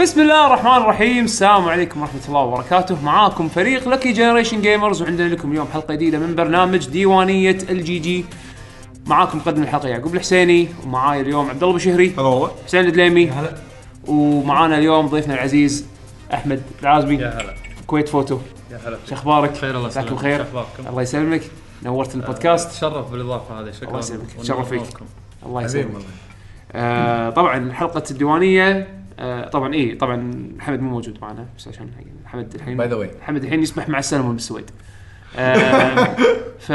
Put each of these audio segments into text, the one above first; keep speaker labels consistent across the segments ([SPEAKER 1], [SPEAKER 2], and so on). [SPEAKER 1] بسم الله الرحمن الرحيم السلام عليكم ورحمة الله وبركاته معاكم فريق لكي جنريشن جيمرز وعندنا لكم اليوم حلقة جديدة من برنامج ديوانية الجي جي معاكم مقدم الحلقة يعقوب الحسيني ومعاي اليوم عبد الله بشهري
[SPEAKER 2] هلا والله
[SPEAKER 1] حسين الدليمي
[SPEAKER 3] هلا
[SPEAKER 1] ومعانا اليوم ضيفنا العزيز احمد العازبي
[SPEAKER 3] يا هلا
[SPEAKER 1] كويت فوتو
[SPEAKER 3] يا هلا
[SPEAKER 1] شو اخبارك؟
[SPEAKER 3] خير الله
[SPEAKER 1] مساك
[SPEAKER 3] يسلمك
[SPEAKER 1] بالخير.
[SPEAKER 3] شو اخباركم؟
[SPEAKER 1] الله يسلمك نورت البودكاست
[SPEAKER 3] تشرف بالاضافه هذه شكرا
[SPEAKER 1] الله يسلمك.
[SPEAKER 3] ونور
[SPEAKER 1] تشرف فيك.
[SPEAKER 3] نوركم.
[SPEAKER 1] الله
[SPEAKER 2] عظيم
[SPEAKER 1] يسلمك
[SPEAKER 2] والله
[SPEAKER 1] آه طبعا حلقه الديوانيه آه طبعا اي طبعا حمد مو موجود معنا بس عشان حق- حمد الحين
[SPEAKER 2] By the way.
[SPEAKER 1] حمد الحين يسبح مع السلمون بالسويد آه ف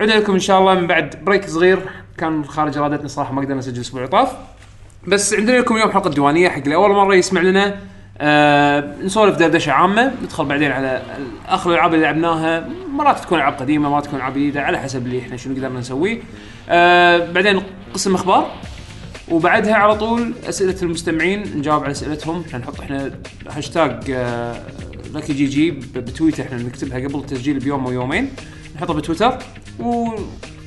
[SPEAKER 1] عدنا لكم ان شاء الله من بعد بريك صغير كان خارج ارادتنا صراحه ما قدرنا نسجل اسبوع طاف بس عندنا لكم اليوم حلقه ديوانيه حق اللي اول مره يسمع لنا آه نسولف دردشه عامه ندخل بعدين على اخر الالعاب اللي لعبناها مرات تكون العاب قديمه مرات تكون العاب جديده على حسب اللي احنا شنو قدرنا نسويه آه بعدين قسم اخبار وبعدها على طول اسئله المستمعين نجاوب على اسئلتهم احنا نحط احنا هاشتاج آه، لكي جي جي ب- بتويتر احنا نكتبها قبل التسجيل بيوم او يومين نحطها بتويتر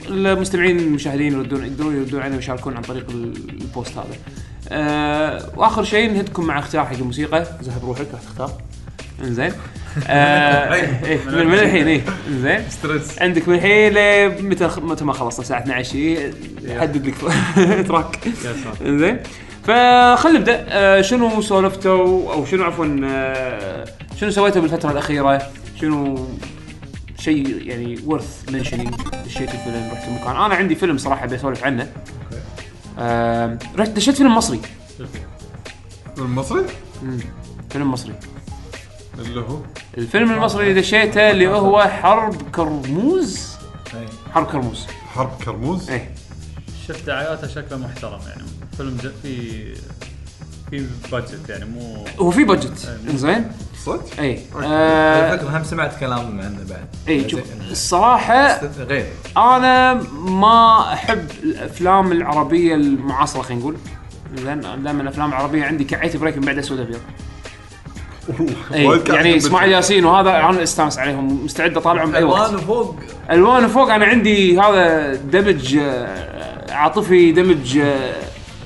[SPEAKER 1] والمستمعين المشاهدين يردون يقدرون يردون علينا ويشاركون عن طريق ال- البوست هذا. آه واخر شيء نهدكم مع اختيار حق الموسيقى زهر بروحك راح تختار انزين آه إيه، من من الحين اي انزين
[SPEAKER 3] ستريس
[SPEAKER 1] عندك من الحين ل- متى متى ما خلصنا الساعه 12 إيه، حدد لك تراك
[SPEAKER 3] يا ساتر
[SPEAKER 1] زين فخلنا نبدا آه، شنو سولفتوا او شنو عفوا آه، شنو سويتوا بالفتره الاخيره شنو شيء يعني ورث منشنينج دشيتوا فيلم رحتوا مكان انا عندي فيلم صراحه بسولف عنه آم، رحت دشيت فيلم مصري
[SPEAKER 2] المصري
[SPEAKER 1] مم، فيلم مصري
[SPEAKER 2] اللي هو
[SPEAKER 1] الفيلم المصري اللي دشيته اللي هو حرب كرموز حرب كرموز
[SPEAKER 2] حرب كرموز
[SPEAKER 1] ايه
[SPEAKER 3] شفت دعاياته شكله محترم يعني فيلم ج- في في بادجت يعني مو
[SPEAKER 1] هو في بادجت زين
[SPEAKER 2] صدق؟
[SPEAKER 1] اي
[SPEAKER 4] على
[SPEAKER 1] آه،
[SPEAKER 4] فكره هم سمعت كلام عنه بعد
[SPEAKER 1] اي شوف الصراحه
[SPEAKER 4] غير
[SPEAKER 1] انا ما احب الافلام العربيه المعاصره خلينا نقول لان دائما الافلام العربيه عندي كعيت بريك من بعد اسود ابيض أي،
[SPEAKER 2] وايد قاعد
[SPEAKER 1] يعني
[SPEAKER 2] أحب
[SPEAKER 1] اسماعيل ياسين وهذا انا استانس عليهم مستعد اطالعهم اي وقت
[SPEAKER 4] الوان فوق
[SPEAKER 1] الوان فوق انا عندي هذا دمج آه، عاطفي دمج آه،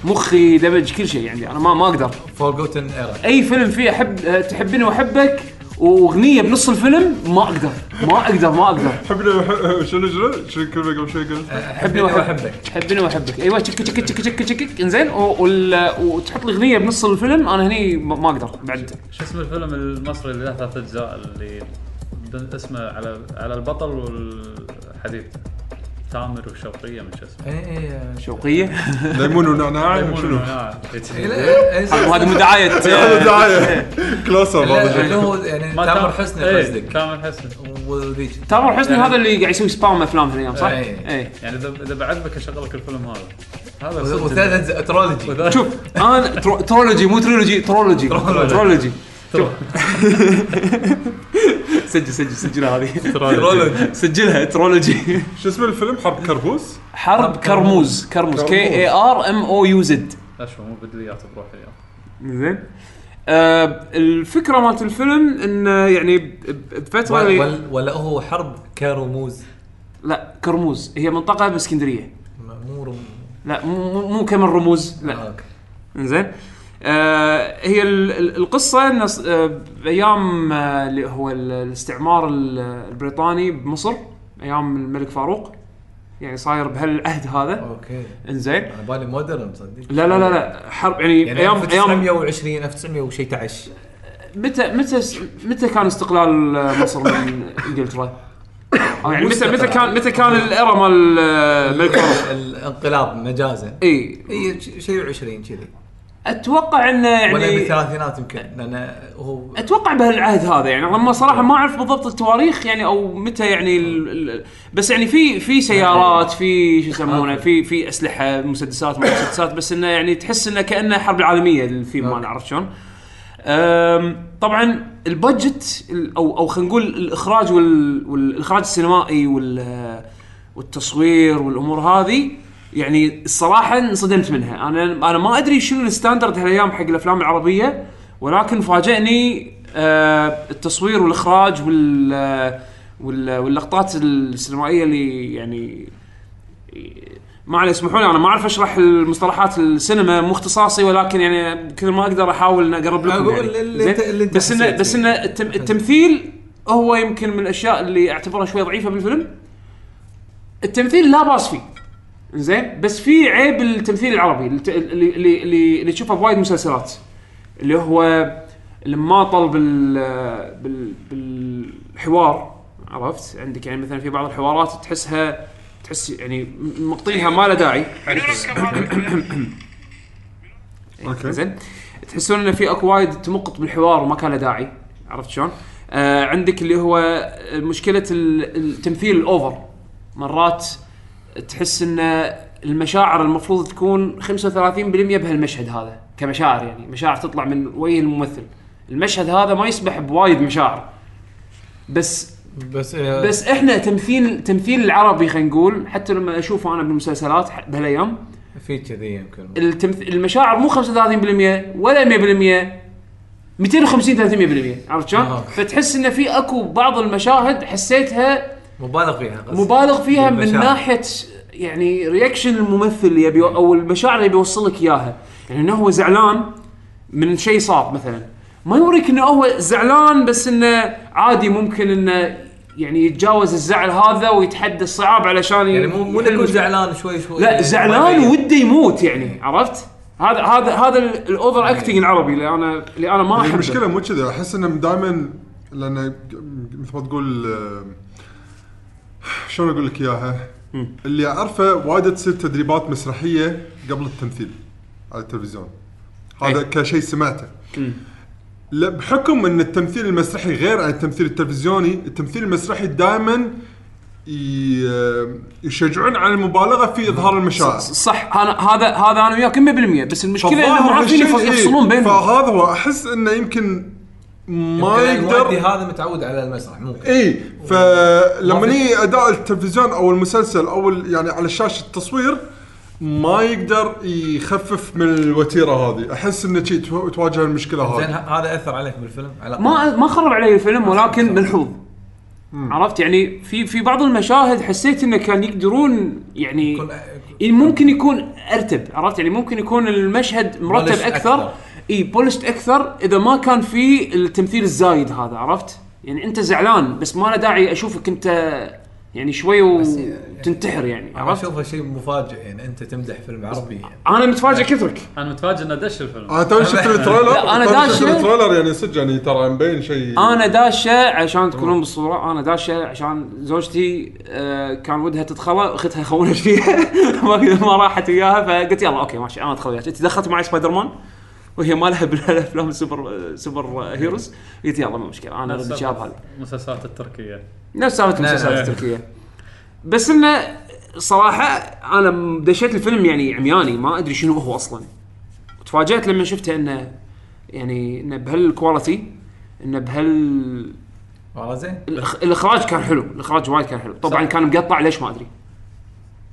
[SPEAKER 1] مخي دمج كل شيء عندي انا ما ما اقدر
[SPEAKER 4] فورغوتن ايرا
[SPEAKER 1] اي فيلم فيه احب آه، تحبني واحبك واغنيه بنص الفيلم ما اقدر ما اقدر ما اقدر
[SPEAKER 2] حبني وح- شنو شنو شنو كلمه قبل شوي قلت
[SPEAKER 4] احبني واحبك
[SPEAKER 1] تحبني واحبك ايوه تشك تشك تشك تشك تشك انزين و- وال- وتحط لي اغنيه بنص الفيلم انا هني م- ما اقدر بعد
[SPEAKER 3] شو اسم الفيلم المصري اللي له ثلاث اجزاء اللي د- اسمه على على البطل والحديث تامر وشوقيه من شو اسمه
[SPEAKER 4] اي اي
[SPEAKER 1] شوقيه
[SPEAKER 2] ليمون ونعناع شنو؟
[SPEAKER 4] إيه،
[SPEAKER 3] شنو؟
[SPEAKER 1] وهذا
[SPEAKER 4] هذا
[SPEAKER 1] مو دعايه
[SPEAKER 2] هذا دعايه كلوز اب
[SPEAKER 4] اللي
[SPEAKER 2] هذا
[SPEAKER 4] هو يعني تامر حسني قصدك
[SPEAKER 3] إيه، تامر حسني
[SPEAKER 4] وذيك
[SPEAKER 1] إيه. تامر حسني هذا اللي قاعد يسوي سبام افلام هالايام صح؟
[SPEAKER 4] إيه.
[SPEAKER 1] اي
[SPEAKER 3] يعني اذا اذا بعذبك اشغلك الفيلم هذا هذا
[SPEAKER 4] وثلاث أجزاء، ترولوجي
[SPEAKER 3] وذا-
[SPEAKER 1] شوف انا ترو- ترولوجي مو ترولوجي ترولوجي
[SPEAKER 4] ترولوجي.
[SPEAKER 1] ترولوجي شوف. سجل سجل سجلها هذه
[SPEAKER 4] ترولوجي
[SPEAKER 1] سجلها ترولوجي
[SPEAKER 2] شو اسم الفيلم حرب كرموز؟
[SPEAKER 1] حرب كرموز كرموز كي اي ار ام او يو زد
[SPEAKER 3] اشوف مو بدليات بروحي اليوم
[SPEAKER 1] زين آه الفكره مالت الفيلم انه يعني ب- ب- بفتره
[SPEAKER 4] ولا-
[SPEAKER 1] اللي...
[SPEAKER 4] ولا- ولا هو حرب كرموز
[SPEAKER 1] لا كرموز هي منطقه باسكندريه
[SPEAKER 4] ما- مو رم-
[SPEAKER 1] لا مو مو- مو كم الرموز لا
[SPEAKER 4] آه، أوكي.
[SPEAKER 1] زين آه هي ال- ال- القصه ان ص- آه، بايام آه، اللي هو ال- الاستعمار ال- البريطاني بمصر ايام الملك فاروق يعني صاير بهالعهد هذا
[SPEAKER 4] اوكي
[SPEAKER 1] انزين
[SPEAKER 4] انا بالي مودرن صدق
[SPEAKER 1] لا لا لا لا حرب يعني,
[SPEAKER 4] يعني
[SPEAKER 1] ايام ايام
[SPEAKER 4] 1920 1900 وشيء 19
[SPEAKER 1] متى متى متى كان استقلال آه، مصر من انجلترا؟ أو يعني متى متى كان متى كان الايرا مال الملك فاروق؟
[SPEAKER 4] الانقلاب إيه، مجازا
[SPEAKER 1] اي
[SPEAKER 4] اي ش- شيء 20 كذي
[SPEAKER 1] يعني- اتوقع انه
[SPEAKER 4] ولا
[SPEAKER 1] يعني
[SPEAKER 4] بالثلاثينات يمكن لان هو
[SPEAKER 1] اتوقع بهالعهد هذا يعني انا ما صراحه ما اعرف بالضبط التواريخ يعني او متى يعني ال... ال... بس يعني في في سيارات في شو يسمونه في في اسلحه مسدسات ما مسدسات بس انه يعني تحس انه كانه حرب العالميه الفيلم ما عرفت شلون؟ أم، طبعا البادجت ال- او او خلينا نقول الاخراج وال والاخراج السينمائي وال والتصوير والامور هذه يعني الصراحه انصدمت منها انا انا ما ادري شنو الستاندرد هالايام حق الافلام العربيه ولكن فاجئني آه، التصوير والاخراج وال وال- واللقطات السينمائيه اللي يعني ما عليه اسمحوا لي انا ما اعرف اشرح المصطلحات السينما مو اختصاصي ولكن يعني كثر ما اقدر احاول ان اقرب لكم
[SPEAKER 4] أقول
[SPEAKER 1] يعني
[SPEAKER 4] اللي
[SPEAKER 1] زين؟
[SPEAKER 4] أنت- اللي أنت
[SPEAKER 1] بس انه
[SPEAKER 4] حسيت
[SPEAKER 1] بس انه التم- التمثيل هو يمكن من الاشياء اللي اعتبرها شوي ضعيفه بالفيلم التمثيل لا باس فيه زين بس في عيب التمثيل العربي الت- اللي اللي اللي, اللي تشوفه بوايد مسلسلات اللي هو الماطل بال بال بالحوار عرفت عندك يعني مثلا في بعض الحوارات تحسها تحس يعني م- مقطينها ما له داعي
[SPEAKER 2] اوكي
[SPEAKER 1] إيه، زين تحسون انه في اكو وايد تمقط بالحوار وما كان له داعي عرفت شلون؟ آه عندك اللي هو مشكله ال- التمثيل الاوفر مرات تحس ان المشاعر المفروض تكون 35% بهالمشهد هذا كمشاعر يعني مشاعر تطلع من وجه الممثل المشهد هذا ما يسبح بوايد مشاعر بس
[SPEAKER 4] بس آه،
[SPEAKER 1] بس احنا تمثيل تمثيل العربي خلينا نقول حتى لما اشوفه انا بالمسلسلات ح- بهالايام
[SPEAKER 4] في كذي يمكن
[SPEAKER 1] التمث... المشاعر مو 35% ولا 100% 250 300% عرفت شلون؟
[SPEAKER 4] آه.
[SPEAKER 1] فتحس انه في اكو بعض المشاهد حسيتها
[SPEAKER 4] مبالغ فيها قصدي.
[SPEAKER 1] مبالغ فيها من
[SPEAKER 4] بالمشاعر.
[SPEAKER 1] ناحيه يعني رياكشن الممثل اللي يبي او المشاعر اللي بيوصل لك اياها، يعني انه هو زعلان من شيء صار مثلا ما يوريك انه هو زعلان بس انه عادي ممكن انه يعني يتجاوز الزعل هذا ويتحدى الصعاب علشان
[SPEAKER 4] يعني مو مو
[SPEAKER 1] يحل
[SPEAKER 4] نقول
[SPEAKER 1] المشكلة.
[SPEAKER 4] زعلان شوي شوي يعني
[SPEAKER 1] لا زعلان
[SPEAKER 4] مبالغ.
[SPEAKER 1] وده يموت يعني عرفت؟ هذا هذا هذا ال- الاوفر
[SPEAKER 4] يعني
[SPEAKER 1] اكتنج العربي اللي انا اللي انا ما احبه
[SPEAKER 2] المشكله يعني مو كذا احس انهم دائما لان مثل ما تقول آه، شلون اقول لك اياها؟ اللي اعرفه وايد تصير تدريبات مسرحيه قبل التمثيل على التلفزيون هذا
[SPEAKER 1] إيه.
[SPEAKER 2] كشيء سمعته لا بحكم ان التمثيل المسرحي غير عن التمثيل التلفزيوني التمثيل المسرحي دائما يشجعون على المبالغه في اظهار المشاعر
[SPEAKER 1] صح انا هذا هذا انا وياك 100% بس المشكله انهم
[SPEAKER 2] فالظاهر
[SPEAKER 1] عارفين
[SPEAKER 2] هالشيء
[SPEAKER 1] يف-
[SPEAKER 2] إيه.
[SPEAKER 1] يفصلون بينهم
[SPEAKER 2] فهذا هو احس انه يمكن ما
[SPEAKER 4] يمكن المؤدي
[SPEAKER 2] يقدر
[SPEAKER 4] يعني هذا متعود على المسرح مو
[SPEAKER 2] اي فلما
[SPEAKER 4] ما في-
[SPEAKER 2] يجي اداء التلفزيون او المسلسل او ال- يعني على شاشه التصوير ما يقدر يخفف من الوتيره هذه احس انه شي تو- تواجه المشكله
[SPEAKER 4] زين
[SPEAKER 2] هذه
[SPEAKER 4] ه- هذا اثر عليك بالفيلم على
[SPEAKER 1] ما ما خرب علي الفيلم ولكن ملحوظ عرفت يعني في في بعض المشاهد حسيت انه كان يقدرون يعني
[SPEAKER 4] يكون-
[SPEAKER 1] إيه ممكن يكون ارتب عرفت يعني ممكن يكون المشهد مرتب
[SPEAKER 4] بولشت
[SPEAKER 1] اكثر
[SPEAKER 4] أكثر.
[SPEAKER 1] اي بولشت اكثر اذا ما كان في التمثيل الزايد هذا عرفت يعني انت زعلان بس ما له داعي اشوفك انت يعني شوي وتنتحر يعني
[SPEAKER 4] انا
[SPEAKER 1] عرفت
[SPEAKER 4] اشوفه شيء مفاجئ يعني انت تمدح فيلم عربي يعني.
[SPEAKER 1] انا متفاجئ كثرك
[SPEAKER 3] انا متفاجئ انه دش الفيلم
[SPEAKER 2] انا توني شفت التريلر
[SPEAKER 1] لا، أنا
[SPEAKER 2] توني شفت
[SPEAKER 1] داشة.
[SPEAKER 2] التريلر يعني صدق يعني ترى مبين شيء
[SPEAKER 4] إيه.
[SPEAKER 1] انا داشه عشان تكونون بالصوره انا داشه عشان زوجتي آه، كان ودها تدخله اختها خونت فيها ما ما راحت وياها فقلت يلا اوكي ماشي انا ادخل وياك انت دخلت معي سبايدر مان وهي ما لها بالافلام السوبر سوبر هيروز قلت يلا مو مشكله انا ضد الشباب هذا
[SPEAKER 3] المسلسلات التركيه
[SPEAKER 1] نفس سالفه
[SPEAKER 4] لا.
[SPEAKER 1] المسلسلات التركيه بس انه صراحه انا م- دشيت الفيلم يعني عمياني ما ادري شنو هو اصلا تفاجات لما شفته انه يعني انه بهالكواليتي انه بهال
[SPEAKER 4] والله زين
[SPEAKER 1] الإخ- الاخراج كان حلو الاخراج وايد كان حلو طبعا
[SPEAKER 3] صح.
[SPEAKER 1] كان مقطع ليش ما ادري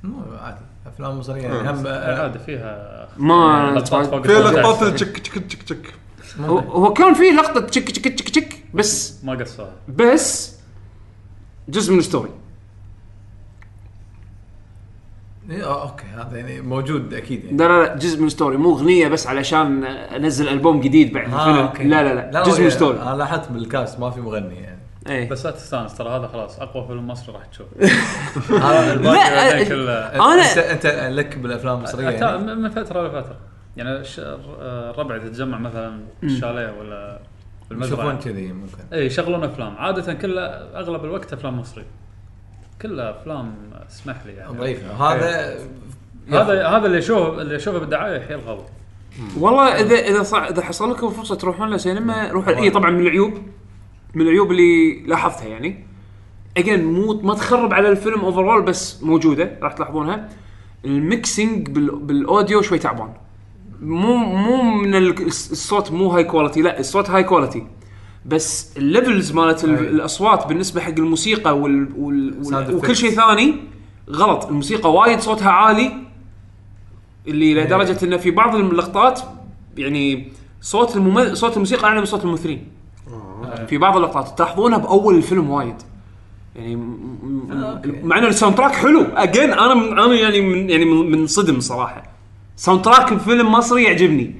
[SPEAKER 4] مو عادي افلام مصريه يعني هم
[SPEAKER 3] عادي فيها
[SPEAKER 1] ما-
[SPEAKER 3] لقطات فوق
[SPEAKER 2] في لقطات
[SPEAKER 3] الفوق.
[SPEAKER 2] تشك تشك تشك تشك
[SPEAKER 1] هو, هو كان في لقطه تشك تشك تشك تشك بس
[SPEAKER 3] ما قصوها
[SPEAKER 1] بس جزء من الستوري
[SPEAKER 4] إيه، آه، اوكي هذا يعني موجود اكيد يعني
[SPEAKER 1] لا لا لا جزء من الستوري مو اغنيه بس علشان انزل البوم جديد بعد
[SPEAKER 4] آه،
[SPEAKER 1] الفيلم لا آه، لا لا جزء من
[SPEAKER 4] يعني
[SPEAKER 1] الستوري إيه.
[SPEAKER 4] انا لاحظت بالكاست ما في مغني يعني
[SPEAKER 1] اي
[SPEAKER 3] بس لا تستانس ترى هذا خلاص اقوى فيلم مصري راح تشوف
[SPEAKER 4] هذا
[SPEAKER 1] لا،
[SPEAKER 3] الباقي
[SPEAKER 1] أ-
[SPEAKER 4] أه،
[SPEAKER 3] كله
[SPEAKER 1] أنا-
[SPEAKER 4] انت انت لك بالافلام المصريه
[SPEAKER 3] أت-
[SPEAKER 4] يعني
[SPEAKER 3] من فتره لفتره يعني ش- الربع تتجمع مثلا الشاليه ولا
[SPEAKER 4] يشوفون
[SPEAKER 3] بالمزرعه
[SPEAKER 4] كذي ممكن
[SPEAKER 3] اي يشغلون افلام عاده كله اغلب الوقت افلام مصري كلها افلام اسمح لي يعني
[SPEAKER 4] ضعيفه هذا
[SPEAKER 3] هذا هذا اللي اشوفه اللي اشوفه بالدعايه حيل غلط
[SPEAKER 1] والله اذا اذا صع... اذا حصل لكم فرصه تروحون لسينما روحوا اي طبعا من العيوب من العيوب اللي لاحظتها يعني اجين مو ما تخرب على الفيلم اوفرول بس موجوده راح تلاحظونها الميكسينج بال... بالاوديو شوي تعبان مو مو من ال- الصوت مو هاي كواليتي لا الصوت هاي كواليتي بس الليفلز مالت ال-
[SPEAKER 4] أي.
[SPEAKER 1] الاصوات بالنسبه حق الموسيقى وال... وال...
[SPEAKER 4] Sound
[SPEAKER 1] وال... وكل
[SPEAKER 4] effects.
[SPEAKER 1] شيء ثاني غلط الموسيقى وايد صوتها عالي اللي لدرجه انه في بعض اللقطات يعني صوت الممثل
[SPEAKER 4] آه.
[SPEAKER 1] صوت الموسيقى اعلى من صوت الممثلين في بعض اللقطات تلاحظونها باول الفيلم وايد يعني م- م-
[SPEAKER 4] آه، أوكي.
[SPEAKER 1] مع انه الساوند تراك حلو اجين انا من انا يعني من يعني من- منصدم صراحه ساوند تراك بفيلم مصري يعجبني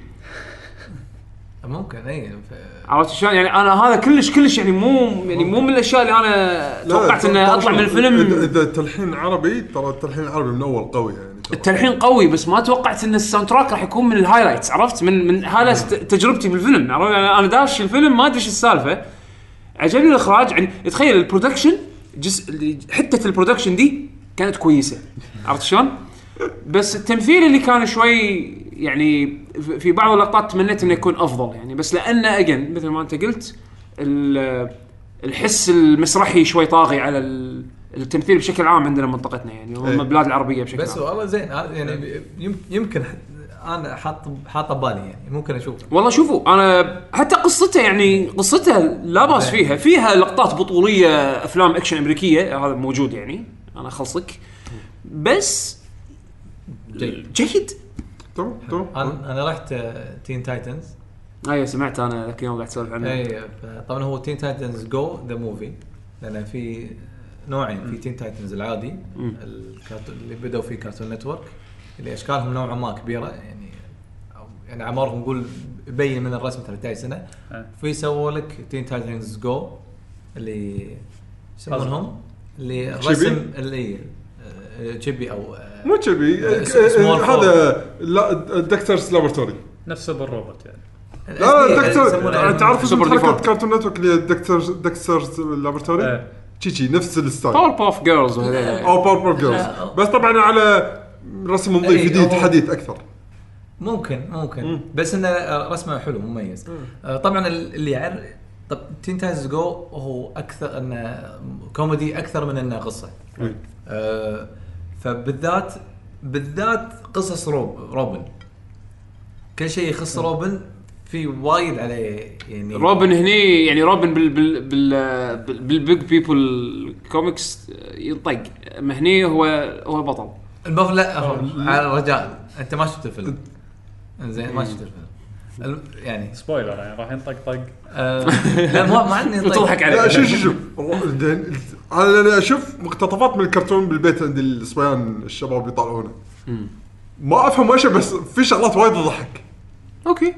[SPEAKER 4] ممكن إيه. اي ف-
[SPEAKER 1] عرفت شلون يعني انا هذا كلش كلش يعني مو يعني مو من الاشياء اللي انا
[SPEAKER 2] لا، لا،
[SPEAKER 1] توقعت اني اطلع من
[SPEAKER 2] اذا
[SPEAKER 1] الفيلم
[SPEAKER 2] إذا التلحين عربي ترى التلحين العربي من اول قوي يعني ترى.
[SPEAKER 1] التلحين قوي بس ما توقعت ان الساوند تراك راح يكون من الهايلايتس عرفت من من هايلايتس تجربتي بالفيلم عرفت يعني انا داش الفيلم ما ادري ايش السالفه عجبني الاخراج يعني تخيل البرودكشن جزء اللي- حته البرودكشن دي كانت كويسه عرفت شلون؟ بس التمثيل اللي كان شوي يعني في- في بعض اللقطات تمنيت انه يكون افضل يعني بس لان اجن مثل ما انت قلت ال- الحس المسرحي شوي طاغي على ال- التمثيل بشكل عام عندنا منطقتنا يعني
[SPEAKER 2] إيه.
[SPEAKER 1] والبلاد العربيه بشكل
[SPEAKER 4] بس
[SPEAKER 1] عام
[SPEAKER 4] والله زين هذا يعني يم- يمكن ح- انا حاط حاطه بالي يعني ممكن اشوفه
[SPEAKER 1] والله شوفوا انا حتى قصته يعني قصته لا باس
[SPEAKER 4] إيه.
[SPEAKER 1] فيها فيها لقطات بطوليه افلام اكشن امريكيه هذا موجود يعني انا اخلصك بس
[SPEAKER 4] جيد.
[SPEAKER 1] جيد
[SPEAKER 2] تمام تمام
[SPEAKER 4] انا انا رحت آه، تين تايتنز
[SPEAKER 1] اي آه، سمعت انا ذاك اليوم قاعد اسولف عنه
[SPEAKER 4] اي طبعا إيه، هو تين تايتنز جو ذا موفي لان في نوعين في تين تايتنز العادي الكارتو- اللي بدوا فيه كارتون نتورك اللي اشكالهم نوعا ما كبيره يعني أو يعني اعمارهم قول يبين من الرسم 13 سنه
[SPEAKER 3] إيه.
[SPEAKER 4] في سووا لك تين تايتنز جو اللي يسمونهم اللي
[SPEAKER 2] تشيبي؟
[SPEAKER 4] الرسم اللي آه، تشيبي او آه،
[SPEAKER 2] مو تشبي
[SPEAKER 4] آه، س- small
[SPEAKER 2] هذا لا دكتورز لابوراتوري
[SPEAKER 3] نفس بالروبوت يعني
[SPEAKER 2] لا لا
[SPEAKER 4] إيه، يسمونه-
[SPEAKER 2] دكتور تعرف اسم
[SPEAKER 1] Super
[SPEAKER 2] حركه
[SPEAKER 1] Deformed.
[SPEAKER 2] كارتون نتورك اللي هي دكتورز دكتورز لابوراتوري
[SPEAKER 3] إيه.
[SPEAKER 2] تشيتشي نفس الستايل
[SPEAKER 1] باور باف جيرلز وهذيلا.
[SPEAKER 2] او باور باور جيرلز
[SPEAKER 4] لا.
[SPEAKER 2] بس طبعا على رسم نظيف
[SPEAKER 4] إيه،
[SPEAKER 2] جديد
[SPEAKER 4] هو-
[SPEAKER 2] حديث اكثر
[SPEAKER 4] ممكن ممكن
[SPEAKER 2] مم.
[SPEAKER 4] بس انه آه، رسمه حلو مميز آه، طبعا ال- اللي يعرف طب تين تايز جو هو اكثر انه كوميدي اكثر من انه قصه
[SPEAKER 2] إيه.
[SPEAKER 4] آه، فبالذات بالذات قصص روب روبن كل شيء يخص روبن في وايد عليه يعني
[SPEAKER 1] روبن هني يعني روبن بال بال بال بال- بالبيج بيبل كوميكس آه، ينطق اما هني هو هو البطل
[SPEAKER 4] المفروض لا هو على الرجاء انت ما شفت الفيلم زين ما شفت الفيلم الم- يعني
[SPEAKER 3] سبويلر يعني راح ينطق طق
[SPEAKER 4] آه، لا ما ما عندي
[SPEAKER 1] تضحك
[SPEAKER 2] لا
[SPEAKER 1] عليه
[SPEAKER 2] شوف شوف شوف زين، انا أنا اشوف مقتطفات من الكرتون بالبيت عند الصبيان الشباب يطالعونه ما افهم وش بس في شغلات وايد تضحك
[SPEAKER 1] اوكي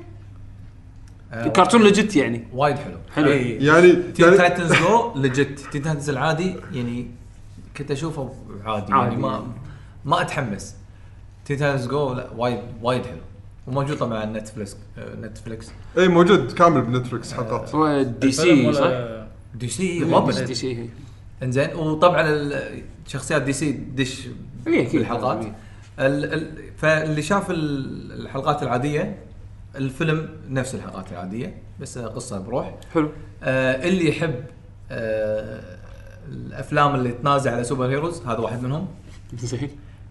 [SPEAKER 4] آه،
[SPEAKER 1] الكرتون لجت يعني
[SPEAKER 4] وايد حلو آه،
[SPEAKER 1] حلو.
[SPEAKER 4] إي.
[SPEAKER 2] يعني
[SPEAKER 4] تين
[SPEAKER 2] يعني-
[SPEAKER 4] تايتنز جو لجت تين تايتنز العادي يعني كنت اشوفه عادي,
[SPEAKER 1] عادي.
[SPEAKER 4] يعني ما ما اتحمس تين تايتنز جو لا وايد وايد حلو وموجود طبعا على نتفلكس آه، نتفلكس
[SPEAKER 2] اي إيه، موجود كامل بنتفلكس حلقات
[SPEAKER 1] هو دي
[SPEAKER 3] الفيلم
[SPEAKER 1] سي صح؟
[SPEAKER 3] ولا-
[SPEAKER 4] دي سي
[SPEAKER 1] بس
[SPEAKER 4] روبن
[SPEAKER 1] دي سي
[SPEAKER 4] انزين وطبعا ال- شخصيات دي سي دش
[SPEAKER 1] إيه، أكيد.
[SPEAKER 4] بالحلقات
[SPEAKER 1] إيه.
[SPEAKER 4] ال ال فاللي شاف ال- الحلقات العاديه الفيلم نفس الحلقات العاديه بس قصه بروح
[SPEAKER 1] حلو
[SPEAKER 4] آه اللي يحب آه الافلام اللي تنازع على سوبر هيروز هذا واحد منهم
[SPEAKER 1] زين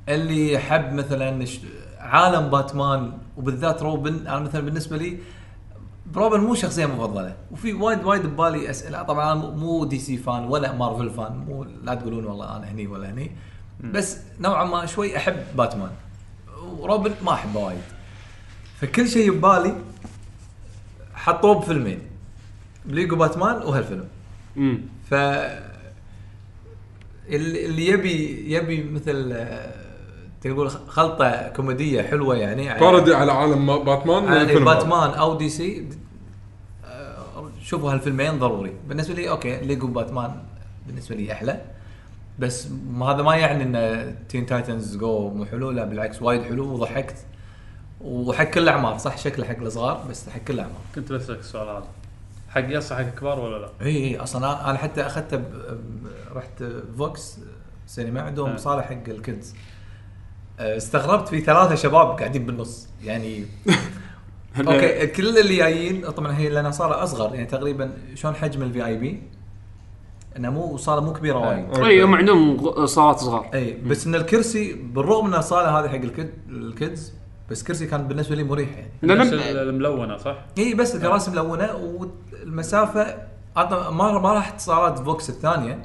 [SPEAKER 4] اللي يحب مثلا ش- عالم باتمان وبالذات روبن انا مثلا بالنسبه لي روبن مو شخصيه مفضله وفي وايد وايد ببالي اسئله طبعا أنا مو دي سي فان ولا مارفل فان مو لا تقولون والله انا هني ولا هني بس نوعا ما شوي احب باتمان وروبن ما احبه وايد فكل شيء ببالي حطوه بفيلمين ليجو باتمان وهالفيلم
[SPEAKER 1] امم
[SPEAKER 4] ف اللي اللي يبي يبي مثل آه، تقول خلطه كوميديه حلوه يعني على-
[SPEAKER 2] بارودي على عالم ما- باتمان
[SPEAKER 4] على
[SPEAKER 2] والفيلم هذا.
[SPEAKER 4] يعني باتمان او دي سي آه، شوفوا هالفيلمين ضروري بالنسبه لي اوكي ليجو باتمان بالنسبه لي احلى بس ما هذا ما يعني ان تين تايتنز جو مو حلو لا بالعكس وايد حلو وضحكت وحق كل الاعمار صح شكله حق الصغار بس حق كل الاعمار
[SPEAKER 3] كنت بسالك السؤال هذا حق يس حق كبار ولا لا؟
[SPEAKER 4] اي اي اصلا أنا- انا حتى اخذته ب... ب- رحت فوكس سينما عندهم
[SPEAKER 3] آه.
[SPEAKER 4] صاله حق الكيدز أه، استغربت في ثلاثه شباب قاعدين بالنص يعني اوكي كل اللي جايين طبعا هي لانها صاله اصغر يعني تقريبا شلون حجم الفي اي بي انها مو صاله مو كبيره
[SPEAKER 3] آه.
[SPEAKER 4] وايد
[SPEAKER 1] اي هم عندهم غ- صالات صغار
[SPEAKER 4] اي بس ان الكرسي بالرغم انها صاله هذه حق الكيد الكيدز بس كرسي كان بالنسبه لي مريح يعني
[SPEAKER 1] لأن-
[SPEAKER 3] نفس ال- الملونه صح؟
[SPEAKER 4] اي بس الكراسي ملونه والمسافه عطنا- ما ما راح اتصالات فوكس الثانيه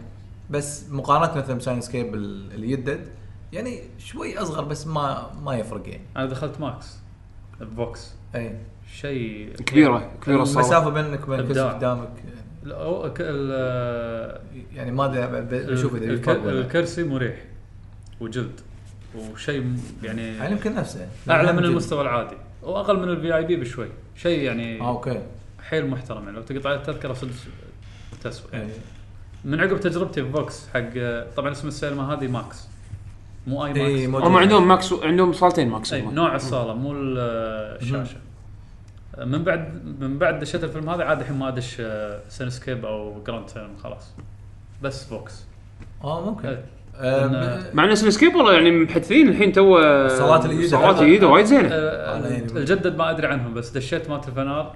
[SPEAKER 4] بس مقارنه مثلا بساينس كيب ال- اللي يدد يعني شوي اصغر بس ما ما يفرق يعني
[SPEAKER 3] انا دخلت ماكس بوكس
[SPEAKER 4] اي
[SPEAKER 3] شيء
[SPEAKER 1] كبيره كبيره الصالات
[SPEAKER 4] المسافه بينك وبين الكرسي
[SPEAKER 3] إبداع.
[SPEAKER 4] قدامك
[SPEAKER 3] لا، هو ك- ال-
[SPEAKER 4] يعني ما ادري ب- ب- بشوف اذا
[SPEAKER 3] الك-
[SPEAKER 4] يكبر ولا لا.
[SPEAKER 3] الكرسي مريح وجلد وشيء م-
[SPEAKER 4] يعني
[SPEAKER 3] يعني
[SPEAKER 4] يمكن نفسه
[SPEAKER 3] اعلى من
[SPEAKER 4] جد.
[SPEAKER 3] المستوى العادي واقل من الفي اي بي بشوي شيء يعني
[SPEAKER 4] آه، اوكي
[SPEAKER 3] حيل محترم يعني لو تقطع عليه التذكره صدق تسوى يعني
[SPEAKER 4] إيه.
[SPEAKER 3] من عقب تجربتي بفوكس حق طبعا اسم السينما هذه ماكس مو اي
[SPEAKER 4] إيه،
[SPEAKER 3] ماكس
[SPEAKER 4] موجود.
[SPEAKER 1] هم عندهم ماكس عندهم صالتين ماكس
[SPEAKER 3] اي نوع الصاله مو ال- الشاشه من بعد من بعد دشيت الفيلم هذا عاد الحين ما ادش آه، سينسكيب او جراند سينما خلاص بس فوكس
[SPEAKER 4] اه ممكن
[SPEAKER 3] إيه.
[SPEAKER 4] آه،
[SPEAKER 3] إن-
[SPEAKER 4] ب-
[SPEAKER 1] مع ان سكيب والله يعني محدثين الحين تو
[SPEAKER 4] الصوات الجديدة.
[SPEAKER 1] الصوات الجديده وايد زينه
[SPEAKER 3] آه،
[SPEAKER 4] أنا يعني-
[SPEAKER 3] الجدد ما ادري عنهم بس دشيت مالت الفنار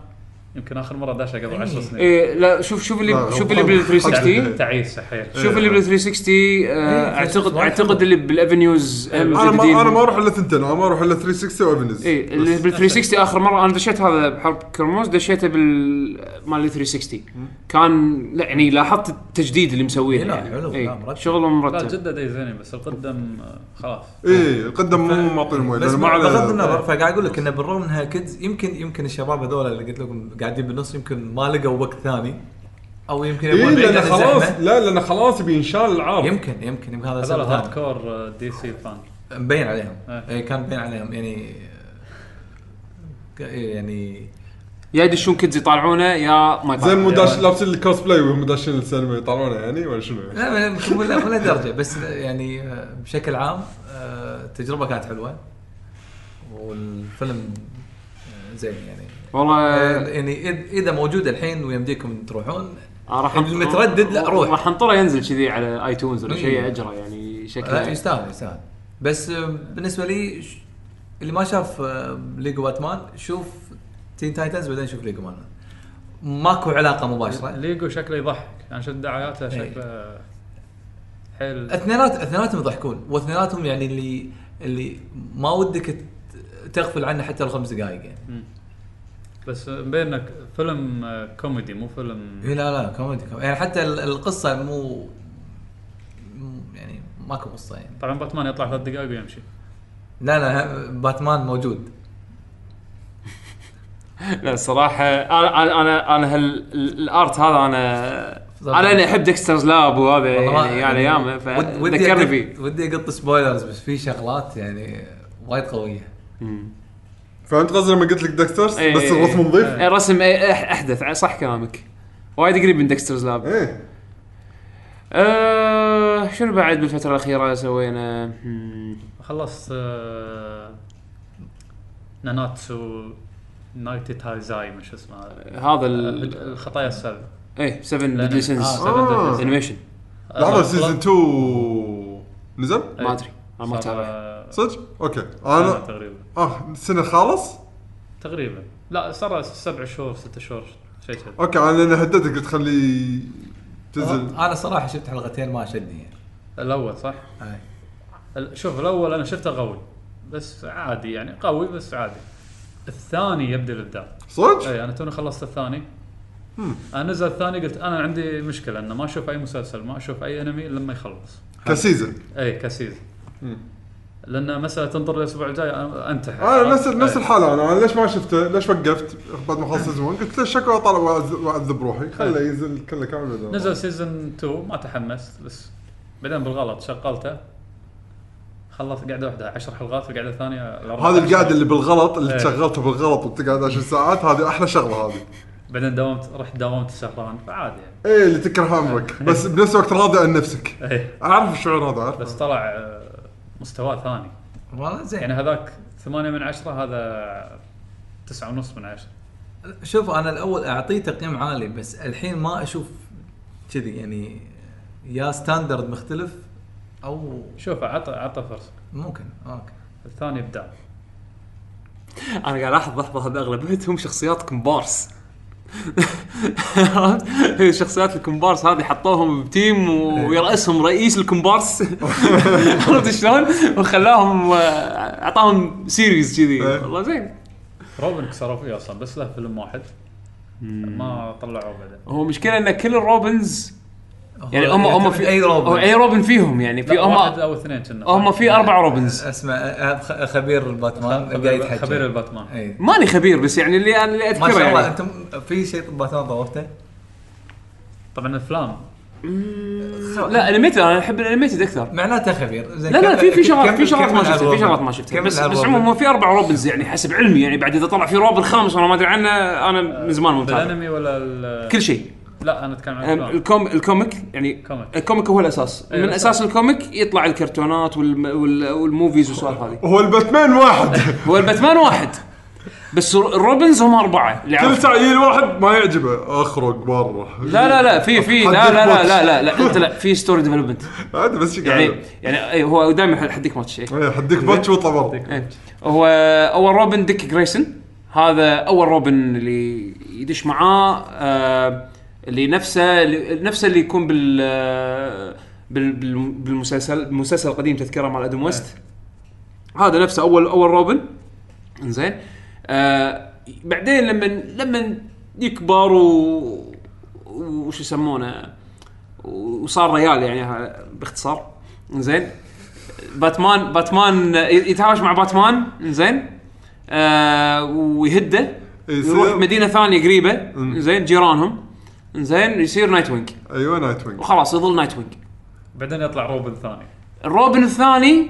[SPEAKER 3] يمكن اخر مره داشه قبل
[SPEAKER 4] إيه.
[SPEAKER 3] 10 سنين
[SPEAKER 1] إيه لا شوف شوف اللي
[SPEAKER 2] لا،
[SPEAKER 1] شوف
[SPEAKER 2] هو إيه.
[SPEAKER 1] اللي بال
[SPEAKER 2] خلص.
[SPEAKER 1] 360
[SPEAKER 2] إيه.
[SPEAKER 3] تعيس حيل
[SPEAKER 1] شوف اللي بال 360 آه،
[SPEAKER 4] إيه،
[SPEAKER 1] اعتقد
[SPEAKER 4] 360
[SPEAKER 1] اعتقد اللي بالافنيوز
[SPEAKER 4] إيه.
[SPEAKER 1] آه،
[SPEAKER 2] انا ما
[SPEAKER 1] مجددين.
[SPEAKER 2] انا ما اروح الا ثنتين انا ما اروح الا 360 وافنز
[SPEAKER 1] اي إيه، اللي بال 360 اخر مره انا دشيت هذا بحرب كرموز دشيته بال مال 360 كان لا يعني لاحظت التجديد اللي مسويه
[SPEAKER 4] إي إيه، لا،
[SPEAKER 1] يعني.
[SPEAKER 4] حلو،
[SPEAKER 1] إي،
[SPEAKER 4] لا، مرتب.
[SPEAKER 1] شغله
[SPEAKER 3] لا
[SPEAKER 1] مرتب
[SPEAKER 3] جدد اي زينه بس القدم آه، خلاص
[SPEAKER 2] اي إيه، القدم مو معطينهم وايد
[SPEAKER 4] بس
[SPEAKER 2] انا ما إيه،
[SPEAKER 4] بغض
[SPEAKER 2] على
[SPEAKER 4] النظر فقاعد اقول لك انه بالرغم انها كيدز يمكن يمكن الشباب هذول اللي قلت لكم قاعدين بالنص يمكن ما لقوا وقت ثاني او يمكن يبغون
[SPEAKER 2] اي
[SPEAKER 4] بعيد
[SPEAKER 2] لان
[SPEAKER 4] عن
[SPEAKER 2] إيه، خلاص
[SPEAKER 4] الزحمة.
[SPEAKER 2] لا لان خلاص بينشال العاب
[SPEAKER 4] يمكن يمكن يمكن هذا
[SPEAKER 3] هذول
[SPEAKER 4] سبب
[SPEAKER 3] هارد
[SPEAKER 4] ثاني.
[SPEAKER 3] كور آه، دي سي فان
[SPEAKER 4] مبين عليهم
[SPEAKER 3] إيه.
[SPEAKER 4] اي كان مبين عليهم يعني ك- يعني
[SPEAKER 1] يا يدشون كيدز يطالعونه يا ما
[SPEAKER 2] زين مو
[SPEAKER 1] يطالعونه
[SPEAKER 2] داش لابسين الكوست بلاي وهم داشين السينما يطلعونه يعني ولا شنو؟
[SPEAKER 4] لا ما- يمكن ولا ولا درجه بس يعني آه، بشكل عام آه، التجربه كانت حلوه والفيلم آه، زين يعني
[SPEAKER 2] آه.
[SPEAKER 1] والله
[SPEAKER 4] يعني إذ- اذا موجود الحين ويمديكم تروحون
[SPEAKER 1] آه، راح أنط-
[SPEAKER 4] المتردد لا روح
[SPEAKER 1] راح انطره ينزل كذي على ايتونز ولا
[SPEAKER 4] إي.
[SPEAKER 1] شيء اجره يعني
[SPEAKER 4] لا
[SPEAKER 1] شكله
[SPEAKER 4] يستاهل يستاهل بس آه، بالنسبه لي ش- اللي ما شاف آه، ليجو باتمان شوف تين تايتنز بعدين شوف ليجو باتمان ماكو علاقه مباشره
[SPEAKER 3] ليجو شكله يضحك انا شفت دعاياته شكله حيل
[SPEAKER 4] اثنينات اثنيناتهم يضحكون واثنيناتهم يعني اللي اللي ما ودك ت- تغفل عنه حتى الخمس دقائق يعني
[SPEAKER 3] بس مبين انك فيلم آه، كوميدي مو فيلم
[SPEAKER 4] إيه لا لا كوميدي كوميدي يعني حتى ال- القصه مو مو- يعني ماكو قصه يعني
[SPEAKER 3] طبعا باتمان يطلع ثلاث دقائق ويمشي
[SPEAKER 4] لا لا باتمان موجود
[SPEAKER 1] لا الصراحه انا انا انا, أنا هال- ال- الارت هذا انا انا اللي احب ديكسترز لاب وهذا
[SPEAKER 4] والله
[SPEAKER 1] يعني
[SPEAKER 4] ما-
[SPEAKER 1] يعني ايامه
[SPEAKER 4] ود- ودي
[SPEAKER 1] فذكرني
[SPEAKER 4] أقط-
[SPEAKER 1] فيه
[SPEAKER 4] ودي اقط سبويلرز بس في شغلات يعني وايد قويه
[SPEAKER 1] مم.
[SPEAKER 2] فهمت قصدي لما قلت لك دكتورز
[SPEAKER 1] إيه.
[SPEAKER 2] بس الرسم نظيف؟
[SPEAKER 1] إيه، رسم إيه، أح- احدث ع- صح كلامك وايد قريب من ديكسترز لاب
[SPEAKER 2] ايه
[SPEAKER 1] أه شنو بعد بالفتره الاخيره سوينا مم.
[SPEAKER 3] خلصت آه، ناناتسو نايتي تايزاي مش اسمه هذا.
[SPEAKER 1] هذا
[SPEAKER 3] الهد-
[SPEAKER 4] آه،
[SPEAKER 1] ال
[SPEAKER 3] الخطايا السبع
[SPEAKER 1] ايه 7
[SPEAKER 3] لأن-
[SPEAKER 1] ديدلي سينز
[SPEAKER 3] آه، seven
[SPEAKER 2] آه.
[SPEAKER 3] deadly sins.
[SPEAKER 1] انيميشن
[SPEAKER 3] آه،
[SPEAKER 2] لحظه
[SPEAKER 3] خلاص.
[SPEAKER 2] سيزون 2 نزل؟
[SPEAKER 1] ما ادري انا ما
[SPEAKER 3] صار،
[SPEAKER 1] تابع
[SPEAKER 3] آه،
[SPEAKER 2] صدق؟ اوكي
[SPEAKER 3] سنة
[SPEAKER 4] إيه.
[SPEAKER 2] انا
[SPEAKER 3] تقريبا
[SPEAKER 2] اه السنه خالص؟
[SPEAKER 3] تقريبا لا صار سبع شهور ست شهور شيء كذا
[SPEAKER 2] اوكي انا لان هددت قلت خلي تنزل
[SPEAKER 4] انا صراحه شفت حلقتين ما شدني يعني
[SPEAKER 3] الاول صح؟
[SPEAKER 4] هاي.
[SPEAKER 3] ال- شوف الاول انا شفته قوي بس عادي يعني قوي بس عادي الثاني يبدي الابداع
[SPEAKER 2] صدق؟
[SPEAKER 4] إيه.
[SPEAKER 3] اي انا توني خلصت الثاني انا نزل الثاني قلت انا عندي مشكله انه ما اشوف اي مسلسل ما اشوف اي انمي إلا لما يخلص إيه،
[SPEAKER 2] كسيزون
[SPEAKER 3] اي كسيزون
[SPEAKER 2] مم.
[SPEAKER 3] لان مثلا تنظر الاسبوع الجاي أنا إيه. انتحر
[SPEAKER 2] انا آه، نفس نفس
[SPEAKER 1] إيه.
[SPEAKER 3] إي.
[SPEAKER 2] الحاله انا انا ليش ما شفته؟ ليش وقفت؟ بعد ما خلصت سيزون قلت ليش شكوى طلع واعذب روحي خله
[SPEAKER 1] إيه.
[SPEAKER 2] ينزل كله كامل بعدين.
[SPEAKER 3] نزل سيزون 2 ما تحمست بس بعدين بالغلط شغلته خلصت قاعده واحده 10 حلقات القاعده الثانيه
[SPEAKER 2] هذه القعده اللي بالغلط اللي
[SPEAKER 3] إيه.
[SPEAKER 2] تشغلته بالغلط وبتقعد 10 ساعات هذه احلى شغله هذه
[SPEAKER 3] بعدين داومت رحت داومت سهران فعادي يعني
[SPEAKER 2] ايه اللي تكره عمرك
[SPEAKER 1] إيه.
[SPEAKER 2] بس بنفس الوقت راضي عن نفسك
[SPEAKER 3] إي.
[SPEAKER 2] اعرف الشعور هذا
[SPEAKER 3] بس
[SPEAKER 2] اعرف
[SPEAKER 3] طلع آه، مستواه ثاني
[SPEAKER 4] والله
[SPEAKER 3] يعني
[SPEAKER 4] زين
[SPEAKER 3] هذاك ثمانية من عشرة هذا تسعة ونص من عشرة
[SPEAKER 4] شوف انا الاول اعطيه تقييم عالي بس الحين ما اشوف كذي يعني يا ستاندرد مختلف او
[SPEAKER 3] شوف عطى عطى فرصة
[SPEAKER 4] ممكن اوكي
[SPEAKER 3] الثاني ابداع
[SPEAKER 1] انا قاعد الاحظ لحظه هذا اغلبيتهم شخصيات كومبارس شخصيات الكومبارس هذه حطوهم بتيم ويرأسهم رئيس الكومبارس عرفت شلون؟ وخلاهم آه، اعطاهم سيريز كذي
[SPEAKER 2] إيه.
[SPEAKER 1] والله زين
[SPEAKER 3] روبن كسروا فيه اصلا بس له فيلم واحد ما طلعوه بعدين
[SPEAKER 1] هو مشكله ان كل الروبنز يعني
[SPEAKER 4] هو
[SPEAKER 1] هم هم
[SPEAKER 4] يعتمد
[SPEAKER 1] في
[SPEAKER 4] اي
[SPEAKER 1] هو
[SPEAKER 4] روبن
[SPEAKER 1] اي روبن فيهم يعني في
[SPEAKER 3] لا، واحد
[SPEAKER 1] هم
[SPEAKER 3] او اثنين كنا
[SPEAKER 1] هم في اربع روبنز
[SPEAKER 4] اسمع آه، خ- خبير باتمان قاعد
[SPEAKER 3] خبير,
[SPEAKER 4] يتحكى
[SPEAKER 3] خبير
[SPEAKER 1] إيه.
[SPEAKER 3] الباتمان
[SPEAKER 4] اي
[SPEAKER 1] ماني خبير بس يعني اللي انا اللي
[SPEAKER 4] ما
[SPEAKER 1] اذكره
[SPEAKER 4] شاء الله
[SPEAKER 1] يعني
[SPEAKER 4] انت م- في شيء باتمان ضوفته
[SPEAKER 3] طبعا افلام
[SPEAKER 1] لا انيميتد انا احب الانيميتد اكثر
[SPEAKER 4] معناته خبير زين
[SPEAKER 1] لا لا
[SPEAKER 4] كمل-
[SPEAKER 1] في في
[SPEAKER 4] كمل-
[SPEAKER 1] شغلات في شغلات ما
[SPEAKER 4] كمل
[SPEAKER 1] شفتها في
[SPEAKER 4] عن
[SPEAKER 1] شغلات ما
[SPEAKER 4] روبن.
[SPEAKER 1] شفتها
[SPEAKER 4] كمل
[SPEAKER 1] بس
[SPEAKER 4] عن
[SPEAKER 1] بس
[SPEAKER 4] روبن.
[SPEAKER 1] عموما في اربع روبنز يعني حسب علمي يعني بعد اذا طلع في روبن خامس انا ما ادري عنه انا من زمان ممتاز
[SPEAKER 3] بالانمي ولا ال-
[SPEAKER 1] كل شيء
[SPEAKER 3] لا انا اتكلم عن
[SPEAKER 1] أم،
[SPEAKER 3] الأفلام.
[SPEAKER 1] الكوم الكوميك يعني
[SPEAKER 3] كوميك.
[SPEAKER 1] الكوميك هو الاساس
[SPEAKER 3] أيوة،
[SPEAKER 1] من
[SPEAKER 3] صح.
[SPEAKER 1] اساس الكوميك يطلع الكرتونات والم- وال- والموفيز والسوالف هذه
[SPEAKER 2] هو الباتمان واحد
[SPEAKER 1] هو الباتمان واحد بس الر- الروبنز هم اربعه اللي
[SPEAKER 2] كل
[SPEAKER 1] أعرفهم.
[SPEAKER 2] تعيين واحد ما يعجبه اخرج برا
[SPEAKER 1] لا لا لا في في لا لا لا لا لا, لا انت لا في ستوري ديفلوبمنت
[SPEAKER 2] عاد بس شي
[SPEAKER 1] يعني
[SPEAKER 2] قاعد
[SPEAKER 1] يعني أي، هو دائما حديك ماتش إيه.
[SPEAKER 2] إيه، حدك باتش واطلع برا
[SPEAKER 1] إيه. هو اول روبن ديك جريسون هذا اول روبن اللي يدش معاه آه، اللي نفسه اللي- نفسه اللي يكون بال آه، بال- بال- بالمسلسل المسلسل القديم تذكره مال ادم ويست هذا نفسه اول اول روبن انزين آه بعدين لما لما يكبر و وش يسمونه وصار ريال يعني ها- باختصار زين باتمان باتمان يتهاوش مع باتمان زين آه ويهده
[SPEAKER 2] يصير-
[SPEAKER 1] يروح مدينه ثانيه قريبه
[SPEAKER 2] مم.
[SPEAKER 1] زين جيرانهم زين يصير نايت وينج
[SPEAKER 2] ايوه نايت وينج
[SPEAKER 1] وخلاص يظل نايت وينج
[SPEAKER 3] بعدين يطلع روبن ثاني
[SPEAKER 1] الروبن الثاني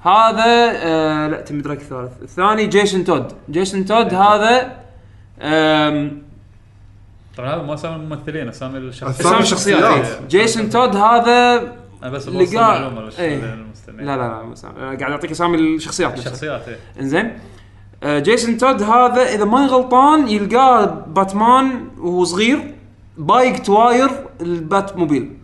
[SPEAKER 1] هذا آه لا تم ادراك الثالث الثاني جيسون تود جيسون تود هذا آم،
[SPEAKER 3] طبعا هذا مو اسامي الممثلين اسامي الشخصيات
[SPEAKER 2] أسامي-
[SPEAKER 1] اسامي الشخصيات إيه. جيسون تود هذا
[SPEAKER 3] انا بس
[SPEAKER 1] اللي
[SPEAKER 3] بوصل
[SPEAKER 1] قال-
[SPEAKER 3] معلومه
[SPEAKER 1] إيه.
[SPEAKER 3] للمستمعين
[SPEAKER 1] لا لا لا مو أسامي. أنا قاعد اعطيك اسامي الشخصيات نفسها.
[SPEAKER 3] الشخصيات ايه
[SPEAKER 1] انزين آه، جيسون تود هذا اذا ماني غلطان يلقاه باتمان وهو صغير بايق تواير البات موبيل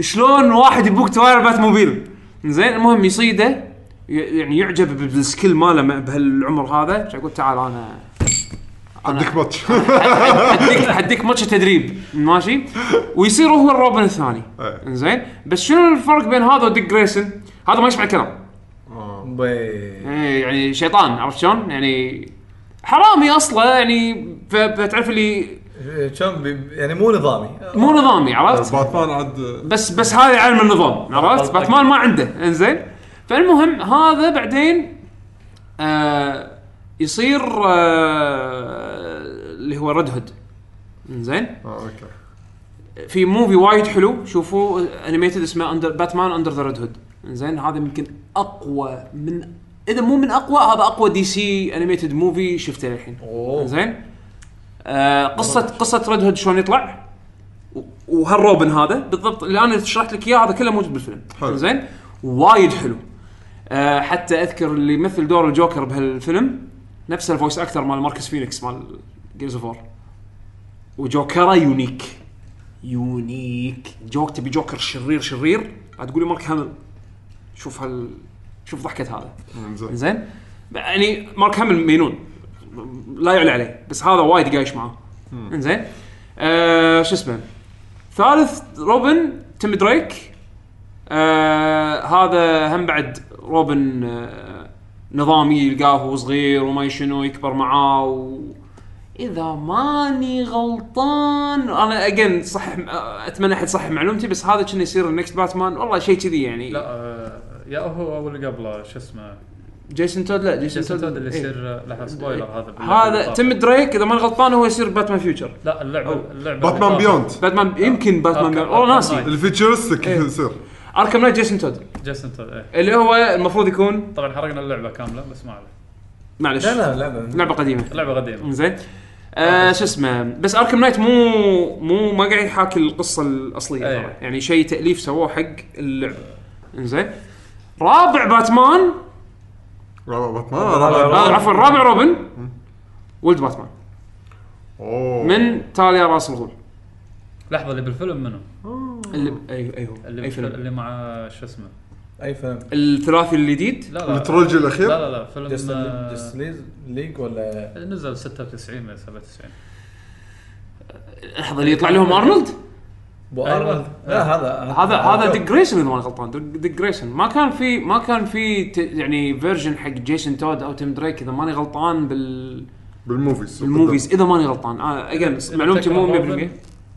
[SPEAKER 1] شلون واحد يبوك تواير بات موبيل زين المهم يصيده ي- يعني يعجب بالسكيل ماله م- بهالعمر هذا شو اقول تعال انا
[SPEAKER 2] حدك باتش
[SPEAKER 1] حديك حديك ماتش تدريب ماشي ويصير هو الروبن الثاني
[SPEAKER 2] إيه.
[SPEAKER 1] زين بس شنو الفرق بين هذا وديك جريسون هذا ما يسمع كلام
[SPEAKER 4] بي-
[SPEAKER 1] إيه، يعني شيطان عرفت شلون؟ يعني حرامي اصلا يعني ف- فتعرف اللي
[SPEAKER 4] كم بي- يعني مو نظامي
[SPEAKER 1] مو نظامي عرفت؟
[SPEAKER 2] باتمان عاد
[SPEAKER 1] بس بس هذا عالم النظام عرفت؟ باتمان ما عنده انزين فالمهم هذا بعدين آه يصير آه اللي هو ريد هود انزين
[SPEAKER 2] آه، اوكي
[SPEAKER 1] في موفي وايد حلو شوفوا انيميتد اسمه اندر باتمان اندر ذا ريد هود زين هذا يمكن اقوى من اذا مو من اقوى هذا اقوى دي سي انيميتد موفي شفته للحين
[SPEAKER 4] أوه.
[SPEAKER 1] زين آه قصه قصه ريد هود شلون يطلع و- وهالروبن هذا بالضبط اللي انا شرحت لك اياه هذا كله موجود بالفيلم
[SPEAKER 2] حلو.
[SPEAKER 1] زين وايد حلو آه حتى اذكر اللي يمثل دور الجوكر بهالفيلم نفس الفويس اكتر مال ماركس فينيكس مال جيمز اوف وجوكره يونيك يونيك جوك تبي جوكر شرير شرير لا تقولي مارك هامل شوف هال شوف ضحكه هذا
[SPEAKER 2] إنزين.
[SPEAKER 1] زين يعني مارك هامل مينون لا يعلى عليه بس هذا وايد قايش معاه زين آه شو اسمه ثالث روبن تيم دريك آه هذا هم بعد روبن آه نظامي يلقاه وهو صغير وما شنو يكبر معاه و... اذا ماني غلطان انا اجين صحح اتمنى احد يصحح معلومتي بس هذا كان يصير النكست باتمان والله شيء كذي يعني
[SPEAKER 3] لا آه، يا هو او اللي قبله شو اسمه
[SPEAKER 1] جيسون تود لا جيسون,
[SPEAKER 3] جيسون تود اللي
[SPEAKER 1] إيه.
[SPEAKER 3] يصير لحظه سبويلر هذا باللعبة
[SPEAKER 1] هذا
[SPEAKER 3] الطاقة.
[SPEAKER 1] تم دريك اذا ما أنا غلطان هو يصير باتمان فيوتشر
[SPEAKER 3] لا اللعبه
[SPEAKER 1] أو.
[SPEAKER 3] اللعبه
[SPEAKER 2] باتمان
[SPEAKER 3] الطاقة.
[SPEAKER 2] بيوند
[SPEAKER 4] آه،
[SPEAKER 1] باتمان يمكن باتمان
[SPEAKER 3] أوكي،
[SPEAKER 1] والله
[SPEAKER 3] أوكي،
[SPEAKER 1] ناسي
[SPEAKER 3] نايت.
[SPEAKER 2] الفيتشرستك
[SPEAKER 1] إيه.
[SPEAKER 2] يصير
[SPEAKER 4] آه.
[SPEAKER 1] اركم نايت جيسون تود
[SPEAKER 3] جيسون تود ايه
[SPEAKER 1] اللي هو المفروض يكون
[SPEAKER 3] طبعا حرقنا اللعبه كامله بس ما عليه
[SPEAKER 1] معلش
[SPEAKER 4] لا لا لا
[SPEAKER 1] لعبه قديمه
[SPEAKER 3] اللعبه قديمه
[SPEAKER 1] زين آه شو اسمه بس اركم نايت مو مو ما قاعد يحاكي القصه الاصليه
[SPEAKER 4] إيه.
[SPEAKER 3] أي.
[SPEAKER 1] ترى. يعني شيء تاليف سووه حق اللعبه زين رابع باتمان
[SPEAKER 2] رابع باتمان
[SPEAKER 4] رابع
[SPEAKER 2] رابع
[SPEAKER 1] آه عفوا رابع روبن ولد باتمان
[SPEAKER 2] اوه
[SPEAKER 1] من تاليا راس الغول
[SPEAKER 3] لحظه اللي بالفيلم منو؟
[SPEAKER 1] اللي اي اي هو
[SPEAKER 3] اللي
[SPEAKER 1] اي
[SPEAKER 3] بالفيلم
[SPEAKER 1] فيلم
[SPEAKER 3] اللي مع شو اسمه؟
[SPEAKER 4] اي فيلم
[SPEAKER 1] الثلاثي الجديد
[SPEAKER 3] لا لا
[SPEAKER 2] الترولوجي
[SPEAKER 3] لا
[SPEAKER 2] الاخير
[SPEAKER 3] لا لا فيلم
[SPEAKER 4] جست
[SPEAKER 3] آه،
[SPEAKER 4] جست ليز- ليج ولا
[SPEAKER 3] نزل 96 من 97
[SPEAKER 1] لحظه اللي يطلع لهم ارنولد
[SPEAKER 4] بو
[SPEAKER 3] أيوة.
[SPEAKER 4] أرنولد؟ لا هذا
[SPEAKER 1] هذا
[SPEAKER 3] آه،
[SPEAKER 1] هذا ديك جريسون اذا ماني غلطان ديك- ديك جريسون ما كان في ما كان في ت- يعني فيرجن حق جيسون تود او تيم دريك اذا ماني غلطان بال
[SPEAKER 2] بالموفيز
[SPEAKER 1] الموفيز اذا ماني غلطان انا اجين معلومتي مو 100%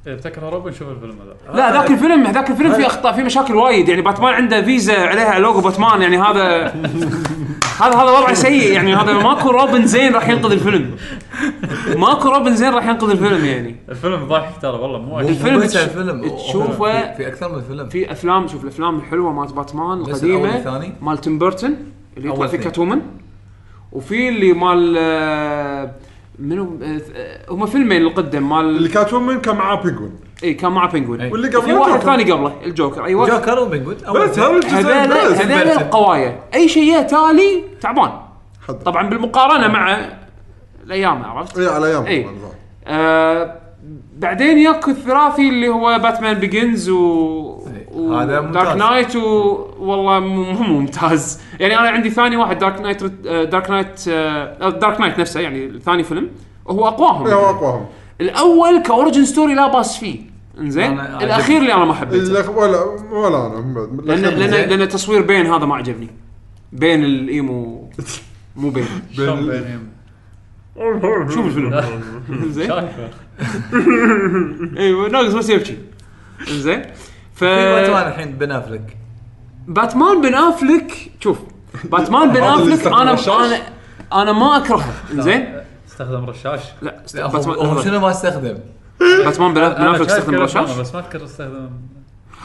[SPEAKER 3] اذا إيه، تذكر روبن شوف الفيلم هذا
[SPEAKER 1] لا ذاك الفيلم ذاك الفيلم فيه اخطاء فيه مشاكل وايد يعني باتمان عنده فيزا عليها لوجو باتمان يعني هذا هذا هذا وضع سيء يعني هذا ماكو روبن زين راح ينقذ الفيلم ماكو روبن زين راح ينقذ الفيلم يعني
[SPEAKER 3] الفيلم ضحك ترى والله مو عادي.
[SPEAKER 1] الفيلم
[SPEAKER 4] بس
[SPEAKER 1] تش-
[SPEAKER 4] الفيلم
[SPEAKER 1] تشوفه-
[SPEAKER 4] في- في اكثر من فيلم
[SPEAKER 1] في افلام شوف الافلام الحلوه مالت باتمان
[SPEAKER 4] بس الأول
[SPEAKER 1] القديمه
[SPEAKER 4] والثاني؟
[SPEAKER 1] مال تيم بيرتون اللي يطلع
[SPEAKER 4] أول
[SPEAKER 1] في
[SPEAKER 4] اثنين.
[SPEAKER 1] كات وومن وفي اللي مال آه، منو آه، آه، هم فيلمين القدم
[SPEAKER 2] اللي
[SPEAKER 1] مال
[SPEAKER 2] كانت وومن كان معاه بينجوين
[SPEAKER 1] اي كان مع بنجوين
[SPEAKER 4] إي.
[SPEAKER 2] واللي
[SPEAKER 1] في
[SPEAKER 2] قبله
[SPEAKER 1] واحد
[SPEAKER 2] جوكر.
[SPEAKER 1] ثاني قبله الجوكر ايوه
[SPEAKER 4] إيه. جوكر وبنجوين أول
[SPEAKER 2] بس
[SPEAKER 4] فيلم.
[SPEAKER 2] هذا الجزء
[SPEAKER 1] هذول
[SPEAKER 2] بس.
[SPEAKER 1] هذول القوايا اي شيء تالي تعبان
[SPEAKER 2] حد.
[SPEAKER 1] طبعا بالمقارنه مع الايام عرفت؟
[SPEAKER 2] اي على ايام
[SPEAKER 1] إي.
[SPEAKER 2] طبعاً، صح.
[SPEAKER 1] آه بعدين ياكو الثلاثي اللي هو باتمان بيجنز و, و...
[SPEAKER 4] إيه، هذا
[SPEAKER 1] دارك
[SPEAKER 4] ممتاز.
[SPEAKER 1] نايت و... والله مو مو ممتاز يعني انا عندي ثاني واحد دارك نايت ريت- آه، دارك نايت آه، دارك نايت نفسه يعني ثاني فيلم هو
[SPEAKER 2] إي، هو
[SPEAKER 1] اقواهم
[SPEAKER 2] اقواهم
[SPEAKER 1] الاول كاوريجن ستوري لا باس فيه انزين
[SPEAKER 4] أنا- أنا
[SPEAKER 1] الاخير اللي انا ما حبيته
[SPEAKER 2] الأخ- ولا ولا انا هم بعد.
[SPEAKER 1] لان
[SPEAKER 2] الأخير
[SPEAKER 1] لان
[SPEAKER 2] زين.
[SPEAKER 1] لان التصوير بين هذا ما عجبني بين الايمو مو بين
[SPEAKER 3] شلون
[SPEAKER 2] بين-
[SPEAKER 3] بينهم؟
[SPEAKER 1] شوف الفيلم زين
[SPEAKER 3] شايفه
[SPEAKER 1] ايوه ناقص بس يبكي زين ف
[SPEAKER 4] في باتمان الحين بن افلك
[SPEAKER 1] باتمان بن افلك شوف باتمان بن
[SPEAKER 2] هذا اللي
[SPEAKER 1] افلك
[SPEAKER 2] استخدم
[SPEAKER 1] انا
[SPEAKER 2] الرشاش؟
[SPEAKER 1] انا انا ما اكرهه زين
[SPEAKER 3] استخدم رشاش
[SPEAKER 1] لا است-
[SPEAKER 4] لا، هو
[SPEAKER 1] باتمان
[SPEAKER 4] هو
[SPEAKER 1] لحظة.
[SPEAKER 4] شنو ما استخدم
[SPEAKER 1] باتمان بن بن
[SPEAKER 3] أنا
[SPEAKER 1] افلك
[SPEAKER 3] شايف
[SPEAKER 1] استخدم
[SPEAKER 3] كذا
[SPEAKER 1] رشاش
[SPEAKER 3] فيلم، بس ما اذكر استخدم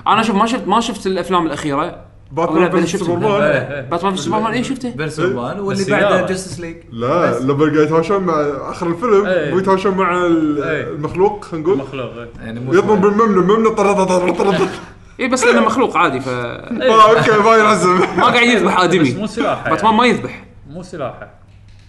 [SPEAKER 1] انا شوف ما شفت ما شفت الافلام الاخيره
[SPEAKER 2] باتمان
[SPEAKER 1] ولا
[SPEAKER 2] فيرس
[SPEAKER 1] بلا شفت
[SPEAKER 2] سوبرمان.
[SPEAKER 4] إيه.
[SPEAKER 1] باتمان في سوبرمان اي شفته
[SPEAKER 4] بن سلمان واللي
[SPEAKER 3] بالسيارة.
[SPEAKER 4] بعده جاستس ليج
[SPEAKER 2] لا
[SPEAKER 4] بس.
[SPEAKER 2] لما قاعد يتهاوشون مع اخر الفيلم
[SPEAKER 3] إي.
[SPEAKER 2] مو يتهاوشون مع ال-
[SPEAKER 3] إي.
[SPEAKER 2] المخلوق خلينا نقول
[SPEAKER 3] مخلوق إيه.
[SPEAKER 4] يعني مو
[SPEAKER 2] يضرب
[SPEAKER 4] شوي.
[SPEAKER 2] بالممنوع ممنوع طرد طرد طرد
[SPEAKER 1] اي إيه، بس لانه مخلوق عادي ف
[SPEAKER 2] اه اوكي ما ينعزم
[SPEAKER 1] ما قاعد يذبح
[SPEAKER 3] بس مو
[SPEAKER 1] ادمي
[SPEAKER 3] سلاحه
[SPEAKER 1] باتمان
[SPEAKER 3] يعني.
[SPEAKER 1] ما يذبح
[SPEAKER 3] مو سلاحه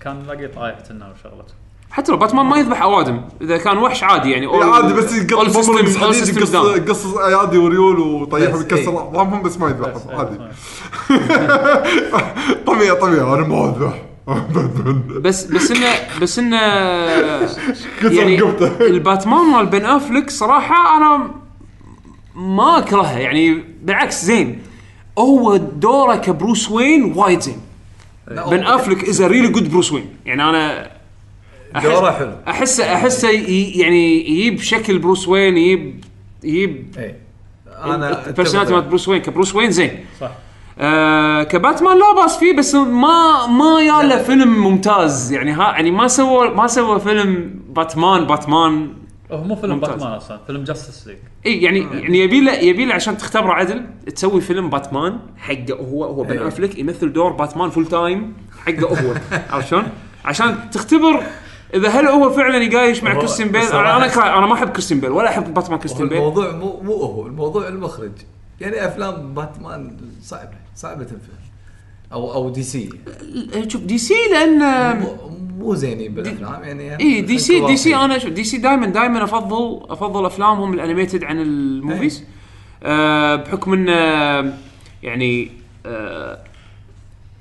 [SPEAKER 3] كان لاقي طايح تنه وشغلته
[SPEAKER 1] حتى لو باتمان ما يذبح اوادم اذا كان وحش عادي يعني all-
[SPEAKER 2] إيه، عادي بس
[SPEAKER 1] all
[SPEAKER 2] يقط
[SPEAKER 1] system-
[SPEAKER 2] بمر
[SPEAKER 1] all
[SPEAKER 2] بالحديد
[SPEAKER 1] systems
[SPEAKER 2] يقص
[SPEAKER 1] down. إيه.
[SPEAKER 2] قصص ايادي وريول ويطيحهم
[SPEAKER 4] بس،
[SPEAKER 2] يكسر
[SPEAKER 4] إي.
[SPEAKER 2] اعظامهم بس ما
[SPEAKER 3] بس،
[SPEAKER 2] يذبحهم
[SPEAKER 3] إيه،
[SPEAKER 2] عادي
[SPEAKER 3] بس
[SPEAKER 1] إيه.
[SPEAKER 2] طبيعي طبيعي انا ما اذبح
[SPEAKER 1] بس بس انه بس انه يعني
[SPEAKER 2] كسر قبته
[SPEAKER 1] الباتمان مال بن افلك صراحه انا ما اكرهه يعني بالعكس زين هو دوره كبروس وين وايد زين
[SPEAKER 4] لا،
[SPEAKER 1] بن افلك از ريلي جود بروس وين يعني انا أحس-
[SPEAKER 4] دوره حلو.
[SPEAKER 1] احسه احسه ي- يعني يجيب شكل بروس وين يجيب يجيب
[SPEAKER 4] إيه. انا
[SPEAKER 1] البرسوناليتي مالت بروس وين كبروس وين زين
[SPEAKER 3] صح
[SPEAKER 1] آه كباتمان لا باس فيه بس ما ما ياله فيلم ممتاز يعني ها يعني ما سوى ما سوى فيلم باتمان باتمان
[SPEAKER 3] هو مو فيلم
[SPEAKER 1] ممتاز.
[SPEAKER 3] باتمان اصلا فيلم جاستس ليج
[SPEAKER 1] اي يعني يعني يبي له يبي له عشان تختبره عدل تسوي فيلم باتمان حقه هو هو بن
[SPEAKER 4] إيه.
[SPEAKER 1] افلك يمثل دور باتمان فول تايم حقه هو عرفت شلون؟ عشان تختبر اذا هل هو فعلا يقايش مع
[SPEAKER 4] هو
[SPEAKER 1] كريستين بيل
[SPEAKER 4] بصراحة-
[SPEAKER 1] انا انا أكره- انا ما احب كريستين بيل ولا احب باتمان
[SPEAKER 4] هو
[SPEAKER 1] كريستين بيل
[SPEAKER 4] الموضوع مو مو هو الموضوع المخرج يعني افلام باتمان صعبه صعبه تنفذ او او دي سي
[SPEAKER 1] إيه، شوف دي سي آه، لان
[SPEAKER 4] مو- مو زينين بالافلام يعني
[SPEAKER 1] اي إيه، دي سي دي سي
[SPEAKER 4] واقعي.
[SPEAKER 1] انا شوف دي سي دائما دائما افضل افضل افلامهم الانيميتد عن الموفيز
[SPEAKER 4] إيه.
[SPEAKER 1] آه بحكم ان آه، يعني آه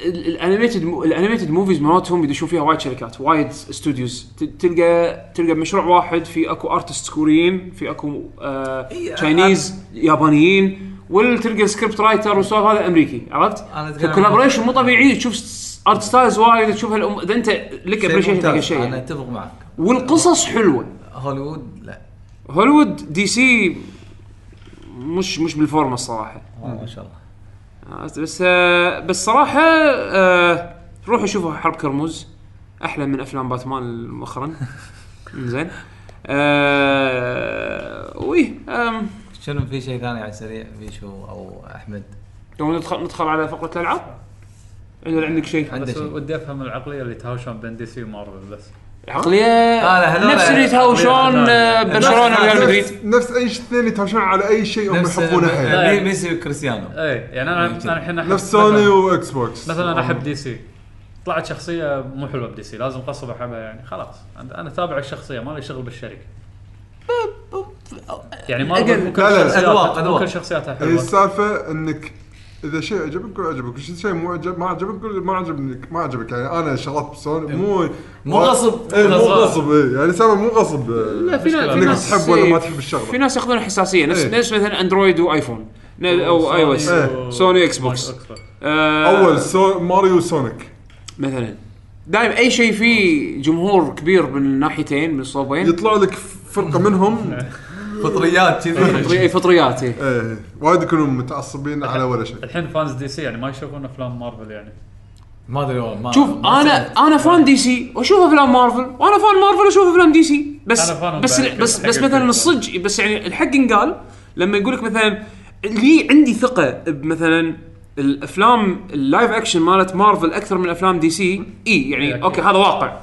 [SPEAKER 1] ال- الانيميتد مو- الانيميتد موفيز مالتهم يدشون فيها وايد شركات وايد استوديوز ت- تلقى تلقى مشروع واحد في اكو ارتست كوريين في اكو آه
[SPEAKER 4] إي، إيه، أنا-
[SPEAKER 1] تشاينيز يابانيين وتلقى سكريبت رايتر وسوالف هذا امريكي عرفت؟
[SPEAKER 4] أنا أتكلم عن-
[SPEAKER 1] فالكولابريشن مو طبيعي تشوف ارت ستايلز وايد تشوف هالأم- اذا انت لك
[SPEAKER 4] شيء
[SPEAKER 1] ابريشيشن حق
[SPEAKER 4] ممتاز.
[SPEAKER 1] الشيء
[SPEAKER 4] انا
[SPEAKER 1] يعني.
[SPEAKER 4] اتفق معك
[SPEAKER 1] والقصص حلوه
[SPEAKER 4] هوليوود لا
[SPEAKER 1] هوليوود دي سي مش مش بالفورمه الصراحه
[SPEAKER 4] ما شاء الله
[SPEAKER 1] عرفت؟ بس آه، بس صراحه آه، روحوا شوفوا حرب كرموز احلى من افلام باتمان مؤخرا زين آه وي آم،
[SPEAKER 4] شنو في شيء ثاني على السريع بيشو او احمد
[SPEAKER 1] لو ندخل ندخل على فقره الالعاب اذا عندك شيء
[SPEAKER 4] عنده
[SPEAKER 3] بس
[SPEAKER 4] شيء
[SPEAKER 3] ودي افهم العقليه اللي تهاوشون بين دي سي ومارفل بس
[SPEAKER 2] آه،
[SPEAKER 4] لا،
[SPEAKER 1] عقليه
[SPEAKER 4] هذول-
[SPEAKER 1] نفس اللي يتهاوشون آه، برشلونه وريال مدريد
[SPEAKER 2] نفس- نفس اي شيء اثنين يتهاوشون على اي شيء هم يحبونه حيل
[SPEAKER 3] لا.
[SPEAKER 4] مي- ميسي وكريستيانو
[SPEAKER 3] اي يعني انا
[SPEAKER 4] ممكن.
[SPEAKER 3] انا الحين أحب-
[SPEAKER 2] نفس سوني
[SPEAKER 3] مثلاً-
[SPEAKER 2] واكس بوكس
[SPEAKER 3] مثلا انا
[SPEAKER 2] آه.
[SPEAKER 3] احب دي سي طلعت شخصيه مو حلوه بدي سي لازم قصب احبها يعني خلاص انا أنا تابع الشخصيه ما لي شغل بالشركه يعني ما
[SPEAKER 1] أجل.
[SPEAKER 3] مو كل
[SPEAKER 2] لا، لا،
[SPEAKER 4] أذواق،
[SPEAKER 3] شخصياتها مو
[SPEAKER 4] أذواق.
[SPEAKER 3] كل شخصياتها
[SPEAKER 2] هي
[SPEAKER 3] حلوه
[SPEAKER 2] السالفه انك اذا شيء عجبك قول عجبك وش شيء مو عجب ما عجبك قول ما عجبك ما عجبك يعني انا شغلات
[SPEAKER 1] إيه.
[SPEAKER 2] بسوني مو
[SPEAKER 4] مو غصب.
[SPEAKER 2] اي مو
[SPEAKER 3] غصب.
[SPEAKER 2] غصب اي يعني سالفه مو غصب
[SPEAKER 1] لا في ناس في
[SPEAKER 2] انك
[SPEAKER 1] ناس
[SPEAKER 2] تحب ولا ما
[SPEAKER 1] إيه،
[SPEAKER 2] تحب الشغله
[SPEAKER 1] في ناس ياخذون الحساسيه نفس
[SPEAKER 2] إيه.
[SPEAKER 1] نفس مثلا اندرويد وايفون ن- او اي او اس
[SPEAKER 2] إيه.
[SPEAKER 1] سوني إكس بوكس. آه،
[SPEAKER 2] اول سو ماريو سونيك
[SPEAKER 1] مثلا دائما اي شيء فيه جمهور كبير من الناحيتين من الصوبين
[SPEAKER 2] يطلع لك فرقه منهم
[SPEAKER 4] فطريات كذي
[SPEAKER 1] فطري- فطريات إيه.
[SPEAKER 2] ايه وايد يكونوا متعصبين على ولا شيء
[SPEAKER 3] الحين فانز دي سي يعني ما يشوفون افلام مارفل يعني
[SPEAKER 4] ما ادري والله ما
[SPEAKER 1] شوف
[SPEAKER 4] ما
[SPEAKER 1] انا
[SPEAKER 4] سألت.
[SPEAKER 1] انا فان دي سي واشوف افلام مارفل وانا فان مارفل واشوف افلام دي سي بس
[SPEAKER 3] أنا فان
[SPEAKER 1] بس
[SPEAKER 3] بعد.
[SPEAKER 1] بس
[SPEAKER 3] حق
[SPEAKER 1] بس مثلا
[SPEAKER 3] الفيلم.
[SPEAKER 1] الصج بس يعني الحق انقال لما يقول لك مثلا لي عندي ثقه بمثلا الافلام اللايف اكشن مالت مارفل اكثر من افلام دي سي اي يعني
[SPEAKER 3] أكيد.
[SPEAKER 1] اوكي هذا واقع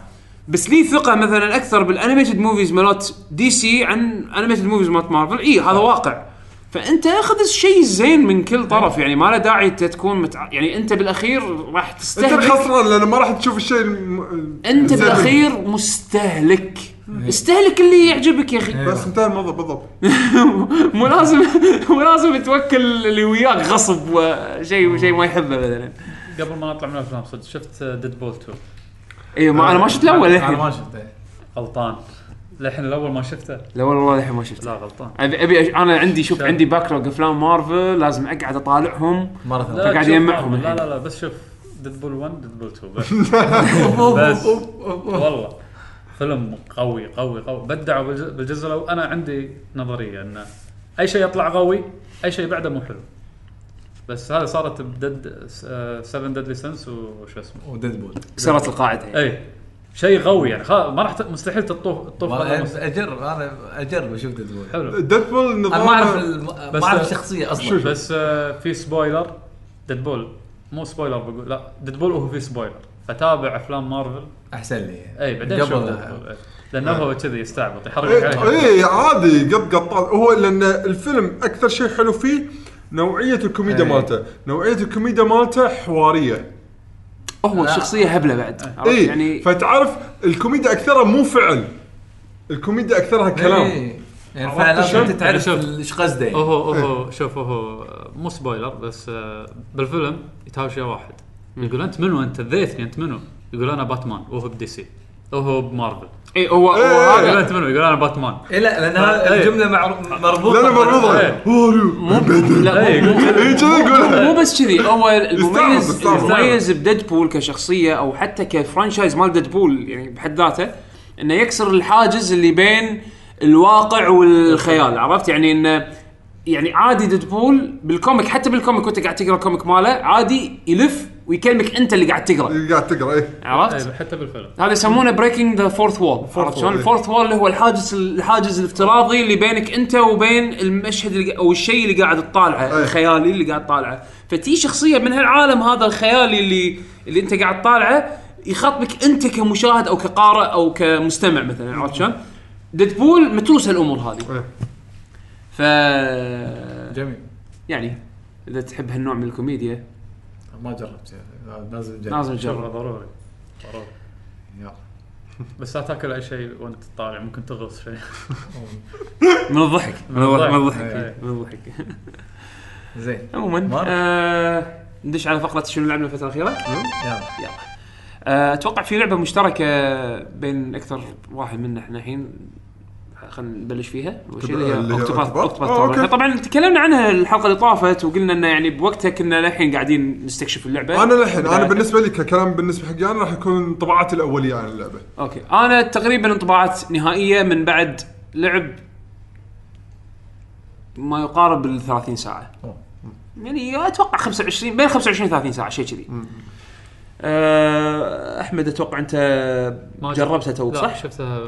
[SPEAKER 1] بس لي ثقه مثلا اكثر بالانيميتد موفيز مالت دي سي عن انيميتد موفيز مالت مارفل اي هذا واقع فانت اخذ الشيء الزين من كل طرف يعني ما له داعي انت تكون متع... يعني انت بالاخير راح
[SPEAKER 2] انت
[SPEAKER 1] تستهلك
[SPEAKER 2] الخسران لان ما راح تشوف الشيء الم-
[SPEAKER 1] انت
[SPEAKER 2] الزين.
[SPEAKER 1] بالاخير مستهلك استهلك اللي يعجبك يا اخي
[SPEAKER 2] بس انتهى الموضوع بالضبط
[SPEAKER 1] مو لازم مو لازم توكل اللي وياك غصب وشيء وشيء ما يحبه مثلا
[SPEAKER 3] قبل ما نطلع من الافلام صدق شفت ديد بول 2
[SPEAKER 1] اي إيه، ما انا ما شفت الاول
[SPEAKER 4] انا
[SPEAKER 1] للحين
[SPEAKER 4] ما شفته
[SPEAKER 3] غلطان للحين الاول ما شفته
[SPEAKER 1] الاول والله للحين ما شفته
[SPEAKER 3] لا غلطان
[SPEAKER 1] ابي ابي أش- انا عندي شوف
[SPEAKER 3] شلون؟
[SPEAKER 1] عندي باكلوج افلام مارفل لازم اقعد اطالعهم
[SPEAKER 4] مره ثانيه
[SPEAKER 3] لا،
[SPEAKER 1] قاعد
[SPEAKER 3] شوف
[SPEAKER 1] يجمعهم
[SPEAKER 3] مارفل. لا
[SPEAKER 1] الحين.
[SPEAKER 3] لا لا بس شوف ديد بول 1 ديد بول 2 بس بس.
[SPEAKER 4] بس
[SPEAKER 3] والله فيلم قوي قوي قوي بدعوا بالج- بالجزء الاول انا عندي نظريه انه اي شيء يطلع قوي اي شيء بعده مو حلو بس هذا صارت بدد آه، 7 ديدلي سنس وش اسمه
[SPEAKER 4] وديد بول
[SPEAKER 1] كسرت القاعده يعني.
[SPEAKER 3] اي شيء قوي يعني خا- ما راح ت- مستحيل تطوف تطوف هذا مستحيل.
[SPEAKER 4] اجرب انا اجرب اشوف ديد بول
[SPEAKER 3] حلو
[SPEAKER 2] ديدبول
[SPEAKER 4] انا ما اعرف
[SPEAKER 2] نظام
[SPEAKER 4] الم-
[SPEAKER 3] بس-
[SPEAKER 4] ما اعرف الشخصيه
[SPEAKER 2] شو-
[SPEAKER 4] اصلا
[SPEAKER 3] بس آه، في سبويلر ديدبول مو سبويلر بقول لا ديدبول وهو في سبويلر فتابع افلام مارفل
[SPEAKER 4] احسن لي
[SPEAKER 3] اي بعدين شوف ديدبول، إي. لانه
[SPEAKER 2] آه.
[SPEAKER 3] هو كذي يستعبط يحرك
[SPEAKER 2] إيه،
[SPEAKER 3] عليك
[SPEAKER 2] اي عادي قط قطات هو لان الفيلم اكثر شيء حلو فيه نوعيه الكوميديا
[SPEAKER 4] إيه.
[SPEAKER 2] مالته نوعيه الكوميديا مالته حواريه
[SPEAKER 1] هو شخصيه هبله بعد عرفت؟
[SPEAKER 2] اي
[SPEAKER 1] يعني
[SPEAKER 2] إيه، فتعرف الكوميديا اكثرها مو فعل الكوميديا اكثرها كلام
[SPEAKER 4] إيه. يعني فعلا
[SPEAKER 2] عرفت شلون؟
[SPEAKER 4] انت تعرف
[SPEAKER 3] يعني شوف.
[SPEAKER 4] ايش قصده يعني.
[SPEAKER 3] اوهو
[SPEAKER 2] إيه.
[SPEAKER 3] اوهو شوف اوهو آه، مو سبويلر بس آه، بالفيلم يتهاوش يا واحد يقول انت منو انت ذيتني انت منو يقول انا باتمان وهو بدي سي وهو بمارفل
[SPEAKER 1] اي هو هو
[SPEAKER 2] إيه.
[SPEAKER 1] هذا
[SPEAKER 3] يقول انت منو يقول انا باتمان
[SPEAKER 4] إيه لا لان هذا
[SPEAKER 3] إيه.
[SPEAKER 4] الجمله معرو- مربوطه
[SPEAKER 2] لا لا مرضى
[SPEAKER 3] إيه.
[SPEAKER 1] لا
[SPEAKER 3] إيه،
[SPEAKER 1] مو-
[SPEAKER 3] قلت-
[SPEAKER 2] اي كذا
[SPEAKER 1] مو
[SPEAKER 2] يقول
[SPEAKER 1] بس كذي هو
[SPEAKER 2] يستعرض-
[SPEAKER 1] المميز
[SPEAKER 2] يستعرض.
[SPEAKER 1] المميز بديدبول كشخصيه او حتى كفرانشايز مال ديدبول يعني بحد ذاته انه يكسر الحاجز اللي بين الواقع والخيال عرفت يعني انه يعني عادي ديدبول بالكوميك حتى بالكوميك وانت قاعد تقرا الكوميك ماله عادي يلف ويكلمك انت اللي قاعد تقرا
[SPEAKER 2] قاعد تقرا اي
[SPEAKER 1] عرفت؟
[SPEAKER 3] إيه، حتى بالفيلم
[SPEAKER 1] هذا يسمونه بريكنج ذا فورث وول عرفت
[SPEAKER 2] wall،
[SPEAKER 1] شلون؟
[SPEAKER 2] إيه.
[SPEAKER 1] الفورث وول اللي هو الحاجز الحاجز الافتراضي اللي بينك انت وبين المشهد اللي او الشيء اللي قاعد تطالعه
[SPEAKER 2] إيه.
[SPEAKER 1] الخيالي اللي قاعد تطالعه فتي شخصيه من هالعالم هذا الخيالي اللي اللي انت قاعد تطالعه يخاطبك انت كمشاهد او كقارئ او كمستمع مثلا عرفت شلون؟ ديدبول متروس هالامور هذه
[SPEAKER 2] إيه.
[SPEAKER 1] ف
[SPEAKER 4] جميل
[SPEAKER 1] يعني اذا تحب هالنوع من الكوميديا
[SPEAKER 4] ما جربت يعني. لازم اجرب
[SPEAKER 1] لازم
[SPEAKER 3] شوفه
[SPEAKER 1] تجرب
[SPEAKER 3] ضروري ضروري
[SPEAKER 4] يلا.
[SPEAKER 3] بس لا تاكل اي شيء وانت طالع ممكن تغلط شيء
[SPEAKER 1] من الضحك من الضحك من الضحك
[SPEAKER 3] إيه.
[SPEAKER 1] من الضحك
[SPEAKER 4] زين
[SPEAKER 1] عموما
[SPEAKER 4] مرة.
[SPEAKER 1] آه، ندش على فقره شنو لعبنا الفتره الاخيره
[SPEAKER 4] يلا
[SPEAKER 1] يلا آه، اتوقع في لعبه مشتركه بين اكثر واحد منا احنا الحين خلينا نبلش فيها اول شيء اللي
[SPEAKER 2] اللي
[SPEAKER 1] هي
[SPEAKER 2] هي
[SPEAKER 1] اوكتوباث
[SPEAKER 2] Octopath.
[SPEAKER 1] اوكتوباث
[SPEAKER 2] آه،
[SPEAKER 1] ترابل.
[SPEAKER 2] أوكي.
[SPEAKER 1] طبعا تكلمنا عنها الحلقه اللي طافت وقلنا انه يعني بوقتها كنا للحين قاعدين نستكشف اللعبه
[SPEAKER 2] انا الحين انا
[SPEAKER 1] بداية.
[SPEAKER 2] بالنسبه لي ككلام بالنسبه حقي انا راح يكون انطباعاتي الاوليه عن اللعبه
[SPEAKER 1] اوكي انا تقريبا انطباعات نهائيه من بعد لعب ما يقارب ال 30 ساعه
[SPEAKER 4] أوه.
[SPEAKER 1] يعني اتوقع 25 بين 25 30 ساعه شيء كذي آه، احمد اتوقع انت
[SPEAKER 3] ما شفت-
[SPEAKER 1] جربتها تو
[SPEAKER 3] لا،
[SPEAKER 1] صح؟
[SPEAKER 3] شفتها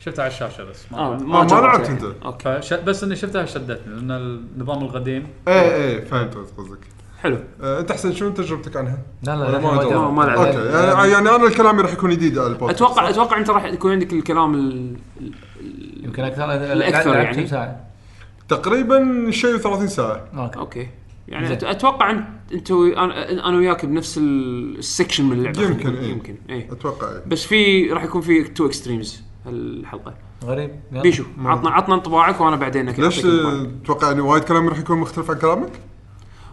[SPEAKER 3] شفتها على الشاشه بس ما
[SPEAKER 1] آه،
[SPEAKER 3] لعبت.
[SPEAKER 2] آه، ما
[SPEAKER 1] جربتها
[SPEAKER 2] لعبت
[SPEAKER 1] يعني.
[SPEAKER 2] أنت.
[SPEAKER 1] اوكي
[SPEAKER 3] فش... بس اني شفتها شدتني لان النظام القديم
[SPEAKER 1] إيه.
[SPEAKER 2] اي اي إيه، فهمت قصدك
[SPEAKER 1] حلو
[SPEAKER 2] آه، انت احسن شنو تجربتك عنها؟
[SPEAKER 1] أه،
[SPEAKER 4] لا لا
[SPEAKER 2] ولا
[SPEAKER 4] للحين
[SPEAKER 2] ما
[SPEAKER 1] ما- ما لعبت.
[SPEAKER 2] اوكي يعني يعني انا الكلام راح يكون جديد على البودكاست
[SPEAKER 1] اتوقع اتوقع انت راح يكون عندك الكلام ال... ال-
[SPEAKER 4] يمكن اكثر
[SPEAKER 1] الأكثر
[SPEAKER 4] لعبت
[SPEAKER 1] يعني.
[SPEAKER 4] كم ساعه
[SPEAKER 2] تقريبا شيء 30 ساعه
[SPEAKER 4] اوكي
[SPEAKER 1] اوكي يعني
[SPEAKER 4] زين.
[SPEAKER 1] أت- اتوقع أن- انت و... انا انا وياك بنفس ال- السكشن من اللعبه
[SPEAKER 2] يمكن،
[SPEAKER 1] خلينا نقول.
[SPEAKER 2] إيه.
[SPEAKER 1] يمكن اي
[SPEAKER 2] اتوقع إيه.
[SPEAKER 1] بس في راح يكون في تو اكستريمز هالحلقه
[SPEAKER 4] غريب يلا.
[SPEAKER 1] بيشو عطنا عطنا انطباعك وانا بعدين أكيد
[SPEAKER 2] ليش
[SPEAKER 1] أعطيك انطباعي.
[SPEAKER 2] آه، تتوقع يعني وايد كلامي راح يكون مختلف عن كلامك؟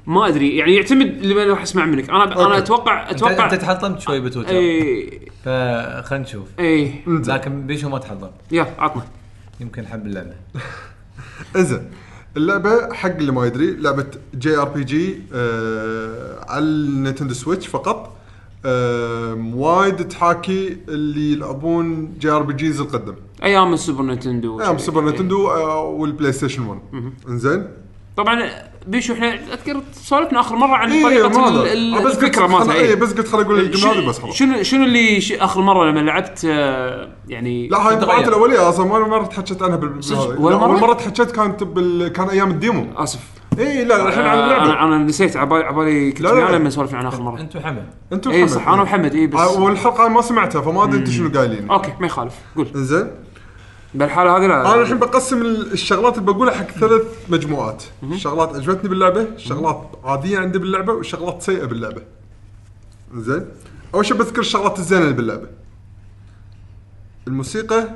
[SPEAKER 1] ما ادري يعني يعتمد لما راح اسمع منك انا انا
[SPEAKER 2] أوكي.
[SPEAKER 1] اتوقع
[SPEAKER 4] أنت-
[SPEAKER 1] اتوقع
[SPEAKER 4] انت تحطمت شوي بتويتر
[SPEAKER 1] اي
[SPEAKER 4] فخلنا نشوف
[SPEAKER 1] اي
[SPEAKER 2] انزين
[SPEAKER 4] لكن بيشو ما تحطم
[SPEAKER 1] يلا إيه. عطنا
[SPEAKER 4] يمكن حب اللعبه
[SPEAKER 2] انزين اللعبه حق اللي ما يدري لعبه جي ار بي جي آه، على النينتندو سويتش فقط آه، وايد تحاكي اللي يلعبون جي ار بي جيز القدم نعم،
[SPEAKER 1] ايام السوبر نتندو
[SPEAKER 2] ايام سوبر نتندو آه، والبلاي ستيشن 1 انزين
[SPEAKER 1] طبعا بيشو احنا اذكر سولفنا اخر مره عن
[SPEAKER 2] إيه،
[SPEAKER 1] طريقه
[SPEAKER 2] ما
[SPEAKER 1] ال-
[SPEAKER 2] أدري.
[SPEAKER 1] ال-
[SPEAKER 2] أنا بس قلت-
[SPEAKER 1] الفكره مالتها
[SPEAKER 2] خل-
[SPEAKER 1] إيه.
[SPEAKER 2] إيه، بس قلت خل اقول الجمله هذه بس خلاص
[SPEAKER 1] شنو شنو اللي ش- اخر مره لما لعبت آه، يعني
[SPEAKER 2] لا هاي الانطباعات
[SPEAKER 4] تتغير.
[SPEAKER 2] الاوليه اصلا ولا مره تحكيت عنها بال
[SPEAKER 1] صدق،
[SPEAKER 2] بهذا.
[SPEAKER 1] ولا
[SPEAKER 2] لا،
[SPEAKER 1] مرة؟
[SPEAKER 2] اول مره تحكيت كانت بال... كان ايام الديمو
[SPEAKER 1] اسف
[SPEAKER 2] اي لا الحين عن
[SPEAKER 1] آه،
[SPEAKER 2] اللعبه
[SPEAKER 1] انا انا نسيت عبالي عبالي كنت
[SPEAKER 2] لا، لا،
[SPEAKER 1] وياه
[SPEAKER 2] لا.
[SPEAKER 1] لما سولفنا عنها اخر مره
[SPEAKER 4] انت وحمد
[SPEAKER 2] انتم
[SPEAKER 1] اي إيه، صح انا ومحمد اي بس
[SPEAKER 2] آه،
[SPEAKER 1] آه.
[SPEAKER 2] والحلقه ما سمعتها فما ادري انت شنو قايلين
[SPEAKER 1] اوكي ما يخالف قول
[SPEAKER 2] انزين
[SPEAKER 1] بالحاله هذه لا
[SPEAKER 2] انا الحين بقسم ال- الشغلات اللي بقولها حق ثلاث مجموعات شغلات عجبتني باللعبه شغلات عاديه عندي باللعبه وشغلات سيئه باللعبه زين اول شيء بذكر الشغلات الزينه اللي باللعبه الموسيقى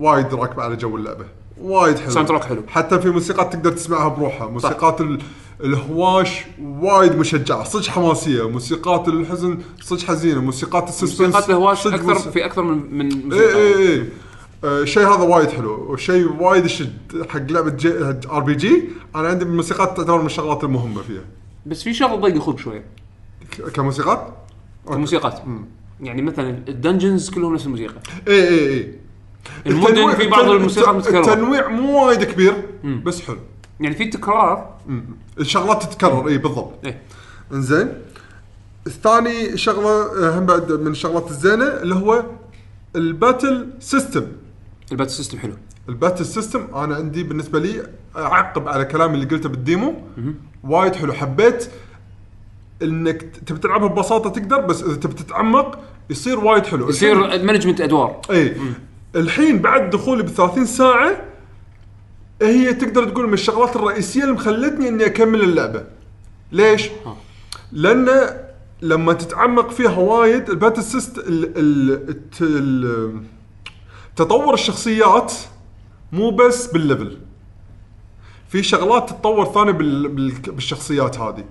[SPEAKER 2] وايد راكبه على جو اللعبه وايد حلو
[SPEAKER 1] ساوند تراك حلو.
[SPEAKER 2] حتى في موسيقات تقدر تسمعها بروحها موسيقات ال... الهواش وايد مشجعه صدق حماسيه موسيقات الحزن صدق حزينه موسيقات السسبنس
[SPEAKER 1] موسيقات الهواش
[SPEAKER 2] صدق إيه،
[SPEAKER 1] اكثر
[SPEAKER 2] موسيقى-
[SPEAKER 1] في اكثر من من
[SPEAKER 2] اي
[SPEAKER 1] موسيقى.
[SPEAKER 2] اي اي آه، شيء هذا وايد حلو وشيء وايد يشد حق لعبه جي ار بي جي انا عندي الموسيقات تعتبر من الشغلات المهمه فيها
[SPEAKER 1] بس في شغل ضيق الخلق شويه
[SPEAKER 2] ك- كموسيقات
[SPEAKER 1] الموسيقات يعني مثلا الدنجنز كلهم نفس الموسيقى
[SPEAKER 2] اي اي اي
[SPEAKER 1] المدن يعني في بعض
[SPEAKER 2] التن-
[SPEAKER 1] الموسيقى
[SPEAKER 2] التن-
[SPEAKER 1] متكرره
[SPEAKER 2] إيه. التنويع مو وايد كبير بس حلو
[SPEAKER 1] يعني في تكرار
[SPEAKER 2] مم. الشغلات تتكرر اي بالضبط
[SPEAKER 1] إيه.
[SPEAKER 2] انزين الثاني شغله آه، هم بعد من الشغلات الزينه اللي هو الباتل سيستم
[SPEAKER 1] الباتل سيستم حلو
[SPEAKER 2] الباتل سيستم انا عندي بالنسبه لي اعقب على كلامي اللي قلته بالديمو وايد حلو حبيت انك ت- تبي تلعبها ببساطه تقدر بس اذا تبي تتعمق يصير وايد حلو الحين-
[SPEAKER 1] يصير مانجمنت ادوار
[SPEAKER 2] اي الحين بعد دخولي ب 30 ساعه هي تقدر تقول من الشغلات الرئيسيه اللي مخلتني اني اكمل اللعبه ليش؟ لان لما تتعمق فيها وايد الباتل سيست ال ال الت- ال- تطور الشخصيات مو بس بالليفل في شغلات تتطور ثانيه بال بال بالشخصيات هذه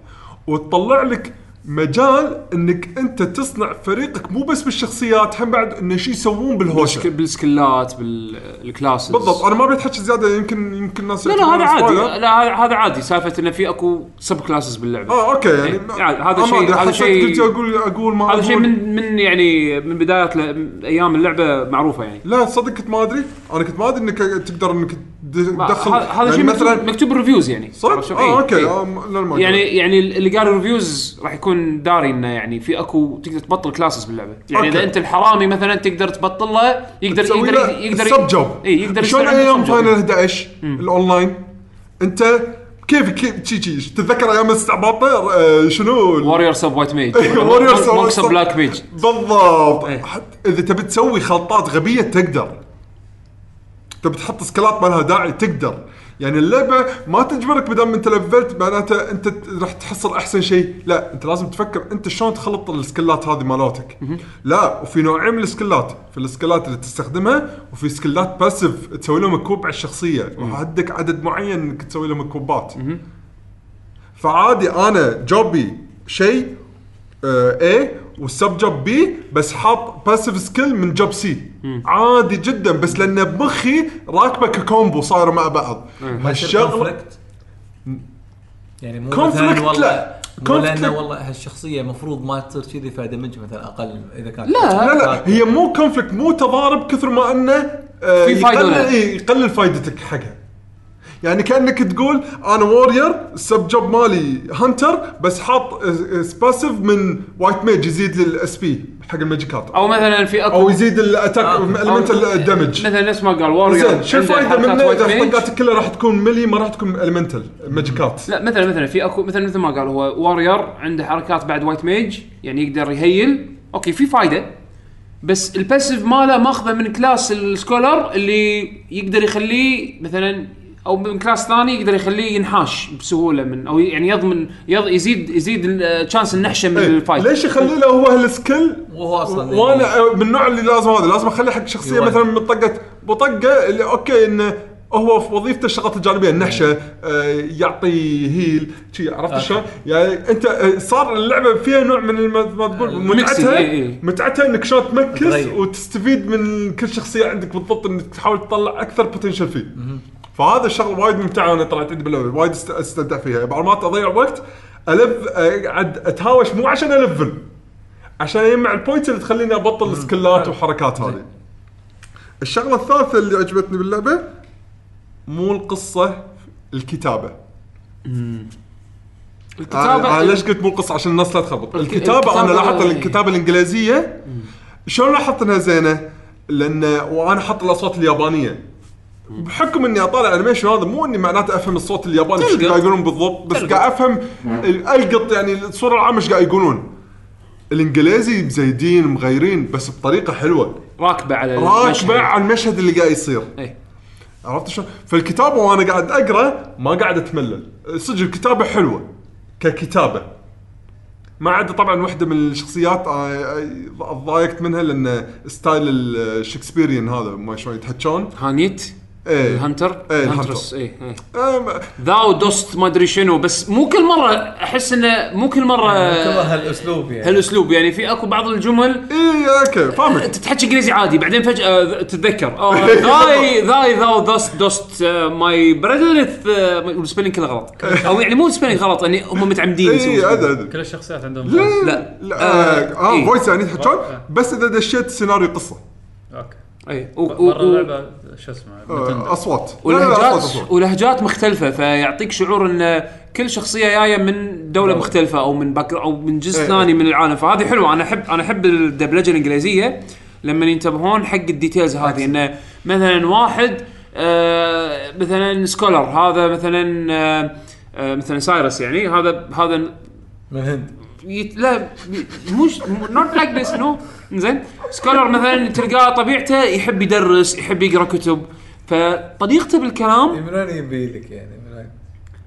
[SPEAKER 2] وتطلع لك مجال انك انت تصنع فريقك مو بس بالشخصيات هم بعد انه شو يسوون بالهوشه
[SPEAKER 1] بالسك- بالسكلات بالكلاسز
[SPEAKER 2] بالضبط انا ما ابي اتحكي زياده يمكن يمكن الناس
[SPEAKER 1] لا لا هذا
[SPEAKER 2] سبويلر.
[SPEAKER 1] عادي لا هذا- هذا عادي سالفه انه في اكو سب كلاسز باللعبه
[SPEAKER 2] اه اوكي يعني
[SPEAKER 1] إيه،
[SPEAKER 2] ما-
[SPEAKER 1] يعني هذا
[SPEAKER 2] ما
[SPEAKER 1] شيء-
[SPEAKER 2] أدري،
[SPEAKER 1] هذا
[SPEAKER 2] حسيت
[SPEAKER 1] شيء-
[SPEAKER 2] قلت اقول اقول ما
[SPEAKER 1] هذا شيء
[SPEAKER 2] أقول.
[SPEAKER 1] من من يعني من بدايه ل- ايام اللعبه معروفه يعني
[SPEAKER 2] لا تصدق كنت ما ادري انا كنت ما ادري انك تقدر انك تد-
[SPEAKER 1] ما-
[SPEAKER 2] تدخل
[SPEAKER 1] ه- هذا
[SPEAKER 2] يعني
[SPEAKER 1] شيء مثلا
[SPEAKER 2] مثلا
[SPEAKER 1] مكتوب بالريفيوز يعني عرفت
[SPEAKER 2] صدق
[SPEAKER 1] شلون؟
[SPEAKER 2] اه
[SPEAKER 1] إيه،
[SPEAKER 2] اوكي
[SPEAKER 1] إيه.
[SPEAKER 2] آه، م- لا، ما
[SPEAKER 1] يعني
[SPEAKER 2] أدري.
[SPEAKER 1] يعني اللي قال الريفيوز راح يكون داري انه يعني في اكو تقدر تبطل كلاسز باللعبه يعني
[SPEAKER 2] أوكي.
[SPEAKER 1] اذا انت الحرامي مثلا تقدر تبطله يقدر
[SPEAKER 2] تسوي
[SPEAKER 1] يقدر
[SPEAKER 2] له
[SPEAKER 1] يقدر
[SPEAKER 2] سب جوب
[SPEAKER 1] اي يقدر
[SPEAKER 2] شلون
[SPEAKER 1] يستعمل
[SPEAKER 2] ايام
[SPEAKER 1] سب جوب.
[SPEAKER 2] فاينل 11 الاونلاين انت كيف كيف تشي تشي تتذكر ايام استعباطه آه، شنو
[SPEAKER 1] واريور سب وايت ميج
[SPEAKER 2] Warrior sub-
[SPEAKER 1] مونك سب
[SPEAKER 2] sub-
[SPEAKER 1] بلاك ميج
[SPEAKER 2] بالضبط
[SPEAKER 1] إيه.
[SPEAKER 2] حت- اذا تبي تسوي خلطات غبيه تقدر تبي تحط سكلات ما لها داعي تقدر يعني اللعبه ما تجبرك بدل ما انت لفلت معناته انت ت- راح تحصل احسن شيء لا انت لازم تفكر انت شلون تخلط السكلات هذه مالاتك لا وفي نوعين من السكلات في السكلات اللي تستخدمها وفي سكلات باسيف تسوي لهم كوب على الشخصيه وعندك عدد معين انك تسوي لهم كوبات فعادي انا جوبي شيء اي والسب جوب بي بس حاط باسيف سكيل من جوب سي عادي جدا بس لان بمخي راكبه ككومبو صايره مع بعض هالشغله
[SPEAKER 4] conflict؟ يعني مو
[SPEAKER 2] Conflict
[SPEAKER 4] مثلا والله
[SPEAKER 2] لا.
[SPEAKER 4] مو
[SPEAKER 2] Conflict
[SPEAKER 4] لانه
[SPEAKER 2] لا.
[SPEAKER 4] والله هالشخصيه المفروض ما تصير كذي فدمج مثلا اقل اذا كان
[SPEAKER 2] لا لا هي مو كونفليكت مو تضارب كثر ما انه آه،
[SPEAKER 1] في فايدة
[SPEAKER 2] يقلل
[SPEAKER 1] لها.
[SPEAKER 2] إيه، يقلل فائدتك حقها يعني كانك تقول انا وورير السب جوب مالي هانتر بس حاط باسيف من وايت ميج يزيد لي الاس بي حق الماجيكات
[SPEAKER 1] او مثلا في اكو
[SPEAKER 2] او يزيد الاتاك
[SPEAKER 4] آه.
[SPEAKER 2] المنت الدمج
[SPEAKER 1] مثلا نفس ما قال واريور
[SPEAKER 2] زين شو
[SPEAKER 1] عنده
[SPEAKER 2] الفائده
[SPEAKER 1] حركات
[SPEAKER 2] منه
[SPEAKER 1] وايد
[SPEAKER 2] اذا
[SPEAKER 1] ميج.
[SPEAKER 2] طقاتك كلها راح تكون ملي ما راح تكون المنتال ماجيكات
[SPEAKER 1] لا مثلا مثلا في اكو مثلا مثل ما قال هو واريور عنده حركات بعد وايت ميج يعني يقدر يهيل اوكي في فايده بس الباسيف ماله ماخذه من كلاس السكولر اللي يقدر يخليه مثلا او من كلاس ثاني يقدر يخليه ينحاش بسهوله من او يعني يضمن يض يزيد يزيد تشانس النحشه من
[SPEAKER 2] إيه،
[SPEAKER 1] الفايت
[SPEAKER 2] ليش يخلي له هو هالسكيل
[SPEAKER 4] وهو اصلا
[SPEAKER 2] وانا آه، من النوع اللي لازم هذا لازم اخلي حق شخصيه
[SPEAKER 4] يوازن.
[SPEAKER 2] مثلا من طقه بطقه اللي اوكي انه هو في وظيفته الشغلات الجانبيه النحشه آه، يعطي هيل شي عرفت
[SPEAKER 4] أوكي.
[SPEAKER 2] شلون؟ يعني انت آه، صار اللعبه فيها نوع من الم- ما
[SPEAKER 4] آه،
[SPEAKER 2] تقول
[SPEAKER 1] الميكسينج،
[SPEAKER 2] متعتها
[SPEAKER 1] إي إي.
[SPEAKER 2] متعتها انك شلون تمكس
[SPEAKER 4] تغير.
[SPEAKER 2] وتستفيد من كل شخصيه عندك بالضبط انك تحاول تطلع اكثر بوتنشل فيه. فهذا الشغل وايد ممتعه انا طلعت عندي باللعبه وايد است- استمتع فيها بعض المرات اضيع وقت الف اقعد اتهاوش مو عشان الفل عشان اجمع البوينتس اللي تخليني ابطل سكلات وحركات هذه الشغله الثالثه اللي عجبتني باللعبه مو القصه الكتابه
[SPEAKER 1] الكتابه
[SPEAKER 2] انا آه، ليش قلت منقص عشان الناس لا تخبط الكتابه انا
[SPEAKER 1] الكتابة- إيه.
[SPEAKER 2] لاحظت الكتابه الانجليزيه شلون لاحظت انها زينه؟ لان وانا حاط الاصوات اليابانيه بحكم اني اطالع الانيميشن هذا مو اني معناته افهم الصوت الياباني ايش
[SPEAKER 1] تلقط.
[SPEAKER 2] قاعد يقولون بالضبط بس
[SPEAKER 1] تلقط.
[SPEAKER 2] قاعد افهم القط يعني الصوره العامه ايش قاعد يقولون الانجليزي مزيدين مغيرين بس بطريقه حلوه
[SPEAKER 1] راكبه على المشهد.
[SPEAKER 2] راكبه على المشهد اللي قاعد يصير
[SPEAKER 1] إيه.
[SPEAKER 2] عرفت شلون؟ فالكتابه وانا قاعد اقرا ما قاعد اتملل، صدق الكتابه حلوه ككتابه. ما عدا طبعا واحده من الشخصيات آه، ضايقت منها لان ستايل الشكسبيريان هذا ما شلون يتحجون.
[SPEAKER 1] هانيت
[SPEAKER 2] ايه
[SPEAKER 1] الهنتر
[SPEAKER 2] إيه، الهنتر.
[SPEAKER 1] الهنترس اي إيه.
[SPEAKER 2] آه، ما-
[SPEAKER 1] ذا ودوست ما ادري شنو بس مو كل مره احس انه مو كل مره
[SPEAKER 2] آه،
[SPEAKER 4] كلها هالاسلوب يعني
[SPEAKER 1] هالاسلوب يعني في اكو بعض الجمل
[SPEAKER 2] ايه اوكي فاهمك.
[SPEAKER 1] تتحكي انجليزي عادي بعدين فجاه ذ- تتذكر آه، أوه، ذاي ذاي ذا دوست دوست ماي بريدلث السبيلنج uh، كله غلط او يعني مو السبيلنج غلط يعني هم متعمدين يسوون
[SPEAKER 2] ايه ادري
[SPEAKER 1] spelling.
[SPEAKER 2] ادري.
[SPEAKER 3] كل الشخصيات عندهم
[SPEAKER 2] لا
[SPEAKER 1] لا.
[SPEAKER 2] لا
[SPEAKER 1] آه،
[SPEAKER 2] آه، اه
[SPEAKER 1] إيه.
[SPEAKER 2] فويس يعني يتحجون
[SPEAKER 3] آه.
[SPEAKER 2] بس اذا دشيت سيناريو قصه
[SPEAKER 3] اوكي
[SPEAKER 1] اي إيه، و- و-
[SPEAKER 3] برا
[SPEAKER 1] و-
[SPEAKER 3] اللعبه شو اسمه
[SPEAKER 2] آه،
[SPEAKER 3] بتندر.
[SPEAKER 2] اصوات لا، لا، أصوات،
[SPEAKER 1] ولهجات
[SPEAKER 2] أصوات.
[SPEAKER 1] ولهجات مختلفة فيعطيك شعور ان كل شخصية جاية من دولة مختلفة او من باك او من جزء
[SPEAKER 2] إيه.
[SPEAKER 1] ثاني من العالم فهذه حلوة انا احب انا احب الدبلجة الانجليزية لما ينتبهون حق الديتيلز هذه انه مثلا واحد آه مثلا سكولر هذا مثلا آه آه مثلا سايرس يعني هذا هذا
[SPEAKER 4] من الهند
[SPEAKER 1] يت... لا مش نوت لايك ذس نو زين سكولر مثلا تلقاه طبيعته يحب يدرس يحب يقرا كتب فطريقته بالكلام
[SPEAKER 4] من وين يبي لك يعني من وين؟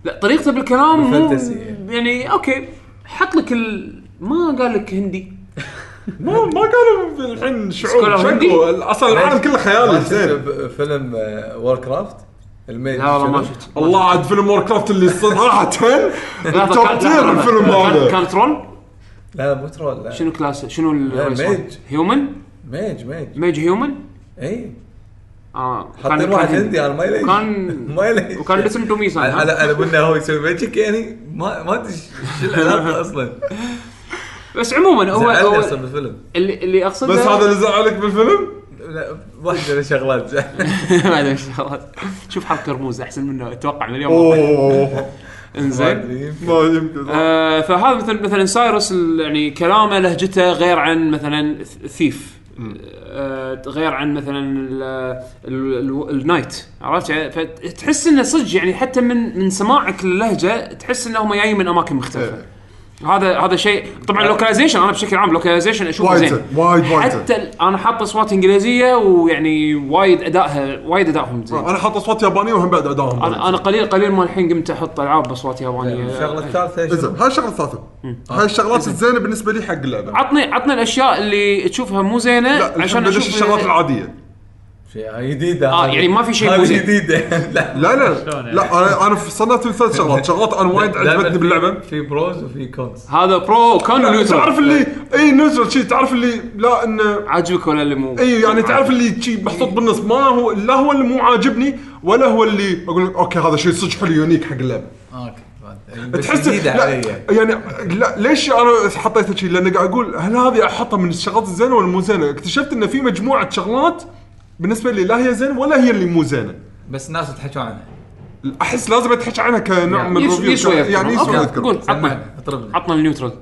[SPEAKER 1] لا طريقته بالكلام مو
[SPEAKER 4] بالفانتسي يعني.
[SPEAKER 1] يعني اوكي حط لك ال... ما قال لك هندي
[SPEAKER 2] ما ما قالوا الحين شعور
[SPEAKER 1] سكولر هندي؟
[SPEAKER 2] شكو اصلا العالم كله خيال
[SPEAKER 4] ما شفت
[SPEAKER 2] زين
[SPEAKER 4] ب- فيلم وور كرافت الميج
[SPEAKER 1] لا والله ما
[SPEAKER 4] شنو؟
[SPEAKER 1] شفت
[SPEAKER 2] الله عاد فيلم وور كرافت اللي صراحه
[SPEAKER 4] طيب
[SPEAKER 2] توب تير الفيلم هذا
[SPEAKER 1] كان ترول
[SPEAKER 4] لا لا مو ترول لا
[SPEAKER 1] شنو كلاسه شنو
[SPEAKER 4] لا، ميج.
[SPEAKER 1] الرئيس هيومن
[SPEAKER 4] ميج ميج
[SPEAKER 1] ميج هيومن
[SPEAKER 4] اي
[SPEAKER 1] اه كان-
[SPEAKER 4] حاطين
[SPEAKER 1] كان
[SPEAKER 4] واحد هندي انا ما يليق
[SPEAKER 1] كان-
[SPEAKER 4] ما يليق
[SPEAKER 1] وكان لسن تو ميسان
[SPEAKER 4] انا انا انا قلنا هو يسوي ماجيك يعني ما ما ادري شو العلاقه اصلا
[SPEAKER 1] بس عموما هو,
[SPEAKER 4] زعلني
[SPEAKER 1] هو
[SPEAKER 4] اصلا بالفيلم
[SPEAKER 1] اللي اللي اقصده
[SPEAKER 2] بس هذا اللي زعلك بالفيلم؟
[SPEAKER 4] لا واحده من الشغلات زعلني.
[SPEAKER 1] ما ادري إيش خلاص شوف حركه رموز احسن منه اتوقع من اليوم واضح.
[SPEAKER 2] اوه
[SPEAKER 4] ما
[SPEAKER 1] انزين
[SPEAKER 4] أدري.
[SPEAKER 2] ما يمكن
[SPEAKER 1] آه فهذا مثلا مثلا سايروس ال- يعني كلامه لهجته غير عن مثلا ثيف آه غير عن مثلا ال- ال- ال- النايت عرفت يعني فتحس انه صدق يعني حتى من من سماعك للهجه تحس انهم جايين من اماكن مختلفه
[SPEAKER 2] إيه.
[SPEAKER 1] هذا هذا شيء طبعا اللوكاليزيشن انا بشكل عام اللوكاليزيشن اشوفه
[SPEAKER 2] آه. وايد
[SPEAKER 1] زين
[SPEAKER 2] زين، وايد- وايد
[SPEAKER 1] حتى ال- انا حاط اصوات انجليزيه ويعني وايد ادائها وايد ادائهم زين
[SPEAKER 2] انا حاط اصوات يابانيه وهم بعد ادائهم
[SPEAKER 1] انا انا قليل قليل ما الحين قمت احط العاب باصوات يابانيه
[SPEAKER 4] الشغله الثالثه
[SPEAKER 2] زين
[SPEAKER 4] شنو؟
[SPEAKER 2] هاي الشغله الثالثه هاي الشغلات الزينه بالنسبه لي حق اللعبه
[SPEAKER 1] عطني عطني الاشياء اللي تشوفها مو
[SPEAKER 2] لا
[SPEAKER 1] زينه
[SPEAKER 2] عشان
[SPEAKER 1] عشان إيه.
[SPEAKER 2] بدش
[SPEAKER 1] اشوف
[SPEAKER 2] الشغلات العاديه
[SPEAKER 4] شيء جديده
[SPEAKER 1] آه،
[SPEAKER 4] هذه.
[SPEAKER 1] يعني ما في شيء
[SPEAKER 4] هذه
[SPEAKER 1] مزين.
[SPEAKER 4] جديده لا
[SPEAKER 2] لا لا
[SPEAKER 3] شلون يعني؟
[SPEAKER 2] لا انا انا صنعت ثلاث شغلات شغلات انا وايد
[SPEAKER 4] دائماً
[SPEAKER 2] عجبتني
[SPEAKER 4] في-
[SPEAKER 2] باللعبه
[SPEAKER 4] في بروز وفي كونز
[SPEAKER 1] هذا برو كان
[SPEAKER 2] تعرف
[SPEAKER 1] نيوترال
[SPEAKER 2] اللي اي نزل شيء تعرف اللي لا انه
[SPEAKER 1] عاجبك ولا اللي مو
[SPEAKER 2] اي يعني تعرف اللي شي محطوط بالنص ما هو لا هو اللي مو عاجبني ولا هو اللي اقول لك اوكي هذا شيء صدق حلو يونيك حق اللعبه
[SPEAKER 4] اوكي بس
[SPEAKER 2] تحس
[SPEAKER 4] جديده
[SPEAKER 2] لا
[SPEAKER 4] علي
[SPEAKER 2] يعني لا ليش انا حطيت شيء لان قاعد اقول هل هذه احطها من الشغلات الزينه ولا مو زينه اكتشفت ان في مجموعه شغلات بالنسبه لي لا هي زينه ولا هي اللي مو زينه
[SPEAKER 4] بس الناس تحكوا عنها
[SPEAKER 2] احس لازم اتحكى عنها كنوع من
[SPEAKER 1] يسوى-
[SPEAKER 2] الريفيو
[SPEAKER 1] يسوى يذكر.
[SPEAKER 2] يعني يسوى
[SPEAKER 1] أوكي،
[SPEAKER 2] يذكر
[SPEAKER 1] قول عطنا
[SPEAKER 4] سمعنا اطربنا
[SPEAKER 1] عطنا النيوترال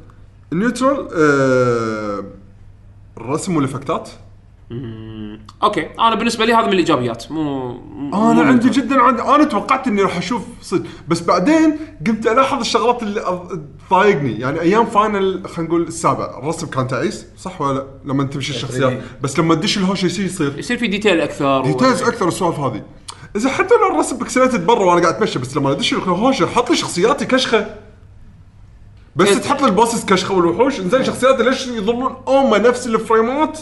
[SPEAKER 2] النيوترال آه، الرسم والافكتات
[SPEAKER 1] اوكي انا بالنسبه لي هذا من الايجابيات مو مو-
[SPEAKER 2] انا
[SPEAKER 1] مو
[SPEAKER 2] عندي
[SPEAKER 1] neutral.
[SPEAKER 2] جدا عندي انا توقعت اني راح اشوف صدق بس بعدين قمت الاحظ الشغلات اللي أض- تضايقني يعني ايام فاينل خلينا نقول السابع الرسم كان تعيس صح ولا لا؟ لما تمشي الشخصيات بس لما تدش الهوشه يصير يصير
[SPEAKER 1] يصير في ديتيل اكثر و-
[SPEAKER 2] ديتيلز اكثر السوالف هذه اذا حتى لو الرسم بكسلاتد برا وانا قاعد اتمشى بس لما ادش الهوشه حط لي شخصياتي كشخه بس
[SPEAKER 1] إيه.
[SPEAKER 2] تحط لي البوسز كشخه والوحوش انزين شخصياتي ليش يظلون هم نفس الفريمات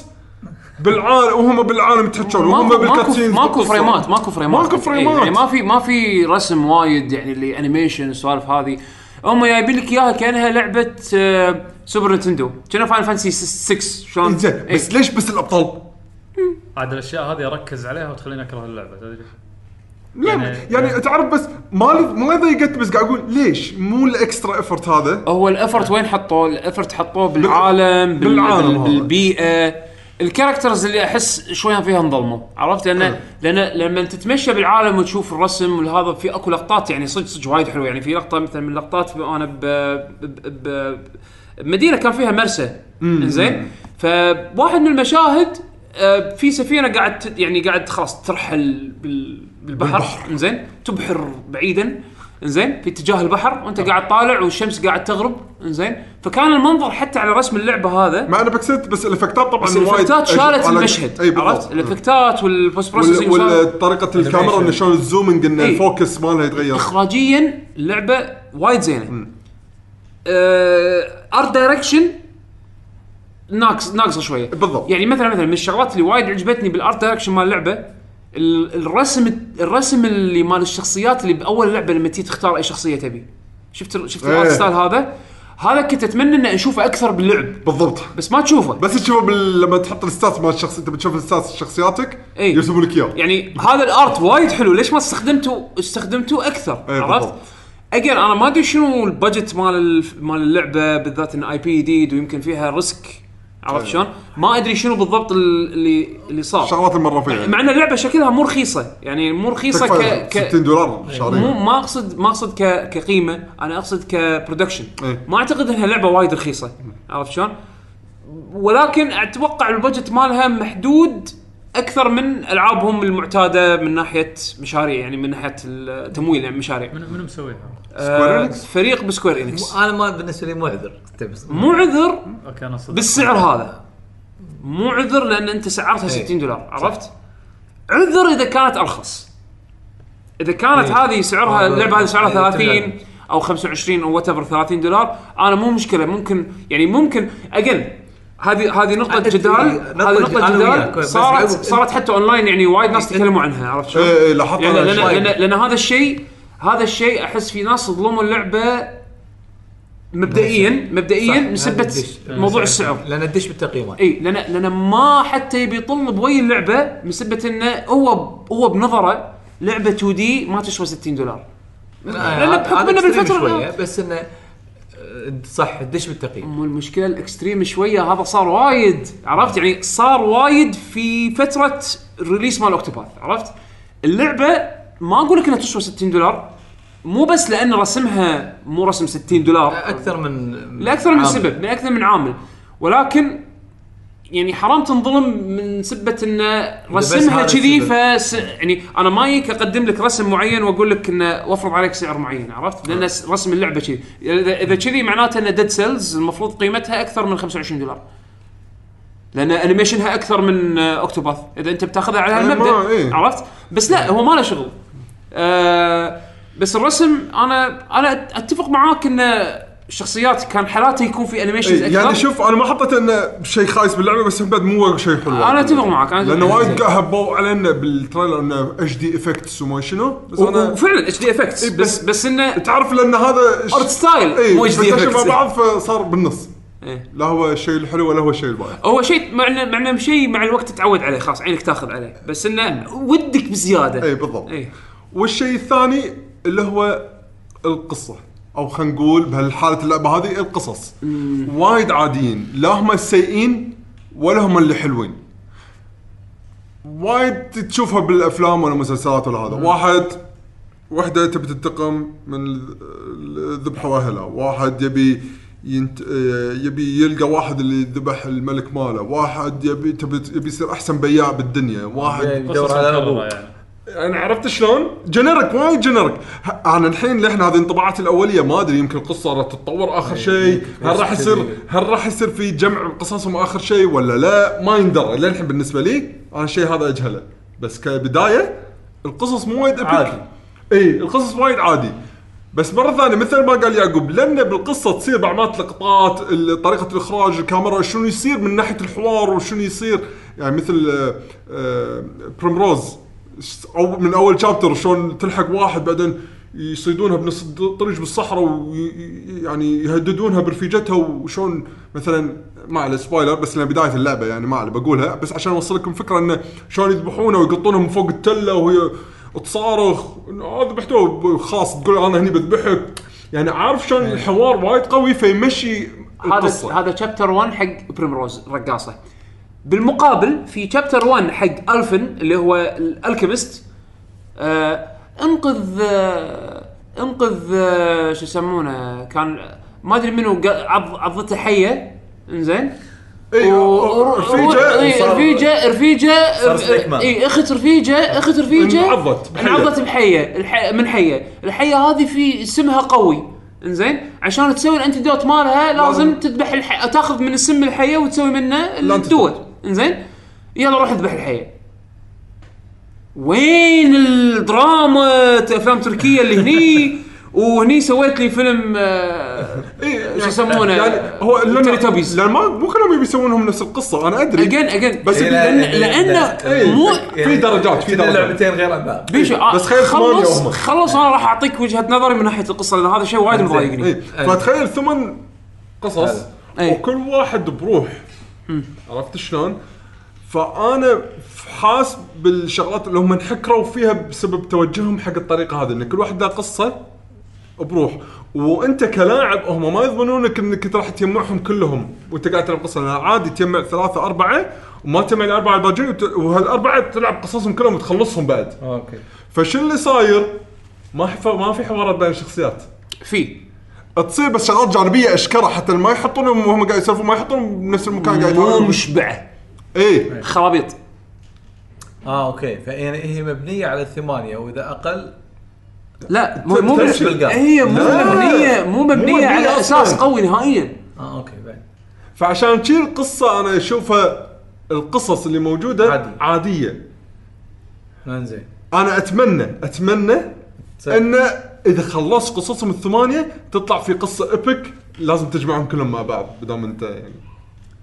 [SPEAKER 2] بالعالم وهم بالعالم يتحجون وهم
[SPEAKER 1] ماكو ماكو
[SPEAKER 2] بالكاتسينز
[SPEAKER 1] ماكو
[SPEAKER 2] بالقصة.
[SPEAKER 1] فريمات ماكو فريمات
[SPEAKER 2] ماكو
[SPEAKER 1] إيه،
[SPEAKER 2] فريمات.
[SPEAKER 1] يعني ما في ما في رسم وايد يعني اللي انيميشن السوالف هذه هم جايبين لك اياها كانها لعبه آه، سوبر نتندو كانها فاين فانسي 6 شلون
[SPEAKER 2] انزين
[SPEAKER 1] إيه.
[SPEAKER 2] بس ليش بس الابطال؟
[SPEAKER 3] عاد الاشياء هذه اركز عليها وتخليني اكره اللعبه تدري
[SPEAKER 2] لا
[SPEAKER 3] يعني-
[SPEAKER 2] يعني,
[SPEAKER 1] إيه.
[SPEAKER 2] تعرف بس ما ما ضايقت بس قاعد اقول ليش مو الاكسترا افورت هذا
[SPEAKER 1] هو الافرت وين حطوه؟ الافرت حطوه بالعالم آه. بال-
[SPEAKER 2] بالعالم
[SPEAKER 1] بال-
[SPEAKER 2] هذا.
[SPEAKER 1] بالبيئه الكاركترز اللي احس شويه فيها انظلموا عرفت
[SPEAKER 2] مم.
[SPEAKER 1] لان لان لما تتمشى بالعالم وتشوف الرسم والهذا في اكو لقطات يعني صدق صدق وايد حلوه يعني في لقطه مثلا من اللقطات ب- انا ب ب- ب- بمدينه كان فيها مرسى زين فواحد من المشاهد آه، في سفينه قاعد ت- يعني قاعد خلاص ترحل بال- بالبحر
[SPEAKER 2] بالبحر.
[SPEAKER 1] زين تبحر بعيدا زين في اتجاه البحر وانت قاعد طالع والشمس قاعد تغرب زين فكان المنظر حتى على رسم اللعبه هذا
[SPEAKER 2] مع انا بكسلت بس الافكتات طبعا
[SPEAKER 1] بس
[SPEAKER 2] وايد
[SPEAKER 1] الافكتات
[SPEAKER 2] أج-
[SPEAKER 1] شالت
[SPEAKER 2] على-
[SPEAKER 1] المشهد
[SPEAKER 2] اي
[SPEAKER 1] عرفت
[SPEAKER 2] بالضبط
[SPEAKER 1] الافكتات والبوست
[SPEAKER 2] وال-
[SPEAKER 1] بروسيسنج وال...
[SPEAKER 2] وال- طريقه الكاميرا انه شلون الزومنج انه
[SPEAKER 1] إي.
[SPEAKER 2] الفوكس مالها يتغير
[SPEAKER 1] اخراجيا اللعبه وايد زينه ارت دايركشن ناقص ناقصه شويه
[SPEAKER 2] بالضبط.
[SPEAKER 1] يعني مثلا مثلا من الشغلات اللي وايد عجبتني بالارت دايركشن مال اللعبه ال- الرسم الرسم اللي مال الشخصيات اللي باول لعبه لما تيجي تختار اي شخصيه تبي شفت ال- شفت الارت
[SPEAKER 2] إيه.
[SPEAKER 1] ستايل هذا هذا كنت اتمنى اني اشوفه اكثر باللعب
[SPEAKER 2] بالضبط
[SPEAKER 1] بس ما تشوفه
[SPEAKER 2] بس تشوفه بال... لما تحط الستات مال الشخص انت بتشوف الستات شخصياتك
[SPEAKER 1] إي.
[SPEAKER 2] يرسمون لك اياه
[SPEAKER 1] يعني هذا الارت وايد حلو ليش ما استخدمته استخدمته اكثر
[SPEAKER 2] إيه،
[SPEAKER 1] عرفت؟
[SPEAKER 2] بالضبط.
[SPEAKER 1] اجين انا ما ادري شنو البادجت مال ال- مال اللعبه بالذات ان اي بي جديد ويمكن فيها ريسك عرفت
[SPEAKER 2] أيوة.
[SPEAKER 1] شلون؟ ما ادري شنو بالضبط ال- اللي اللي صار
[SPEAKER 2] شغلات المره فيها
[SPEAKER 1] مع ان اللعبه شكلها مو رخيصه يعني مو رخيصه ك
[SPEAKER 2] تكفى
[SPEAKER 1] ك
[SPEAKER 2] 60 دولار
[SPEAKER 1] مو
[SPEAKER 2] شهريا
[SPEAKER 1] ما اقصد ما اقصد ك كقيمه انا اقصد كبرودكشن
[SPEAKER 2] إيه.
[SPEAKER 1] ما اعتقد انها لعبه وايد رخيصه عرفت شلون؟ ولكن اتوقع البجت مالها محدود اكثر من العابهم المعتاده من ناحيه مشاريع يعني من ناحيه التمويل يعني مشاريع
[SPEAKER 3] من من مسويها؟
[SPEAKER 1] آه،
[SPEAKER 2] Enix؟
[SPEAKER 1] فريق بسكوير انكس
[SPEAKER 4] انا ما بالنسبه لي مو عذر بس-
[SPEAKER 1] مو عذر
[SPEAKER 3] اوكي انا صدق
[SPEAKER 1] بالسعر هذا مو عذر لان انت سعرتها
[SPEAKER 4] إيه.
[SPEAKER 1] 60 دولار عرفت؟ عذر اذا كانت ارخص اذا كانت
[SPEAKER 4] إيه.
[SPEAKER 1] هذه سعرها
[SPEAKER 4] آه،
[SPEAKER 1] اللعبه هذه سعرها
[SPEAKER 4] إيه،
[SPEAKER 1] 30
[SPEAKER 4] تبدأ.
[SPEAKER 1] او 25 او وات 30 دولار انا مو مشكله ممكن يعني ممكن اجل هذه هذه نقطة
[SPEAKER 4] أنت-
[SPEAKER 1] جدال
[SPEAKER 4] نقطة
[SPEAKER 1] هذه
[SPEAKER 4] أنا
[SPEAKER 1] نقطة
[SPEAKER 4] وياك،
[SPEAKER 1] جدال
[SPEAKER 4] بس
[SPEAKER 1] صارت
[SPEAKER 4] أبو-
[SPEAKER 1] صارت حتى اونلاين يعني وايد ناس تكلموا عنها عرفت شلون؟
[SPEAKER 2] إيه، إيه، لاحظت
[SPEAKER 1] لان
[SPEAKER 2] أنا
[SPEAKER 1] لان,
[SPEAKER 2] شوي.
[SPEAKER 1] آه، يعني لأن, لأن هذا الشيء هذا الشيء احس في ناس ظلموا اللعبه مبدئيا
[SPEAKER 4] صح،
[SPEAKER 1] مبدئيا
[SPEAKER 4] هذا
[SPEAKER 1] بسبه
[SPEAKER 4] الدش.
[SPEAKER 1] موضوع السعر
[SPEAKER 4] لان ادش بالتقييمات
[SPEAKER 1] اي لان لان ما حتى يبي يطلب وي اللعبه من سبه انه هو هو بنظره لعبه 2 دي ما تسوى 60 دولار
[SPEAKER 4] آه،
[SPEAKER 1] لأن بحكم
[SPEAKER 4] هذا
[SPEAKER 1] إنه
[SPEAKER 4] extreme
[SPEAKER 1] بالفترة
[SPEAKER 4] شويه بس انه آه، صح ادش بالتقييم
[SPEAKER 1] مو المشكله الاكستريم شويه هذا صار وايد عرفت يعني صار وايد في فتره الريليس مال اوكتوباث عرفت اللعبه ما اقول لك انها تسوى 60 دولار مو بس لان رسمها مو رسم 60 دولار
[SPEAKER 4] اكثر من
[SPEAKER 1] لاكثر من
[SPEAKER 4] عامل.
[SPEAKER 1] سبب لاكثر من عامل ولكن يعني حرام تنظلم من سبه ان رسمها
[SPEAKER 4] هذا
[SPEAKER 1] كذي
[SPEAKER 4] السبب.
[SPEAKER 1] فس يعني انا ما يك اقدم لك رسم معين واقول لك انه وافرض عليك سعر معين عرفت؟
[SPEAKER 4] آه.
[SPEAKER 1] لان س- رسم اللعبه كذي اذا اذا كذي معناته ان ديد سيلز المفروض قيمتها اكثر من 25 دولار لان انيميشنها اكثر من آه، اوكتوباث اذا انت بتاخذها على
[SPEAKER 4] آه،
[SPEAKER 2] إيه، ما-
[SPEAKER 1] هالمبدا
[SPEAKER 2] إيه.
[SPEAKER 1] عرفت؟ بس لا هو ما له شغل آه، بس الرسم انا انا اتفق معاك ان الشخصيات كان حالاته يكون في انيميشنز
[SPEAKER 2] إي،
[SPEAKER 1] اكثر
[SPEAKER 2] يعني شوف انا ما حطيت انه شيء خايس باللعبه بس هم بعد مو شيء حلو
[SPEAKER 1] أنا أتفق معك، أنا أتفق
[SPEAKER 2] لانه
[SPEAKER 1] معك.
[SPEAKER 2] وايد قاعد هبوا علينا بالتريلر انه اتش دي افكتس وما شنو بس انا
[SPEAKER 1] وفعلا اتش دي افكتس
[SPEAKER 2] إي،
[SPEAKER 1] بس
[SPEAKER 2] بس-
[SPEAKER 1] بس انه
[SPEAKER 2] تعرف لان هذا إيه، ش-
[SPEAKER 1] Art style،
[SPEAKER 2] إي،
[SPEAKER 1] مو HD
[SPEAKER 2] فكتشف
[SPEAKER 1] effects.
[SPEAKER 2] مع بعض فصار بالنص
[SPEAKER 1] إيه.
[SPEAKER 2] لا هو الشيء الحلو ولا هو الشيء البايخ
[SPEAKER 1] هو شيء مع إنه- مع انه شيء مع الوقت تتعود عليه خلاص عينك تاخذ عليه بس انه ودك بزياده
[SPEAKER 2] اي إيه، بالضبط
[SPEAKER 1] اي
[SPEAKER 2] والشيء الثاني اللي هو القصه او خلينا نقول بهالحاله اللعبه هذه القصص وايد عاديين لا هم السيئين ولا هم اللي حلوين وايد تشوفها بالافلام ولا المسلسلات ولا هذا واحد وحده تبي تنتقم من ال- ال- ذبحوا اهلها واحد يبي ينت... يبي يلقى واحد اللي ذبح الملك ماله واحد يبي تبي يبي يصير احسن بياع بالدنيا واحد
[SPEAKER 4] يدور على ابوه
[SPEAKER 3] يعني.
[SPEAKER 2] انا يعني عرفت شلون؟ جنرك وايد جنرك ه- انا الحين لحنا هذه الانطباعات الاوليه ما ادري يمكن القصه راح تتطور اخر شيء هل راح يصير هل راح يصير في جمع قصصهم اخر شيء ولا لا ما يندرى للحين بالنسبه لي انا الشيء هذا اجهله بس كبدايه القصص مو وايد epic.
[SPEAKER 4] عادي.
[SPEAKER 2] اي القصص وايد عادي بس مره ثانيه مثل ما قال يعقوب لان بالقصه تصير بعض مرات لقطات ال- طريقه الاخراج الكاميرا شنو يصير من ناحيه الحوار وشنو يصير يعني مثل آه، بريمروز او من اول شابتر شلون تلحق واحد بعدين يصيدونها بنص الطريق بالصحراء ويعني يعني يهددونها برفيجتها وشون مثلا ما على سبويلر بس لان بدايه اللعبه يعني ما على بقولها بس عشان اوصل لكم فكره انه شلون يذبحونها ويقطونها من فوق التله وهي تصارخ إنه آه ذبحتوه خلاص تقول انا هني بذبحك يعني عارف شلون الحوار وايد قوي فيمشي
[SPEAKER 1] إيه. هذا
[SPEAKER 2] القصه
[SPEAKER 1] هذا شابتر 1 حق بريمروز رقاصه بالمقابل في شابتر 1 حق الفن اللي هو الالكيمست آه انقذ آه انقذ آه شو يسمونه كان ما ادري منو قا- عض عضته حيه انزين
[SPEAKER 2] اي
[SPEAKER 1] و-
[SPEAKER 2] رفيجه
[SPEAKER 1] إي،
[SPEAKER 2] وصار-
[SPEAKER 1] رفيجه رفيجه
[SPEAKER 4] صار استكمال.
[SPEAKER 1] اي اخت رفيجه اخت رفيجه
[SPEAKER 2] انعضت بحية.
[SPEAKER 1] انعضت بحيه الح... من حيه الحيه هذه في سمها قوي انزين عشان تسوي الانتيدوت مالها لازم
[SPEAKER 2] لازم-
[SPEAKER 1] تذبح الح... تاخذ من السم الحيه وتسوي منه الدول انزين يلا روح اذبح الحيه وين الدراما افلام تركيه اللي هني وهني سويت لي فيلم آه،
[SPEAKER 2] إي،
[SPEAKER 1] شو يسمونه؟
[SPEAKER 2] إيه، نعم. يعني هو
[SPEAKER 1] Teletubbies.
[SPEAKER 2] لان لأن ما مو كلهم يبي يسوونهم نفس القصه انا ادري
[SPEAKER 1] اجين اجين
[SPEAKER 2] بس
[SPEAKER 4] إيه،
[SPEAKER 1] لأن-
[SPEAKER 4] إيه،
[SPEAKER 1] لأنه
[SPEAKER 4] إيه،
[SPEAKER 1] مو-
[SPEAKER 4] إيه،
[SPEAKER 2] في درجات، في
[SPEAKER 4] كنا
[SPEAKER 2] درجات.
[SPEAKER 4] لعبتين غير بعض
[SPEAKER 1] بيشو آه،
[SPEAKER 2] بس خير ثمانية
[SPEAKER 1] خلص
[SPEAKER 2] هم.
[SPEAKER 1] خلص انا راح اعطيك وجهه نظري من ناحيه القصه لان هذا شيء وايد مضايقني
[SPEAKER 2] إيه. فتخيل ثمن قصص
[SPEAKER 1] يعني. إيه.
[SPEAKER 2] وكل واحد بروح عرفت شلون؟ فانا حاس بالشغلات اللي هم انحكروا فيها بسبب توجههم حق الطريقه هذه ان كل واحد له قصه بروح وانت كلاعب هم ما يضمنونك انك راح تجمعهم كلهم وانت قاعد تلعب قصه لأن عادي تجمع ثلاثه اربعه وما تجمع الاربعه الباجين وت- وهالاربعه تلعب قصصهم كلهم وتخلصهم بعد
[SPEAKER 4] اوكي
[SPEAKER 2] فشو اللي صاير؟ ما ح- ما في حوارات بين الشخصيات
[SPEAKER 1] في
[SPEAKER 2] تصير بس شغلات جانبيه اشكره حتى ما يحطونهم وهم قاعد يسولفون ما يحطونهم بنفس المكان قاعد إيه.
[SPEAKER 1] مو
[SPEAKER 2] يتعاملون
[SPEAKER 1] مشبعه إيه.
[SPEAKER 2] اي
[SPEAKER 1] خرابيط
[SPEAKER 4] اه اوكي فيعني هي مبنيه على الثمانيه واذا اقل
[SPEAKER 1] لا مو مو
[SPEAKER 2] تمشي
[SPEAKER 4] بالقاع.
[SPEAKER 1] هي مو
[SPEAKER 2] لا.
[SPEAKER 1] مبنيه مو مبنيه
[SPEAKER 2] مبنية
[SPEAKER 1] على
[SPEAKER 2] أصلاً.
[SPEAKER 1] اساس قوي نهائيا
[SPEAKER 4] اه اوكي بعد
[SPEAKER 2] فعشان شي القصه انا اشوفها القصص اللي موجوده
[SPEAKER 4] عادي.
[SPEAKER 2] عاديه
[SPEAKER 4] انزين
[SPEAKER 2] انا اتمنى اتمنى ان اذا خلصت قصصهم الثمانيه تطلع في قصه ابيك لازم تجمعهم كلهم مع بعض بدام انت يعني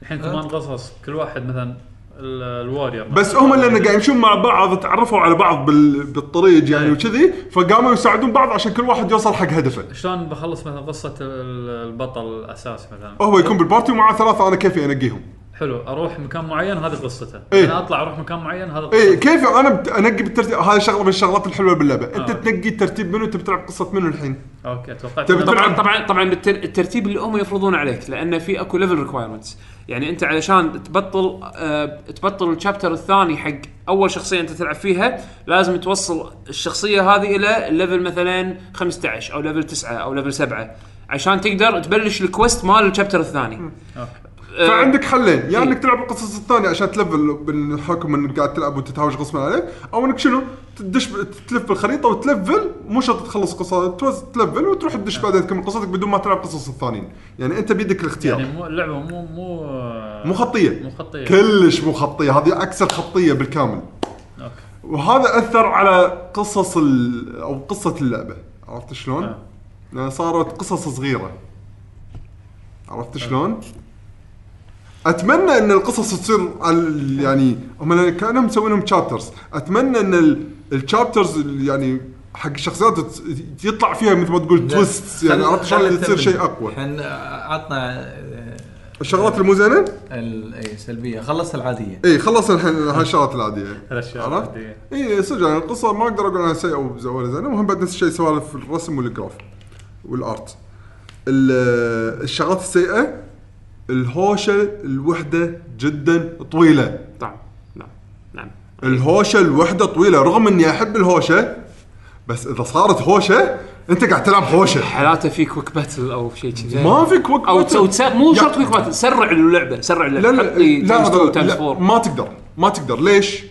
[SPEAKER 3] الحين ثمان قصص كل واحد مثلا ال- الوارير يعني
[SPEAKER 2] بس هم لان قاعد يمشون مع بعض تعرفوا على بعض بال... بالطريق يعني وكذي فقاموا يساعدون بعض عشان كل واحد يوصل حق هدفه
[SPEAKER 3] شلون بخلص مثلا قصه ال- البطل الاساسي مثلا
[SPEAKER 2] هو يكون بالبارتي ومعاه ثلاثه انا كيفي انقيهم
[SPEAKER 3] حلو اروح مكان معين هذه قصته
[SPEAKER 2] إيه.
[SPEAKER 3] انا اطلع اروح مكان معين هذا
[SPEAKER 2] اي
[SPEAKER 3] قصته
[SPEAKER 2] إيه، كيف انا بت- انقي بالترتيب هاي شغله من الشغلات الحلوه باللعبه انت
[SPEAKER 3] آه.
[SPEAKER 2] تنقي ترتيب منو تبي تلعب قصه منو الحين
[SPEAKER 3] اوكي اتوقعت
[SPEAKER 2] تبي
[SPEAKER 3] إنه-
[SPEAKER 2] تلعب؟
[SPEAKER 1] طبعا طبعا طبعا بالتر- الترتيب اللي هم يفرضون عليك لان في اكو ليفل ريكوايرمنتس يعني انت علشان تبطل آه تبطل الشابتر الثاني حق اول شخصيه انت تلعب فيها لازم توصل الشخصيه هذه الى ليفل مثلا 15 او ليفل 9 او ليفل 7 عشان تقدر تبلش الكوست مال الشابتر الثاني آه،
[SPEAKER 2] فعندك حلين يا
[SPEAKER 1] إيه.
[SPEAKER 2] انك تلعب القصص الثانيه عشان تلفل بالحكم انك قاعد تلعب وتتهاوش غصبا عليك او انك شنو تدش ب- تلف بالخريطه وتلفل مو شرط تخلص قصه توز- تلفل وتروح
[SPEAKER 3] آه.
[SPEAKER 2] تدش بعدين تكمل قصتك بدون ما تلعب قصص الثانيين يعني انت بيدك الاختيار
[SPEAKER 3] يعني مو اللعبه مو مو
[SPEAKER 2] مو خطيه
[SPEAKER 3] مو خطيه
[SPEAKER 2] كلش مو خطيه هذه عكس الخطيه بالكامل
[SPEAKER 3] اوكي
[SPEAKER 2] وهذا اثر على قصص ال... او قصه اللعبه عرفت شلون؟
[SPEAKER 3] آه.
[SPEAKER 2] لأن صارت قصص صغيره عرفت شلون؟ اتمنى ان القصص تصير على ال- يعني هم كانهم مسوينهم تشابترز اتمنى ان التشابترز يعني حق الشخصيات تس- يطلع فيها مثل ما تقول تويست يعني
[SPEAKER 4] خل-
[SPEAKER 2] عرفت
[SPEAKER 4] خل
[SPEAKER 2] شلون تصير
[SPEAKER 4] نكمل.
[SPEAKER 2] شيء اقوى
[SPEAKER 4] احنا عطنا آه،
[SPEAKER 2] الشغلات اللي مو زينه
[SPEAKER 4] ال- إيه، اي سلبيه خلصت العاديه
[SPEAKER 2] اي خلص الحين هاي الشغلات العاديه
[SPEAKER 3] الاشياء
[SPEAKER 2] عرفت؟
[SPEAKER 3] العادية.
[SPEAKER 2] اي صدق يعني القصه ما اقدر اقول عنها سيئه او ز- ولا زينه المهم بعد نفس الشيء سوالف الرسم والجراف والارت ال- الشغلات السيئه الهوشه الوحده جدا طويله
[SPEAKER 1] طبعا نعم نعم
[SPEAKER 2] الهوشه الوحده طويله رغم اني احب الهوشه بس اذا صارت هوشه انت قاعد تلعب هوشه
[SPEAKER 1] حالاته في كويك باتل او شيء كذي
[SPEAKER 2] ما في كويك
[SPEAKER 1] او
[SPEAKER 2] باتل.
[SPEAKER 1] تسوي تس- مو
[SPEAKER 2] يا-
[SPEAKER 1] شرط كويك باتل سرع اللعبه سرع
[SPEAKER 2] لا
[SPEAKER 1] اللعبه
[SPEAKER 2] لا
[SPEAKER 1] حط لي
[SPEAKER 2] لا,
[SPEAKER 1] times two
[SPEAKER 2] لا,
[SPEAKER 1] times
[SPEAKER 2] لا
[SPEAKER 1] four.
[SPEAKER 2] ما تقدر ما تقدر ليش؟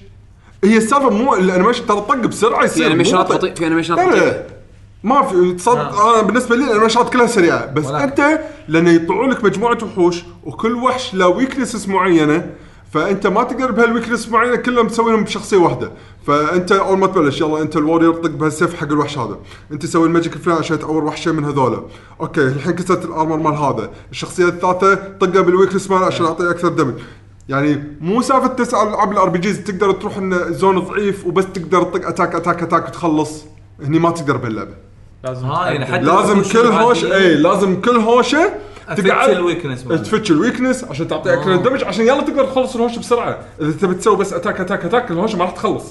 [SPEAKER 2] هي السالفه مو الانيميشن ترى طق بسرعه يصير
[SPEAKER 1] في
[SPEAKER 2] مو
[SPEAKER 1] انيميشنات
[SPEAKER 2] طق.
[SPEAKER 1] بطيئه في انيميشنات
[SPEAKER 2] لا
[SPEAKER 1] بطيئه
[SPEAKER 2] لا ما في صار انا بالنسبه لي الانيميشنات كلها سريعه بس
[SPEAKER 4] ولا.
[SPEAKER 2] انت لان يطلعوا لك مجموعه وحوش وكل وحش له ويكنسس معينه فانت ما تقدر بهالويكنس معينه كلهم مسوينهم بشخصيه واحده فانت اول ما تبلش يلا انت الوارير طق بهالسيف حق الوحش هذا انت سوي الماجيك الفلان عشان تعور وحشه من هذولا اوكي الحين كسرت الارمر مال هذا الشخصيه الثالثه طقه بالويكنس مال عشان اعطيه اكثر دمج يعني مو سالفه تسع العاب الار بي جيز تقدر تروح انه زون ضعيف وبس تقدر تطق اتاك اتاك اتاك وتخلص هني ما تقدر بهاللعبه
[SPEAKER 3] لازم
[SPEAKER 4] ها، يعني
[SPEAKER 3] تحدد.
[SPEAKER 4] حتى-
[SPEAKER 2] لازم
[SPEAKER 4] الوحوش
[SPEAKER 2] كل هوش إيه.
[SPEAKER 4] العادية.
[SPEAKER 2] اي لازم كل هوشه
[SPEAKER 4] أفتش
[SPEAKER 2] تقعد
[SPEAKER 4] الويكنس مالها.
[SPEAKER 2] تفتش الويكنس عشان تعطي اكثر
[SPEAKER 4] آه.
[SPEAKER 2] دمج عشان يلا تقدر تخلص الهوش بسرعه اذا تبي تسوي بس اتاك اتاك اتاك الهوش ما راح تخلص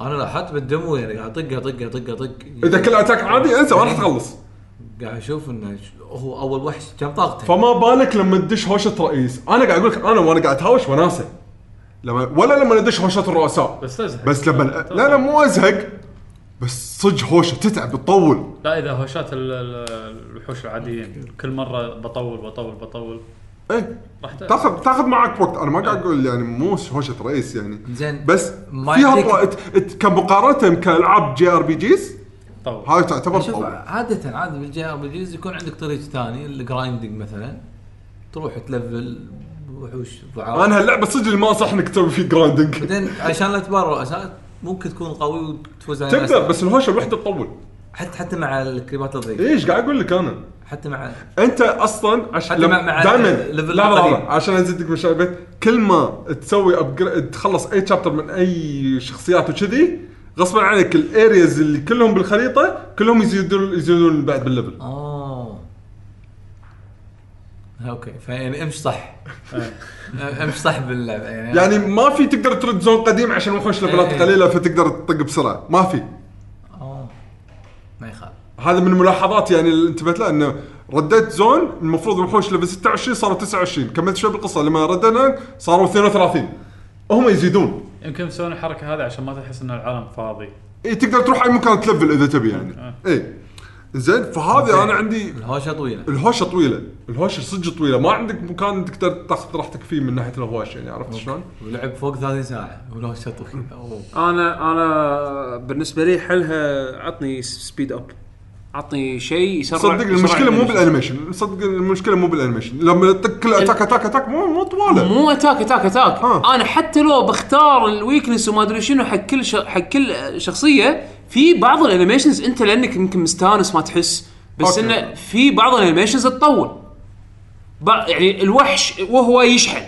[SPEAKER 4] انا لاحظت بالدمو يعني قاعد اطق اطق اطق اطق
[SPEAKER 2] اذا كل اتاك عادي انسى ما راح تخلص
[SPEAKER 4] قاعد اشوف انه ش- هو اول وحش كم طاقته
[SPEAKER 2] فما بالك لما تدش هوشه رئيس انا قاعد اقول لك انا وانا قاعد هاوش وناسه لما ولا لما ندش هوشات الرؤساء
[SPEAKER 3] بس تزهق
[SPEAKER 2] بس لما لا لا مو ازهق بس صدق هوشه تتعب بتطول
[SPEAKER 3] لا اذا هوشات ال- ال- الوحوش العاديين كل مره بطول بطول بطول
[SPEAKER 2] ايه
[SPEAKER 3] راح ت-
[SPEAKER 2] تاخذ تاخذ معك وقت انا ما قاعد اقول يعني مو هوشه رئيس يعني
[SPEAKER 4] إيه. زين
[SPEAKER 2] بس
[SPEAKER 4] ما
[SPEAKER 2] فيها
[SPEAKER 4] يعطيك-
[SPEAKER 2] طو... ت- ت- كمقارنه كالعاب جي ار بي جيز
[SPEAKER 3] طول
[SPEAKER 2] هاي تعتبر
[SPEAKER 4] شوف
[SPEAKER 2] طول
[SPEAKER 4] عادة عادة بالجي ار بي جيز يكون عندك طريق ثاني الجرايندنج مثلا تروح تلفل وحوش ضعاف
[SPEAKER 2] انا هاللعبه صدق اللي ما انصح انك تسوي فيه جرايندنج
[SPEAKER 4] بعدين عشان لا تبار رؤساء ممكن تكون قوي وتفوز على ناس.
[SPEAKER 2] تقدر بس الهوشه الوحده تطول
[SPEAKER 4] حتى حتى مع الكريبات الضيقه
[SPEAKER 2] ايش قاعد اقول لك انا
[SPEAKER 4] حتى مع
[SPEAKER 2] انت اصلا عشان
[SPEAKER 4] حتى مع- مع
[SPEAKER 2] دائما
[SPEAKER 4] الليفل
[SPEAKER 2] لا لا
[SPEAKER 4] القديم.
[SPEAKER 2] لا عشان ازيدك من شغله كل ما تسوي ابجريد تخلص اي شابتر من اي شخصيات وكذي غصبا عنك الارياز اللي كلهم بالخريطه كلهم يزيدون يزيدون بعد بالليفل
[SPEAKER 4] اه اوكي فيعني امش صح امش صح باللعبه يعني
[SPEAKER 2] يعني ما في تقدر ترد زون قديم عشان وحوش ليفلات
[SPEAKER 4] إيه.
[SPEAKER 2] قليله فتقدر تطق بسرعه ما في
[SPEAKER 4] اه ما يخالف
[SPEAKER 2] هذا من الملاحظات يعني اللي انتبهت لها انه رديت زون المفروض وحوش ليفل 26 صاروا 29 كملت شوي بالقصه لما ردنا صاروا 32 هم يزيدون
[SPEAKER 3] يمكن مسوين الحركه هذه عشان ما تحس ان العالم فاضي
[SPEAKER 2] اي إيه، تقدر تروح اي مكان تلفل اذا تبي يعني
[SPEAKER 3] آه.
[SPEAKER 2] اي زين فهذه انا عندي
[SPEAKER 4] الهوشه طويله
[SPEAKER 2] الهوشه طويله الهوشه صدق طويله ما عندك مكان تقدر تاخذ راحتك فيه من ناحيه الهواش يعني عرفت شلون؟
[SPEAKER 4] ولعب فوق 30 ساعه والهوشه طويله أوه.
[SPEAKER 1] انا انا بالنسبه لي حلها عطني سبيد اب عطني شيء يسرع
[SPEAKER 2] صدق
[SPEAKER 1] يسرع
[SPEAKER 2] المشكله مو
[SPEAKER 1] الانيميشن.
[SPEAKER 2] بالانيميشن صدق المشكله مو بالانيميشن لما تك كل اتاك اتاك اتاك مو مو طواله
[SPEAKER 1] مو اتاك اتاك اتاك
[SPEAKER 2] ها.
[SPEAKER 1] انا حتى لو بختار الويكنس وما ادري شنو حق كل ش... حق كل شخصيه في بعض الانيميشنز انت لانك يمكن مستانس ما تحس بس
[SPEAKER 2] أوكي.
[SPEAKER 1] انه في بعض الانيميشنز تطول بع- يعني الوحش وهو يشحن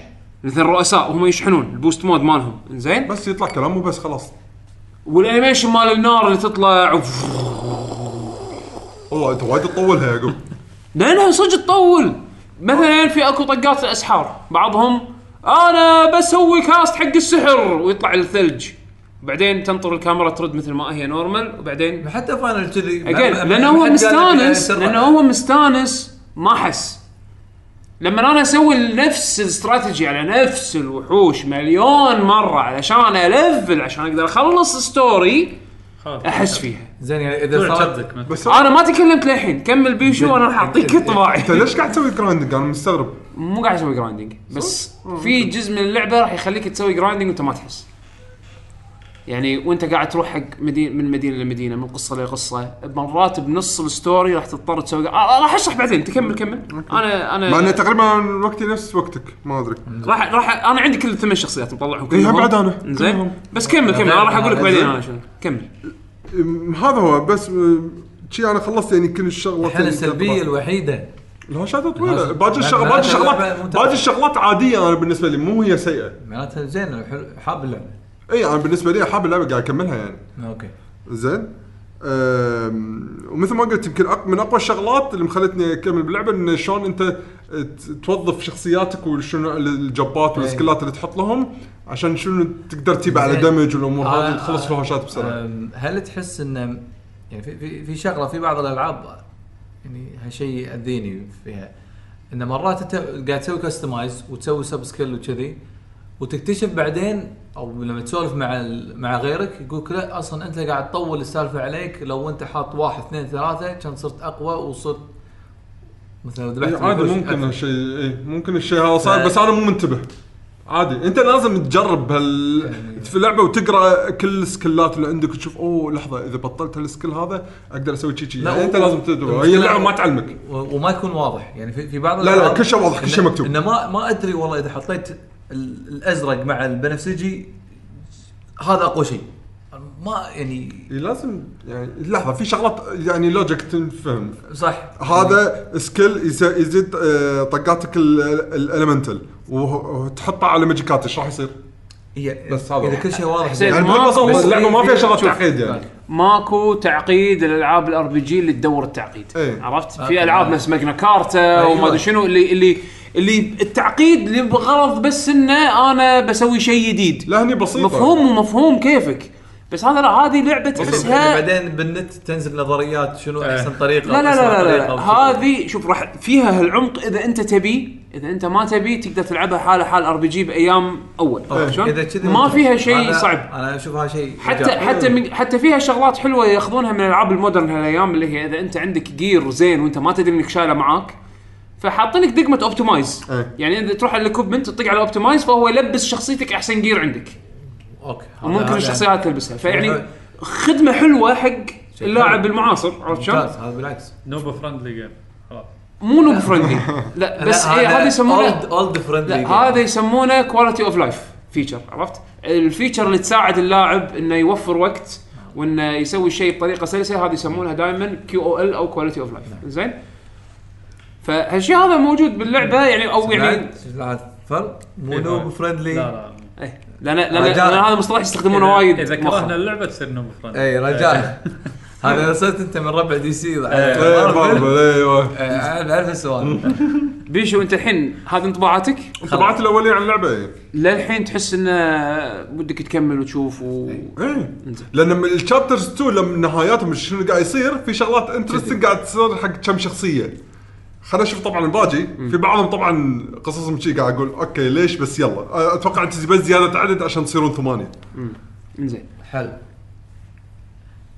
[SPEAKER 1] مثل الرؤساء وهم يشحنون البوست مود مالهم زين
[SPEAKER 2] بس يطلع كلام وبس خلاص
[SPEAKER 1] والانيميشن مال النار اللي تطلع وف-
[SPEAKER 2] والله انت وايد تطولها يا يعقوب
[SPEAKER 1] لانها صدق تطول مثلا في اكو طقات الاسحار بعضهم انا بسوي كاست حق السحر ويطلع الثلج بعدين تنطر الكاميرا ترد مثل ما هي نورمال وبعدين
[SPEAKER 4] حتى فاينل كذي
[SPEAKER 1] اجين لانه هو مستانس لانه هو مستانس ما حس لما انا اسوي نفس الاستراتيجي على نفس الوحوش مليون مره علشان الفل عشان اقدر اخلص ستوري
[SPEAKER 3] خلاص
[SPEAKER 1] احس فيها
[SPEAKER 4] زين يعني اذا
[SPEAKER 3] طلع
[SPEAKER 4] صارت
[SPEAKER 3] شدك مثل
[SPEAKER 2] بس
[SPEAKER 1] انا ما تكلمت للحين كمل بيشو انا راح اعطيك طباعي
[SPEAKER 2] انت ليش قاعد تسوي جراندنج انا مستغرب
[SPEAKER 1] مو قاعد اسوي جرايندنج بس في جزء من اللعبه راح يخليك تسوي جرايندنج وانت ما تحس يعني وانت قاعد تروح حق مدينه من مدينه لمدينه من قصه لقصه مرات بنص الستوري راح تضطر تسوي آه راح اشرح بعدين تكمل كمل انا
[SPEAKER 2] مع انه
[SPEAKER 1] انا
[SPEAKER 2] تقريبا وقتي نفس وقتك ما ادري
[SPEAKER 1] راح راح انا عندي كل الثمان شخصيات مطلعهم
[SPEAKER 2] إيه،
[SPEAKER 1] كلهم
[SPEAKER 2] بعد أنا.
[SPEAKER 1] زين
[SPEAKER 2] كلهم.
[SPEAKER 1] بس كمل كمل انا راح اقول لك بعدين انا شنو كمل
[SPEAKER 2] أم، هذا هو بس أم، شي انا خلصت يعني كل الشغلات
[SPEAKER 4] الحالة السلبية الوحيدة
[SPEAKER 2] الهوشات طويله
[SPEAKER 4] الهوش-
[SPEAKER 2] باقي الشغلات
[SPEAKER 4] معناتها
[SPEAKER 2] باقي الشغلات
[SPEAKER 4] اللعبة ممتعة.
[SPEAKER 2] باقي الشغلات عاديه انا بالنسبه لي مو هي سيئه
[SPEAKER 4] معناتها زين حلو- حاب اللعبة
[SPEAKER 2] اي انا بالنسبه لي حاب اللعبه قاعد اكملها يعني
[SPEAKER 4] اوكي
[SPEAKER 2] زين أم، ومثل ما قلت يمكن أق- من اقوى الشغلات اللي مخلتني اكمل باللعبه ان شلون انت ت- توظف شخصياتك وشنو الجبات
[SPEAKER 4] إيه.
[SPEAKER 2] والسكلات اللي تحط لهم عشان شنو تقدر تجيب على
[SPEAKER 4] زين.
[SPEAKER 2] دمج والامور
[SPEAKER 4] آه،
[SPEAKER 2] هذه تخلص
[SPEAKER 4] آه،
[SPEAKER 2] الهوشات بسرعه
[SPEAKER 4] أم، هل تحس ان يعني في في, في شغله في بعض الالعاب يعني هالشيء ياذيني فيها ان مرات انت قاعد تسوي كستمايز وتسوي سب سكيل وكذي وتكتشف بعدين او لما تسولف مع ال- مع غيرك يقولك لا اصلا انت قاعد تطول السالفه عليك لو انت حاط واحد اثنين ثلاثه كان صرت اقوى وصرت مثلا
[SPEAKER 2] إي،
[SPEAKER 4] ذبحت
[SPEAKER 2] إيه، عادي
[SPEAKER 4] الوحوش
[SPEAKER 2] ممكن
[SPEAKER 4] أكثر.
[SPEAKER 2] هالشيء اي ممكن الشيء هذا صار
[SPEAKER 4] ف-
[SPEAKER 2] بس انا مو منتبه عادي انت لازم تجرب هال
[SPEAKER 4] يعني
[SPEAKER 2] في اللعبه وتقرا كل السكلات اللي عندك وتشوف اوه لحظه اذا بطلت هالسكيل هذا اقدر اسوي شي شي
[SPEAKER 4] لا،
[SPEAKER 2] يعني انت
[SPEAKER 4] و-
[SPEAKER 2] لازم تدرب هي
[SPEAKER 4] المشكلة-
[SPEAKER 2] اللعبه ما تعلمك
[SPEAKER 4] و- وما يكون واضح يعني في, في بعض
[SPEAKER 2] لا،
[SPEAKER 4] الألعاب
[SPEAKER 2] كل شيء واضح، كل شيء
[SPEAKER 4] إن-
[SPEAKER 2] مكتوب.
[SPEAKER 4] انه ما ما ادري والله اذا حطيت ال- الازرق مع البنفسجي هذا اقوى شيء ما يعني
[SPEAKER 2] إي لازم يعني لحظه في شغلات يعني لوجيك تنفهم
[SPEAKER 4] صح
[SPEAKER 2] هذا سكيل يز- يزيد آه، طقاتك الالمنتال وتحطه على ماجيكات ايش راح يصير؟
[SPEAKER 4] هي
[SPEAKER 2] بس هذا
[SPEAKER 4] اذا
[SPEAKER 2] واحد.
[SPEAKER 4] كل شيء واضح
[SPEAKER 1] حسين.
[SPEAKER 4] زين.
[SPEAKER 2] يعني
[SPEAKER 1] ما-
[SPEAKER 2] بكل بساطة
[SPEAKER 1] بس-
[SPEAKER 2] اللعبه ما فيها شغلات
[SPEAKER 1] شوف.
[SPEAKER 2] تعقيد يعني
[SPEAKER 1] ماكو تعقيد الالعاب الار بي جي اللي تدور التعقيد
[SPEAKER 2] إيه.
[SPEAKER 1] عرفت في
[SPEAKER 4] أوكي.
[SPEAKER 1] العاب نفس ماجنا كارتا
[SPEAKER 4] أيوة.
[SPEAKER 1] وما ادري شنو اللي اللي اللي التعقيد اللي بغرض بس انه انا بسوي شيء جديد
[SPEAKER 2] لا هني بسيطه
[SPEAKER 1] مفهوم ومفهوم كيفك بس هذا لا هذه لعبه تحسها
[SPEAKER 4] بعدين بالنت تنزل نظريات شنو
[SPEAKER 3] إيه.
[SPEAKER 4] احسن طريقه
[SPEAKER 1] لا لا
[SPEAKER 4] وأسرع
[SPEAKER 1] لا لا,
[SPEAKER 4] طريقة
[SPEAKER 1] لا.
[SPEAKER 4] وشنو.
[SPEAKER 1] هذه شوف راح فيها هالعمق اذا انت تبي اذا انت ما تبي تقدر تلعبها حالها حال ار بي جي بايام اول
[SPEAKER 4] طبعاً.
[SPEAKER 2] إيه،
[SPEAKER 1] عرفت شلون؟
[SPEAKER 4] إذا كذي
[SPEAKER 1] ما
[SPEAKER 4] ممتاز.
[SPEAKER 1] فيها شيء
[SPEAKER 4] أنا-
[SPEAKER 1] صعب
[SPEAKER 4] انا اشوفها شيء
[SPEAKER 1] حتى
[SPEAKER 4] إيجابي.
[SPEAKER 1] حتى من حتى فيها شغلات حلوه ياخذونها من العاب المودرن هالايام اللي هي اذا انت عندك جير زين وانت ما تدري انك شايله معاك فحاطين لك دقمه اوبتمايز
[SPEAKER 2] إيه.
[SPEAKER 1] يعني اذا تروح على الاكوبمنت تطق على اوبتمايز فهو يلبس شخصيتك احسن جير عندك
[SPEAKER 4] اوكي
[SPEAKER 1] وممكن
[SPEAKER 4] هذا-
[SPEAKER 1] الشخصيات تلبسها فيعني
[SPEAKER 4] هذا-
[SPEAKER 1] خدمه حلوه حق اللاعب المعاصر عرفت شلون؟
[SPEAKER 4] ممتاز هذا بالعكس
[SPEAKER 3] نوب فرندلي جيم خلاص
[SPEAKER 1] مو نوب فرندلي لا بس هي هذا يسمونه
[SPEAKER 4] اولد فريندلي
[SPEAKER 1] لا هذا يسمونه كواليتي اوف لايف فيتشر عرفت؟ الفيتشر اللي تساعد اللاعب انه يوفر وقت وانه يسوي الشيء بطريقه سلسه هذه يسمونها دائما كيو او ال او كواليتي اوف لايف
[SPEAKER 3] نعم.
[SPEAKER 1] زين؟ فهالشيء هذا موجود باللعبه يعني او يعني
[SPEAKER 4] فرق مو
[SPEAKER 3] إيه.
[SPEAKER 4] نوب فريندلي
[SPEAKER 3] لا لا
[SPEAKER 1] إيه، لان لان
[SPEAKER 4] رجاء.
[SPEAKER 1] لأن هذا مصطلح يستخدمونه
[SPEAKER 3] إذا-
[SPEAKER 1] وايد
[SPEAKER 3] اذا
[SPEAKER 1] مؤخراً.
[SPEAKER 3] كرهنا اللعبه تصير نوب فرندلي
[SPEAKER 4] اي رجاء إيه، هذا لو صرت انت من ربع دي سي
[SPEAKER 3] إيه.
[SPEAKER 2] ايه
[SPEAKER 4] مارفل.
[SPEAKER 2] مارفل ايوه
[SPEAKER 4] إيه، اعرف أعرف السؤال
[SPEAKER 1] بيشو انت الحين هذه انطباعاتك
[SPEAKER 2] انطباعاتي الاوليه عن اللعبه ايه
[SPEAKER 1] للحين تحس انه بدك تكمل وتشوف و...
[SPEAKER 3] إيه.
[SPEAKER 2] ايه لان من الشابترز 2 لما نهاياتهم شنو قاعد يصير في شغلات انترستنج قاعد تصير حق كم شخصيه خلينا نشوف طبعا الباجي في بعضهم طبعا قصصهم شي قاعد اقول اوكي ليش بس يلا اتوقع انت بس زياده عدد عشان تصيرون ثمانيه
[SPEAKER 1] انزين
[SPEAKER 4] حلو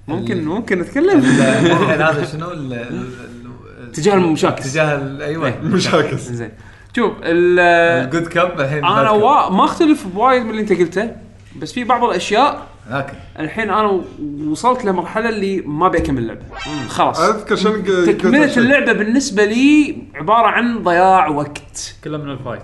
[SPEAKER 1] ممكن ممكن نتكلم
[SPEAKER 4] الحين هذا شنو ال- ال- ال-
[SPEAKER 1] اتجاه المشاكس
[SPEAKER 4] اتجاه ال-
[SPEAKER 3] إيه.
[SPEAKER 4] ايوه
[SPEAKER 2] مش عاكس
[SPEAKER 1] انزين شوف ال-
[SPEAKER 4] الجود كاب الحين
[SPEAKER 1] انا
[SPEAKER 4] باد كاب.
[SPEAKER 1] وا... ما اختلف بوايد من اللي انت قلته بس في بعض الاشياء
[SPEAKER 4] هاك
[SPEAKER 1] الحين انا و- وصلت لمرحله اللي ما بكمل اللعبه خلاص
[SPEAKER 2] اذكر شنو قلت-
[SPEAKER 1] تكمله
[SPEAKER 2] شيء.
[SPEAKER 1] اللعبه بالنسبه لي عباره عن ضياع وقت
[SPEAKER 3] كله من الفايت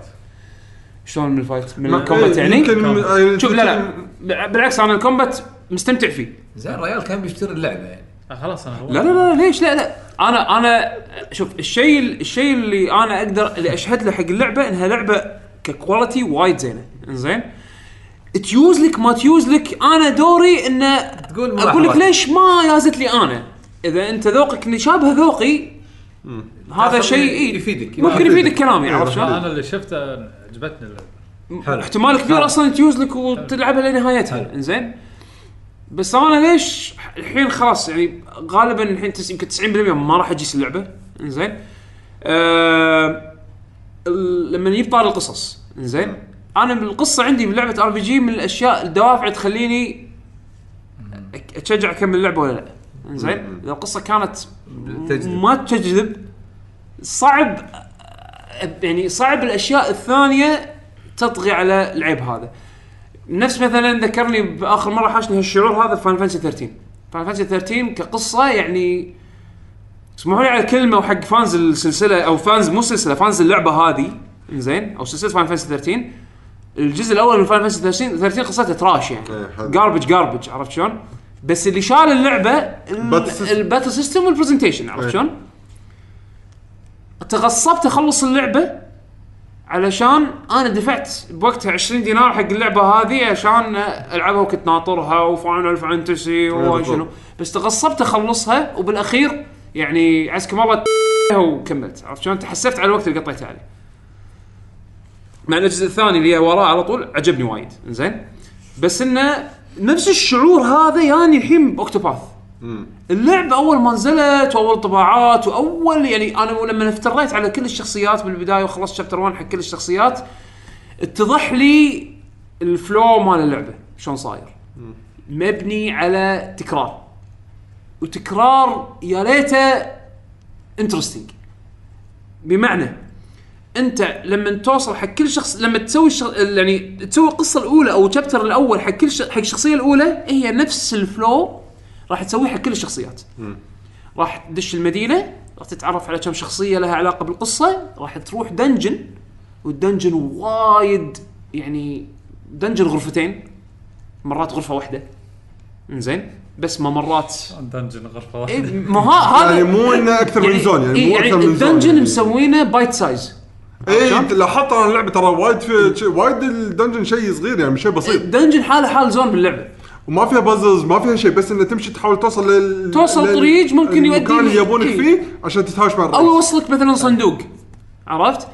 [SPEAKER 1] شلون من الفايت من
[SPEAKER 2] ما-
[SPEAKER 1] الكومبات
[SPEAKER 2] إيه،
[SPEAKER 1] يعني
[SPEAKER 2] يمكن- آه،
[SPEAKER 1] شوف لا لا
[SPEAKER 2] يمكن-
[SPEAKER 1] ب- بالعكس انا الكومبات مستمتع فيه
[SPEAKER 4] زين الرجال كان بيشتري اللعبه يعني
[SPEAKER 3] آه، خلاص انا
[SPEAKER 1] لا لا لا ليش لا لا انا انا شوف الشيء الشيء اللي انا اقدر اللي اشهد له حق اللعبه انها لعبه ككواليتي وايد زينه انزين تيوز لك ما تيوز لك انا دوري انه
[SPEAKER 4] تقول ملاحظات.
[SPEAKER 1] اقول لك ليش ما يازت لي انا اذا انت ذوقك اللي شابه ذوقي هذا
[SPEAKER 4] تاخذ
[SPEAKER 1] شيء
[SPEAKER 4] من-
[SPEAKER 1] إيه.
[SPEAKER 4] يفيدك.
[SPEAKER 1] ممكن
[SPEAKER 2] يفيدك.
[SPEAKER 1] يفيدك كلامي عرفت
[SPEAKER 3] لا،
[SPEAKER 1] شلون؟
[SPEAKER 3] انا اللي شفته عجبتني اللعبه
[SPEAKER 4] حلو
[SPEAKER 1] احتمال كبير اصلا تيوز لك وتلعبها لنهايتها انزين بس انا ليش الحين خلاص يعني غالبا الحين تس- يمكن 90% ما راح اجيس اللعبه انزين آه ال- لما يجي بطال القصص انزين انا من القصه عندي بلعبه ار بي جي من الاشياء الدوافع تخليني أك- اتشجع اكمل اللعبه ولا لا انزين اذا القصه كانت م-
[SPEAKER 4] تجذب.
[SPEAKER 1] ما تجذب صعب أ- يعني صعب الاشياء الثانيه تطغي على العيب هذا نفس مثلا ذكرني باخر مره حاشني هالشعور هذا فان فانسي 13 فان فانسي 13 كقصه يعني اسمحوا لي على كلمه وحق فانز السلسله او فانز مو سلسله فانز اللعبه هذه زين او سلسله فان فانسي 13 الجزء الاول من فان فانسي 13 13 قصته تراش يعني
[SPEAKER 2] إيه، حلو.
[SPEAKER 1] جاربج جاربج عرفت شلون؟ بس اللي شال اللعبه
[SPEAKER 2] الباتل
[SPEAKER 1] ال-
[SPEAKER 2] سيستم.
[SPEAKER 1] الباتل سيستم والبرزنتيشن عرفت
[SPEAKER 2] إيه.
[SPEAKER 1] شلون؟ تغصبت اخلص اللعبه علشان انا دفعت بوقتها 20 دينار حق اللعبه هذه عشان العبها وكنت ناطرها وفاينل فانتسي
[SPEAKER 2] إيه، بالضبط.
[SPEAKER 1] وشنو بس تغصبت اخلصها وبالاخير يعني عسكم الله وكملت عرفت شلون تحسفت على الوقت اللي قطيته عليه مع ان الجزء الثاني اللي وراه على طول عجبني وايد زين بس انه نفس الشعور هذا ياني الحين باوكتوباث اللعبه اول ما نزلت واول طباعات واول يعني انا لما افتريت على كل الشخصيات بالبدايه وخلصت شابتر 1 حق كل الشخصيات اتضح لي الفلو مال اللعبه شلون صاير مبني على تكرار وتكرار يا ليته انترستنج بمعنى انت لما توصل حق كل شخص لما تسوي الشخ... يعني تسوي القصه الاولى او الشابتر الاول حق كل ش... حق الشخصيه الاولى هي نفس الفلو راح تسويه حق كل الشخصيات. راح تدش المدينه راح تتعرف على كم شخصيه لها علاقه بالقصه راح تروح دنجن والدنجن وايد يعني دنجن غرفتين مرات غرفه واحده زين بس ممرات
[SPEAKER 3] دنجن غرفه
[SPEAKER 1] إيه،
[SPEAKER 3] واحده
[SPEAKER 1] ما ها- هذا
[SPEAKER 2] يعني مو انه اكثر من زون يعني
[SPEAKER 1] إيه،
[SPEAKER 2] مو
[SPEAKER 1] يعني
[SPEAKER 2] اكثر من زون
[SPEAKER 1] الدنجن مسوينه بايت سايز
[SPEAKER 2] اي لاحظت انا اللعبه ترى وايد في شي- وايد الدنجن شيء صغير يعني شيء بسيط
[SPEAKER 1] دنجن حاله حال زون باللعبه
[SPEAKER 2] وما فيها بازلز ما فيها شيء بس انه تمشي تحاول توصل لل
[SPEAKER 1] توصل
[SPEAKER 2] لل-
[SPEAKER 1] طريق ممكن يودي
[SPEAKER 2] المكان اللي
[SPEAKER 1] لك-
[SPEAKER 2] يبونك
[SPEAKER 1] إيه.
[SPEAKER 2] فيه عشان تتهاوش مع
[SPEAKER 1] او
[SPEAKER 2] الرئيس
[SPEAKER 1] يوصلك مثلا صندوق عرفت؟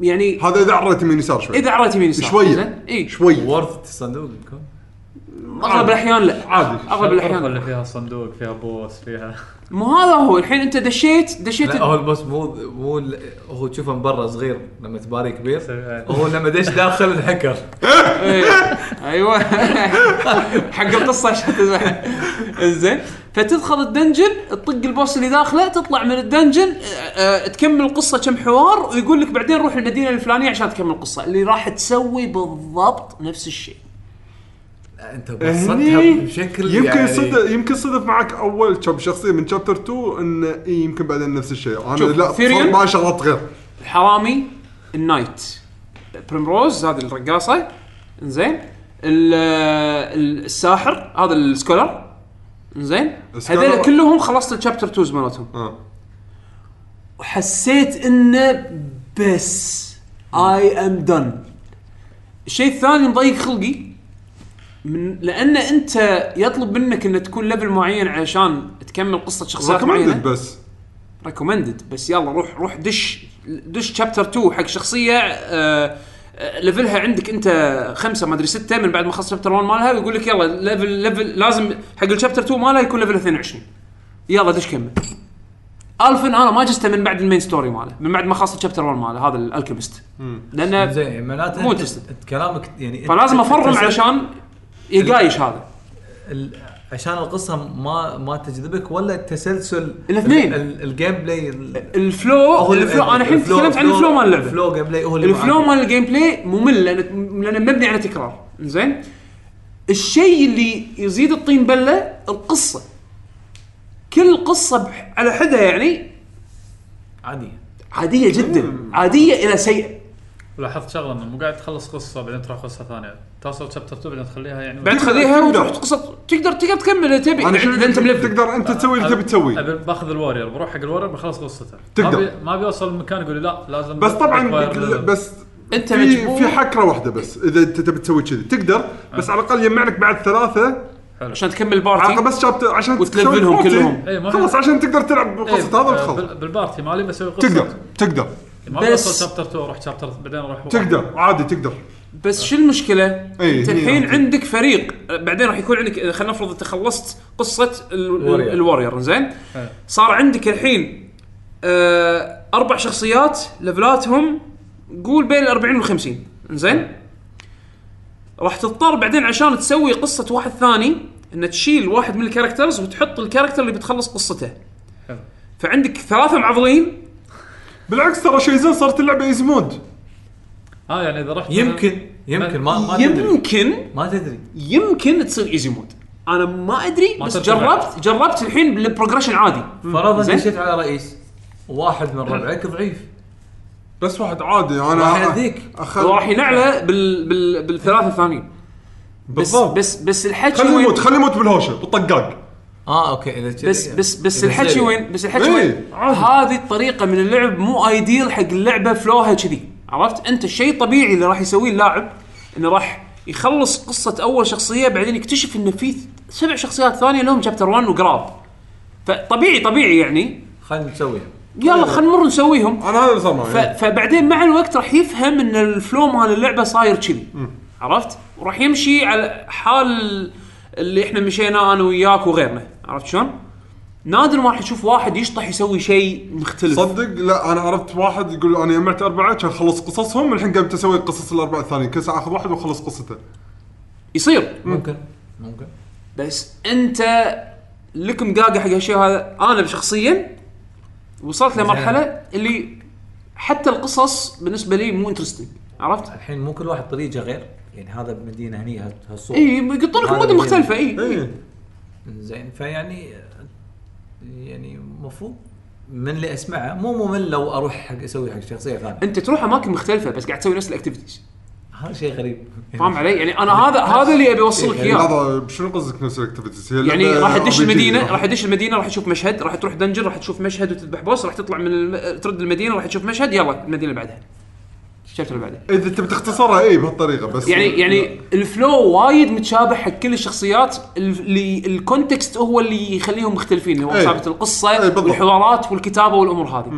[SPEAKER 1] يعني
[SPEAKER 2] هذا اذا عريت يمين يسار شوي
[SPEAKER 1] اذا عرفت يمين يسار إيه.
[SPEAKER 2] شوية.
[SPEAKER 1] اي
[SPEAKER 2] شوي
[SPEAKER 4] وورث الصندوق يكون
[SPEAKER 1] اغلب الاحيان لا
[SPEAKER 2] عادي
[SPEAKER 1] اغلب
[SPEAKER 3] الغرفه
[SPEAKER 1] الاحيان
[SPEAKER 3] اللي فيها صندوق فيها بوس فيها
[SPEAKER 1] مو هذا هو الحين انت دشيت دشيت
[SPEAKER 4] لا هو البوس مو مو ال- هو تشوفه من برا صغير لما تباري كبير
[SPEAKER 3] سوي-
[SPEAKER 4] هو لما دش داخل انحكر
[SPEAKER 1] إيه. ايوه حق القصه عشان تزعل. زين فتدخل الدنجن تطق البوس اللي داخله تطلع من الدنجن آه، آه، تكمل القصه كم حوار ويقول لك بعدين روح المدينه الفلانيه عشان تكمل القصه اللي راح تسوي بالضبط نفس الشيء
[SPEAKER 4] انت
[SPEAKER 1] إيه.
[SPEAKER 2] هني
[SPEAKER 4] بسطتها بشكل
[SPEAKER 2] يمكن
[SPEAKER 4] يعني-
[SPEAKER 2] صدق يمكن صدف معك اول شاب شخصيه من شابتر 2 انه إيه يمكن بعدين نفس الشيء انا
[SPEAKER 1] شوف،
[SPEAKER 2] لا
[SPEAKER 1] Tyrion-
[SPEAKER 2] صار معي شغلات غير
[SPEAKER 1] الحرامي النايت بريمروز هذه الرقاصه زين آه، الساحر هذا السكولر زين
[SPEAKER 2] السكولر-
[SPEAKER 1] هذول كلهم خلصت الشابتر 2 مالتهم
[SPEAKER 2] آه.
[SPEAKER 1] وحسيت انه بس اي ام دن الشيء الثاني مضيق خلقي من لان انت يطلب منك ان تكون ليفل معين عشان تكمل قصه شخصيات معينه
[SPEAKER 2] ريكومندد بس
[SPEAKER 1] ريكومندد بس يلا روح روح دش دش شابتر 2 حق شخصيه آه آه، ليفلها عندك انت خمسه ما ادري سته من بعد ما خلصت شابتر 1 مالها ويقول لك يلا ليفل ليفل لازم حق الشابتر 2 مالها يكون ليفل 22 يلا دش كمل الفن انا ما جسته من بعد المين ستوري ماله من بعد ما خلصت شابتر 1 ماله هذا الالكيمست لانه
[SPEAKER 4] زين يعني معناته
[SPEAKER 1] مو
[SPEAKER 4] أنت-
[SPEAKER 1] تسلم.
[SPEAKER 4] أنت كلامك يعني أنت-
[SPEAKER 1] فلازم افرم
[SPEAKER 4] أنت-
[SPEAKER 1] علشان يقايش هذا
[SPEAKER 4] ال- عشان القصه ما ما تجذبك ولا التسلسل
[SPEAKER 1] الاثنين.
[SPEAKER 4] ال- ال- الجيم بلاي ال-
[SPEAKER 1] الفلو
[SPEAKER 4] هو ال-
[SPEAKER 1] الفلو انا الحين
[SPEAKER 4] الفلو-
[SPEAKER 1] تكلمت عن الفلو مال اللعبه
[SPEAKER 4] الفلو جيم بلاي هو اللي
[SPEAKER 1] الفلو
[SPEAKER 4] معاك.
[SPEAKER 1] مال الجيم بلاي ممل لان لأن مبني على تكرار زين الشيء اللي يزيد الطين بله القصه كل قصه بح- على حدها يعني
[SPEAKER 4] عادي
[SPEAKER 1] عاديه جدا عاديه الى سيئه
[SPEAKER 3] لاحظت شغله انه مو قاعد تخلص قصه بعدين تروح قصه ثانيه توصل شابتر 2 بعدين تخليها يعني
[SPEAKER 1] بعد
[SPEAKER 2] تقدر-
[SPEAKER 1] تخليها
[SPEAKER 2] تقدر.
[SPEAKER 1] وتروح قصه تقدر تقدر تكمل إذا تبي
[SPEAKER 2] انا
[SPEAKER 1] اذا انت ملفل
[SPEAKER 2] تقدر انت تسوي اللي تبي تسوي
[SPEAKER 3] ابي باخذ الورير بروح حق الورير بخلص قصته
[SPEAKER 2] تقدر.
[SPEAKER 3] ما, بي... ما بيوصل المكان يقول لي لا لازم
[SPEAKER 2] بس طبعا
[SPEAKER 3] أكبر
[SPEAKER 2] بك-
[SPEAKER 3] لل-
[SPEAKER 2] بس
[SPEAKER 1] أنت مجبور.
[SPEAKER 2] في, في حكره واحده بس اذا انت تبي تسوي كذي تقدر بس على الاقل يجمع لك بعد ثلاثه
[SPEAKER 3] حلو
[SPEAKER 1] عشان تكمل
[SPEAKER 2] على
[SPEAKER 1] البارتي
[SPEAKER 2] الأقل بس شابتر عشان
[SPEAKER 1] وتلفلهم
[SPEAKER 2] تسوي party.
[SPEAKER 1] كلهم.
[SPEAKER 3] إيه، ما في-
[SPEAKER 2] خلاص عشان تقدر تلعب بالقصه هذا
[SPEAKER 3] آه،
[SPEAKER 2] وتخلص
[SPEAKER 3] بال- بالبارتي مالي بسوي قصه
[SPEAKER 2] تقدر تقدر
[SPEAKER 3] ما
[SPEAKER 1] بس-
[SPEAKER 3] بوصل شابتر 2 اروح شابتر بعدين اروح
[SPEAKER 2] تقدر عادي تقدر
[SPEAKER 1] بس شو المشكله؟
[SPEAKER 2] إيه،
[SPEAKER 1] انت
[SPEAKER 2] هي
[SPEAKER 1] الحين
[SPEAKER 2] هي.
[SPEAKER 1] عندك فريق آه، بعدين راح يكون عندك آه، خلينا نفرض انت خلصت قصه ال- ال-
[SPEAKER 4] Warrior.
[SPEAKER 1] الوريور زين
[SPEAKER 3] إيه.
[SPEAKER 1] صار عندك الحين آه، اربع شخصيات ليفلاتهم قول بين ال 40 وال 50 زين راح تضطر بعدين عشان تسوي قصه واحد ثاني ان تشيل واحد من الكاركترز وتحط الكاركتر اللي بتخلص قصته
[SPEAKER 3] حلو.
[SPEAKER 1] فعندك ثلاثه معضلين
[SPEAKER 2] بالعكس ترى شيء زين صارت اللعبه ايزي مود
[SPEAKER 3] اه يعني اذا رحت
[SPEAKER 4] يمكن يمكن ما ما تدري
[SPEAKER 1] يمكن
[SPEAKER 4] ما تدري
[SPEAKER 1] يمكن تصير ايزي مود انا ما ادري
[SPEAKER 3] ما
[SPEAKER 1] بس
[SPEAKER 3] ترتفع.
[SPEAKER 1] جربت جربت الحين بالبروجريشن عادي
[SPEAKER 4] فرضا
[SPEAKER 1] زين. أه.
[SPEAKER 4] دشيت على رئيس واحد من ربعك ضعيف
[SPEAKER 2] بس واحد عادي انا
[SPEAKER 4] راح يأذيك.
[SPEAKER 2] أخل...
[SPEAKER 1] راح ينعله بال بال بالثلاثه الثانيين بس بس بس الحكي
[SPEAKER 2] خليه
[SPEAKER 1] وين
[SPEAKER 2] يموت خليه يموت بالهوشه بالطقاق
[SPEAKER 4] اه اوكي اذا كذي
[SPEAKER 1] بس
[SPEAKER 4] يعني.
[SPEAKER 1] بس بس
[SPEAKER 4] إذا
[SPEAKER 1] الحكي
[SPEAKER 4] كذي. يعني.
[SPEAKER 1] وين بس الحكي
[SPEAKER 2] إيه،
[SPEAKER 1] وين
[SPEAKER 2] عادي.
[SPEAKER 1] هذه الطريقه من اللعب مو ايديل حق اللعبه فلوها كذي عرفت انت الشيء الطبيعي اللي راح يسويه اللاعب انه راح يخلص قصه اول شخصيه بعدين يكتشف انه في سبع شخصيات ثانيه لهم شابتر 1 وقراب فطبيعي طبيعي يعني
[SPEAKER 4] خلينا نسويها
[SPEAKER 2] إيه.
[SPEAKER 1] يلا خلينا نمر نسويهم
[SPEAKER 2] انا هذا اللي صار معي
[SPEAKER 1] ف... فبعدين مع الوقت راح يفهم ان الفلو مال اللعبه صاير كذي عرفت؟ وراح يمشي على حال اللي احنا مشينا انا وياك وغيرنا عرفت شلون؟ نادر ما راح تشوف واحد يشطح يسوي شيء مختلف
[SPEAKER 2] صدق لا انا عرفت واحد يقول انا جمعت اربعه كان خلص قصصهم الحين قمت اسوي قصص الاربعه الثانيين كل ساعه اخذ واحد واخلص قصته
[SPEAKER 1] يصير
[SPEAKER 4] ممكن ممكن
[SPEAKER 1] بس انت لك مقاقة حق هالشيء هذا انا شخصيا وصلت لمرحله اللي حتى القصص بالنسبه لي مو انترستنج عرفت؟
[SPEAKER 4] الحين مو كل واحد طريقه غير يعني هذا بمدينه هني هال- هالصوره
[SPEAKER 1] اي يقطون لك
[SPEAKER 4] هذا
[SPEAKER 1] مود
[SPEAKER 4] اللي-
[SPEAKER 1] مختلفه اي
[SPEAKER 2] ايه
[SPEAKER 4] زين فيعني يعني المفروض من اللي اسمعه مو ممل لو اروح حق اسوي حق شخصيه ثانيه
[SPEAKER 1] انت تروح اماكن مختلفه بس قاعد تسوي نفس الاكتيفيتيز
[SPEAKER 4] هذا شيء غريب
[SPEAKER 1] فاهم علي؟ يعني انا هذا هذا اللي ابي اوصلك
[SPEAKER 2] يعني
[SPEAKER 1] اياه
[SPEAKER 2] لحظه شنو قصدك نفس الاكتيفيتيز هي
[SPEAKER 1] يعني
[SPEAKER 2] لعبة
[SPEAKER 1] راح تدش
[SPEAKER 2] RPG.
[SPEAKER 1] المدينه راح تدش المدينه راح تشوف مشهد راح تروح دنجر راح تشوف مشهد وتذبح بوس راح تطلع من الم... ترد المدينه راح تشوف مشهد يلا المدينه اللي بعدها الشابتر اللي بعدها
[SPEAKER 2] اذا تبي تختصرها اي بهالطريقه بس
[SPEAKER 1] يعني يعني الفلو وايد متشابه حق كل الشخصيات ال- اللي الكونتكست هو اللي يخليهم مختلفين هو
[SPEAKER 2] إيه.
[SPEAKER 1] ثابت القصه
[SPEAKER 2] إيه، بالضبط.
[SPEAKER 1] والحوارات والكتابه والامور هذه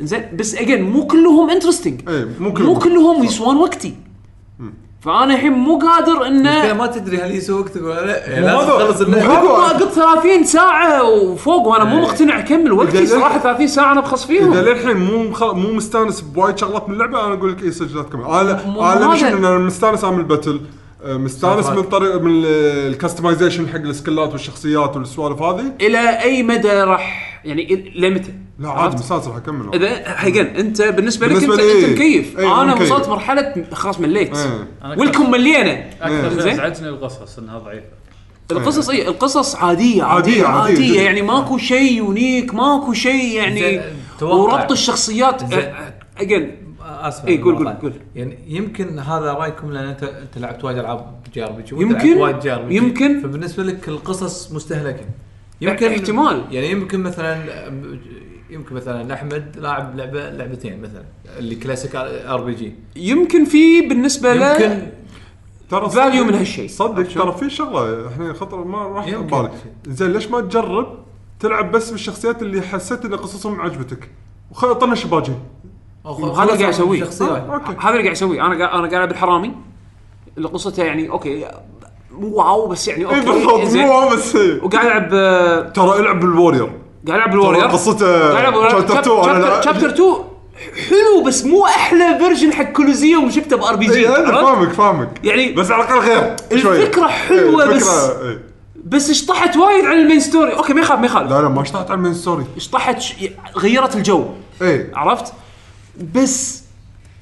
[SPEAKER 1] زين بس اجين مو كلهم انترستنج
[SPEAKER 2] إيه، مو كلهم.
[SPEAKER 1] مو كلهم يسوون وقتي فانا الحين مو قادر
[SPEAKER 4] المشكلة
[SPEAKER 1] انه
[SPEAKER 4] يعني ما تدري هل يسوى وقتك ولا لا يعني
[SPEAKER 2] مو
[SPEAKER 4] لازم
[SPEAKER 2] هذا-
[SPEAKER 4] تخلص
[SPEAKER 2] مو
[SPEAKER 4] اللعبه
[SPEAKER 2] هذا.
[SPEAKER 1] ما قلت 30 ساعه وفوق وانا مو مقتنع اكمل وقتي
[SPEAKER 2] إيه. إذا-
[SPEAKER 1] صراحه 30 ساعه انا بخص
[SPEAKER 2] اذا
[SPEAKER 1] فيهم
[SPEAKER 2] للحين مو مخ... مو مستانس بوايد شغلات من اللعبه انا اقول لك إيه، اي سجلات كمان انا
[SPEAKER 1] مو
[SPEAKER 2] انا
[SPEAKER 1] هذا.
[SPEAKER 2] ليش إن انا مستانس اعمل باتل آه، مستانس
[SPEAKER 4] صح.
[SPEAKER 2] من طريق من الكستمايزيشن حق السكلات والشخصيات والسوالف هذه
[SPEAKER 1] الى اي مدى راح يعني إل- لمتى؟
[SPEAKER 2] لا
[SPEAKER 1] عرفت؟
[SPEAKER 2] عادي مستانس راح اكمل
[SPEAKER 1] اذا حقا انت بالنسبه لك
[SPEAKER 2] بالنسبة
[SPEAKER 1] انت,
[SPEAKER 2] لي
[SPEAKER 1] انت مكيف
[SPEAKER 2] إيه،
[SPEAKER 1] انا
[SPEAKER 2] مكيف.
[SPEAKER 1] وصلت مرحله خلاص مليت
[SPEAKER 2] إيه.
[SPEAKER 3] أنا
[SPEAKER 1] ولكم ملينا
[SPEAKER 3] اكثر
[SPEAKER 1] زين.
[SPEAKER 3] شيء ازعجني القصص انها ضعيفه
[SPEAKER 1] القصص اي القصص عاديه عاديه عاديه,
[SPEAKER 2] عادية، عادية جداً.
[SPEAKER 1] يعني ماكو شيء يونيك ماكو شيء يعني
[SPEAKER 4] زين، أتوقع.
[SPEAKER 1] وربط الشخصيات
[SPEAKER 4] زين.
[SPEAKER 1] اجين
[SPEAKER 4] اسمع
[SPEAKER 1] إيه، قول-
[SPEAKER 4] المقاطع.
[SPEAKER 1] قول- قول.
[SPEAKER 4] يعني يمكن هذا رايكم لان انت انت لعبت وايد العاب جي ار بي جي
[SPEAKER 1] يمكن.
[SPEAKER 4] وايد جي ار بي جي
[SPEAKER 1] يمكن.
[SPEAKER 4] فبالنسبه لك القصص مستهلكه
[SPEAKER 1] لا، احتمال.
[SPEAKER 4] يعني يمكن مثلا يمكن مثلا احمد لاعب لعبه لعبتين مثلا اللي كلاسيك ار بي جي
[SPEAKER 1] يمكن في بالنسبه له
[SPEAKER 4] يمكن
[SPEAKER 2] ترى
[SPEAKER 1] فاليو من هالشيء
[SPEAKER 2] صدق ترى في شغله احنا خطر ما راح
[SPEAKER 4] يمكن.
[SPEAKER 2] بالي زين ليش ما تجرب تلعب بس بالشخصيات اللي حسيت ان قصصهم عجبتك وخ- طنش باجي
[SPEAKER 1] هذا اللي قاعد أسويه. آه.
[SPEAKER 4] شخصية.
[SPEAKER 2] اوكي
[SPEAKER 1] هذا اللي قاعد اسويه انا قاعد انا قاعد العب الحرامي اللي قصته يعني اوكي مو واو بس يعني
[SPEAKER 2] اي
[SPEAKER 1] اوكي
[SPEAKER 2] إيه، بالضبط
[SPEAKER 1] زين.
[SPEAKER 2] مو بس إيه.
[SPEAKER 1] وقاعد العب آه،
[SPEAKER 2] ترى العب بالوريور
[SPEAKER 1] قاعد العب
[SPEAKER 2] ترى
[SPEAKER 1] الورير
[SPEAKER 2] قصته
[SPEAKER 1] قاعد العب الورير
[SPEAKER 2] شابتر 2 انا
[SPEAKER 1] شابتر 2 حلو بس مو احلى فيرجن حق كولوزيوم شفته بار بي
[SPEAKER 2] اي
[SPEAKER 1] جي
[SPEAKER 2] انا إيه، فاهمك فاهمك
[SPEAKER 1] يعني
[SPEAKER 2] بس على الاقل غير شوية.
[SPEAKER 1] الفكرة حلوة
[SPEAKER 2] إيه،
[SPEAKER 1] بس-
[SPEAKER 2] الفكرة، إيه.
[SPEAKER 1] بس اشطحت وايد عن المين ستوري اوكي ما يخاف ما يخالف
[SPEAKER 2] لا لا ما اشتغلت على المين إيه. ستوري
[SPEAKER 1] اشطحت ش- غيرت الجو
[SPEAKER 2] اي
[SPEAKER 1] عرفت بس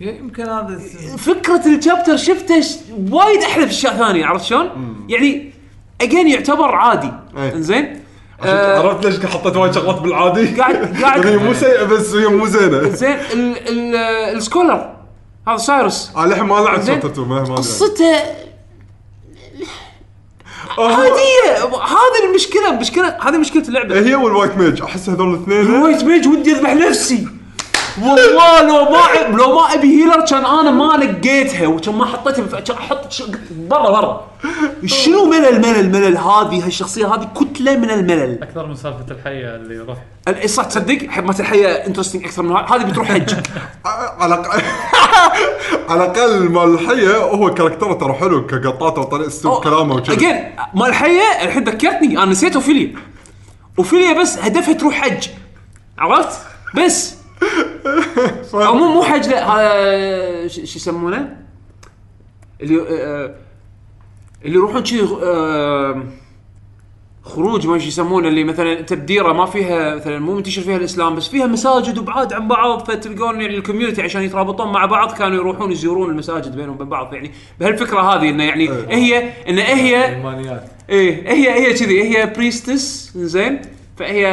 [SPEAKER 4] يمكن هذا
[SPEAKER 1] فكره الشابتر شفته ش- وايد احلى في اشياء ثانيه عرفت شلون؟ يعني اجين يعتبر عادي
[SPEAKER 2] إيه.
[SPEAKER 1] انزين آه،
[SPEAKER 2] عرفت ليش حطيت وايد شغلات بالعادي
[SPEAKER 1] قاعد- قاعد-
[SPEAKER 2] يعني هي مو سيئه بس هي مو زينه
[SPEAKER 1] زين ال- ال- السكولر هذا سايروس
[SPEAKER 2] انا آه، للحين ما لعبت
[SPEAKER 1] زين.
[SPEAKER 2] شابتر 2 ما ما أدري.
[SPEAKER 1] قصته
[SPEAKER 2] آه،
[SPEAKER 1] عاديه هذه المشكله مشكله هذه مشكله اللعبه
[SPEAKER 2] إيه، هي والوايت ميج احس هذول الاثنين
[SPEAKER 1] الوايت ميج ودي اذبح نفسي والله لو ما أب- لو ما ابي هيلر كان انا ما نقيتها وكان ما حطيتها بف... كان احط ش- برا برا شنو ملل ملل ملل هذه هالشخصيه هذه كتله من الملل
[SPEAKER 3] اكثر من سالفه الحيه اللي راح
[SPEAKER 1] ال- إيه، صح تصدق حق مالت الحيه انترستنج اكثر من ه- هذه بتروح حج
[SPEAKER 2] آه، على الأقل- على الاقل مال الحيه هو كاركتره ترى حلو كقطاته وطريقه اسلوب كلامه وكذا
[SPEAKER 1] اجين مال الحيه الحين ذكرتني انا نسيت اوفيليا اوفيليا بس هدفها تروح حج عرفت بس او مو مو حج لا هذا ش- شو يسمونه؟ اللي آه، اللي يروحون شي آه، خروج ما شو يسمونه اللي مثلا تبديره ما فيها مثلا مو منتشر فيها الاسلام بس فيها مساجد وبعاد عن بعض فتلقون يعني الكوميونتي عشان يترابطون مع بعض كانوا يروحون يزورون المساجد بينهم وبين بعض يعني بهالفكره هذه انه يعني
[SPEAKER 2] إيه.
[SPEAKER 1] هي انه هي
[SPEAKER 4] ايمانيات
[SPEAKER 1] ايه هي هي كذي هي بريستس زين فهي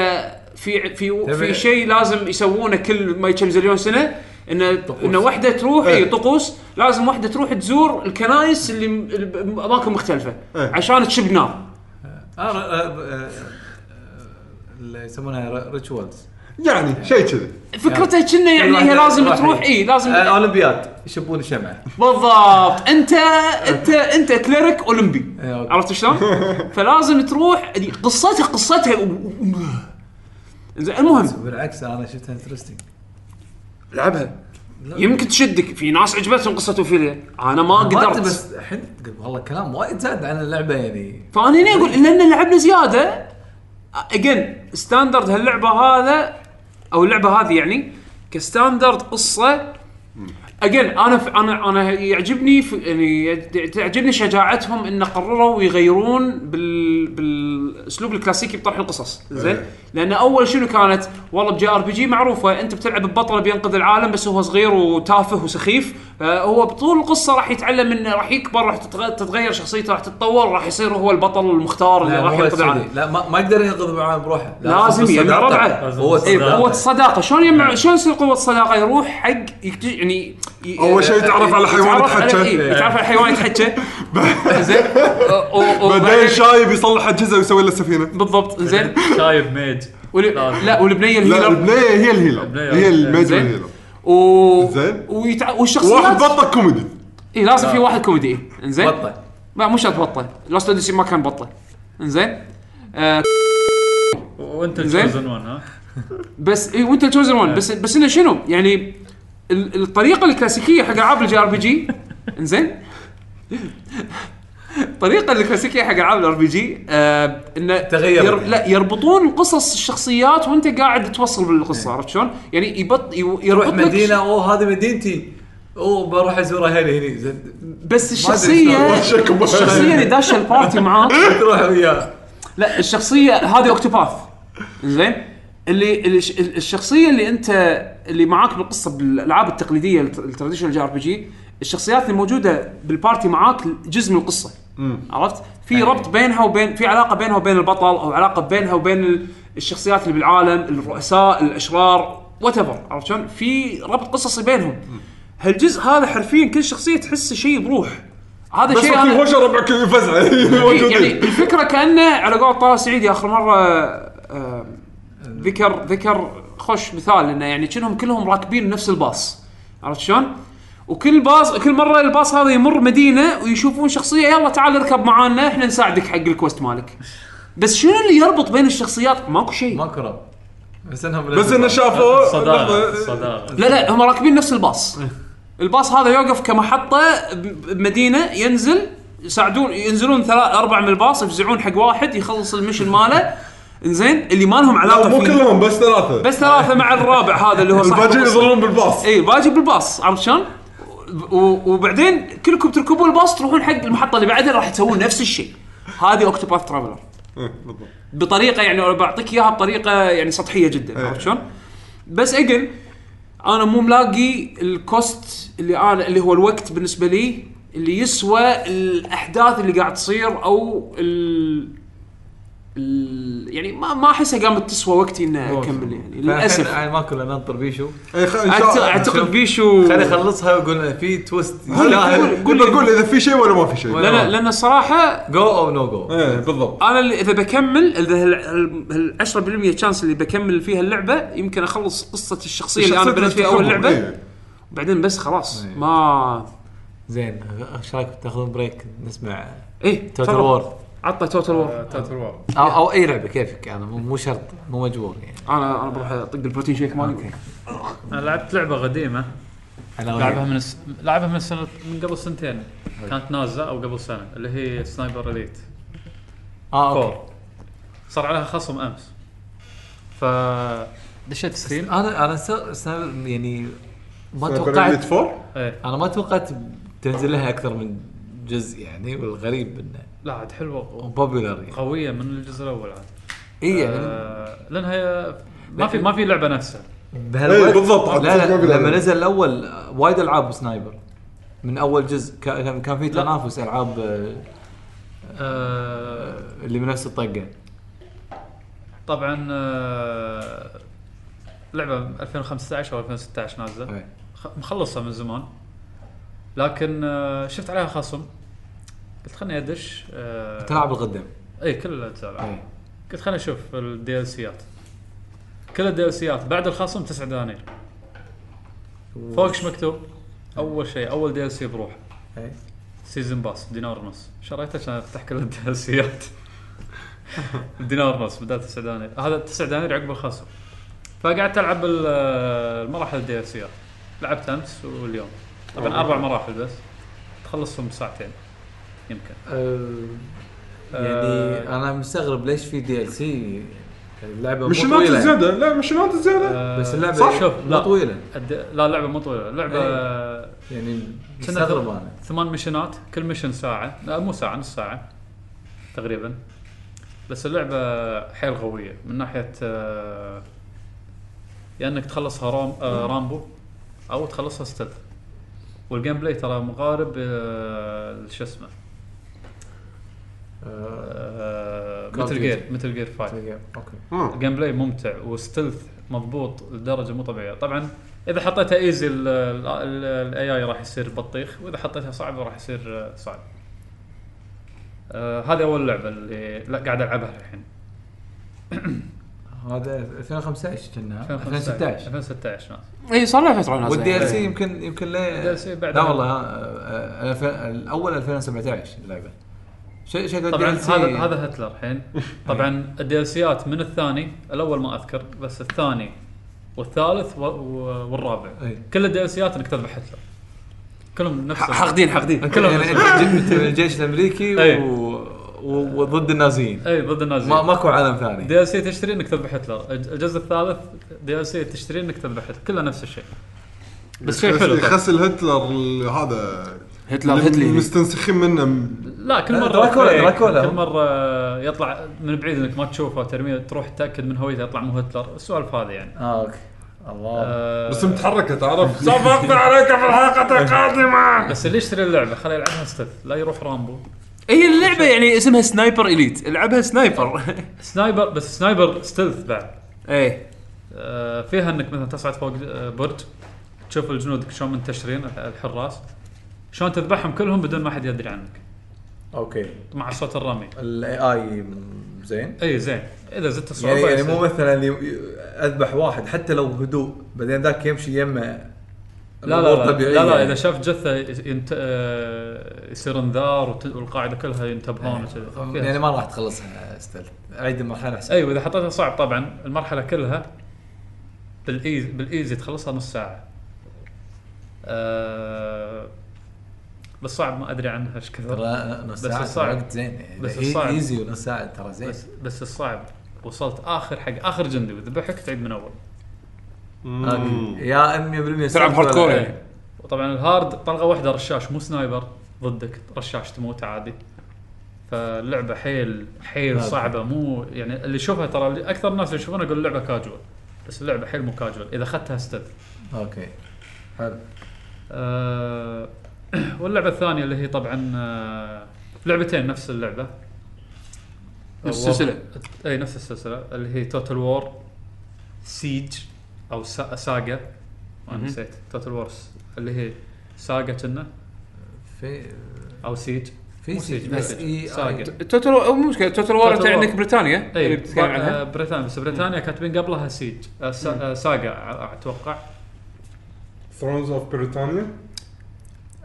[SPEAKER 1] في في في
[SPEAKER 4] تبي-
[SPEAKER 1] شيء لازم يسوونه كل ما كم زليون سنه انه
[SPEAKER 4] طقوس.
[SPEAKER 1] انه واحده تروح
[SPEAKER 2] إيه.
[SPEAKER 1] اي طقوس لازم واحده تروح تزور الكنايس اللي م- اللي باماكن مختلفه
[SPEAKER 2] إيه.
[SPEAKER 1] عشان تشب نار
[SPEAKER 4] آه، ر- آه، آه، اللي يسمونها ريتشوالز
[SPEAKER 2] يعني شيء كذي
[SPEAKER 1] فكرته كنا يعني هي لازم تروح اي لازم
[SPEAKER 4] إيه. اولمبياد يشبون الشمعه
[SPEAKER 1] بالضبط انت انت انت كليرك اولمبي
[SPEAKER 4] إيه، أوكي.
[SPEAKER 1] عرفت شلون؟ فلازم تروح قصتها قصتها و- و- زين المهم
[SPEAKER 4] بالعكس انا شفتها انترستنج
[SPEAKER 1] لعبها يمكن تشدك في ناس عجبتهم قصه اوفيليا انا ما قدرت
[SPEAKER 4] بس الحين تقول والله كلام وايد زاد عن اللعبه يعني
[SPEAKER 1] فانا هنا اقول لان لعبنا زياده اجين ستاندرد هاللعبه هذا او اللعبه هذه يعني كستاندرد قصه اجين انا ف... انا انا يعجبني ف... يعني يعج- تعجبني شجاعتهم ان قرروا يغيرون بال... بالاسلوب الكلاسيكي بطرح القصص زين
[SPEAKER 2] إيه.
[SPEAKER 1] لان اول شنو كانت والله بجي ار بي جي معروفه انت بتلعب ببطل بينقذ العالم بس هو صغير وتافه وسخيف فهو بطول القصه راح يتعلم انه راح يكبر راح تتغ... تتغير شخصيته راح تتطور راح يصير هو البطل المختار اللي
[SPEAKER 4] لا
[SPEAKER 1] راح
[SPEAKER 4] مو بس
[SPEAKER 1] ينقذ العالم
[SPEAKER 4] كذي. لا ما, ما يقدر ينقذ العالم بروحه
[SPEAKER 1] لازم
[SPEAKER 4] بس
[SPEAKER 1] يجمع
[SPEAKER 4] صداقة.
[SPEAKER 1] ربعه.
[SPEAKER 4] لازم هو
[SPEAKER 1] اي
[SPEAKER 4] صداقة.
[SPEAKER 1] إيه، قوة الصداقة شلون يجمع شلون يصير قوة الصداقة يروح حق يكت- يعني ي-
[SPEAKER 2] أول شيء يتعرف على حيوان
[SPEAKER 1] يتعرف على-
[SPEAKER 2] يتحكى.
[SPEAKER 1] إيه، يتعرف على حيوان يتحكى زين و- و-
[SPEAKER 2] بعدين
[SPEAKER 1] وبعدين-
[SPEAKER 2] شايب يصلح اجهزه ويسوي له سفينه
[SPEAKER 1] بالضبط زين
[SPEAKER 3] شايب ميج
[SPEAKER 1] وال- لا والبنية
[SPEAKER 2] لا
[SPEAKER 1] الهيلر
[SPEAKER 2] البنيه هي الهيلر
[SPEAKER 3] البنية.
[SPEAKER 2] هي الميج
[SPEAKER 1] زين.
[SPEAKER 2] الهيلر
[SPEAKER 1] و
[SPEAKER 2] زين.
[SPEAKER 1] ويتع...
[SPEAKER 2] واحد
[SPEAKER 1] والشخصيات
[SPEAKER 2] بطه كوميدي
[SPEAKER 1] اي لازم في واحد كوميدي انزين
[SPEAKER 4] بطة
[SPEAKER 1] ما مو شرط بطه لوست اوديسي ما كان بطه انزين آه،
[SPEAKER 3] وانت
[SPEAKER 1] زين.
[SPEAKER 3] تشوزن ون ها
[SPEAKER 1] بس إيه، اي وانت تشوزن ون بس بس انه شنو يعني ال- الطريقه الكلاسيكيه حق العاب الجي ار بي جي انزين الطريقه الكلاسيكيه حق العاب الار بي جي آه انه
[SPEAKER 4] تغيرت يعني.
[SPEAKER 1] لا يربطون قصص الشخصيات وانت قاعد توصل بالقصه عرفت شلون؟ يعني يبط يو-
[SPEAKER 4] تروح
[SPEAKER 1] يربط لك
[SPEAKER 4] مدينه اوه هذه مدينتي اوه بروح ازورها هنا هني زين،
[SPEAKER 1] بس
[SPEAKER 4] شلون.
[SPEAKER 1] الشخصيه
[SPEAKER 2] شكو بس.
[SPEAKER 1] الشخصيه اللي داشه البارتي معاك
[SPEAKER 4] تروح وياه
[SPEAKER 1] لا الشخصيه هذه اوكتوباث زين اللي اللي- الشخصيه اللي انت اللي معاك بالقصه بالالعاب التقليديه التراديشنال جي ار بي جي الشخصيات اللي موجوده بالبارتي معاك جزء من القصه عرفت؟ في ربط بينها وبين في علاقه بينها وبين البطل او علاقه بينها وبين ال- الشخصيات اللي بالعالم، الرؤساء، الاشرار، وات عرفت شلون؟ في ربط قصصي بينهم. هالجزء هذا حرفيا كل شخصيه تحس شيء بروح. هذا
[SPEAKER 2] بس
[SPEAKER 1] شيء
[SPEAKER 2] في
[SPEAKER 1] أنا-
[SPEAKER 2] هوشه ربعك فزعه
[SPEAKER 1] إيه، يعني
[SPEAKER 2] موجودين
[SPEAKER 1] الفكره كانه على قول طه سعيدي اخر مره آه، ذكر ذكر خوش مثال انه يعني كأنهم كلهم راكبين نفس الباص عرفت شلون؟ وكل باص كل مره الباص هذا يمر مدينه ويشوفون شخصيه يلا تعال اركب معانا احنا نساعدك حق الكوست مالك. بس شنو اللي يربط بين الشخصيات؟ ماكو شيء.
[SPEAKER 4] ماكو رب بس انهم
[SPEAKER 2] بس انه شافوا
[SPEAKER 3] الصداقه
[SPEAKER 2] لحظة.
[SPEAKER 3] الصداقه
[SPEAKER 1] لا لا هم راكبين نفس الباص
[SPEAKER 2] إيه.
[SPEAKER 1] الباص هذا يوقف كمحطه ب- بمدينه ينزل يساعدون ينزلون ثلاث اربع من الباص يفزعون حق واحد يخلص المشن ماله انزين اللي ما لهم
[SPEAKER 2] لا
[SPEAKER 1] علاقه
[SPEAKER 2] مو
[SPEAKER 1] فيه.
[SPEAKER 2] كلهم بس ثلاثه
[SPEAKER 1] بس ثلاثه مع الرابع هذا اللي هو صاحب
[SPEAKER 2] الباجين
[SPEAKER 1] القصة.
[SPEAKER 2] يظلون بالباص
[SPEAKER 1] اي الباجي بالباص عرفت شلون؟ و- وبعدين كلكم تركبون الباص تروحون حق المحطه اللي بعدها راح تسوون نفس الشيء هذه اوكتوباث ترافلر
[SPEAKER 2] إيه، بالضبط
[SPEAKER 1] بطريقه يعني أنا بعطيك اياها بطريقه يعني سطحيه جدا
[SPEAKER 2] إيه.
[SPEAKER 1] عرفت شلون؟ بس اجن انا مو ملاقي الكوست اللي انا اللي هو الوقت بالنسبه لي اللي يسوى الاحداث اللي قاعد تصير او ال, ال يعني ما ما احسها قامت تسوى وقتي اني اكمل يعني للاسف
[SPEAKER 4] ما كنا ننطر بيشو
[SPEAKER 2] اي إيه، خ- ان شاء
[SPEAKER 1] أعت-
[SPEAKER 2] الله
[SPEAKER 1] اعتقد بيشو
[SPEAKER 4] خلينا نخلصها وقلنا في تويست
[SPEAKER 2] قول
[SPEAKER 4] يستاهل.
[SPEAKER 2] قول قول اذا في شيء ولا ما في شيء
[SPEAKER 4] إيه، ولا-
[SPEAKER 1] لان لان الصراحه
[SPEAKER 4] جو او نو جو
[SPEAKER 2] ايه بالضبط
[SPEAKER 1] انا اللي اذا بكمل اذا ال 10% تشانس اللي بكمل فيها اللعبه يمكن اخلص قصه الشخصيه اللي انا
[SPEAKER 2] الشخصيات
[SPEAKER 1] بنيت فيها اول
[SPEAKER 2] تحبهم،
[SPEAKER 1] لعبه
[SPEAKER 2] إيه.
[SPEAKER 1] بعدين بس خلاص ما
[SPEAKER 4] زين ايش رايك تاخذون بريك نسمع
[SPEAKER 1] ايه
[SPEAKER 4] توتال وور
[SPEAKER 1] عطى توتال وور
[SPEAKER 3] توتال وور
[SPEAKER 4] او او اي لعبه كيفك انا مو- مو شرط مو مجبور يعني
[SPEAKER 1] انا انا بروح اطق البروتين شيك مالي
[SPEAKER 3] انا لعبت لعبه قديمه لعبها
[SPEAKER 4] على
[SPEAKER 3] من الس... لعبها من السنه من قبل سنتين كانت نازله او قبل سنه اللي هي سنايبر اليت
[SPEAKER 4] اه اوكي
[SPEAKER 3] فور صار عليها خصم امس ف دشيت ستيم
[SPEAKER 4] انا انا س- سناب- يعني ما
[SPEAKER 2] Elite
[SPEAKER 4] توقعت
[SPEAKER 2] Four؟
[SPEAKER 3] ايه
[SPEAKER 4] انا ما توقعت تنزل لها اكثر من جزء يعني والغريب انه
[SPEAKER 3] لا عاد حلوه
[SPEAKER 4] بوبيلر يعني
[SPEAKER 3] قويه من الجزء الاول عاد
[SPEAKER 4] اي يعني
[SPEAKER 3] آه لانها ما في ما في لعبه نفسها
[SPEAKER 4] بهالوقت
[SPEAKER 2] إيه، بالضبط.
[SPEAKER 4] لا لا
[SPEAKER 2] Bobby Lar.
[SPEAKER 4] لما نزل الاول آه، وايد العاب سنايبر من اول جزء كا- كان كان في تنافس العاب آه،
[SPEAKER 3] آه
[SPEAKER 4] اللي بنفس الطقه
[SPEAKER 3] طبعا آه، لعبه 2015 او 2016 نازله
[SPEAKER 4] إيه.
[SPEAKER 3] خ- مخلصها من زمان لكن آه، شفت عليها خصم قلت خلني ادش آه،
[SPEAKER 4] تلعب القدم
[SPEAKER 3] اي كل الاجزاء لعبها.
[SPEAKER 4] إيه.
[SPEAKER 3] قلت خلني اشوف الدي ال سيات كل الدي ال سيات بعد الخصم 9 دنانير فوق ايش مكتوب؟ اول شيء اول دي ال سي بروح
[SPEAKER 4] إيه.
[SPEAKER 3] سيزون باس دينار ونص شريته عشان افتح كل الدي ال سيات دينار ونص بدال 9 دنانير هذا 9 دنانير عقب الخصم فقعدت العب ال- المراحل الدي ال سيات لعبت امس واليوم طبعا اربع مراحل بس تخلصهم بساعتين يمكن
[SPEAKER 4] آه، يعني
[SPEAKER 3] آه.
[SPEAKER 4] انا مستغرب ليش في دي ال سي اللعبه مو
[SPEAKER 2] مشينات
[SPEAKER 4] طويله
[SPEAKER 2] زياده لا مشينات زياده
[SPEAKER 3] آه،
[SPEAKER 4] بس اللعبه
[SPEAKER 3] صح؟ شوف
[SPEAKER 4] مو طويله
[SPEAKER 3] الد- لا لعبه مو طويله لعبه
[SPEAKER 4] يعني
[SPEAKER 3] كنا
[SPEAKER 4] مستغرب انا
[SPEAKER 3] ثمان مشنات كل مشن ساعه لا مو ساعه نص ساعه تقريبا بس اللعبه حيل قويه من ناحيه آه، يا انك تخلصها رام آه، رامبو او تخلصها ستيلث والجيم بلاي ترى مقارب آه، شو اسمه أه،
[SPEAKER 4] آه، Call of
[SPEAKER 3] مثل
[SPEAKER 4] Duty.
[SPEAKER 3] جير مثل جير 5
[SPEAKER 4] اوكي
[SPEAKER 2] آه.
[SPEAKER 3] الجيم بلاي ممتع وستلث مضبوط لدرجه مو طبيعيه طبعا اذا حطيتها ايزي الاي اي راح يصير بطيخ واذا حطيتها صعبه راح يصير آه، صعب آه هذه اول لعبه اللي لا قاعد العبها الحين
[SPEAKER 4] هذا 2015 كنا 2016
[SPEAKER 3] 2016 نعم
[SPEAKER 1] اي إيه، صار لها فتره نازله
[SPEAKER 4] والدي ال سي
[SPEAKER 3] إيه.
[SPEAKER 1] يعني.
[SPEAKER 4] يمكن يمكن ليه
[SPEAKER 3] DLC بعد
[SPEAKER 4] لا
[SPEAKER 3] عام.
[SPEAKER 4] والله آه، آه، الف- الاول 2017 اللعبه شيء شيء
[SPEAKER 3] طبعا هذا هذا هتلر الحين طبعا الديلسيات من الثاني الاول ما اذكر بس الثاني والثالث و- و- والرابع
[SPEAKER 4] أي.
[SPEAKER 3] كل الديلسيات انك تذبح هتلر كلهم نفس
[SPEAKER 1] حاقدين حاقدين
[SPEAKER 3] كلهم
[SPEAKER 4] يعني
[SPEAKER 3] نفس-
[SPEAKER 4] انت جبت من الجيش الامريكي
[SPEAKER 3] إيه.
[SPEAKER 4] و... و... وضد النازيين
[SPEAKER 3] اي ضد النازيين
[SPEAKER 4] ما ماكو عالم ثاني
[SPEAKER 3] دي ال سي تشتري انك تذبح هتلر الج- الجزء الثالث دي ال سي تشتري انك تذبح هتلر كله نفس الشيء بس شيء حلو طبعاً.
[SPEAKER 2] يخسل هتلر ال- هذا
[SPEAKER 1] هتلر
[SPEAKER 2] اللي
[SPEAKER 1] هتلي
[SPEAKER 2] مستنسخين منه م-
[SPEAKER 3] لا كل
[SPEAKER 4] لا،
[SPEAKER 3] مره
[SPEAKER 4] دراكولا،
[SPEAKER 3] فيك،
[SPEAKER 4] دراكولا.
[SPEAKER 3] كل مره يطلع من بعيد انك ما تشوفه ترميه تروح تتاكد من هويته يطلع مو هتلر السوالف هذه يعني
[SPEAKER 4] اه اوكي الله
[SPEAKER 3] آه،
[SPEAKER 2] بس متحركه تعرف
[SPEAKER 1] سوف اقضي عليك في الحلقه القادمه
[SPEAKER 3] بس اللي يشتري اللعبه خليه يلعبها ستيف لا يروح رامبو
[SPEAKER 1] هي اللعبه يعني اسمها سنايبر اليت العبها سنايبر
[SPEAKER 3] سنايبر بس سنايبر ستيلث بعد
[SPEAKER 1] ايه
[SPEAKER 3] آه، فيها انك مثلا تصعد فوق آه، برج تشوف الجنود شلون منتشرين الح- الحراس شلون تذبحهم كلهم بدون ما حد يدري عنك
[SPEAKER 4] اوكي
[SPEAKER 3] مع صوت الرمي
[SPEAKER 4] الاي اي زين
[SPEAKER 3] اي زين اذا زدت الصعوبه
[SPEAKER 4] يعني يعني
[SPEAKER 3] يصير.
[SPEAKER 4] مو مثلا ي- ي- اذبح واحد حتى لو هدوء بعدين ذاك يمشي يمه
[SPEAKER 3] لا لا لا,
[SPEAKER 4] طبيعية
[SPEAKER 3] لا, لا
[SPEAKER 4] يعني.
[SPEAKER 3] اذا شاف جثه ينت... آه، يصير انذار وت- والقاعده كلها ينتبهون وكذا فيها-
[SPEAKER 4] يعني ما راح تخلصها استل عيد المرحله احسن
[SPEAKER 3] ايوه اذا حطيتها صعب طبعا المرحله كلها بالايزي بالايزي تخلصها نص ساعه أه بس صعب ما ادري عنها ايش كثر
[SPEAKER 4] ترى نص
[SPEAKER 3] بس
[SPEAKER 4] ساعه
[SPEAKER 3] الصعب.
[SPEAKER 4] ترى وقت زين يعني
[SPEAKER 3] بس
[SPEAKER 4] بس
[SPEAKER 3] الصعب.
[SPEAKER 4] ايزي ونص ساعه ترى زين
[SPEAKER 3] بس بس الصعب وصلت اخر حق اخر جندي وذبحك تعيد من اول
[SPEAKER 4] أوكي. يا
[SPEAKER 1] تلعب
[SPEAKER 4] 100% صعب ولا-
[SPEAKER 1] hardcore يعني.
[SPEAKER 3] إيه. وطبعا الهارد طلقه واحده رشاش مو سنايبر ضدك رشاش تموت عادي فاللعبه حيل حيل
[SPEAKER 4] هذا.
[SPEAKER 3] صعبه مو يعني اللي يشوفها ترى اللي- اكثر الناس اللي يشوفونها يقول اللعبه كاجوال بس اللعبه حيل مو كاجوال اذا اخذتها ستيلث
[SPEAKER 4] اوكي حلو
[SPEAKER 3] آه، واللعبه الثانيه اللي هي طبعا آه، لعبتين نفس اللعبه
[SPEAKER 1] نفس السلسلة.
[SPEAKER 3] اي نفس السلسله اللي هي توتال وور سيج او سا- ساجا ما
[SPEAKER 1] مهم.
[SPEAKER 3] نسيت توتال وور اللي هي ساجا كنا
[SPEAKER 4] في
[SPEAKER 3] او سيج
[SPEAKER 4] في
[SPEAKER 3] مو
[SPEAKER 4] سيج
[SPEAKER 3] سيج،
[SPEAKER 4] بس
[SPEAKER 3] سيج.
[SPEAKER 4] اي
[SPEAKER 1] آه،
[SPEAKER 3] ساقة.
[SPEAKER 4] آي-
[SPEAKER 1] توتال وور- مو مشكله توتال وور انت
[SPEAKER 3] توتال وور.
[SPEAKER 1] عندك بريطانيا اللي
[SPEAKER 3] اي
[SPEAKER 1] بتتكلم
[SPEAKER 3] آه،
[SPEAKER 1] عنها
[SPEAKER 3] بريطانيا بس بريطانيا كاتبين قبلها سيج آه، سا- آه، ساجا أ- اتوقع
[SPEAKER 2] ثرونز اوف بريطانيا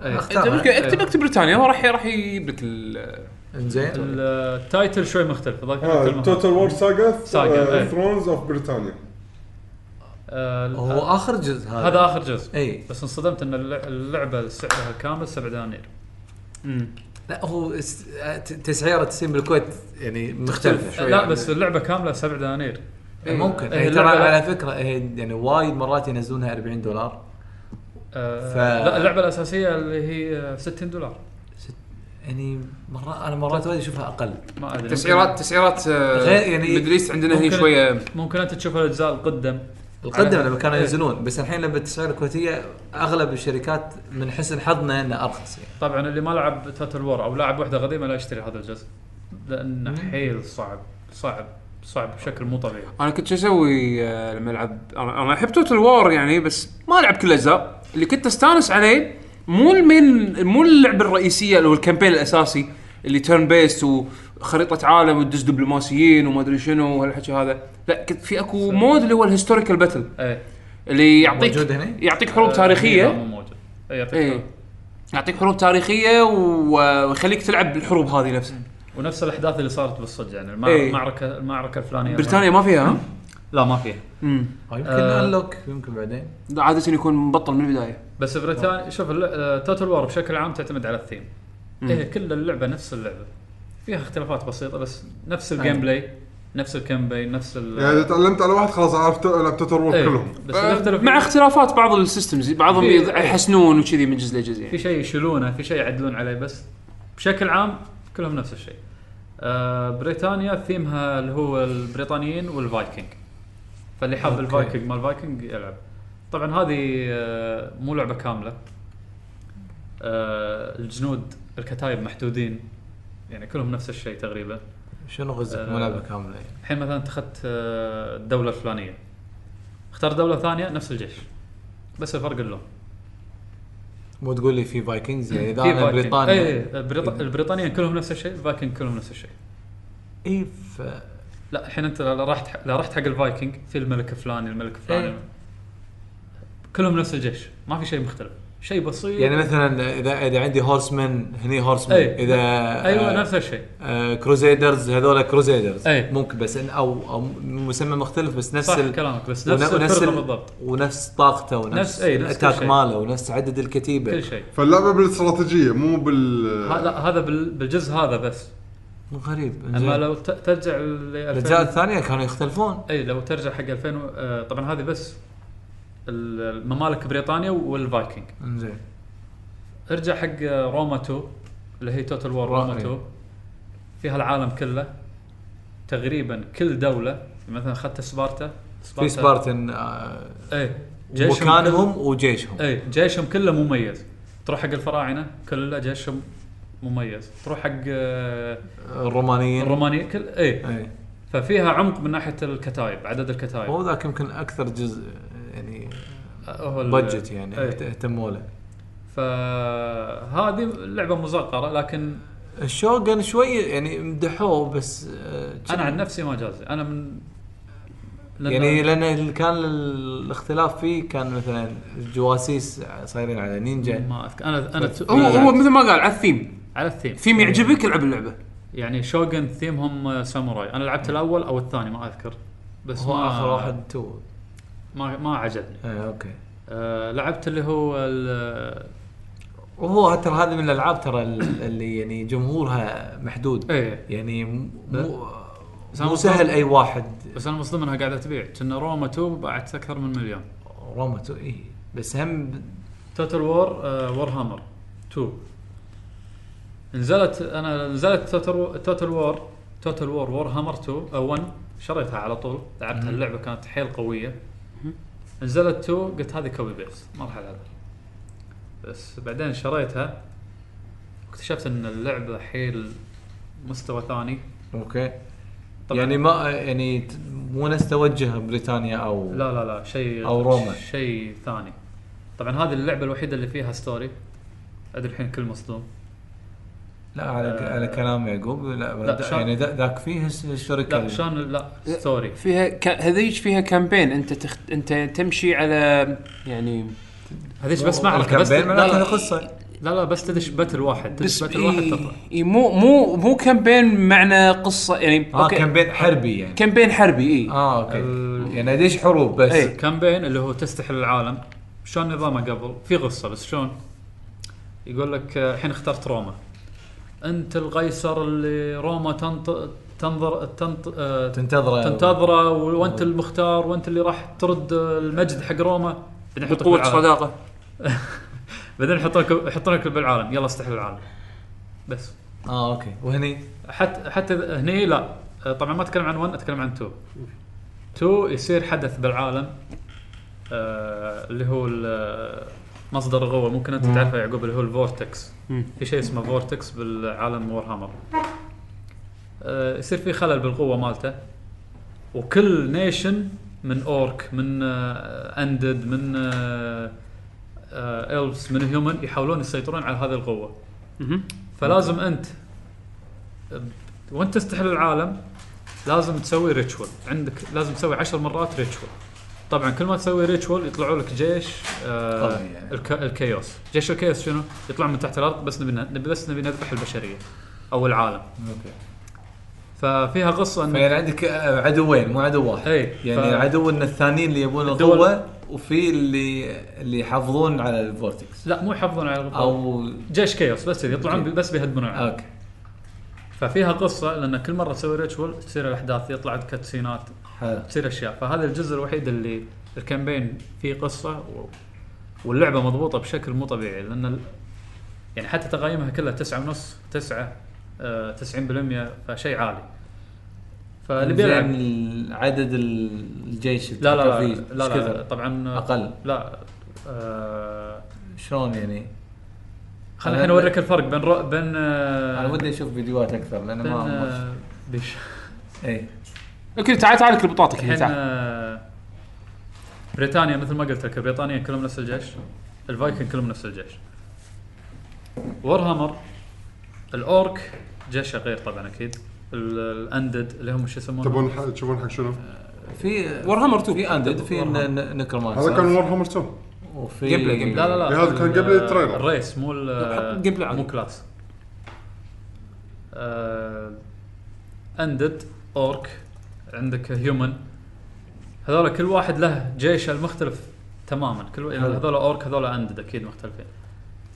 [SPEAKER 3] إيه.
[SPEAKER 4] أخ-
[SPEAKER 1] انت مشكله
[SPEAKER 3] إيه.
[SPEAKER 1] اكتب اكتب بريطانيا هو راح راح يجيب لك ال-
[SPEAKER 4] انزين
[SPEAKER 3] التايتل شوي مختلف
[SPEAKER 2] آه،
[SPEAKER 3] ذاك
[SPEAKER 2] توتال وور ساجا
[SPEAKER 3] ساغا، إيه.
[SPEAKER 2] ثرونز اوف بريطانيا
[SPEAKER 4] هو اخر جزء هذا
[SPEAKER 3] آه، هذا اخر جزء
[SPEAKER 4] اي
[SPEAKER 3] بس انصدمت ان اللع- اللعبه سعرها كامل 7 دنانير
[SPEAKER 4] لا هو است... ت- تسعيره السيم بالكويت يعني مختلفه شوي
[SPEAKER 3] لا بس اللعبه كامله 7 دنانير
[SPEAKER 4] إيه، ممكن
[SPEAKER 3] إيه،
[SPEAKER 4] يعني ترى
[SPEAKER 3] اللعبة-
[SPEAKER 4] على فكره إيه، يعني وايد مرات ينزلونها 40 دولار
[SPEAKER 3] آه
[SPEAKER 4] ف-
[SPEAKER 3] لا اللعبه الاساسيه اللي هي 60 دولار
[SPEAKER 4] يعني مرات انا مرات وايد اشوفها اقل
[SPEAKER 3] ما ادري
[SPEAKER 1] تسعيرات تسعيرات
[SPEAKER 4] غير يعني-
[SPEAKER 1] مدري ايست عندنا هنا
[SPEAKER 3] ممكن-
[SPEAKER 1] شويه
[SPEAKER 3] ممكن- ممكن انت تشوف الاجزاء القدم
[SPEAKER 4] القدم
[SPEAKER 3] على-
[SPEAKER 4] لما كانوا
[SPEAKER 3] إيه.
[SPEAKER 4] ينزلون بس الحين لما التسعيره الكويتيه اغلب الشركات من حسن حظنا انها ارخص يعني
[SPEAKER 3] طبعا اللي ما لعب توتال وور او لاعب واحده قديمه لا يشتري هذا الجزء لانه حيل صعب صعب صعب بشكل مو طبيعي
[SPEAKER 1] انا كنت شو اسوي آه، لما العب انا أنا احب توتال وور يعني بس ما العب كل الاجزاء اللي كنت استانس عليه مو المين مو اللعبه الرئيسيه او الكامبين الاساسي اللي تيرن بيست وخريطه عالم وتدز دبلوماسيين وما ادري شنو وهالحكي هذا لا كنت في اكو مود اللي هو الهيستوريكال باتل
[SPEAKER 3] ايه
[SPEAKER 1] اللي يعطيك
[SPEAKER 4] موجود
[SPEAKER 3] طيب.
[SPEAKER 4] هنا؟
[SPEAKER 1] يعطيك حروب
[SPEAKER 3] آه، مو
[SPEAKER 1] تاريخيه
[SPEAKER 3] موجود إيه، يعطيك
[SPEAKER 1] ايه يعطيك حروب تاريخيه و- آه، ويخليك تلعب بالحروب هذه نفسها
[SPEAKER 3] ونفس الاحداث اللي صارت بالصدق يعني المع-
[SPEAKER 1] إيه.
[SPEAKER 3] المعركه المعركه الفلانيه
[SPEAKER 1] بريطانيا ما فيها ها؟
[SPEAKER 3] لا ما فيها
[SPEAKER 1] امم
[SPEAKER 4] آه، يمكن
[SPEAKER 3] آه.
[SPEAKER 4] انلوك يمكن بعدين
[SPEAKER 1] ده عاده يكون مبطل من البدايه
[SPEAKER 3] بس بريطانيا شوف توتال وور بشكل عام تعتمد على الثيم هي كل اللعبه نفس اللعبه فيها اختلافات بسيطه بس نفس الجيم بلاي نفس الكامبين نفس ال
[SPEAKER 2] يعني اذا تعلمت على واحد خلاص عرفت لعب توتال وور
[SPEAKER 3] إيه،
[SPEAKER 2] كلهم
[SPEAKER 3] بس يعني اللي يختلف
[SPEAKER 1] آه، مع اختلافات بعض السيستمز بعضهم
[SPEAKER 3] في-
[SPEAKER 1] يض- يحسنون وكذي من جزء لجزء
[SPEAKER 3] في
[SPEAKER 1] يعني
[SPEAKER 3] شيء يشيلونه في شيء يعدلون عليه بس بشكل عام كلهم نفس الشيء آه بريطانيا ثيمها اللي هو البريطانيين والفايكنج فاللي حاب
[SPEAKER 4] أوكي.
[SPEAKER 3] الفايكنج مال الفايكنج يلعب طبعا هذه آه مو لعبه كامله آه الجنود الكتايب محدودين يعني كلهم نفس الشيء تقريبا
[SPEAKER 4] شنو غزك
[SPEAKER 3] آه.
[SPEAKER 4] مو لعبه كامله يعني.
[SPEAKER 3] الحين مثلا انت اخذت آه، الدوله الفلانيه اختار دوله ثانيه نفس الجيش بس الفرق اللون
[SPEAKER 4] مو تقول لي في فايكنجز يعني اذا
[SPEAKER 3] في إيه. فايكنج.
[SPEAKER 4] انا
[SPEAKER 3] اي
[SPEAKER 4] بريطانيا
[SPEAKER 3] اي البريط- البريطانيين كلهم نفس الشيء الفايكنج كلهم نفس الشيء
[SPEAKER 4] اي ف
[SPEAKER 3] لا الحين انت لو رحت لو رحت حق الفايكنج في الملك فلاني الملك فلاني
[SPEAKER 4] إيه.
[SPEAKER 3] كلهم نفس الجيش ما في شيء مختلف شيء بسيط
[SPEAKER 4] يعني مثلا اذا اذا عندي هورسمان هني هورسمان
[SPEAKER 3] أي.
[SPEAKER 4] اذا
[SPEAKER 3] ايوه
[SPEAKER 4] آه،
[SPEAKER 3] نفس الشيء
[SPEAKER 4] آه، كروزيدرز هذول كروزيدرز
[SPEAKER 3] أي.
[SPEAKER 4] ممكن بس إن- او او مسمى مختلف بس نفس
[SPEAKER 3] صح
[SPEAKER 4] ال-
[SPEAKER 3] كلامك بس
[SPEAKER 4] ون-
[SPEAKER 3] نفس
[SPEAKER 4] ونفس
[SPEAKER 3] الفرقه
[SPEAKER 4] ال-
[SPEAKER 3] بالضبط
[SPEAKER 4] ونفس طاقته ونفس
[SPEAKER 3] نفس-
[SPEAKER 4] نفس
[SPEAKER 3] أي، نفس كل
[SPEAKER 4] الاتاك
[SPEAKER 3] شيء.
[SPEAKER 4] ماله ونفس عدد الكتيبه
[SPEAKER 3] كل شيء
[SPEAKER 2] فاللعبه بالاستراتيجيه مو بال
[SPEAKER 3] هذا هذا بال- بالجزء هذا بس
[SPEAKER 4] غريب
[SPEAKER 3] اما لو ت- ترجع ل 2000
[SPEAKER 4] الاجزاء الثانيه كانوا يختلفون
[SPEAKER 3] اي لو ترجع حق 2000 و- آه، طبعا هذه بس ال- الممالك بريطانيا والفايكنج
[SPEAKER 4] زين
[SPEAKER 3] ارجع حق آه، روما 2 اللي هي توتال وور
[SPEAKER 4] را-
[SPEAKER 3] روما
[SPEAKER 4] أي.
[SPEAKER 3] 2 فيها العالم كله تقريبا كل دوله مثلا اخذت سبارتا
[SPEAKER 4] في سبارتن آه،
[SPEAKER 3] اي جيشهم
[SPEAKER 4] مكانهم وجيشهم
[SPEAKER 3] كل- اي جيشهم كله مميز تروح حق الفراعنه كله جيشهم مميز تروح حق آه،
[SPEAKER 4] الرومانيين إيه.
[SPEAKER 3] الرومانيين كل اي
[SPEAKER 4] اي
[SPEAKER 3] ففيها عمق من ناحيه الكتايب عدد الكتايب
[SPEAKER 4] هو ذاك يمكن اكثر جزء يعني
[SPEAKER 3] آه، هو ال-
[SPEAKER 4] بادجت يعني
[SPEAKER 3] إيه.
[SPEAKER 4] اهت- اهتموا له
[SPEAKER 3] فهذه لعبه مصغره لكن
[SPEAKER 4] الشوغن شوي يعني مدحوه بس آه،
[SPEAKER 3] انا عن نفسي ما جاز لي. انا من لأن-
[SPEAKER 4] يعني لان ال- كان ال- الاختلاف فيه كان مثلا الجواسيس صايرين على نينجا
[SPEAKER 3] ما اذكر انا انا ت-
[SPEAKER 1] هو هو مثل ما قال على الثيم
[SPEAKER 3] على الثيم
[SPEAKER 1] ثيم يعجبك العب اللعبه
[SPEAKER 3] يعني شوغن ثيمهم آه، ساموراي انا لعبت الاول او الثاني ما اذكر بس
[SPEAKER 4] هو
[SPEAKER 3] ما
[SPEAKER 4] اخر واحد تو
[SPEAKER 3] ما ما عجبني
[SPEAKER 4] ايه اوكي
[SPEAKER 3] أه لعبت اللي هو ال-
[SPEAKER 4] وهو ترى هذه من الالعاب ترى ال- اللي يعني جمهورها محدود
[SPEAKER 3] ايه
[SPEAKER 4] يعني م- مو
[SPEAKER 3] بس أنا
[SPEAKER 4] مو
[SPEAKER 3] مصدوم-
[SPEAKER 4] سهل اي واحد
[SPEAKER 3] بس انا مصدوم انها قاعده تبيع كنا روما 2 باعت اكثر من مليون
[SPEAKER 4] روما تو اي بس هم ب-
[SPEAKER 3] توتال وور آه وور هامر 2 نزلت انا نزلت توتال توتال وور توتال وور وور هامر 2 آه 1 شريتها على طول لعبتها اللعبه كانت حيل قويه نزلت 2 قلت هذه كوبي بيس ما راح العبها بس بعدين شريتها اكتشفت ان اللعبه حيل مستوى ثاني
[SPEAKER 4] اوكي
[SPEAKER 3] طبعاً.
[SPEAKER 4] يعني ما يعني ت- مو نفس توجه بريطانيا او
[SPEAKER 3] لا لا لا شيء
[SPEAKER 4] أو روما.
[SPEAKER 3] شيء ثاني طبعا هذه اللعبه الوحيده اللي فيها ستوري ادري الحين كل مصدوم
[SPEAKER 4] لا على
[SPEAKER 3] آه.
[SPEAKER 4] على كلام يعقوب لا,
[SPEAKER 3] لا،
[SPEAKER 4] دا-
[SPEAKER 3] شلون-
[SPEAKER 4] يعني ذا- ذاك فيه الس- الشركه
[SPEAKER 3] لا
[SPEAKER 4] اللي-
[SPEAKER 3] شلون لا ستوري
[SPEAKER 1] فيها ك... هذيج فيها كامبين انت تخ... انت تمشي على يعني
[SPEAKER 3] هذيش بس معركه بس
[SPEAKER 4] الكامبين
[SPEAKER 3] لا
[SPEAKER 4] معناته
[SPEAKER 3] لا,
[SPEAKER 4] قصه
[SPEAKER 3] لا لا بس تدش باتل واحد
[SPEAKER 1] بس
[SPEAKER 3] تدش
[SPEAKER 1] إيه.
[SPEAKER 3] باتل واحد تطلع
[SPEAKER 1] إي- إي مو مو مو كامبين معنى قصه يعني
[SPEAKER 4] اه كامبين حربي يعني
[SPEAKER 1] كامبين حربي اي
[SPEAKER 4] اه اوكي
[SPEAKER 3] ال-
[SPEAKER 4] يعني ليش حروب بس
[SPEAKER 1] إيه.
[SPEAKER 3] كامبين اللي هو تستحل العالم شلون نظامه قبل في قصه بس شلون يقول لك آه، الحين اخترت روما انت القيصر اللي روما تنط تنظر تنط آه،
[SPEAKER 4] تنتظره
[SPEAKER 3] تنتظره وانت المختار وانت اللي راح ترد المجد حق روما بعدين يحطوك
[SPEAKER 1] بقوه
[SPEAKER 3] بالعالم.
[SPEAKER 1] صداقه
[SPEAKER 3] بعدين يحطوك يحطونك بالعالم يلا استحل العالم بس
[SPEAKER 4] اه اوكي وهني
[SPEAKER 3] حتى حتى هني لا آه، طبعا ما اتكلم عن 1 اتكلم عن 2 2 يصير حدث بالعالم آه اللي هو ال- آه، مصدر القوه ممكن انت تعرفه يعقوب اللي هو الفورتكس
[SPEAKER 1] مم.
[SPEAKER 3] في شيء اسمه فورتكس بالعالم وور هامر آه يصير في خلل بالقوه مالته وكل نيشن من اورك من آه اندد من آه آه الفز من هيومن يحاولون يسيطرون على هذه القوه
[SPEAKER 1] مهم.
[SPEAKER 3] فلازم انت وانت تستحل العالم لازم تسوي ريتشوال عندك لازم تسوي عشر مرات ريتشوال طبعا كل ما تسوي ريتشوال يطلعوا لك جيش آه
[SPEAKER 4] قوي يعني.
[SPEAKER 3] الك- الكيوس جيش الكيوس شنو يطلع من تحت الارض بس نبي نبي- بس نبي نذبح البشريه او العالم
[SPEAKER 4] اوكي
[SPEAKER 3] ففيها قصه ان
[SPEAKER 4] فيعني عندك آه، عدوين مو عدو واحد
[SPEAKER 3] إيه.
[SPEAKER 4] يعني
[SPEAKER 3] ف-
[SPEAKER 4] عدو ان الثانيين اللي يبون
[SPEAKER 3] الدول-
[SPEAKER 4] القوه وفي اللي اللي يحافظون على الفورتكس
[SPEAKER 3] لا مو يحافظون على الغطاء
[SPEAKER 4] او
[SPEAKER 3] جيش كيوس بس كذي يطلعون
[SPEAKER 4] أوكي.
[SPEAKER 3] بي- بس بيهدمون العالم
[SPEAKER 4] اوكي
[SPEAKER 3] ففيها قصه لان كل مره تسوي ريتشوال تصير الاحداث يطلع لك كاتسينات
[SPEAKER 4] حلو
[SPEAKER 3] تصير اشياء فهذا الجزء الوحيد اللي الكامبين فيه قصه و... واللعبه مضبوطه بشكل مو طبيعي لان ال... يعني حتى تقييمها كلها تسعة ونص تسعة آه، 90% فشيء عالي فاللي بيلعب
[SPEAKER 4] زين عدد الجيش
[SPEAKER 3] لا لا لا,
[SPEAKER 4] اللي فيه
[SPEAKER 3] لا,
[SPEAKER 4] إيش
[SPEAKER 3] لا,
[SPEAKER 4] كثر؟
[SPEAKER 3] لا طبعا
[SPEAKER 4] اقل
[SPEAKER 3] لا آه
[SPEAKER 4] شلون يعني؟
[SPEAKER 3] خلينا
[SPEAKER 4] أنا-
[SPEAKER 3] الحين اوريك الفرق بين رو... بين
[SPEAKER 4] انا
[SPEAKER 3] آه
[SPEAKER 4] ودي اشوف فيديوهات اكثر لان
[SPEAKER 3] بين
[SPEAKER 4] ما ما- إيه.
[SPEAKER 3] آه بيش
[SPEAKER 4] اي
[SPEAKER 1] اوكي تعال تعال اكل بطاطك هنا
[SPEAKER 3] الحين
[SPEAKER 1] تعال
[SPEAKER 3] آه، بريطانيا مثل ما قلت لك بريطانيا كلهم نفس الجيش الفايكنج كلهم نفس الجيش وورهامر الاورك جيشه غير طبعا اكيد ال- الاندد اللي هم شو يسمونه
[SPEAKER 2] تبون ح- تشوفون حق شنو؟
[SPEAKER 4] في
[SPEAKER 1] Warhammer 2.
[SPEAKER 4] في اندد في
[SPEAKER 3] Warhammer.
[SPEAKER 4] نكرومانس
[SPEAKER 2] هذا كان وور هامر 2
[SPEAKER 4] وفي
[SPEAKER 5] جيم بلاي، جيم
[SPEAKER 3] لا لا لا
[SPEAKER 2] هذا كان قبل
[SPEAKER 3] ال-
[SPEAKER 2] التريلر.
[SPEAKER 3] الريس مو ال-
[SPEAKER 4] جيم بلاي عادي.
[SPEAKER 3] مو كلاس آه، اندد اورك عندك هيومن هذول كل واحد له جيشه المختلف تماما كل يعني
[SPEAKER 4] حلو.
[SPEAKER 3] هذول اورك هذول اندد اكيد مختلفين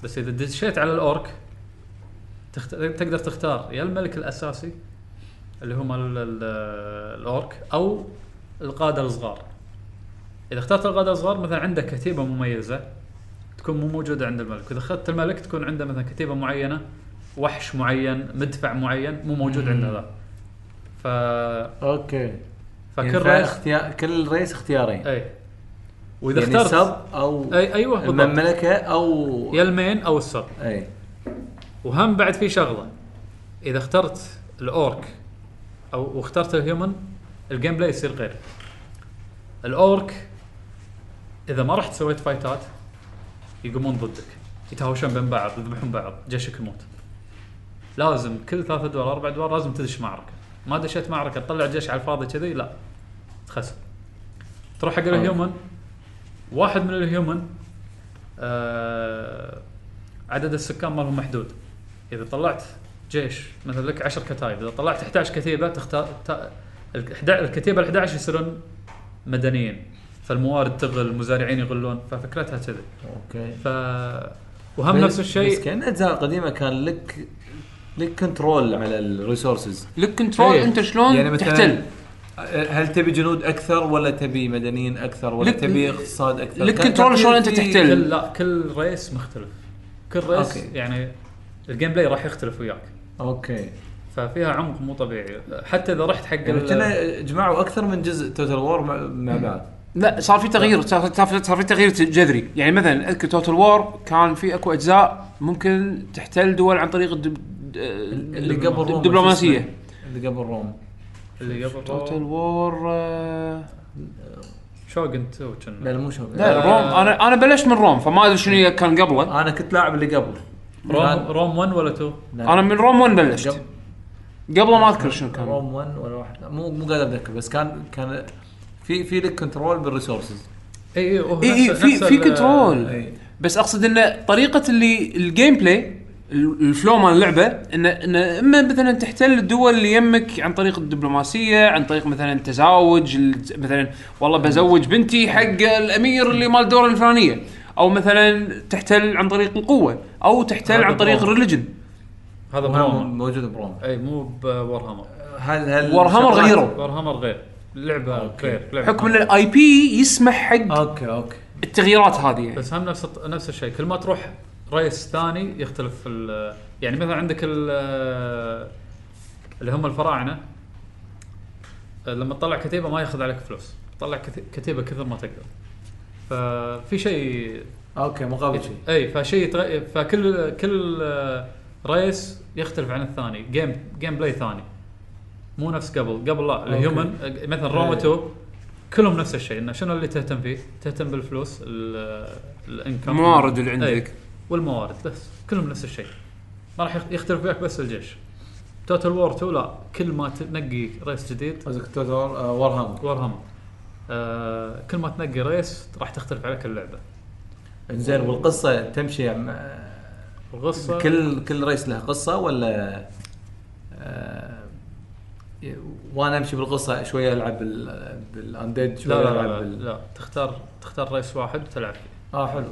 [SPEAKER 3] بس اذا دشيت على الاورك تخت... تقدر تختار يا الملك الاساسي اللي هم ال... ال... الاورك او القاده الصغار اذا اخترت القاده الصغار مثلا عندك كتيبه مميزه تكون مو موجوده عند الملك اذا اخذت الملك تكون عنده مثلا كتيبه معينه وحش معين مدفع معين مو موجود عند هذا ف
[SPEAKER 4] اوكي
[SPEAKER 3] فكل
[SPEAKER 4] يعني
[SPEAKER 3] رئيس
[SPEAKER 4] اختيار كل ريس اختيارين
[SPEAKER 3] اي واذا
[SPEAKER 4] يعني
[SPEAKER 3] يعني إيه. اخترت
[SPEAKER 4] السب او
[SPEAKER 3] اي ايوه بالضبط
[SPEAKER 4] المملكه او
[SPEAKER 3] يا المين او السب
[SPEAKER 4] اي
[SPEAKER 3] وهم بعد في شغله اذا اخترت الاورك او واخترت الهيومن الجيم بلاي يصير غير الاورك اذا ما رحت سويت فايتات يقومون ضدك يتهاوشون بين بعض يذبحون بعض جيشك يموت لازم كل ثلاثة دور اربع دور لازم تدش معركه ما دشيت معركه تطلع جيش على الفاضي كذي لا تخسر تروح حق الهيومن واحد من الهيومن آه عدد السكان مالهم محدود اذا طلعت جيش مثلا لك 10 كتائب اذا طلعت 11 كتيبه تختار ت... ال- إحدى- الكتيبه ال 11 يصيرون مدنيين فالموارد تغل المزارعين يغلون ففكرتها كذي
[SPEAKER 4] اوكي
[SPEAKER 3] ف وهم نفس
[SPEAKER 4] بس
[SPEAKER 3] الشيء
[SPEAKER 4] كان اجزاء قديمه كان لك لك كنترول على الريسورسز
[SPEAKER 1] لك كنترول
[SPEAKER 4] إيه.
[SPEAKER 1] انت شلون
[SPEAKER 4] يعني
[SPEAKER 1] يعني
[SPEAKER 4] مثلاً
[SPEAKER 1] تحتل
[SPEAKER 4] هل تبي جنود اكثر ولا تبي مدنيين اكثر ولا
[SPEAKER 1] لك-
[SPEAKER 4] تبي اقتصاد اكثر
[SPEAKER 1] لك
[SPEAKER 4] كان-
[SPEAKER 1] كنترول
[SPEAKER 4] كان
[SPEAKER 1] شلون انت
[SPEAKER 4] في-
[SPEAKER 1] تحتل
[SPEAKER 3] كل لا كل ريس مختلف كل ريس
[SPEAKER 4] أوكي.
[SPEAKER 3] يعني الجيم بلاي راح يختلف وياك
[SPEAKER 4] اوكي
[SPEAKER 3] ففيها عمق مو طبيعي حتى اذا رحت حق
[SPEAKER 4] يعني
[SPEAKER 3] ال-
[SPEAKER 4] كنا جمعوا اكثر من جزء توتال وور مع, مع بعض
[SPEAKER 1] لا صار في تغيير صار صار- صار في تغيير جذري يعني مثلا اذكر توتال وور كان في اكو اجزاء ممكن تحتل دول عن طريق الدب... آه،
[SPEAKER 4] اللي قبل روما شو
[SPEAKER 1] الدبلوماسيه
[SPEAKER 4] اسمه؟ اللي قبل روما
[SPEAKER 3] اللي
[SPEAKER 1] توتال
[SPEAKER 3] قبل
[SPEAKER 1] وور آه،
[SPEAKER 3] شوجن 2
[SPEAKER 4] لا
[SPEAKER 3] كنا
[SPEAKER 4] لا مو شو
[SPEAKER 1] لا روم انا انا بلشت من روم فما ادري شنو كان قبله
[SPEAKER 4] انا كنت لاعب اللي قبل
[SPEAKER 3] روم روم 1 ولا 2
[SPEAKER 4] لا.
[SPEAKER 1] انا من روم 1 بلشت
[SPEAKER 4] قبل-
[SPEAKER 1] قبله ما اذكر شنو كان
[SPEAKER 4] روم 1 ولا واحد لا، مو مو قادر اتذكر بس كان كان في في لك كنترول بالريسورسز
[SPEAKER 3] اي اي إيه، هو
[SPEAKER 4] إيه،
[SPEAKER 1] اي
[SPEAKER 3] نفس-
[SPEAKER 1] اي إيه، في
[SPEAKER 3] نفس
[SPEAKER 1] في
[SPEAKER 3] ال- إيه.
[SPEAKER 1] كنترول
[SPEAKER 4] اي
[SPEAKER 1] بس اقصد انه طريقه اللي الجيم بلاي ال- الفلو مال اللعبه انه انه اما مثلا تحتل الدول اللي يمك عن طريق الدبلوماسيه عن طريق مثلا تزاوج ال- مثلا والله بزوج بنتي حق الامير اللي مال الدوله الفلانيه او مثلا تحتل عن طريق القوه او تحتل
[SPEAKER 4] هذا
[SPEAKER 1] عن طريق
[SPEAKER 4] بروم.
[SPEAKER 1] الريليجن
[SPEAKER 3] هذا بروم
[SPEAKER 4] موجود بروم
[SPEAKER 3] اي مو بور هامر
[SPEAKER 4] هل هل
[SPEAKER 1] وارهامر
[SPEAKER 4] شغلات-
[SPEAKER 1] غيروا.
[SPEAKER 3] بور هامر غير لعبه
[SPEAKER 4] أوكي.
[SPEAKER 3] غير لعبه
[SPEAKER 1] حكم ان الاي بي يسمح حق
[SPEAKER 4] اوكي اوكي
[SPEAKER 1] التغييرات هذه يعني.
[SPEAKER 3] آه. بس هم نفس الط- نفس الشيء كل ما تروح رئيس ثاني يختلف ال- يعني مثلا عندك ال- اللي هم الفراعنه لما تطلع كتيبه ما ياخذ عليك فلوس تطلع كت- كتيبه كثر ما تقدر ففي شيء
[SPEAKER 4] اوكي مقابل شيء
[SPEAKER 3] اي فشيء يتغ- فكل كل آه، ريس يختلف عن الثاني جيم جيم بلاي ثاني مو نفس قبل قبل لا الهيومن آه، مثلا روما
[SPEAKER 4] إيه.
[SPEAKER 3] 2 كلهم نفس الشيء انه شنو اللي تهتم فيه؟ تهتم بالفلوس ال- الانكم
[SPEAKER 1] الموارد اللي عندك.
[SPEAKER 3] إي، والموارد بس كلهم نفس الشيء ما راح يخ- يختلف وياك بس الجيش توتال وور 2 لا كل ما تنقي ريس جديد
[SPEAKER 4] قصدك توتال آه، وارهامر
[SPEAKER 3] وور هامر آه كل ما تنقي ريس راح تختلف عليك اللعبه
[SPEAKER 4] زين والقصه تمشي مع-
[SPEAKER 3] القصه
[SPEAKER 4] كل كل ريس له قصه ولا آه، ي- وانا امشي بالقصه شويه العب بال- بالانديد
[SPEAKER 3] لا
[SPEAKER 4] شويه
[SPEAKER 3] لا
[SPEAKER 4] العب
[SPEAKER 3] لا, لا,
[SPEAKER 4] بال-
[SPEAKER 3] لا تختار تختار رئيس واحد وتلعب فيه
[SPEAKER 4] اه حلو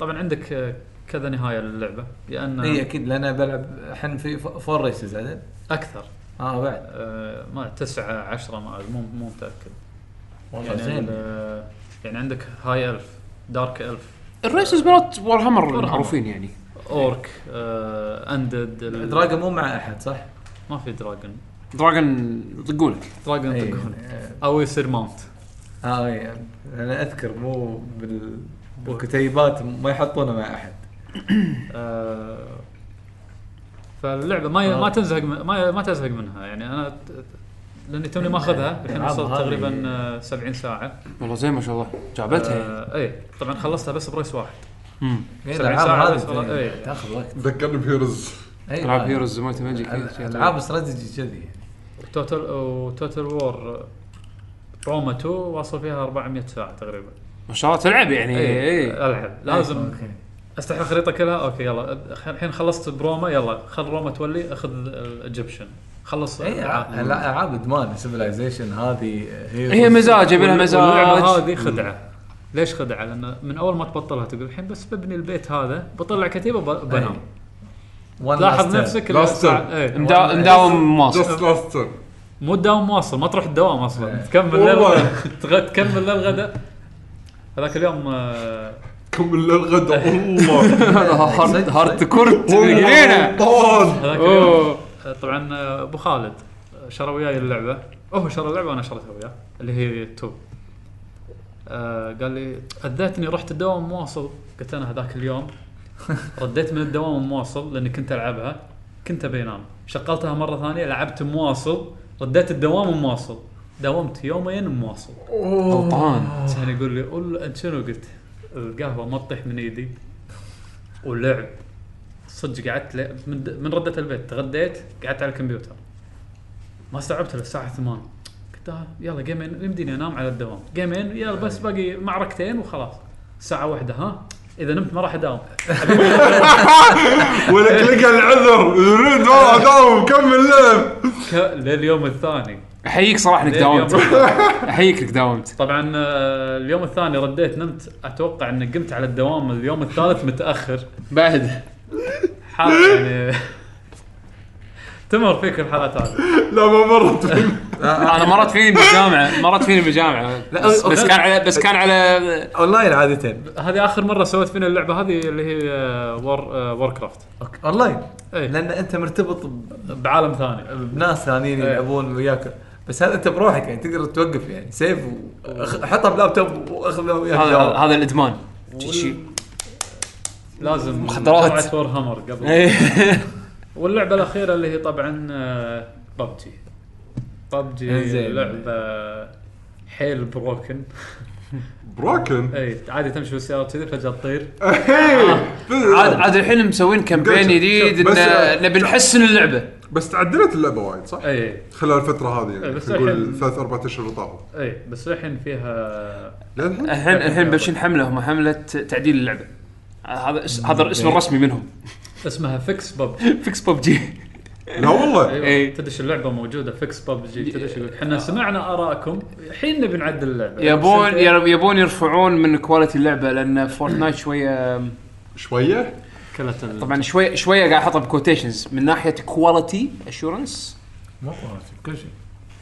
[SPEAKER 3] طبعا عندك آه، كذا نهايه للعبه لان
[SPEAKER 4] اي اكيد لان إيه، أنا بلعب الحين في ف- فور ريسز عدل
[SPEAKER 3] اكثر
[SPEAKER 4] اه بعد
[SPEAKER 3] آه، ما تسعة عشرة ما أدري، مو مو متاكد
[SPEAKER 4] والله
[SPEAKER 3] يعني
[SPEAKER 4] زين
[SPEAKER 3] ال- يعني عندك هاي الف دارك الف
[SPEAKER 1] الريسز مرات وور هامر
[SPEAKER 3] وورهامر.
[SPEAKER 1] معروفين يعني
[SPEAKER 3] اورك آه، اندد ال-
[SPEAKER 4] دراجون مو مع احد صح؟
[SPEAKER 3] ما في دراجون
[SPEAKER 1] دراجون يطقونك
[SPEAKER 3] دراجون
[SPEAKER 4] إي.
[SPEAKER 3] تكون
[SPEAKER 4] إيه.
[SPEAKER 3] او يصير ماونت
[SPEAKER 4] اه اي انا اذكر مو بال بالكتيبات ما يحطونه مع احد
[SPEAKER 3] آه، فاللعبه ما
[SPEAKER 4] آه.
[SPEAKER 3] ي- ما تنزهق من- ما ي- ما تزهق منها يعني انا ت- ت- لاني توني ماخذها الحين
[SPEAKER 4] ألعاب
[SPEAKER 3] وصلت
[SPEAKER 4] هذه-
[SPEAKER 3] تقريبا آه، 70 ساعه
[SPEAKER 1] والله زين ما شاء الله جابتها يعني.
[SPEAKER 3] آه اي طبعا خلصتها بس بريس واحد
[SPEAKER 1] امم
[SPEAKER 4] إي،
[SPEAKER 3] سبع
[SPEAKER 4] الألعاب
[SPEAKER 3] ساعات
[SPEAKER 4] هذه
[SPEAKER 3] بس إيه. والله،
[SPEAKER 4] يعني
[SPEAKER 3] إي.
[SPEAKER 4] تاخذ وقت
[SPEAKER 2] ذكرني بهيروز
[SPEAKER 4] إي،
[SPEAKER 1] العاب
[SPEAKER 4] آه.
[SPEAKER 1] هيروز مالتي ماجيك
[SPEAKER 4] العاب استراتيجي كذي
[SPEAKER 3] توتال وتوتال وور روما 2 واصل فيها 400 ساعه تقريبا
[SPEAKER 1] ما شاء الله تلعب يعني
[SPEAKER 3] اي
[SPEAKER 1] اي
[SPEAKER 3] العب إيه،
[SPEAKER 4] أيوة.
[SPEAKER 3] لازم استحي الخريطه كلها اوكي يلا خ- الحين خلصت بروما يلا خل روما تولي اخذ الايجيبشن خلص آه،
[SPEAKER 4] إيه،
[SPEAKER 3] الألعاب.
[SPEAKER 4] ألع- العاب ادمان سيفلايزيشن هذه
[SPEAKER 1] هي مزاج يبي لها
[SPEAKER 3] واللعبه
[SPEAKER 1] مزاج
[SPEAKER 3] هذه خدعه ليش خدعه؟ لان من اول ما تبطلها تقول الحين بس ببني البيت هذا بطلع كتيبه ب- بنام لاحظ نفسك
[SPEAKER 2] Last
[SPEAKER 3] لا-
[SPEAKER 2] turn.
[SPEAKER 3] إيه.
[SPEAKER 1] مدا- مداوم مواصل
[SPEAKER 2] جاست لاست تيرن
[SPEAKER 3] مو تداوم واصل ما تروح الدوام اصلا
[SPEAKER 4] إيه.
[SPEAKER 3] تكمل
[SPEAKER 2] والله.
[SPEAKER 3] للغ- تغ- تكمل للغداء هذاك اليوم آه،
[SPEAKER 2] كمل للغدا والله
[SPEAKER 1] هارد هارد كورت إيه.
[SPEAKER 2] والله
[SPEAKER 1] هنا
[SPEAKER 2] طال
[SPEAKER 3] هذاك اليوم آه،
[SPEAKER 1] اوه
[SPEAKER 3] طبعا ابو خالد آه، شرى وياي اللعبه هو شرى اللعبه وانا شريتها وياه اللي هي تو آه قال لي اذيتني رحت الدوام مواصل قلت انا هذاك اليوم رديت من الدوام مواصل لاني كنت العبها كنت ابي انام شغلتها مره ثانيه لعبت مواصل رديت الدوام مواصل داومت يومين مواصل
[SPEAKER 1] غلطان
[SPEAKER 3] كان يقول لي قول انت شنو قلت؟ القهوه ما تطيح من ايدي ولعب صدق قعدت ل- من, د- من رده البيت تغديت قعدت على الكمبيوتر ما استوعبت الا الساعه 8 قلت آه، يلا جيمين يمديني انام على الدوام جيمين يلا بس باقي معركتين وخلاص الساعه واحدة ها اذا نمت ما راح اداوم
[SPEAKER 2] ولك لقى العذر يريد
[SPEAKER 1] آه.
[SPEAKER 2] والله داوم كمل لعب
[SPEAKER 3] ك- لليوم الثاني
[SPEAKER 1] احييك صراحه
[SPEAKER 4] إيه،
[SPEAKER 1] انك
[SPEAKER 3] لليوم
[SPEAKER 1] داومت احييك انك داومت
[SPEAKER 3] طبعا آه، اليوم الثاني رديت نمت اتوقع اني قمت على الدوام اليوم الثالث متاخر
[SPEAKER 1] بعد
[SPEAKER 3] حالة
[SPEAKER 1] إيه؟
[SPEAKER 3] يعني تمر فيك الحالات هذه
[SPEAKER 2] لا ما مرت فيني.
[SPEAKER 1] انا مرت فيني بالجامعه مرت فيني بالجامعه
[SPEAKER 4] لا،
[SPEAKER 1] بس, بس
[SPEAKER 4] أوكي.
[SPEAKER 1] كان على بس كان على
[SPEAKER 4] اونلاين عاده
[SPEAKER 3] هذه اخر مره سويت فينا اللعبه هذه اللي هي آه، وور آه، وور كرافت
[SPEAKER 4] أوكي، اونلاين
[SPEAKER 3] إيه.
[SPEAKER 4] لان انت مرتبط ب-
[SPEAKER 3] بعالم ثاني
[SPEAKER 4] بناس ثانيين
[SPEAKER 3] إيه.
[SPEAKER 4] يلعبون وياك بس هذا انت بروحك يعني تقدر توقف يعني سيف وحطها بلابتوب واخذ له وياك
[SPEAKER 1] هذا
[SPEAKER 4] جواب.
[SPEAKER 1] هذا الادمان شي- شي.
[SPEAKER 3] لازم
[SPEAKER 1] مخدرات.
[SPEAKER 3] طلعت وور هامر قبل
[SPEAKER 1] إيه.
[SPEAKER 3] واللعبه الاخيره اللي هي آه، طبعا ببجي ببجي
[SPEAKER 4] إنزين.
[SPEAKER 3] لعبه حيل بروكن
[SPEAKER 2] بروكن
[SPEAKER 1] إيه.
[SPEAKER 3] اي عادي تمشي بالسياره كذي فجاه تطير
[SPEAKER 1] عاد عاد الحين مسوين كامبين
[SPEAKER 2] قلت-
[SPEAKER 1] جديد
[SPEAKER 2] بس-
[SPEAKER 1] انه نبي نحسن اللعبه
[SPEAKER 2] بس تعدلت اللعبه وايد صح؟
[SPEAKER 1] إيه.
[SPEAKER 3] اي
[SPEAKER 2] خلال الفتره هذه يعني
[SPEAKER 3] إيه، بس
[SPEAKER 2] خلينا نقول
[SPEAKER 3] الحين-
[SPEAKER 2] ثلاث اربع اشهر اللي طافوا
[SPEAKER 3] اي إيه، بس الحين فيها آه،
[SPEAKER 2] للحين
[SPEAKER 1] الحين الحين بلشين حمله هم حمله تعديل اللعبه هذا اس- هذا الاسم الرسمي منهم
[SPEAKER 3] اسمها فيكس ببجي
[SPEAKER 1] فيكس بوب جي
[SPEAKER 2] لا والله
[SPEAKER 1] إيه.
[SPEAKER 3] ايوه تدش اللعبه موجوده فيكس ببجي تدش يقول احنا سمعنا ارائكم الحين نبي نعدل اللعبه
[SPEAKER 1] يبون
[SPEAKER 3] بس إنت-
[SPEAKER 1] يبون يرفعون من كواليتي اللعبه لان فورتنايت شويه
[SPEAKER 2] شويه
[SPEAKER 3] كلت ال-
[SPEAKER 1] طبعا شويه شويه قاعد احطها بكوتيشنز من ناحيه كواليتي اشورنس
[SPEAKER 4] مو قاسي، كل شيء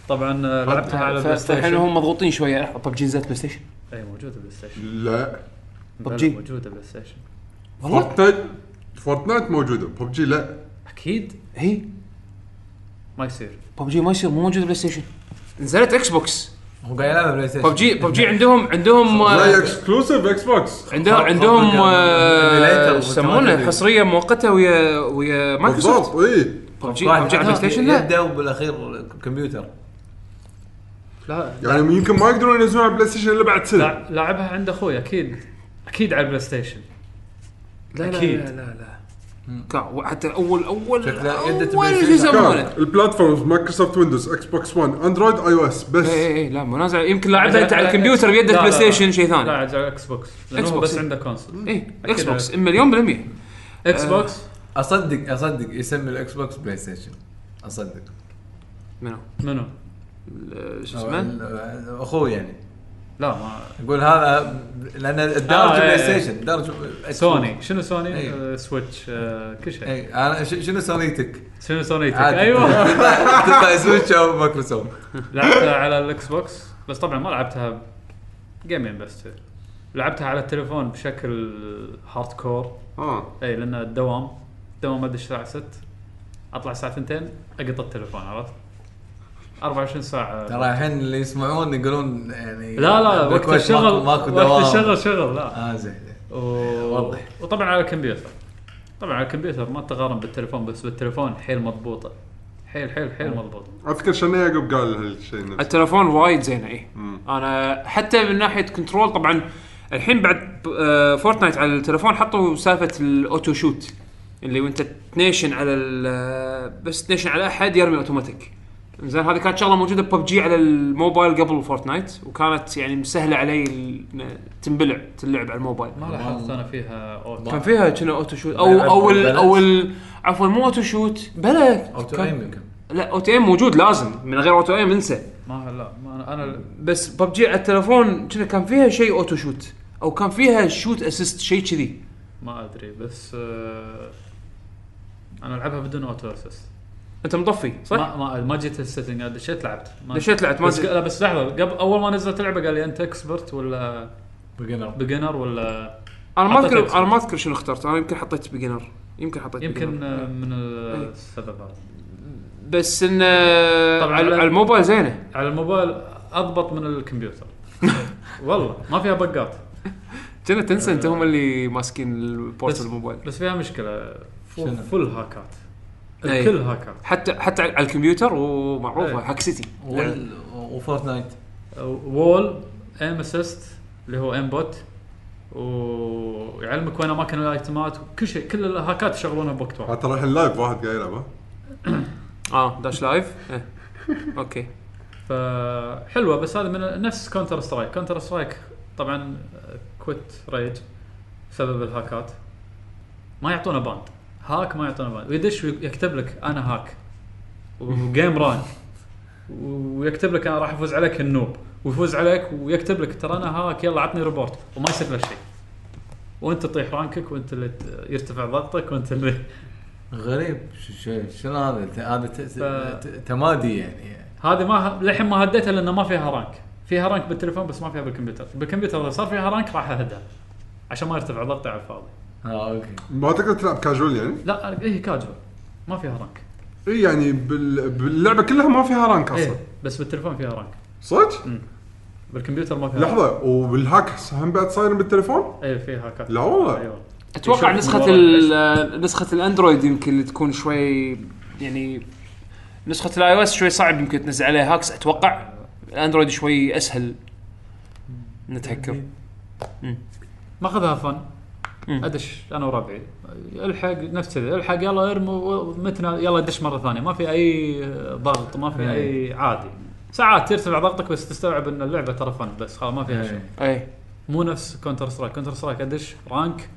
[SPEAKER 3] طبعا آه، لعبتها على إيه، البلاي
[SPEAKER 1] فالحين
[SPEAKER 3] ستيشن
[SPEAKER 1] هم مضغوطين شويه ببجي نزلت بلاي ستيشن
[SPEAKER 3] اي موجوده بلاي ستيشن
[SPEAKER 2] لا
[SPEAKER 1] ببجي.
[SPEAKER 3] بلا، موجوده بلاي ستيشن
[SPEAKER 1] والله
[SPEAKER 2] فورتنايت فورتنايت موجوده ببجي لا
[SPEAKER 3] اكيد
[SPEAKER 1] هي
[SPEAKER 3] ما يصير
[SPEAKER 1] ببجي ما يصير مو موجود بلاي ستيشن نزلت اكس بوكس
[SPEAKER 4] هو قاعد يلعب بلاي ستيشن
[SPEAKER 1] ببجي ببجي عندهم عندهم آه،
[SPEAKER 2] لا هي اكسكلوسيف اكس بوكس
[SPEAKER 1] عندهم
[SPEAKER 4] خط-
[SPEAKER 1] عندهم
[SPEAKER 4] خط-
[SPEAKER 1] آه،
[SPEAKER 4] emulator
[SPEAKER 1] يسمونه
[SPEAKER 4] وتماثيل.
[SPEAKER 1] حصريه مؤقته ويا ويا مايكروسوفت
[SPEAKER 2] بالضبط إيه. اي
[SPEAKER 1] ببجي ببجي على البلاي ستيشن لا
[SPEAKER 4] يبدا وبالاخير كمبيوتر
[SPEAKER 3] لا
[SPEAKER 2] يعني يمكن ما يقدرون ينزلون على بلاي ستيشن الا بعد سنه
[SPEAKER 3] لا- لاعبها عند اخوي اكيد اكيد على البلاي ستيشن
[SPEAKER 1] لا لا
[SPEAKER 3] أكيد.
[SPEAKER 1] لا لا لا كا- حتى اول اول
[SPEAKER 4] شكلها يدة
[SPEAKER 1] اول
[SPEAKER 4] بلاي
[SPEAKER 1] شو
[SPEAKER 4] ستيشن.
[SPEAKER 2] كان
[SPEAKER 1] يسمونه
[SPEAKER 2] البلاتفورمز مايكروسوفت ويندوز اكس بوكس 1 اندرويد اي او اس بس
[SPEAKER 1] اي اي اي إيه، لا منازع يمكن لاعبها انت على
[SPEAKER 3] لا،
[SPEAKER 1] الكمبيوتر
[SPEAKER 3] لا،
[SPEAKER 1] بيده
[SPEAKER 3] لا،
[SPEAKER 1] بلاي
[SPEAKER 3] لا.
[SPEAKER 1] ستيشن شيء
[SPEAKER 3] لا
[SPEAKER 1] ثاني
[SPEAKER 3] على اكس بوكس لانه
[SPEAKER 1] إكس
[SPEAKER 3] هو
[SPEAKER 1] بوكس.
[SPEAKER 3] بس عنده كونسول
[SPEAKER 1] اي
[SPEAKER 3] أكيد
[SPEAKER 1] اكس بوكس
[SPEAKER 3] على-
[SPEAKER 1] مليون بالمية
[SPEAKER 3] اكس بوكس
[SPEAKER 4] اصدق اصدق يسمي الاكس بوكس بلاي ستيشن اصدق
[SPEAKER 1] منو
[SPEAKER 3] منو؟
[SPEAKER 1] ال- شو
[SPEAKER 4] أو
[SPEAKER 1] اسمه
[SPEAKER 4] ال- آه، اخوه يعني
[SPEAKER 3] لا ما
[SPEAKER 4] يقول هذا لان الدارج
[SPEAKER 3] آه،
[SPEAKER 4] بلاي
[SPEAKER 3] إيه، إيه.
[SPEAKER 4] ستيشن دارج Xbox.
[SPEAKER 3] سوني شنو سوني؟
[SPEAKER 4] إيه.
[SPEAKER 3] آه، سويتش آه، كل شيء
[SPEAKER 1] إيه.
[SPEAKER 4] اي انا إيه، ش- شنو سونيتك؟
[SPEAKER 3] شنو سونيتك
[SPEAKER 4] عادي.
[SPEAKER 3] ايوه
[SPEAKER 4] تطلع سويتش او مايكروسوفت
[SPEAKER 3] لعبتها على الاكس بوكس بس طبعا ما لعبتها جيمين بس لعبتها على التليفون بشكل إيه، هارد كور
[SPEAKER 2] اه
[SPEAKER 3] اي لان الدوام الدوام ادش الساعه 6 اطلع الساعه 2 اقط التليفون عرفت؟ 24 ساعه
[SPEAKER 4] ترى الحين اللي يسمعون يقولون يعني
[SPEAKER 3] لا لا
[SPEAKER 4] عندك
[SPEAKER 3] وقت
[SPEAKER 4] ماكو-
[SPEAKER 3] الشغل
[SPEAKER 4] ماكو
[SPEAKER 3] وقت
[SPEAKER 4] دوام
[SPEAKER 3] الشغل شغل لا
[SPEAKER 4] اه زين زين.
[SPEAKER 3] و-
[SPEAKER 4] واضح.
[SPEAKER 3] وطبعا على الكمبيوتر طبعا على الكمبيوتر ما تقارن بالتليفون بس بالتليفون حيل مضبوطه حيل حيل حيل مضبوطه
[SPEAKER 2] اذكر شنو يعقوب قال هالشيء نفسه
[SPEAKER 1] التلفون وايد زينه اي
[SPEAKER 2] مم.
[SPEAKER 1] انا حتى من ناحيه كنترول طبعا الحين بعد آه، فورتنايت على التلفون حطوا سالفه الاوتو آه، شوت اللي وانت تنيشن على ال- بس تنيشن على احد يرمي اوتوماتيك زين هذه كانت شغله موجوده ببجي على الموبايل قبل فورتنايت وكانت يعني مسهله علي ال- إنه تنبلع تلعب على الموبايل
[SPEAKER 3] ما لاحظت انا فيها اوتو
[SPEAKER 1] كان فيها كنا اوتو شوت او
[SPEAKER 6] بلعب
[SPEAKER 1] او ال-
[SPEAKER 6] بالبلد.
[SPEAKER 1] او ال- عفوا مو اوتو شوت بلا
[SPEAKER 6] اوتو
[SPEAKER 1] كان-
[SPEAKER 6] ايم يمكن
[SPEAKER 1] لا اوتو ايم موجود لازم من غير اوتو ايم انسى
[SPEAKER 3] ما لا ما انا انا
[SPEAKER 1] بس ببجي على التلفون كنا كان فيها شيء اوتو شوت او كان فيها شوت اسيست شيء كذي
[SPEAKER 3] ما ادري بس آه، انا العبها بدون اوتو اسيست
[SPEAKER 1] انت مطفي صح؟
[SPEAKER 3] ما ما, ما جيت السيتنج أنا دشيت لعبت ما
[SPEAKER 1] دشيت لعبت ما
[SPEAKER 3] بس
[SPEAKER 1] زي-
[SPEAKER 3] لا بس لحظه قبل اول ما نزلت اللعبه قال لي انت اكسبرت ولا
[SPEAKER 6] بيجنر
[SPEAKER 3] بيجنر ولا
[SPEAKER 1] انا ما
[SPEAKER 3] حطيت
[SPEAKER 1] اذكر
[SPEAKER 3] exit.
[SPEAKER 1] انا ما اذكر شنو اخترت انا يمكن حطيت بيجنر يمكن حطيت
[SPEAKER 3] يمكن
[SPEAKER 1] beginner.
[SPEAKER 3] آه، من
[SPEAKER 1] إيه.
[SPEAKER 3] السبب هذا
[SPEAKER 1] بس انه
[SPEAKER 3] طبعاً
[SPEAKER 1] على
[SPEAKER 3] لا.
[SPEAKER 1] على الموبايل زينه
[SPEAKER 3] على الموبايل اضبط من الكمبيوتر والله ما فيها بقات
[SPEAKER 1] كنا تنسى انت هم اللي ماسكين البورت
[SPEAKER 3] آه. بس-
[SPEAKER 1] الموبايل
[SPEAKER 3] بس فيها مشكله فول,
[SPEAKER 6] شنو؟
[SPEAKER 3] فول هاكات
[SPEAKER 1] أي.
[SPEAKER 3] الكل هاكات
[SPEAKER 1] حتى حتى على الكمبيوتر ومعروفه
[SPEAKER 3] إيه.
[SPEAKER 1] هاك سيتي
[SPEAKER 4] وال- وفورتنايت
[SPEAKER 3] وول ايم اسيست اللي هو ايم بوت ويعلمك وين اماكن الايتمات وكل شيء كل الهاكات يشغلونها بوقت واحد
[SPEAKER 2] حتى راح اللايف واحد قاعد يلعب ها
[SPEAKER 3] آه،
[SPEAKER 1] اه داش لايف إيه. اوكي
[SPEAKER 3] فحلوه بس هذا من نفس كونتر سترايك كونتر سترايك طبعا كويت ريج بسبب الهاكات ما يعطونا باند هاك ما يعطونا باند ويدش ويكتب لك انا هاك وجيم ران ويكتب لك انا راح افوز عليك النوب ويفوز عليك ويكتب لك ترى انا هاك يلا عطني ريبورت وما يصير له شيء وانت تطيح رانكك وانت اللي ت- يرتفع ضغطك وانت اللي
[SPEAKER 6] غريب ش- ش- شنو هذا ت- هذا ت-
[SPEAKER 3] ف-
[SPEAKER 6] ت- تمادي يعني
[SPEAKER 3] هذه ما للحين ما هديتها لان ما فيها رانك فيها رانك بالتليفون بس ما فيها بالكمبيوتر بالكمبيوتر اذا صار فيها رانك راح اهدها عشان ما يرتفع ضغطي على الفاضي
[SPEAKER 4] آه،
[SPEAKER 6] اه اوكي
[SPEAKER 2] ما تقدر تلعب كاجوال يعني
[SPEAKER 3] لا هي إيه كاجوال ما فيها رانك
[SPEAKER 2] اي يعني بال... باللعبه كلها ما فيها رانك اصلا
[SPEAKER 3] إيه بس بالتليفون فيها رانك
[SPEAKER 2] صدق؟
[SPEAKER 3] بالكمبيوتر ما
[SPEAKER 1] إيه.
[SPEAKER 3] فيها رانك.
[SPEAKER 2] لحظه وبالهاك هم بعد صاير بالتليفون؟
[SPEAKER 3] ايه فيها هاكات
[SPEAKER 2] لا والله.
[SPEAKER 3] أيوة.
[SPEAKER 1] اتوقع
[SPEAKER 3] يشوف
[SPEAKER 1] نسخه
[SPEAKER 3] من
[SPEAKER 1] ال- نسخه الاندرويد يمكن اللي تكون شوي يعني نسخه الاي او اس شوي صعب يمكن تنزل عليها هاكس اتوقع الاندرويد شوي اسهل نتهكر
[SPEAKER 3] ماخذها فن
[SPEAKER 1] مم.
[SPEAKER 3] ادش انا وربعي الحق نفس كذا الحق يلا ارمي و- متنا يلا دش مره ثانيه ما في اي ضغط ما في اي عادي ساعات ترتفع ضغطك بس تستوعب ان اللعبه ترى فن بس خلاص ما
[SPEAKER 4] إيه.
[SPEAKER 3] فيها شيء
[SPEAKER 1] اي
[SPEAKER 3] مو نفس كونتر سترايك كونتر سترايك ادش رانك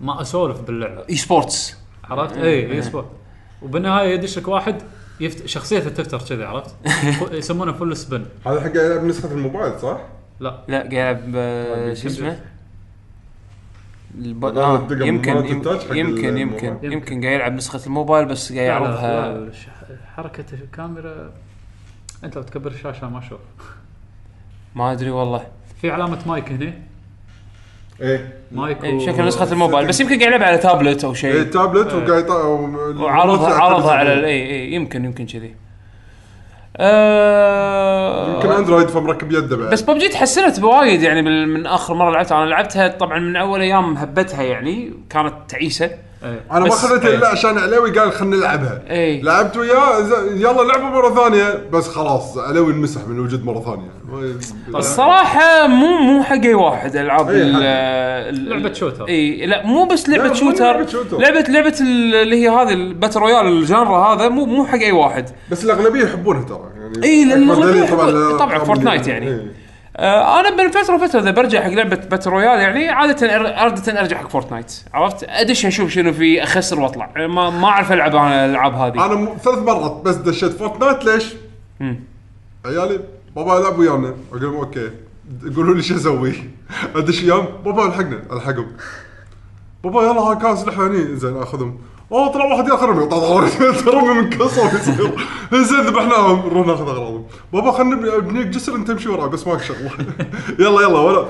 [SPEAKER 3] ما اسولف باللعبه
[SPEAKER 1] اي سبورتس
[SPEAKER 3] عرفت إيه، اي اي سبورت وبالنهايه يدش لك واحد يفت... شخصيته تفتر كذي عرفت ف- يسمونه فل سبن
[SPEAKER 2] هذا حق يلعب نسخه الموبايل صح؟
[SPEAKER 3] لا
[SPEAKER 1] لا قاعد ب- شو اسمه الب... آه.
[SPEAKER 2] الدقم
[SPEAKER 1] يمكن
[SPEAKER 2] مالت
[SPEAKER 1] يمكن
[SPEAKER 2] التاتش حق
[SPEAKER 1] يمكن
[SPEAKER 2] الموبايل.
[SPEAKER 1] يمكن
[SPEAKER 3] يمكن.
[SPEAKER 1] يمكن قاعد يلعب نسخه الموبايل بس قاعد
[SPEAKER 3] لا، لا،
[SPEAKER 1] يعرضها
[SPEAKER 3] لا، ش- حركه الكاميرا انت لو تكبر الشاشه ما اشوف
[SPEAKER 1] ما ادري والله
[SPEAKER 3] في علامه مايك هنا
[SPEAKER 2] ايه
[SPEAKER 3] مايك
[SPEAKER 1] إيه،
[SPEAKER 3] و...
[SPEAKER 1] شكل نسخه الموبايل بس يمكن قاعد يلعب على تابلت او شيء
[SPEAKER 2] ايه تابلت وقاعد يط-
[SPEAKER 1] إيه. وعرضها
[SPEAKER 2] الموقع
[SPEAKER 1] عرضها على
[SPEAKER 2] التلفزيون.
[SPEAKER 1] اي اي يمكن يمكن كذي آه،
[SPEAKER 2] يمكن اندرويد فمركب يده بعد
[SPEAKER 1] بس ببجي تحسنت بوايد يعني بال- من اخر مره لعبتها انا لعبتها طبعا من اول ايام هبتها يعني كانت تعيسه
[SPEAKER 3] إيه.
[SPEAKER 2] انا ما
[SPEAKER 1] بس-
[SPEAKER 2] اخذتها
[SPEAKER 1] إيه.
[SPEAKER 2] الا عشان علوي قال خلينا نلعبها
[SPEAKER 1] إيه.
[SPEAKER 2] لعبت وياه ز- يلا لعبه مره ثانيه بس خلاص علوي انمسح من الوجود مره ثانيه ما-
[SPEAKER 1] الصراحه مو مو حق اي واحد العاب
[SPEAKER 2] إيه،
[SPEAKER 1] ال-
[SPEAKER 2] حق.
[SPEAKER 1] ال-
[SPEAKER 3] لعبة شوتر.
[SPEAKER 1] اي لا مو بس
[SPEAKER 2] لا،
[SPEAKER 1] لعبه
[SPEAKER 2] مو لعبة
[SPEAKER 1] شوتر
[SPEAKER 2] شوتر.
[SPEAKER 1] لعبه لعبه ال- اللي هي هذه الباتل رويال الجانرا هذا مو مو حق اي واحد
[SPEAKER 2] بس الاغلبيه يحبونها ترى يعني
[SPEAKER 1] إيه، لأن
[SPEAKER 2] أكبر
[SPEAKER 1] الأغلبية
[SPEAKER 2] دليل
[SPEAKER 1] يحبون- طبعاً
[SPEAKER 2] الأرقام
[SPEAKER 1] فورتنايت
[SPEAKER 2] اللي-
[SPEAKER 1] يعني.
[SPEAKER 2] إيه.
[SPEAKER 1] آه، انا بين فتره وفتره اذا برجع حق لعبه باتل رويال يعني عاده أر- عاده ارجع حق فورتنايت عرفت ادش اشوف شنو في اخسر واطلع يعني ما ما اعرف العب انا الالعاب هذه
[SPEAKER 2] انا م- ثلاث مرات بس دشيت فورتنايت ليش؟
[SPEAKER 1] مم.
[SPEAKER 2] عيالي بابا العب ويانا اقول لهم اوكي قولوا لي شو اسوي؟ ادش وياهم بابا الحقنا الحقهم بابا يلا ها كاس لحى هني زين اخذهم اوه طلع واحد ياخذ رمي رمي من كسر يصير زين ذبحناهم نروح ناخذ اغراضهم بابا خلينا نبني لك جسر انت امشي وراي بس ماك شغله يلا يلا ولا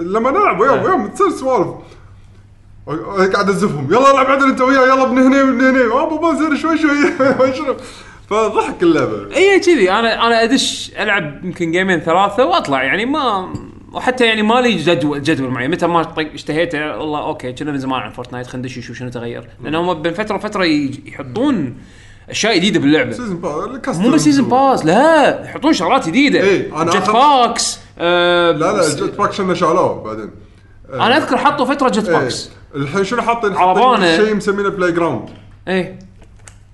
[SPEAKER 2] لما نلعب وياهم وياهم تصير سوالف قاعد ازفهم يلا العب عدل انت وياه يلا من هنا من هنا اه بابا زين شوي شوي ما شنو فضحك اللعبه
[SPEAKER 1] اي إيه، كذي انا انا ادش العب يمكن جيمين ثلاثه واطلع يعني ما وحتى يعني ما لي جدول جدول معي متى ما طق- اشتهيت يعني والله اوكي كنا من زمان عن فورتنايت خلينا ندش نشوف شنو تغير لان هم بين فتره وفتره يج- يحطون اشياء جديده باللعبه
[SPEAKER 2] سيزن باس
[SPEAKER 1] مو بس سيزن باس لا يحطون شغلات جديده
[SPEAKER 2] إيه، أنا
[SPEAKER 1] جت
[SPEAKER 2] آخر-
[SPEAKER 1] باكس آه
[SPEAKER 2] لا لا جت باك شنو شالوه بعدين
[SPEAKER 1] انا اذكر حطوا فتره جت
[SPEAKER 2] إيه.
[SPEAKER 1] باكس
[SPEAKER 2] الحين شنو حاطين
[SPEAKER 1] عربانة.
[SPEAKER 2] حاطين شيء مسمينه بلاي جراوند
[SPEAKER 1] ايه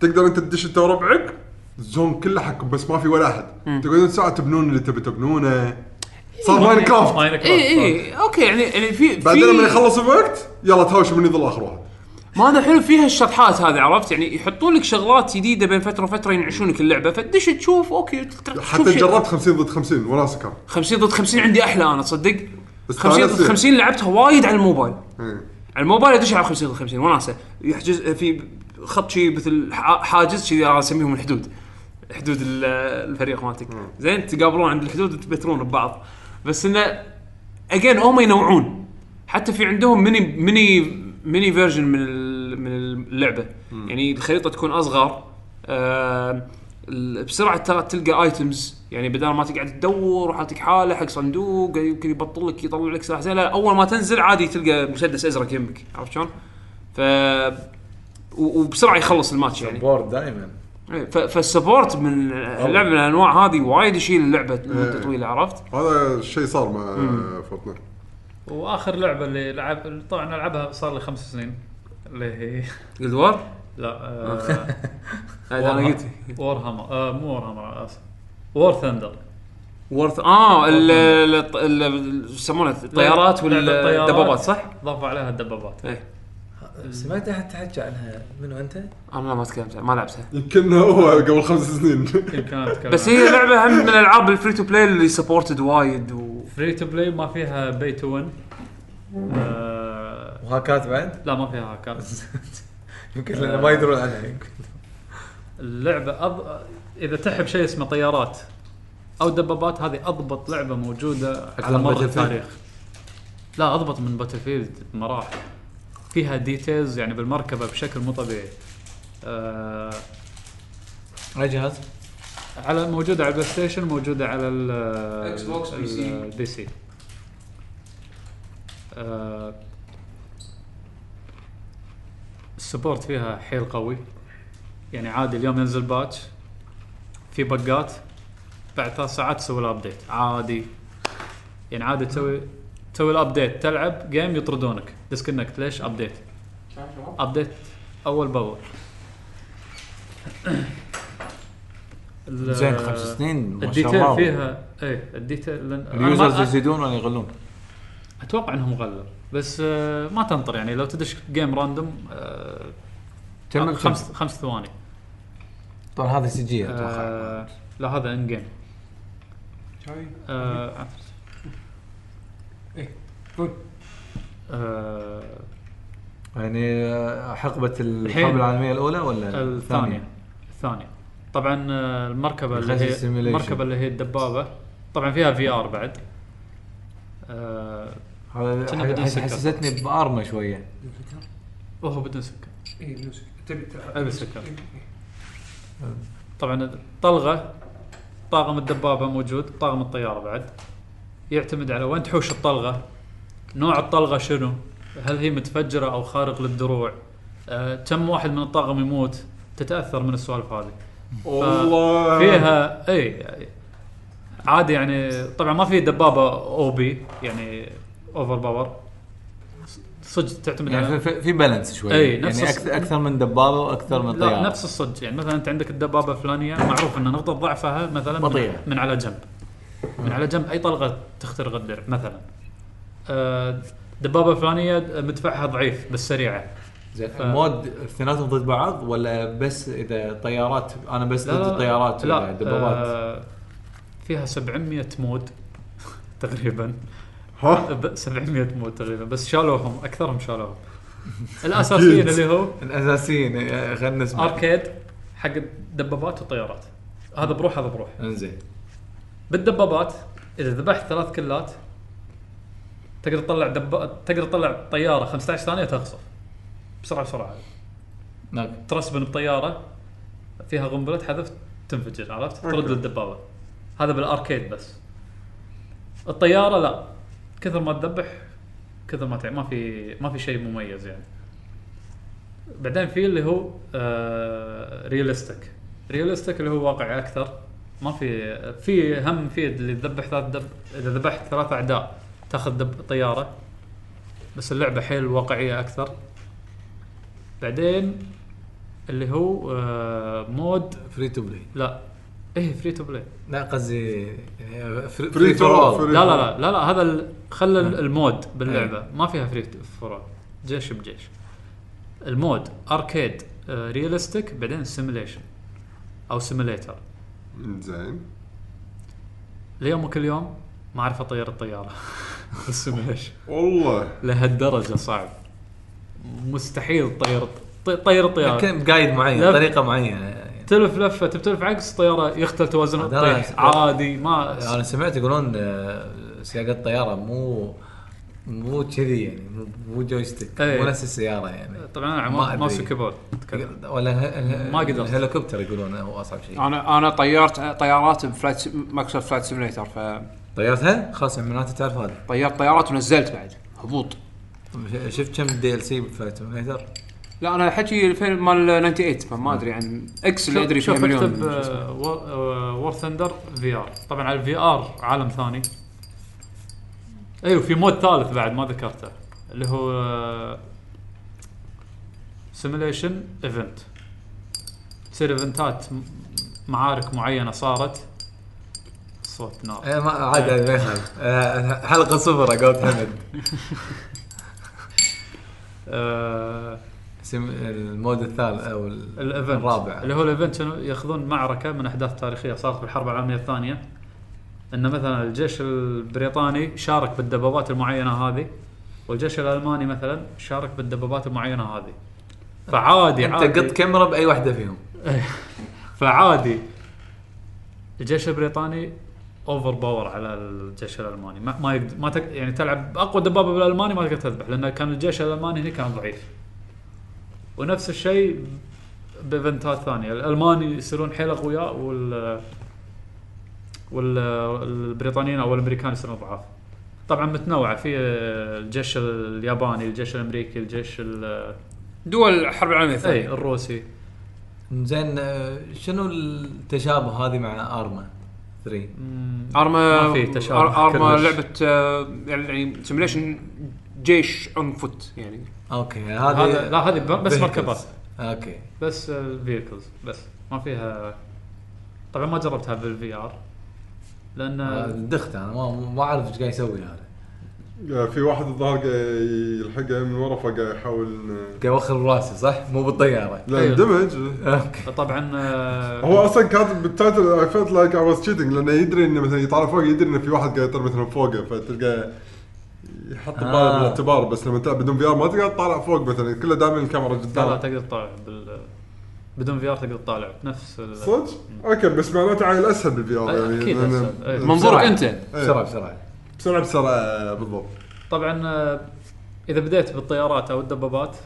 [SPEAKER 2] تقدر انت تدش انت وربعك الزون كله حقكم بس ما في ولا احد تقعدون ساعه تبنون اللي تبي تبنونه
[SPEAKER 1] إيه.
[SPEAKER 2] صار ماين كرافت
[SPEAKER 3] ماينكرافت
[SPEAKER 1] اي اي اوكي إيه، يعني يعني في
[SPEAKER 2] إيه، بعدين
[SPEAKER 1] في-
[SPEAKER 2] لما يخلص الوقت يلا تهاوشوا من يظل اخر واحد
[SPEAKER 1] ما هذا حلو فيها الشطحات هذه عرفت يعني يحطون لك شغلات جديده بين فتره وفتره ينعشونك اللعبه فتدش تشوف اوكي تشوف
[SPEAKER 2] حتى
[SPEAKER 1] شيء.
[SPEAKER 2] جربت 50 ضد 50 وناسي كان
[SPEAKER 1] 50 ضد 50 عندي احلى انا تصدق 50 ضد
[SPEAKER 2] استانست.
[SPEAKER 1] 50 لعبتها وايد على الموبايل
[SPEAKER 2] إيه.
[SPEAKER 1] على الموبايل ادش على 50 ضد 50 وناسه يحجز في خط شيء مثل ح- حاجز شيء أنا اسميهم الحدود حدود ال- الفريق مالتك زين تقابلون عند الحدود تبترون ببعض بس انه اجين هم ينوعون حتى في عندهم ميني ميني ميني فيرجن من ال- من اللعبه يعني الخريطه تكون اصغر آه بسرعه ترى تلقى ايتمز يعني بدل ما تقعد تدور وحالتك حاله حق صندوق يمكن يبطل لك يطلع لك سلاح زين لا اول ما تنزل عادي تلقى مسدس ازرق يمك عرفت شلون؟ ف و- وبسرعه يخلص الماتش يعني
[SPEAKER 6] بورد دائما
[SPEAKER 1] إيه، ف- فالسبورت من لعبه من الانواع هذه وايد يشيل اللعبه مده
[SPEAKER 2] إيه.
[SPEAKER 1] طويله عرفت؟
[SPEAKER 2] هذا الشيء صار مع فورتنايت
[SPEAKER 3] واخر لعبه اللي لعب طبعا العبها صار لي خمس سنين اللي هي
[SPEAKER 1] قلت ور؟
[SPEAKER 3] لا آه
[SPEAKER 1] انا قلت
[SPEAKER 3] وور هامر آه مو وور هامر اسف وور ثندر
[SPEAKER 1] وورث اه ال- ال- ال- ال- يسمونها الطيارات
[SPEAKER 3] لعبة الطيارات.
[SPEAKER 1] والدبابات صح؟
[SPEAKER 3] ضاف عليها الدبابات
[SPEAKER 1] ايه
[SPEAKER 6] سمعت احد تحكي عنها منو انت؟
[SPEAKER 1] انا ما تكلمت ما لعبتها
[SPEAKER 2] يمكن هو قبل خمس سنين
[SPEAKER 3] يمكن أنا أتكلم
[SPEAKER 1] بس هي لعبه هم من الالعاب الفري تو بلاي اللي سبورتد وايد و
[SPEAKER 3] فري تو بلاي ما فيها بي تو وين آه
[SPEAKER 6] وهاكات بعد
[SPEAKER 3] لا ما فيها هاكات
[SPEAKER 6] يمكن لان ما يدرون عنها يمكن
[SPEAKER 3] اللعبه أض... اذا تحب شيء اسمه طيارات او دبابات هذه اضبط لعبه موجوده على
[SPEAKER 6] من
[SPEAKER 3] مر
[SPEAKER 6] Battlefield؟
[SPEAKER 3] التاريخ لا اضبط من باتل فيلد بمراحل فيها ديتيلز يعني بالمركبه بشكل مو طبيعي آه
[SPEAKER 6] اي جهاز؟
[SPEAKER 3] على موجوده على البلاي ستيشن موجوده على ال
[SPEAKER 1] Xbox، بي سي.
[SPEAKER 3] البي سي آه، السبورت فيها حيل قوي يعني عادي اليوم ينزل باتش في بقات بعد ثلاث ساعات تسوي الابديت عادي يعني عادي تسوي تسوي الابديت تلعب جيم يطردونك ديسكونكت ليش ابديت ابديت اول باول ال-
[SPEAKER 4] زين خمس سنين ما شاء
[SPEAKER 3] آه، الديتيل
[SPEAKER 4] الله
[SPEAKER 3] فيها ايه الديتيل لأن- أنا ما-
[SPEAKER 4] اليوزرز يزيدون ولا يقلون؟
[SPEAKER 3] اتوقع انهم غلوا بس آه، ما تنطر يعني لو تدش جيم راندوم آه،
[SPEAKER 4] كمل
[SPEAKER 3] خمس خمس ثواني
[SPEAKER 4] طبعا هذا طيب، سي جي اتوقع
[SPEAKER 3] آه، لا هذا ان جيم آه،
[SPEAKER 1] قول.
[SPEAKER 3] آه،
[SPEAKER 4] يعني آه، حقبه
[SPEAKER 3] الحين.
[SPEAKER 4] الحرب العالميه الاولى ولا
[SPEAKER 3] الثانية الثانية طبعا آه، المركبة اللي
[SPEAKER 4] يخلي
[SPEAKER 3] هي
[SPEAKER 4] simulation.
[SPEAKER 3] المركبة اللي هي الدبابة طبعا فيها في ار بعد آه،
[SPEAKER 4] هذا
[SPEAKER 3] كنا بدون
[SPEAKER 4] حس-
[SPEAKER 3] سكر.
[SPEAKER 4] حسستني بارما شويه
[SPEAKER 3] وهو إيه، بدون سكر إيه،
[SPEAKER 7] اي ميوزك تبي تلعب
[SPEAKER 3] ابي سكر إيه. طبعا الطلغه طاقم الدبابه موجود طاقم الطياره بعد يعتمد على وين تحوش الطلغه نوع الطلغه شنو هل هي متفجره او خارق للدروع آه، كم واحد من الطاقم يموت تتاثر من السوالف هذه
[SPEAKER 2] والله
[SPEAKER 3] فيها اي عادي يعني طبعا ما في دبابه او بي يعني اوفر باور صدق تعتمد
[SPEAKER 4] يعني في-
[SPEAKER 3] على
[SPEAKER 4] في- في بالانس شويه
[SPEAKER 3] إي،
[SPEAKER 4] يعني
[SPEAKER 3] نفس الس-
[SPEAKER 4] أكثر- اكثر من دبابه واكثر من
[SPEAKER 3] لا
[SPEAKER 4] طياره
[SPEAKER 3] نفس الصدق يعني مثلا انت عندك الدبابه الفلانيه معروف ان نقطه ضعفها مثلا من,
[SPEAKER 4] بطيئة.
[SPEAKER 3] من على جنب من على جنب اي طلقه تخترق الدرع مثلا آه، دبابه فلانيه مدفعها ضعيف بس سريعه
[SPEAKER 4] زين
[SPEAKER 3] ف-
[SPEAKER 4] المود اثنيناتهم ضد بعض ولا بس اذا طيارات انا بس
[SPEAKER 3] لا،
[SPEAKER 4] ضد الطيارات يعني،
[SPEAKER 3] لا
[SPEAKER 4] ولا دبابات
[SPEAKER 3] آه، فيها 700 مود تقريبا
[SPEAKER 2] ها
[SPEAKER 3] ب- 700 مود تقريبا بس شالوهم اكثرهم شالوهم الاساسيين اللي هو
[SPEAKER 4] الاساسيين آه، خلينا نسمع
[SPEAKER 3] اركيد حق الدبابات والطيارات هذا بروح هذا بروح
[SPEAKER 4] انزين
[SPEAKER 3] بالدبابات اذا ذبحت ثلاث كلات تقدر تطلع دب... تقدر تطلع طياره 15 ثانيه تخسر بسرعه بسرعه
[SPEAKER 4] أوكي.
[SPEAKER 3] ترسبن بطياره فيها قنبله حذف تنفجر عرفت؟ ترد الدبابه هذا بالاركيد بس الطياره لا كثر ما تذبح كثر ما تع- ما في ما في شيء مميز يعني بعدين في اللي هو آه ريالستيك ريالستيك اللي هو واقعي اكثر ما في في هم في اللي يذبح ثلاث دب اذا ذبحت ثلاث اعداء تاخذ دب طياره بس اللعبه حيل واقعيه اكثر بعدين اللي هو آه مود
[SPEAKER 4] فري تو بلاي
[SPEAKER 3] لا ايه فري تو بلاي
[SPEAKER 4] لا قصدي يعني فري
[SPEAKER 2] Free to
[SPEAKER 4] تو
[SPEAKER 2] all.
[SPEAKER 4] اول
[SPEAKER 3] لا لا لا لا لا هذا ال- خلى ال- المود باللعبه ما فيها فري فرول جيش بجيش المود اركيد آه، ريالستيك بعدين سيميليشن او سيميليتر
[SPEAKER 2] زين
[SPEAKER 3] ليومك اليوم ما اعرف اطير الطياره السيميليشن
[SPEAKER 2] والله
[SPEAKER 3] لهالدرجه صعب مستحيل تطير طي- طير الطياره
[SPEAKER 4] يعني كان بقايد معين
[SPEAKER 3] لا.
[SPEAKER 4] طريقه معينه يعني.
[SPEAKER 3] تلف لفه تبي تلف عكس الطياره يختل توازنها
[SPEAKER 4] هذا أنا-
[SPEAKER 3] تطيح عادي ما
[SPEAKER 4] انا سمعت يقولون آه، سياقات الطياره مو مو كذي يعني مو- مو جويستيك
[SPEAKER 3] إيه.
[SPEAKER 4] مو نفس السياره يعني
[SPEAKER 3] طبعا انا
[SPEAKER 4] ما
[SPEAKER 3] ما
[SPEAKER 4] أدري.
[SPEAKER 3] ماسك كيبورد أتكلم.
[SPEAKER 4] ولا ه- ه-
[SPEAKER 3] ما قدرت.
[SPEAKER 4] الهليكوبتر يقولون هو اصعب شيء
[SPEAKER 1] انا انا طيرت طيارات بفلايت مايكروسوفت فلايت سيميليتر فطيرت
[SPEAKER 4] طيرتها خلاص يعني معناته تعرف هذا
[SPEAKER 1] طيارات ونزلت بعد هبوط
[SPEAKER 4] طب شفت كم دي ال سي بفلايت سيميليتر
[SPEAKER 1] لا انا حكي الفيلم مال 98 فما ادري عن اكس اللي ادري فيها
[SPEAKER 3] شوف
[SPEAKER 1] مليون
[SPEAKER 3] اكتب آه،
[SPEAKER 1] شو اسمه.
[SPEAKER 3] وور ثندر في ار طبعا على الفي ار عالم ثاني ايوه في مود ثالث بعد ما ذكرته اللي هو آه، سيميليشن ايفنت تصير ايفنتات م- معارك معينه صارت صوت نار
[SPEAKER 4] ما عاد ما يخالف. آه، حلقه صفر قلت حمد
[SPEAKER 3] آه
[SPEAKER 4] سم- المود الثالث او ال-
[SPEAKER 3] الايفنت
[SPEAKER 4] الرابع.
[SPEAKER 3] اللي هو الايفنت شنو ياخذون معركه من احداث تاريخيه صارت بالحرب العالميه الثانيه ان مثلا الجيش البريطاني شارك بالدبابات المعينه هذه والجيش الالماني مثلا شارك بالدبابات المعينه هذه فعادي
[SPEAKER 4] انت قط
[SPEAKER 3] عادي
[SPEAKER 4] كاميرا باي واحده فيهم
[SPEAKER 3] فعادي الجيش البريطاني اوفر باور على الجيش الالماني ما ما, يقدر ما تك يعني تلعب باقوى دبابه بالالماني ما تقدر تذبح لان كان الجيش الالماني هنا كان ضعيف ونفس الشيء بايفنتات ثانيه الالماني يصيرون حيل اقوياء وال وال البريطانيين او الامريكان يصيرون ضعاف طبعا متنوعه في الجيش الياباني الجيش الامريكي الجيش ال-
[SPEAKER 1] دول الحرب العالميه
[SPEAKER 3] اي
[SPEAKER 1] الثانيه
[SPEAKER 3] الروسي
[SPEAKER 4] زين آه، شنو التشابه هذه مع ارما 3
[SPEAKER 1] ارما
[SPEAKER 3] ما في تشابه
[SPEAKER 1] أر- ارما
[SPEAKER 3] كلش.
[SPEAKER 1] لعبه آه، يعني سيميليشن جيش اون فوت يعني
[SPEAKER 4] اوكي
[SPEAKER 3] هذا
[SPEAKER 4] هذه
[SPEAKER 3] لا هذه ب- بس
[SPEAKER 4] vehicles.
[SPEAKER 3] مركبات
[SPEAKER 4] اوكي
[SPEAKER 3] بس الفيكلز بس ما فيها طبعا ما جربتها بالفي ار لان
[SPEAKER 4] آه، دخت انا ما ما اعرف ايش قاعد يسوي هذا
[SPEAKER 2] في واحد الظاهر قاعد يلحقه من ورا فقاعد يحاول
[SPEAKER 4] قاعد يوخر راسي صح؟ مو بالطياره
[SPEAKER 2] لا
[SPEAKER 3] أيوه.
[SPEAKER 2] اندمج
[SPEAKER 4] اوكي
[SPEAKER 3] طبعا آه،
[SPEAKER 2] هو اصلا كاتب بالتايتل اي فيلت لايك اي واز تشيتنج لانه يدري انه مثلا يطالع فوق يدري انه في واحد قاعد يطير مثلا فوقه فتلقى يحط بباله
[SPEAKER 4] آه.
[SPEAKER 2] بالاعتبار بس لما تلعب بدون في ار ما تقدر تطالع فوق مثلا كله دائما الكاميرا
[SPEAKER 3] لا لا
[SPEAKER 2] قدام
[SPEAKER 3] تقدر تطالع بال بدون في ار تقدر تطالع بنفس ال-
[SPEAKER 2] صدق؟ اوكي بس معناته عيل اسهل بالفي ار
[SPEAKER 3] أي،
[SPEAKER 2] يعني
[SPEAKER 3] أكيد
[SPEAKER 2] لأنه-
[SPEAKER 3] أسهل. أي.
[SPEAKER 1] منظورك
[SPEAKER 2] بسرعة.
[SPEAKER 1] انت
[SPEAKER 4] بسرعه بسرعه
[SPEAKER 2] بسرعه بسرعه بالضبط
[SPEAKER 3] طبعا آه، اذا بديت بالطيارات او الدبابات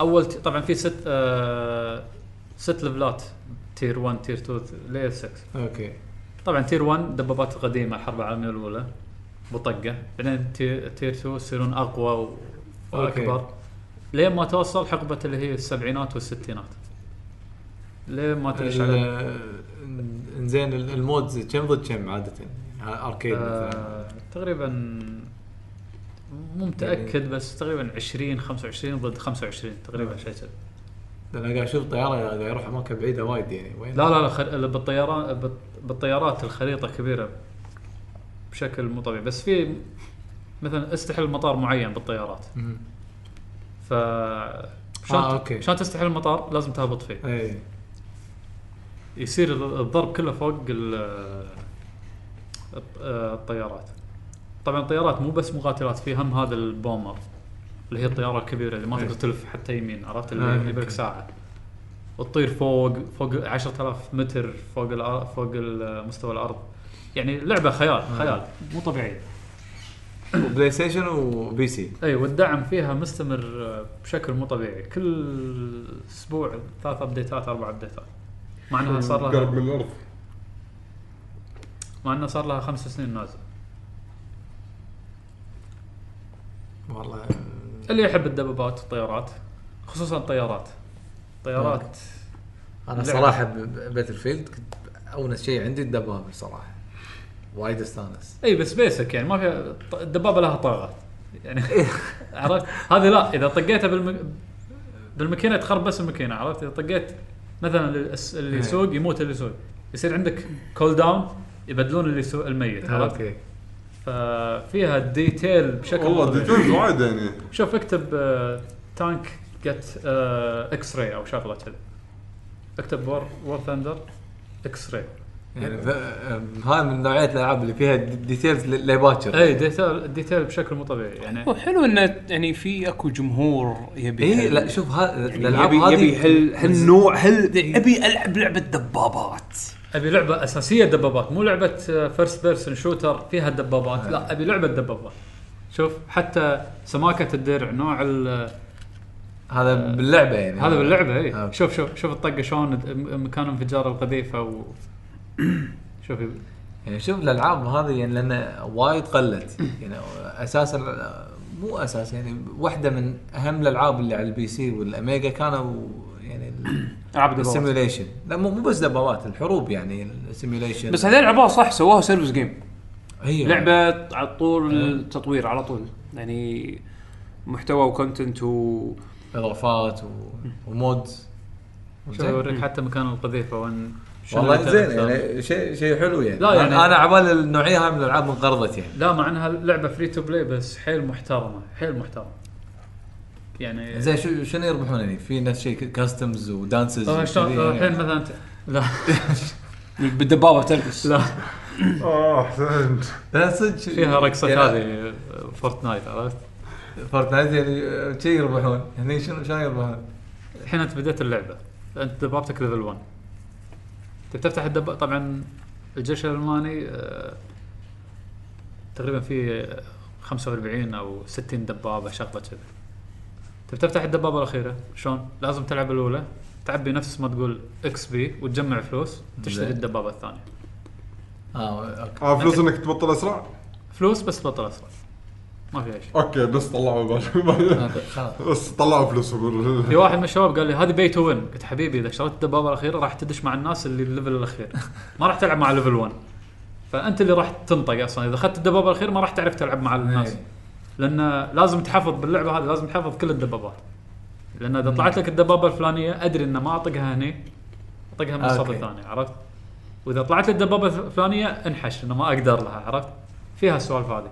[SPEAKER 3] اول ت- طبعا في ست آه، ست ليفلات تير 1 تير 2 لير 6
[SPEAKER 4] اوكي
[SPEAKER 3] طبعا تير 1 دبابات قديمه الحرب العالميه الاولى بطقه بعدين تير, تير 2 يصيرون اقوى و-
[SPEAKER 4] أوكي.
[SPEAKER 3] واكبر لين ما توصل حقبه اللي هي السبعينات والستينات لين ما تدش على
[SPEAKER 4] ال- زين ال- المود كم ضد كم عاده؟ اركيد مثلا
[SPEAKER 3] آه تقريبا مو متاكد بس تقريبا 20 25 ضد 25 تقريبا شيء كذا
[SPEAKER 4] لأن انا قاعد اشوف الطياره قاعد يروح اماكن بعيده وايد يعني وين
[SPEAKER 3] لا لا لا خر... بالطيران بال- بالطيارات الخريطه كبيره بشكل مو طبيعي بس في مثلا استحل مطار معين بالطيارات
[SPEAKER 4] مم.
[SPEAKER 3] ف شلون
[SPEAKER 4] آه، أوكي.
[SPEAKER 3] شلون تستحل المطار لازم تهبط فيه
[SPEAKER 4] اي
[SPEAKER 3] يصير ال- الضرب كله فوق ال- الط- آه، الطيارات طبعا الطيارات مو بس مقاتلات في هم هذا البومر اللي هي الطياره الكبيره اللي ما تقدر تلف حتى يمين عرفت
[SPEAKER 4] إيه. آه،
[SPEAKER 3] اللي اللي
[SPEAKER 4] أوكي.
[SPEAKER 3] بالك ساعه وتطير فوق فوق 10000 متر فوق الأر- فوق ال- مستوى الارض يعني لعبه خيال
[SPEAKER 4] آه.
[SPEAKER 3] خيال مو طبيعيه
[SPEAKER 4] بلاي ستيشن وبي سي
[SPEAKER 3] اي إيه، والدعم فيها مستمر آه، بشكل مو طبيعي كل اسبوع ثلاث ابديتات اربع ابديتات مع انها صار لها
[SPEAKER 2] قرب من الارض
[SPEAKER 3] مع انها صار لها خمس سنين نازل
[SPEAKER 4] والله
[SPEAKER 3] اللي يحب الدبابات والطيارات خصوصا الطيارات طيارات
[SPEAKER 4] انا صراحه باتل فيلد كنت اونس شيء عندي الدبابه صراحه وايد استانس
[SPEAKER 3] اي بس بيسك يعني ما فيها ط- الدبابه لها طاقه يعني عرفت هذه لا اذا طقيتها بالم... بالماكينه تخرب بس الماكينه عرفت اذا طقيت مثلا الأس- اللي يسوق يموت اللي يسوق يصير عندك كول داون يبدلون اللي يسوق الميت عرفت
[SPEAKER 4] اوكي
[SPEAKER 3] ففيها ديتيل بشكل
[SPEAKER 2] والله
[SPEAKER 3] مو طبيعي.
[SPEAKER 2] ديتيلز وايد يعني
[SPEAKER 3] شوف اكتب آه، تانك جت آه، اكس راي او شغله كذا اكتب وور وور ثندر اكس راي
[SPEAKER 4] يعني ف- أم، هاي من نوعيه الالعاب اللي فيها دي- ديتيلز ل- لباكر
[SPEAKER 3] اي ديتيل ديتيل إيه، بشكل مو طبيعي يعني
[SPEAKER 1] وحلو انه يعني في اكو جمهور يبي
[SPEAKER 4] اي
[SPEAKER 1] هال-
[SPEAKER 4] يعني إيه، لا شوف ها الالعاب
[SPEAKER 1] يعني يبي
[SPEAKER 4] هذه
[SPEAKER 1] يبي هال هالنوع هل ابي العب لعبه دبابات
[SPEAKER 3] ابي لعبه اساسيه دبابات مو آه، لعبه فيرست بيرسون شوتر فيها دبابات لا ابي لعبه دبابات شوف حتى سماكه الدرع نوع ال- آه،
[SPEAKER 4] هذا باللعبه يعني
[SPEAKER 3] هذا باللعبه اي
[SPEAKER 4] آه.
[SPEAKER 3] شوف شوف شوف الطقه شلون م- مكان انفجار القذيفه و شوف
[SPEAKER 4] يعني شوف الالعاب هذه يعني لان وايد قلت يعني اساسا مو اساس يعني واحده من اهم الالعاب اللي على البي سي والاميجا كانوا يعني
[SPEAKER 1] العاب دبابات
[SPEAKER 4] السيميوليشن لا مو مو بس دبابات الحروب يعني السيميوليشن
[SPEAKER 1] بس هذول لعبوها صح سووها سيرفس جيم
[SPEAKER 4] هي
[SPEAKER 1] لعبه على طول التطوير على طول يعني محتوى وكونتنت و
[SPEAKER 4] اضافات و... ومود
[SPEAKER 3] شوف يوريك حتى مكان القذيفه وين شنو
[SPEAKER 4] والله زين
[SPEAKER 3] التأثير.
[SPEAKER 4] يعني شيء شيء حلو يعني
[SPEAKER 3] لا
[SPEAKER 4] لا
[SPEAKER 3] يعني-
[SPEAKER 4] يعني انا عبال النوعيه هاي من الالعاب انقرضت يعني
[SPEAKER 3] لا مع انها لعبه فري تو بلاي بس حيل محترمه حيل محترمه يعني
[SPEAKER 4] زين شو شنو يربحون يعني في نفس شيء كاستمز ودانسز
[SPEAKER 3] آه، شلون
[SPEAKER 4] وكذي
[SPEAKER 3] آه،
[SPEAKER 4] يعني.
[SPEAKER 3] الحين مثلا ت- لا
[SPEAKER 1] بالدبابه تلبس
[SPEAKER 3] لا
[SPEAKER 2] اه احسنت
[SPEAKER 4] لا صدق
[SPEAKER 3] فيها رقصه
[SPEAKER 4] يعني
[SPEAKER 3] هذه آه، فورتنايت عرفت
[SPEAKER 4] فورتنايت يعني آه، شي يربحون هني شنو شلون يربحون؟
[SPEAKER 3] الحين انت بديت اللعبه انت دبابتك ليفل 1 انت بتفتح الدب طبعا الجيش الالماني آه، تقريبا في 45 او 60 دبابه شغله كذا انت بتفتح الدبابه الاخيره شلون؟ لازم تلعب الاولى تعبي نفس ما تقول اكس بي وتجمع فلوس تشتري
[SPEAKER 4] زين.
[SPEAKER 3] الدبابه الثانيه
[SPEAKER 4] اه اوكي
[SPEAKER 2] اه فلوس انك تبطل اسرع
[SPEAKER 3] فلوس بس بطل اسرع ما في شيء
[SPEAKER 2] اوكي بس طلعوا بالي
[SPEAKER 1] آه.
[SPEAKER 4] اوكي خلاص
[SPEAKER 2] بس طلعوا فلوسهم
[SPEAKER 3] في واحد من الشباب قال لي هذه بي تو وين قلت حبيبي اذا شريت الدبابه الاخيره راح تدش مع الناس اللي الليفل الاخير ما راح تلعب مع ليفل 1 فانت اللي راح تنطق اصلا اذا اخذت الدبابه الاخيره ما راح تعرف تلعب مع الناس
[SPEAKER 4] إيه.
[SPEAKER 3] لان لازم تحافظ باللعبه هذه لازم تحافظ كل الدبابات لان اذا طلعت لك الدبابه الفلانيه ادري ان ما اطقها هني اطقها من الصف
[SPEAKER 4] أوكي.
[SPEAKER 3] الثاني عرفت واذا طلعت لي الدبابه الفلانيه انحش انه ما اقدر لها عرفت فيها السوالف هذه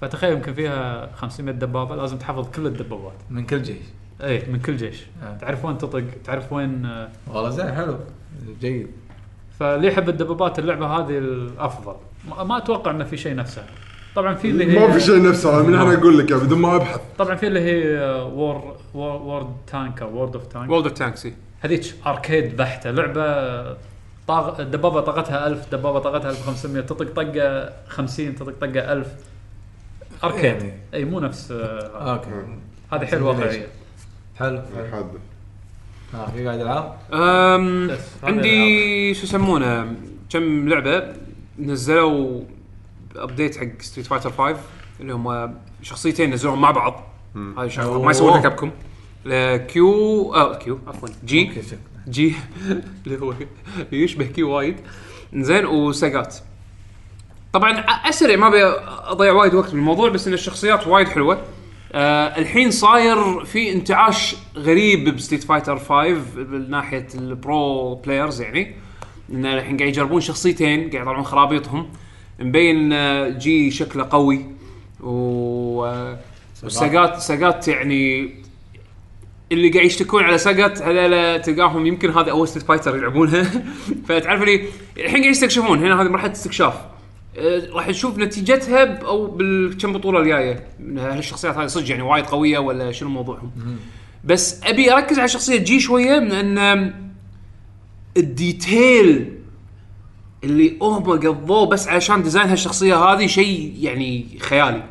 [SPEAKER 3] فتخيل يمكن فيها 500 دبابه لازم تحافظ كل الدبابات
[SPEAKER 4] من كل جيش
[SPEAKER 3] ايه من كل جيش
[SPEAKER 4] آه.
[SPEAKER 3] تعرف وين تطق تعرف وين آه،
[SPEAKER 4] والله زين حلو جيد
[SPEAKER 3] فاللي يحب الدبابات اللعبه هذه الافضل ما, ما اتوقع انه في شيء نفسه طبعا في اللي هي
[SPEAKER 2] ما في شيء نفسه من انا اقول لك يا بدون ما ابحث
[SPEAKER 3] طبعا في اللي هي آه، وور وور وورد تانك او وورد اوف تانك
[SPEAKER 1] وولد اوف تانكسي
[SPEAKER 3] هذيك اركيد بحته لعبه آه، طاغ دبابه طاقتها 1000 دبابه طاقتها 1500 تطق طقه 50 تطق طقه 1000 اركيد
[SPEAKER 4] يعني.
[SPEAKER 3] اي مو نفس آه،
[SPEAKER 4] اوكي
[SPEAKER 3] هذه حيل واقعيه
[SPEAKER 4] حلو
[SPEAKER 2] حد
[SPEAKER 4] اه في قاعد العاب
[SPEAKER 1] أم
[SPEAKER 3] بس، هذه
[SPEAKER 1] عندي شو يسمونه كم لعبه نزلوا ابديت حق ستريت فايتر 5 اللي هم شخصيتين نزلوهم مع بعض هاي شغله ما يسوونها كابكم لا، كيو آه كيو عفوا جي
[SPEAKER 4] اوكي شوف
[SPEAKER 1] جي اللي هو اللي يشبه كي وايد زين وسقات طبعا أ- اسرع ما ابي اضيع وايد وقت بالموضوع بس ان الشخصيات وايد حلوه آه الحين صاير في انتعاش غريب بستيت فايتر 5 من ناحيه البرو بلايرز يعني ان الحين قاعد يجربون شخصيتين قاعد يطلعون خرابيطهم مبين آه، جي شكله قوي و آه، وسقات سقات يعني اللي قاعد يشتكون على سقط هذول تلقاهم يمكن هذا اول ستريت فايتر يلعبونها فتعرف لي الحين قاعد يستكشفون هنا هذه مرحله استكشاف أه، راح نشوف نتيجتها ب- او بالكم بطوله الجايه من هل الشخصيات هذه صدق يعني وايد قويه ولا شنو موضوعهم بس ابي اركز على شخصيه جي شويه من ان الديتيل اللي هم قضوه بس علشان ديزاين هالشخصيه هذه شيء يعني خيالي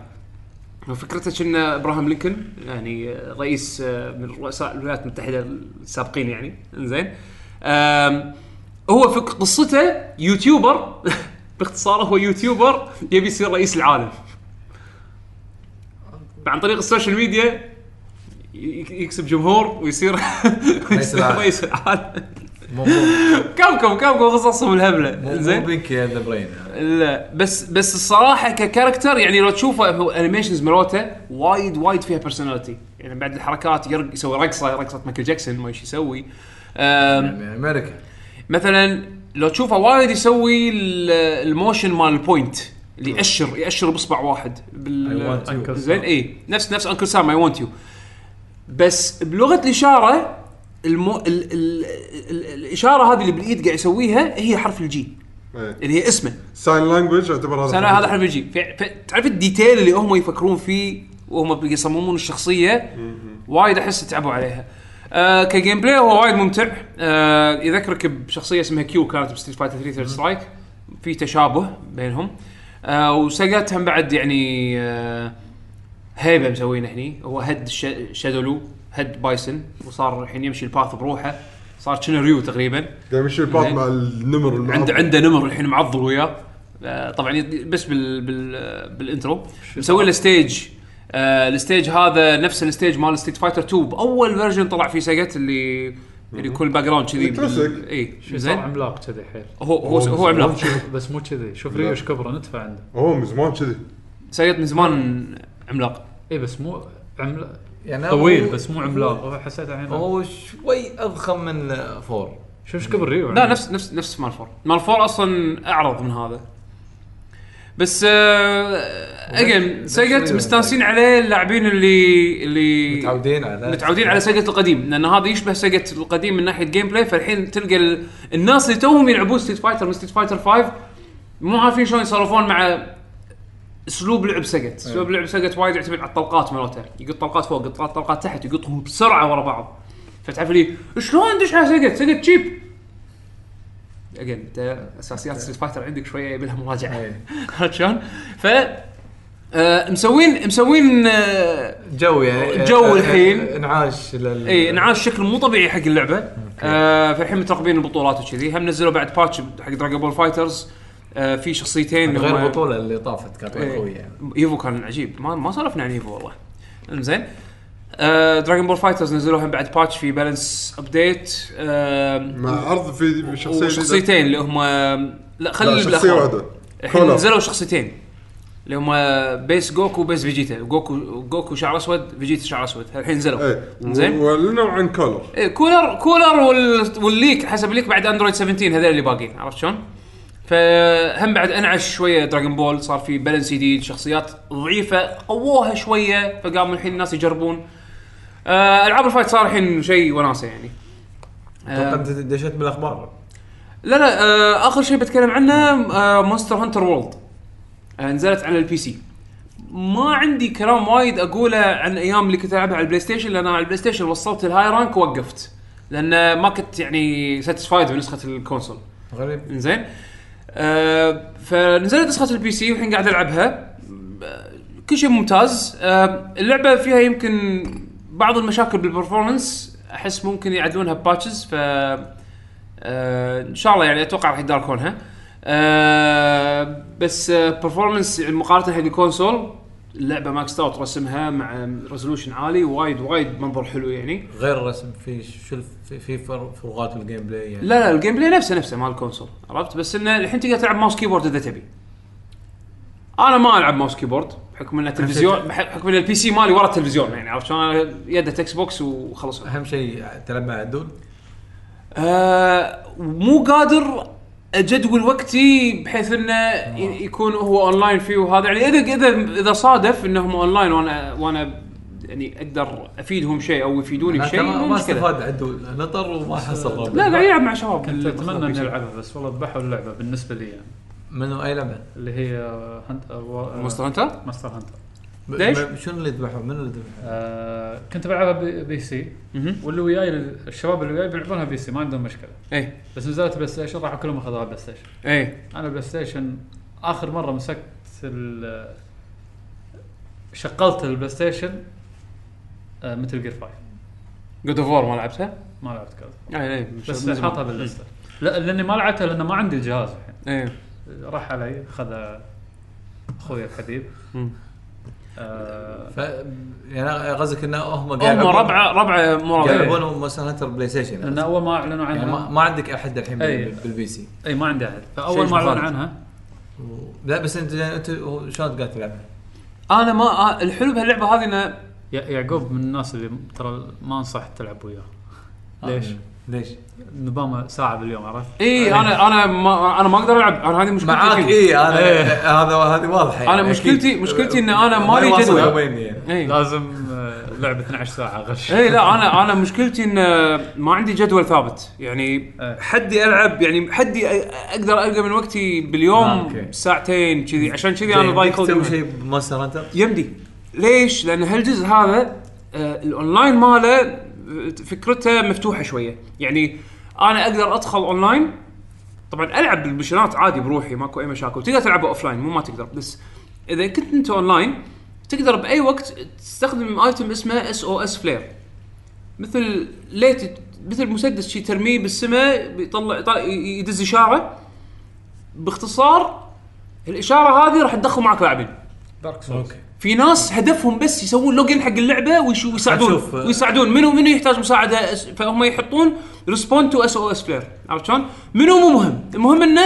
[SPEAKER 1] فكرته كنا ابراهام لينكولن يعني رئيس آه، من رؤساء الولايات المتحده السابقين يعني زين آم، هو في قصته يوتيوبر باختصار هو يوتيوبر يبي يصير رئيس العالم عن طريق السوشيال ميديا ي- يكسب جمهور ويصير
[SPEAKER 4] رئيس العالم.
[SPEAKER 1] رئيس العالم
[SPEAKER 4] مو مو
[SPEAKER 1] كابكم كابكم قصصهم الهبله
[SPEAKER 4] زين
[SPEAKER 1] زين
[SPEAKER 4] بينك يا ذا برين
[SPEAKER 1] لا بس بس الصراحه ككاركتر يعني لو تشوفه هو الانيميشنز مالته وايد وايد فيها بيرسوناليتي يعني بعد الحركات يرق يسوي رقصه رقصه مايكل جاكسون ما ايش يسوي أم،
[SPEAKER 6] يعني امريكا
[SPEAKER 1] مثلا لو تشوفه وايد يسوي ال- الموشن مال البوينت اللي يأشر يأشر باصبع واحد بال
[SPEAKER 3] I want you.
[SPEAKER 1] زين اي نفس نفس انكل سام اي ونت يو بس بلغه الاشاره المو... ال... ال... ال... الاشاره هذه اللي بالايد قاعد يسويها هي حرف الجي اللي يعني هي اسمه
[SPEAKER 2] ساين لانجوج إيه. يعتبر هذا
[SPEAKER 1] سنة هذا حرف الجي ف- ف- تعرف الديتيل اللي هم يفكرون فيه وهم بيصممون الشخصيه وايد احس تعبوا عليها آه كجيم بلاي هو وايد ممتع آه يذكرك بشخصيه اسمها كيو كانت بستريت فايتر 3 ثيرد سترايك في تشابه بينهم آه وسقت هم بعد يعني آه هيبه مسوينه هني هو هد ش- شادولو هد بايسن وصار الحين يمشي الباث بروحه صار شنو ريو تقريبا
[SPEAKER 2] قاعد يمشي الباط
[SPEAKER 1] زين.
[SPEAKER 2] مع النمر المعض.
[SPEAKER 1] عنده عنده نمر الحين معضل وياه آه، طبعا يد- بس بال بال بالانترو مسوي له ستيج آه، الستيج هذا نفس الستيج مال ستيت فايتر 2 باول فيرجن طلع فيه سيجت اللي اللي يكون باك جراوند كذي
[SPEAKER 2] الكلاسيك.
[SPEAKER 1] اي
[SPEAKER 3] صار
[SPEAKER 1] زين
[SPEAKER 3] عملاق كذي حيل
[SPEAKER 1] هو هو هو عملاق
[SPEAKER 3] بس مو كذي شوف
[SPEAKER 2] لا.
[SPEAKER 3] ريو ايش كبره ندفع عنده
[SPEAKER 2] اوه من زمان كذي
[SPEAKER 1] سيجت من زمان عملاق
[SPEAKER 3] اي إيه، بس مو عملاق
[SPEAKER 6] يعني
[SPEAKER 3] طويل
[SPEAKER 6] هو-
[SPEAKER 3] بس مو عملاق يعني هو حسيته الحين
[SPEAKER 6] هو شوي اضخم من آه، فور
[SPEAKER 3] شوف ايش كبر ريو يعني؟
[SPEAKER 1] لا نفس نفس نفس مال فور مال فور اصلا اعرض من هذا بس اجين سيجت مستانسين عليه اللاعبين اللي اللي
[SPEAKER 6] متعودين على
[SPEAKER 1] متعودين على سيجت القديم لان هذا يشبه سيجت القديم من ناحيه جيم بلاي فالحين تلقى ال... الناس اللي توهم يلعبون ستيت فايتر من ستيت فايتر 5 مو عارفين شلون يتصرفون مع اسلوب لعب سيجت، اسلوب لعب سيجت وايد يعتمد على الطلقات مالته، يقط طلقات فوق، يقط طلقات تحت، يقطهم بسرعه ورا بعض. فتعرف لي شلون ندش على سيجت؟ سيجت تشيب. اجين انت اساسيات ستريت فايتر عندك شويه يبي لها مراجعه. عرفت شلون؟ ف آه، مسوين مسوين آه،
[SPEAKER 6] جو يعني
[SPEAKER 1] جو
[SPEAKER 6] آه، آه،
[SPEAKER 1] الحين.
[SPEAKER 6] انعاش لل
[SPEAKER 1] اي انعاش إيه، شكل مو طبيعي حق اللعبه آه فالحين متراقبين البطولات وكذي هم نزلوا بعد باتش حق دراجون بول فايترز آه في شخصيتين
[SPEAKER 6] غير
[SPEAKER 1] هم-
[SPEAKER 6] البطوله اللي طافت كانت
[SPEAKER 4] طيب،
[SPEAKER 1] إيه.
[SPEAKER 6] قويه يعني
[SPEAKER 1] ايفو كان عجيب ما ما سولفنا عن ايفو والله انزين آه دراجون بول فايترز نزلوهم بعد باتش في بالانس ابديت آه
[SPEAKER 2] مع عرض في شخصيه
[SPEAKER 1] وشخصيتين اللي هم لا خلي
[SPEAKER 2] لا، شخصيه
[SPEAKER 1] بالأخبار.
[SPEAKER 2] واحده
[SPEAKER 1] الحين
[SPEAKER 2] كولر.
[SPEAKER 1] نزلوا شخصيتين اللي هم بيس جوكو وبيس فيجيتا جوكو جوكو شعر اسود فيجيتا شعر اسود الحين نزلوا
[SPEAKER 2] ايه
[SPEAKER 1] زين
[SPEAKER 2] واعلنوا عن كولر
[SPEAKER 1] إيه، كولر كولر وال- والليك حسب الليك بعد اندرويد 17 هذول اللي باقيين عرفت شلون؟ فهم بعد انعش شويه دراجون بول صار في بالانس جديد شخصيات ضعيفه قووها شويه فقام الحين الناس يجربون آه، العاب الفايت صار الحين شيء وناسه يعني
[SPEAKER 6] اتوقع
[SPEAKER 1] آه
[SPEAKER 6] انت دشيت بالاخبار
[SPEAKER 1] لا لا آه اخر شيء بتكلم عنه آه، مونستر هانتر وورلد آه، نزلت على البي سي ما عندي كلام وايد اقوله عن ايام اللي كنت العبها على البلاي ستيشن لان أنا على البلاي ستيشن وصلت الهاي رانك ووقفت لان ما كنت يعني ساتيسفايد بنسخه الكونسول
[SPEAKER 6] غريب
[SPEAKER 1] انزين آه فنزلت نسخه البي سي والحين قاعد العبها آه، كل شيء ممتاز آه اللعبه فيها يمكن بعض المشاكل بالبرفورمانس احس ممكن يعدلونها بباتشز ف آه ان شاء الله يعني اتوقع راح يداركونها آه بس برفورمانس مقارنه حق الكونسول اللعبه ماكس اوت رسمها مع ريزولوشن عالي وايد وايد منظر حلو يعني
[SPEAKER 6] غير الرسم في شو الف- في- في فر- فروقات بالجيم بلاي يعني
[SPEAKER 1] لا لا الجيم بلاي نفسه نفسه مال الكونسول عرفت بس انه الحين تقدر تلعب ماوس كيبورد اذا تبي انا ما العب ماوس كيبورد بحكم ان التلفزيون بحكم ان البي سي مالي ورا التلفزيون يعني عرفت شلون أنا يده اكس بوكس وخلص
[SPEAKER 6] اهم شيء تلعب مع عدول
[SPEAKER 1] آه مو قادر اجدول وقتي بحيث انه ي- يكون هو اونلاين فيه وهذا يعني اذا اذا اذا صادف انهم اونلاين وانا وانا يعني اقدر افيدهم شيء او يفيدوني
[SPEAKER 6] أنا
[SPEAKER 1] بشيء
[SPEAKER 6] ما
[SPEAKER 1] مو
[SPEAKER 6] ما
[SPEAKER 1] مشكله
[SPEAKER 6] استفاد عدول نطر وما حصل ربع.
[SPEAKER 1] لا قاعد يلعب مع شباب
[SPEAKER 3] كنت اتمنى اني
[SPEAKER 1] بالبي سي.
[SPEAKER 3] العبها بس والله ذبحوا اللعبه بالنسبه لي يعني
[SPEAKER 6] منو اي لعبه؟
[SPEAKER 3] اللي هي آه، هنت... آه، و- آه،
[SPEAKER 1] مونستر هانتر
[SPEAKER 3] ماستر هانتر
[SPEAKER 6] ب-
[SPEAKER 1] ليش؟
[SPEAKER 6] ب- شنو اللي ذبحوا؟ منو اللي ذبحوا؟
[SPEAKER 3] آه، كنت بلعبها بي- بي سي
[SPEAKER 1] مهم.
[SPEAKER 3] واللي وياي الشباب اللي وياي بيلعبونها بي سي ما عندهم مشكله
[SPEAKER 1] ايه
[SPEAKER 3] بس نزلت بلاي ستيشن راحوا كلهم اخذوها بلاي ستيشن
[SPEAKER 1] ايه
[SPEAKER 3] انا بلاي ستيشن اخر مره مسكت ال شغلت البلاي ستيشن آه، مثل جير 5
[SPEAKER 1] جود اوف وور ما لعبتها؟
[SPEAKER 3] ما لعبت كذا
[SPEAKER 1] اي اي
[SPEAKER 3] بس حاطها باللسته لا لاني ما لعبتها لان ما عندي الجهاز الحين
[SPEAKER 1] اي
[SPEAKER 3] راح علي خذ اخوي الحبيب
[SPEAKER 1] مم.
[SPEAKER 3] آه
[SPEAKER 6] ف يعني غزك انه هم قاعد
[SPEAKER 1] هم
[SPEAKER 6] يلعبون-
[SPEAKER 1] ربعه ربعه مو
[SPEAKER 6] قاعد
[SPEAKER 1] ربعه
[SPEAKER 3] إيه.
[SPEAKER 6] يلعبون مونستر هانتر بلاي ستيشن
[SPEAKER 3] لان
[SPEAKER 1] نعم.
[SPEAKER 3] اول ما اعلنوا
[SPEAKER 6] يعني ما,
[SPEAKER 3] عنها
[SPEAKER 6] ما عندك احد الحين
[SPEAKER 3] أي.
[SPEAKER 6] بال- بالبي سي
[SPEAKER 3] اي ما عندي احد
[SPEAKER 6] شيء
[SPEAKER 3] فاول ما اعلنوا
[SPEAKER 6] مفارق.
[SPEAKER 3] عنها
[SPEAKER 6] و- لا بس انت انت هو شلون قاعد تلعب؟
[SPEAKER 1] انا ما آه، الحلو بهاللعبه هذه انه
[SPEAKER 3] يع- يعقوب من الناس اللي ترى ما انصح تلعب وياه
[SPEAKER 1] آه.
[SPEAKER 3] ليش؟
[SPEAKER 6] ليش؟
[SPEAKER 3] نظامه ساعه باليوم عرفت؟
[SPEAKER 1] اي انا انا إيه، ما انا ما اقدر العب انا هذه مشكلتي
[SPEAKER 6] معاك إيه.
[SPEAKER 1] فيه.
[SPEAKER 6] اي انا هذا هذه واضحه يعني
[SPEAKER 1] إيه. أنا مشكلتي-
[SPEAKER 6] أكيد.
[SPEAKER 1] مشكلتي إن أنا ما
[SPEAKER 6] ما
[SPEAKER 1] لي
[SPEAKER 6] يواصل
[SPEAKER 1] جدول.
[SPEAKER 6] وين يعني.
[SPEAKER 1] إي.
[SPEAKER 3] لازم آه، لعب 12 ساعه غش
[SPEAKER 1] اي إيه. لا انا انا مشكلتي ان آه، ما عندي جدول ثابت يعني
[SPEAKER 3] إيه.
[SPEAKER 1] حدي العب يعني حدي أ- اقدر القى من وقتي
[SPEAKER 6] آه،
[SPEAKER 1] باليوم
[SPEAKER 6] أوكي.
[SPEAKER 1] ساعتين كذي عشان كذي انا
[SPEAKER 6] زين،
[SPEAKER 1] ضايق
[SPEAKER 6] بدك إيه، تسوي
[SPEAKER 1] الجمعة.
[SPEAKER 6] شيء بماستر هانتر
[SPEAKER 1] يمدي ليش؟ لان هالجزء هذا آه، الاونلاين ماله آه، فكرته مفتوحه شويه، يعني انا اقدر ادخل اونلاين طبعا العب بالمشنات عادي بروحي ماكو اي مشاكل، تقدر تلعبه اوفلاين مو ما تقدر بس اذا كنت انت اونلاين تقدر باي وقت تستخدم ايتم اسمه اس او اس فلير مثل ليت مثل مسدس شي ترميه بالسماء بيطلع يطلع- يدز اشاره باختصار الاشاره هذه راح تدخل معك لاعبين
[SPEAKER 3] دارك سولز
[SPEAKER 1] في ناس هدفهم بس يسوون لوجن حق اللعبه ويش- ويساعدون
[SPEAKER 6] أشوف.
[SPEAKER 1] ويساعدون منو منو يحتاج مساعده أس- فهم يحطون ريسبوند تو اس او اس بلاير عرفت شلون؟ منو مو مهم المهم انه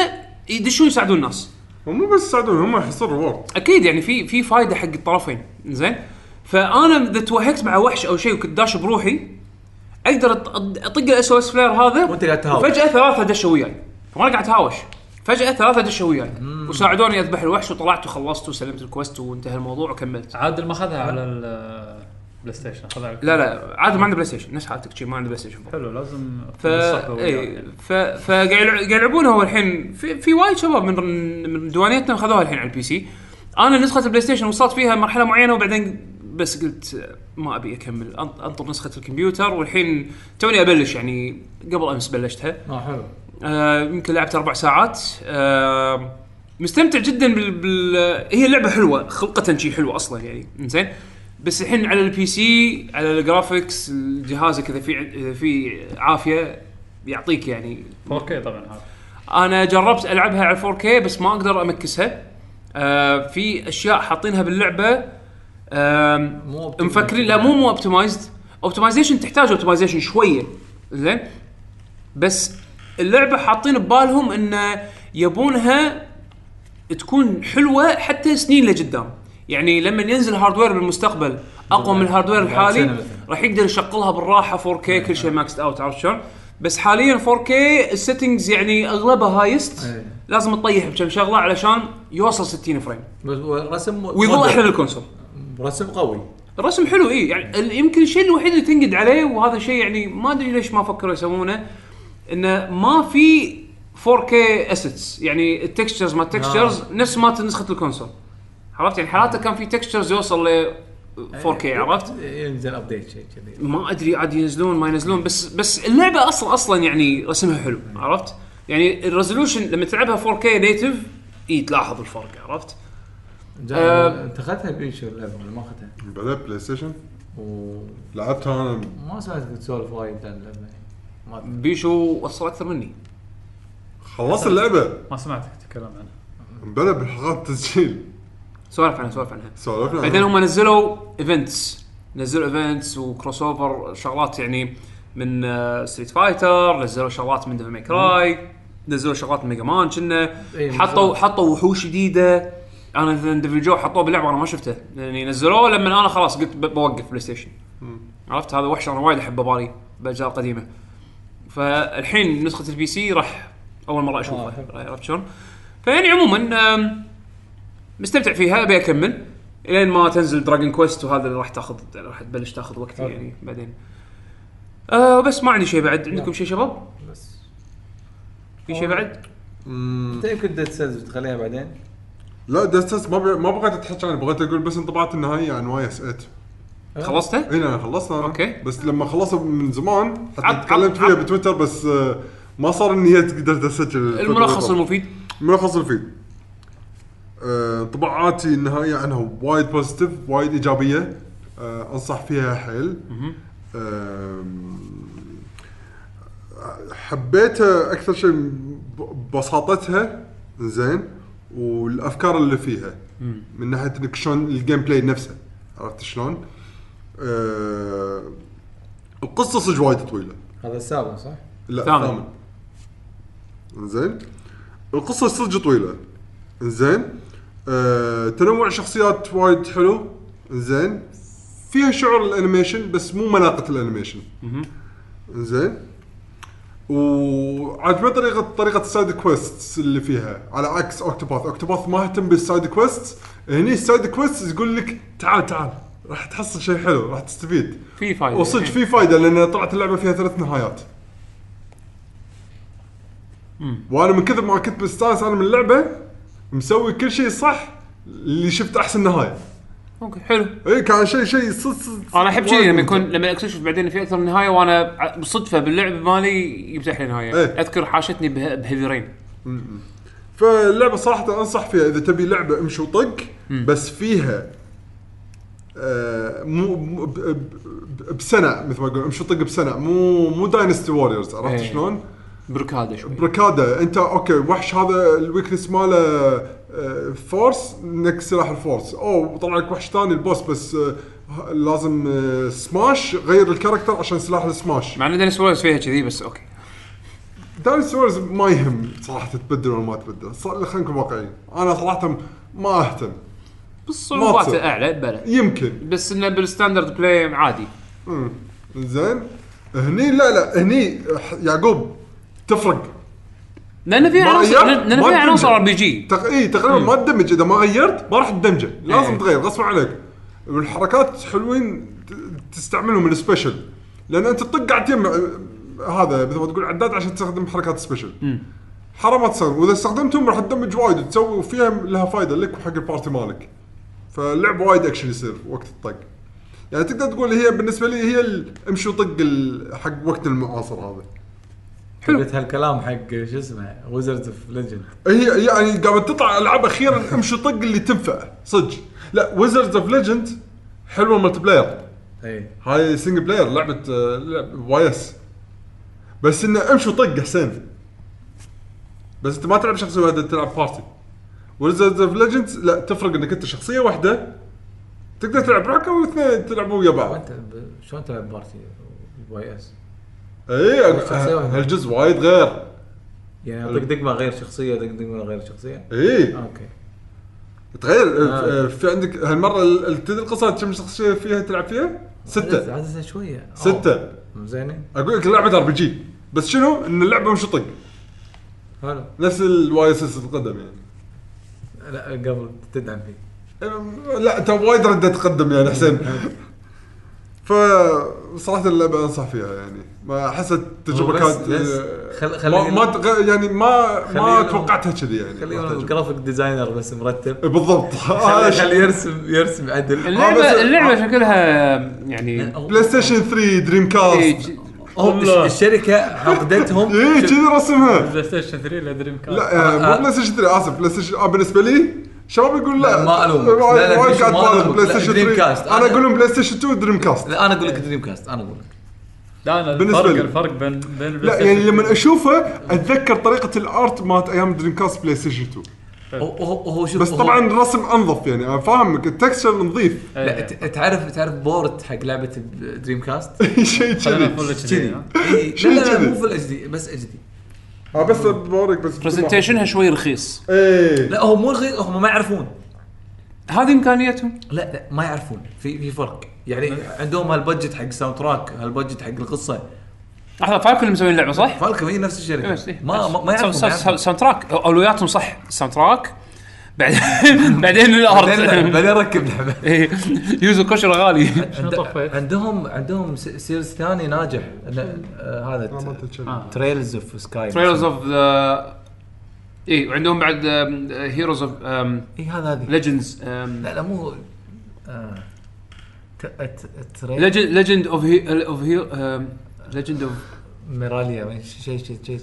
[SPEAKER 1] يدشون يساعدون الناس
[SPEAKER 2] هم مو بس يساعدون هم يحصلون ريورد
[SPEAKER 1] اكيد يعني في في فائده حق الطرفين زين فانا اذا توهكت مع وحش او شيء وكنت داش بروحي اقدر أط- اطق الاس او اس فلير هذا
[SPEAKER 6] وأنت قاعد تهاوش.
[SPEAKER 1] فجاه ثلاثه دشوا وياي وانا قاعد اتهاوش فجاه ثلاثه دشوا وياي وساعدوني اذبح الوحش وطلعت وخلصت وسلمت الكوست وانتهى الموضوع وكملت
[SPEAKER 3] عادل ما خذها على البلاي ستيشن خذها على
[SPEAKER 1] لا لا عادل ما عنده بلاي ستيشن نفس حالتك شي ما عنده بلاي ستيشن
[SPEAKER 3] حلو لازم
[SPEAKER 1] ف إيه. اي ف فقاعد يلع- قاعد يلعبونها هو الحين في في وايد شباب من من ديوانيتنا خذوها الحين على البي سي انا نسخه البلاي ستيشن وصلت فيها مرحله معينه وبعدين بس قلت ما ابي اكمل أن- انطر نسخه الكمبيوتر والحين توني ابلش يعني قبل امس بلشتها
[SPEAKER 6] اه حلو
[SPEAKER 1] آه، يمكن لعبت اربع ساعات آه، مستمتع جدا بال, بال... هي لعبه حلوه خلقه شي حلوه اصلا يعني زين بس الحين على البي سي على الجرافكس جهازك اذا في اذا في عافيه يعطيك يعني
[SPEAKER 3] 4K طبعا هذا
[SPEAKER 1] انا جربت العبها على 4K بس ما اقدر امكسها آه في اشياء حاطينها باللعبه آم،
[SPEAKER 6] مو optimized.
[SPEAKER 1] مفكرين لا مو مو اوبتمايزد اوبتمايزيشن تحتاج اوبتمايزيشن شويه زين بس اللعبه حاطين ببالهم ان يبونها تكون حلوه حتى سنين لقدام يعني لما ينزل هاردوير بالمستقبل اقوى من الهاردوير
[SPEAKER 6] سنة
[SPEAKER 1] الحالي
[SPEAKER 6] مثلاً.
[SPEAKER 1] راح يقدر يشغلها بالراحه 4K كل شيء ماكس اوت عرفت شلون؟ بس حاليا 4K السيتنجز يعني اغلبها هايست
[SPEAKER 6] أي.
[SPEAKER 1] لازم تطيح بكم شغله علشان يوصل 60 فريم
[SPEAKER 6] بس رسم
[SPEAKER 1] ويظل احلى للكونسول
[SPEAKER 6] رسم قوي
[SPEAKER 1] الرسم حلو اي يعني ال- يمكن الشيء الوحيد اللي تنقد عليه وهذا شيء يعني ما ادري ليش ما فكروا يسوونه انه ما في 4K اسيتس يعني التكستشرز ما التكستشرز نفس ما نسخه الكونسول عرفت يعني حالاته كان في تكستشرز يوصل ل 4K
[SPEAKER 4] إيه.
[SPEAKER 1] عرفت
[SPEAKER 6] يعني ينزل ابديت شيء كذي
[SPEAKER 1] ما ادري عاد ينزلون ما ينزلون بس بس اللعبه اصلا اصلا يعني رسمها حلو عرفت؟ يعني الريزولوشن لما تلعبها 4K نيتف اي تلاحظ الفرق عرفت؟ آه.
[SPEAKER 6] انت اخذتها بيشو اللعبه ولا ما اخذتها؟
[SPEAKER 2] بعدين بلاي ستيشن
[SPEAKER 6] وما
[SPEAKER 2] لعبتها انا
[SPEAKER 6] سمعتك تسولف وايد عن اللعبه ما أدري.
[SPEAKER 1] بيشو وصل اكثر مني
[SPEAKER 2] خلصت اللعبه
[SPEAKER 3] ما سمعتك تتكلم عنه
[SPEAKER 2] بلا بالحلقات التسجيل
[SPEAKER 1] سوالف عنها سوالف عنها
[SPEAKER 2] سولفنا
[SPEAKER 1] بعدين
[SPEAKER 2] عنها.
[SPEAKER 1] هم نزلوا ايفنتس نزلوا ايفنتس وكروس اوفر شغلات يعني من ستريت فايتر نزلوا شغلات من ديفل ميك راي نزلوا شغلات من ميجا مان كنا
[SPEAKER 6] إيه،
[SPEAKER 1] حطوا
[SPEAKER 6] نزلوا.
[SPEAKER 1] حطوا وحوش جديده انا مثلا ديفل جو حطوه بلعبه انا ما شفته يعني نزلوه لما انا خلاص قلت ب- بوقف بلاي ستيشن عرفت هذا وحش انا وايد احبه بالي بالاجزاء القديمه فالحين نسخه البي سي راح اول مره
[SPEAKER 6] آه،
[SPEAKER 1] اشوفها عرفت شلون؟ فيعني عموما آم، مستمتع فيها ابي اكمل الين ما تنزل دراجون كويست وهذا اللي راح تاخذ راح تبلش تاخذ وقتي يعني بعدين آه بس ما عندي شيء بعد عندكم شيء شباب؟
[SPEAKER 6] بس
[SPEAKER 1] في شيء بعد؟
[SPEAKER 2] مم.
[SPEAKER 6] انت يمكن ديد سيلز بتخليها بعدين
[SPEAKER 2] لا دستس ما ب- ما بغيت اتحكى عنه بغيت اقول بس انطباعات النهائيه عن واي اس 8
[SPEAKER 1] خلصته؟
[SPEAKER 2] اي نعم خلصنا أنا.
[SPEAKER 1] أوكي.
[SPEAKER 2] بس لما خلصها من زمان حتى
[SPEAKER 1] عط-
[SPEAKER 2] تكلمت
[SPEAKER 1] عط-
[SPEAKER 2] فيها
[SPEAKER 1] عط.
[SPEAKER 2] بتويتر بس آه، ما صار اني قدرت اسجل
[SPEAKER 1] الملخص المفيد
[SPEAKER 2] ملخص الفيلم آه، انطباعاتي النهائيه عنها وايد بوزيتيف وايد ايجابيه آه، انصح فيها حيل آم، حبيتها اكثر شيء ب- ببساطتها زين والافكار اللي فيها من ناحيه انك شلون الجيم بلاي نفسه عرفت شلون؟ آه، القصه صدق وايد طويله
[SPEAKER 6] هذا السابع صح؟
[SPEAKER 2] لا
[SPEAKER 1] ثامن.
[SPEAKER 2] ثامن زين القصة صدق طويلة زين آه، تنوع شخصيات وايد حلو زين في فيها شعور الانيميشن بس مو ملاقه الانيميشن زين وعجبتني طريقه طريقه السايد كويستس اللي فيها على عكس اوكتوباث اوكتوباث ما اهتم بالسايد كويستس هني السايد كويستس يقول لك تعال تعال راح تحصل شيء حلو راح تستفيد
[SPEAKER 1] في إيه. فايده
[SPEAKER 2] وصدق في فايده لان طلعت اللعبه فيها ثلاث نهايات وانا من كثر ما كنت مستانس انا من اللعبه مسوي كل شيء صح اللي شفت احسن نهايه
[SPEAKER 1] اوكي حلو
[SPEAKER 2] اي كان شيء شيء صدق صدق
[SPEAKER 1] انا احب
[SPEAKER 2] وايد
[SPEAKER 1] كذي لما
[SPEAKER 2] ممتع.
[SPEAKER 1] يكون لما اكتشف بعدين إن في اكثر من نهايه وانا ع- بالصدفه باللعب مالي يفتح لي نهايه
[SPEAKER 2] إيه.
[SPEAKER 1] اذكر حاشتني به- بهيفرين
[SPEAKER 2] فاللعبه صراحه انصح فيها اذا تبي لعبه امشي وطق بس فيها آه، مو مو- ب- ب- بسنه مثل ما اقول امشي وطق بسنه مو مو داينستي ووريرز عرفت
[SPEAKER 1] إيه.
[SPEAKER 2] شلون؟
[SPEAKER 1] بركاده شوي
[SPEAKER 2] بركاده انت اوكي وحش هذا الويكنس ماله آه، فورس انك سلاح الفورس او طلع لك وحش ثاني البوس بس آه، ه- لازم آه، سماش غير الكاركتر عشان سلاح السماش
[SPEAKER 1] مع ان دنس وورز فيها كذي بس اوكي
[SPEAKER 2] داينسورز ما يهم صراحه تبدل ولا ما تبدل صار- خلينا نكون واقعيين انا صراحه ما اهتم
[SPEAKER 1] بس
[SPEAKER 2] ما
[SPEAKER 1] صعوبات
[SPEAKER 2] تصير.
[SPEAKER 1] اعلى بلا
[SPEAKER 2] يمكن
[SPEAKER 1] بس انه بالستاندرد بلاي عادي
[SPEAKER 2] مم. زين هني لا لا هني ح- يعقوب تفرق
[SPEAKER 1] لان في
[SPEAKER 2] ما
[SPEAKER 1] عناصر
[SPEAKER 2] غيرت؟
[SPEAKER 1] لان
[SPEAKER 2] ما
[SPEAKER 1] في عناصر
[SPEAKER 2] تدمج.
[SPEAKER 1] ار بي جي
[SPEAKER 2] تق... اي تقريبا ما تدمج اذا ما غيرت ما راح تدمجه لازم
[SPEAKER 1] إيه.
[SPEAKER 2] تغير غصب عنك والحركات حلوين ت- تستعملهم السبيشل لان انت تطق قاعد تجمع هذا مثل ما تقول عداد عشان تستخدم حركات سبيشل حرام ما تستخدم واذا استخدمتهم راح تدمج وايد وتسوي وفيها لها فائده لك وحق البارتي مالك فاللعب وايد اكشن يصير وقت الطق يعني تقدر تقول هي بالنسبه لي هي ال- امشي وطق ال- حق وقت المعاصر هذا
[SPEAKER 1] حلو.
[SPEAKER 4] قلت هالكلام حق شو اسمه ويزردز اوف ليجند
[SPEAKER 2] هي يعني قامت تطلع العاب اخيرا امشي طق اللي تنفع صدق لا ويزردز اوف ليجند حلوه ملتي بلاير
[SPEAKER 4] اي
[SPEAKER 2] هاي سنجل بلاير لعبه آه، لعبه واي اس بس انه امشي طق حسين بس انت ما تلعب شخصيه واحده تلعب بارتي ويزردز اوف ليجند لا تفرق انك انت شخصيه واحده تقدر تلعب روحك او اثنين تلعبوا ويا بعض
[SPEAKER 4] وانت ب- شلون تلعب بارتي واي اس؟
[SPEAKER 2] اي
[SPEAKER 4] شخصية واحدة.
[SPEAKER 2] إيه، هالجزء وايد غير
[SPEAKER 4] يعني اعطيك دقمه غير شخصيه دق دقمه غير شخصيه
[SPEAKER 2] اي
[SPEAKER 4] اوكي
[SPEAKER 2] إيه، تغير
[SPEAKER 4] آه.
[SPEAKER 2] آه، في عندك هالمره ال- ال- تدري القصه كم شخصيه فيها تلعب فيها؟
[SPEAKER 4] عدد-
[SPEAKER 2] سته
[SPEAKER 4] عددها شويه
[SPEAKER 2] سته
[SPEAKER 4] زين
[SPEAKER 2] اقول لك لعبه ار بي جي بس شنو؟ ان اللعبه مش طق
[SPEAKER 4] حلو
[SPEAKER 2] نفس الواي اس اس القدم يعني
[SPEAKER 4] لا قبل تدعم فيه
[SPEAKER 2] أم- لا انت وايد رده تقدم يعني حسين ف صراحه اللعبه انصح فيها يعني ما احس التجربه
[SPEAKER 4] هو بس-
[SPEAKER 2] كانت
[SPEAKER 4] بس
[SPEAKER 2] آه،
[SPEAKER 4] خل-
[SPEAKER 2] ما,
[SPEAKER 4] خلينا-
[SPEAKER 2] ما تغ- يعني ما ما
[SPEAKER 4] خلينا-
[SPEAKER 2] توقعتها كذي يعني
[SPEAKER 4] خليه
[SPEAKER 2] ما
[SPEAKER 4] الجرافيك ديزاينر بس مرتب
[SPEAKER 2] تجربة. بالضبط
[SPEAKER 4] خليه
[SPEAKER 2] آه،
[SPEAKER 4] خليه يرسم يرسم عدل
[SPEAKER 2] آه، بس-
[SPEAKER 1] اللعبه اللعبه شكلها يعني
[SPEAKER 2] بلاي ستيشن 3 دريم
[SPEAKER 1] إيه،
[SPEAKER 2] كاست
[SPEAKER 1] ج-
[SPEAKER 4] هم
[SPEAKER 3] والله.
[SPEAKER 4] الشركه عقدتهم
[SPEAKER 2] اي إيه، كذي رسمها
[SPEAKER 3] بلاي ستيشن 3 لدريم كاست
[SPEAKER 2] لا آه، مو بلاي ستيشن 3 اسف بلاي ستيشن آه بالنسبه لي شباب يقول لا
[SPEAKER 4] لا، ما ألومك.
[SPEAKER 2] وايد-
[SPEAKER 4] لا، لا،
[SPEAKER 2] وايد
[SPEAKER 4] مش-
[SPEAKER 2] قاعد
[SPEAKER 4] ما
[SPEAKER 2] بالغ
[SPEAKER 4] ألومك.
[SPEAKER 2] بلاي
[SPEAKER 4] لا،
[SPEAKER 2] ستيشن
[SPEAKER 4] دريم
[SPEAKER 2] 3
[SPEAKER 4] كاست.
[SPEAKER 2] انا
[SPEAKER 4] أنا-
[SPEAKER 2] اقول لهم بلاي ستيشن 2 دريم كاست
[SPEAKER 4] لا انا اقول لك دريم كاست انا اقول لك
[SPEAKER 3] لا انا
[SPEAKER 2] بالنسبة
[SPEAKER 3] الفرق
[SPEAKER 2] لي.
[SPEAKER 3] الفرق بين بين البلاي
[SPEAKER 2] لا
[SPEAKER 3] ستيشن
[SPEAKER 2] يعني لما
[SPEAKER 3] 3.
[SPEAKER 2] اشوفه اتذكر طريقه الارت مالت ايام دريم كاست بلاي ستيشن 2
[SPEAKER 4] هو- هو هو شوف
[SPEAKER 2] بس
[SPEAKER 4] هو-
[SPEAKER 2] طبعا الرسم انظف يعني انا فاهمك التكستشر نظيف
[SPEAKER 3] إيه،
[SPEAKER 4] لا
[SPEAKER 3] إيه.
[SPEAKER 4] ت- تعرف تعرف بورد حق لعبه دريم كاست
[SPEAKER 2] شيء
[SPEAKER 3] خلينا فول
[SPEAKER 2] كذي
[SPEAKER 3] اتش
[SPEAKER 4] كذي
[SPEAKER 3] دي
[SPEAKER 2] يعني؟
[SPEAKER 4] إي، إيه، لا
[SPEAKER 2] شيء
[SPEAKER 4] لا لا
[SPEAKER 2] كذي.
[SPEAKER 4] مو في الاتش دي بس اتش دي
[SPEAKER 2] اه بس بوريك بس
[SPEAKER 1] برزنتيشنها شوي رخيص
[SPEAKER 2] ايه
[SPEAKER 4] لا هم مو رخيص هم ما يعرفون
[SPEAKER 1] هذه امكانيتهم
[SPEAKER 4] لا لا ما يعرفون في في فرق يعني عندهم هالبادجت حق الساوند تراك هالبادجت حق القصه
[SPEAKER 1] لحظه فالكون اللي مسوين اللعبه صح؟
[SPEAKER 4] فالكم هي نفس الشركه
[SPEAKER 1] بس إيه.
[SPEAKER 4] ما ما- ما
[SPEAKER 1] ساو-
[SPEAKER 4] يعرفون
[SPEAKER 1] ساو-
[SPEAKER 4] ما يعرفون.
[SPEAKER 1] ساوند تراك اولوياتهم صح الساوند تراك بعدين بعدين
[SPEAKER 4] بعدين
[SPEAKER 1] الارض
[SPEAKER 4] بعدين ركب لعبه
[SPEAKER 1] إيه. يوزو كوشر غالي
[SPEAKER 3] شنو
[SPEAKER 4] عند-
[SPEAKER 3] طفيت؟
[SPEAKER 4] عندهم عندهم س- سيريز ثاني ناجح لا، آه، هذا
[SPEAKER 1] آه.
[SPEAKER 4] تريلز اوف سكاي
[SPEAKER 1] تريلرز اوف ذا
[SPEAKER 2] إيه،
[SPEAKER 1] اي وعندهم بعد هيروز اوف
[SPEAKER 4] اي إيه، هذا هذه
[SPEAKER 1] ليجندز
[SPEAKER 4] لا لا مو آه. ت- ت- تريل
[SPEAKER 1] ليجند اوف اوف ليجند اوف
[SPEAKER 4] ميراليا شيء شيء شيء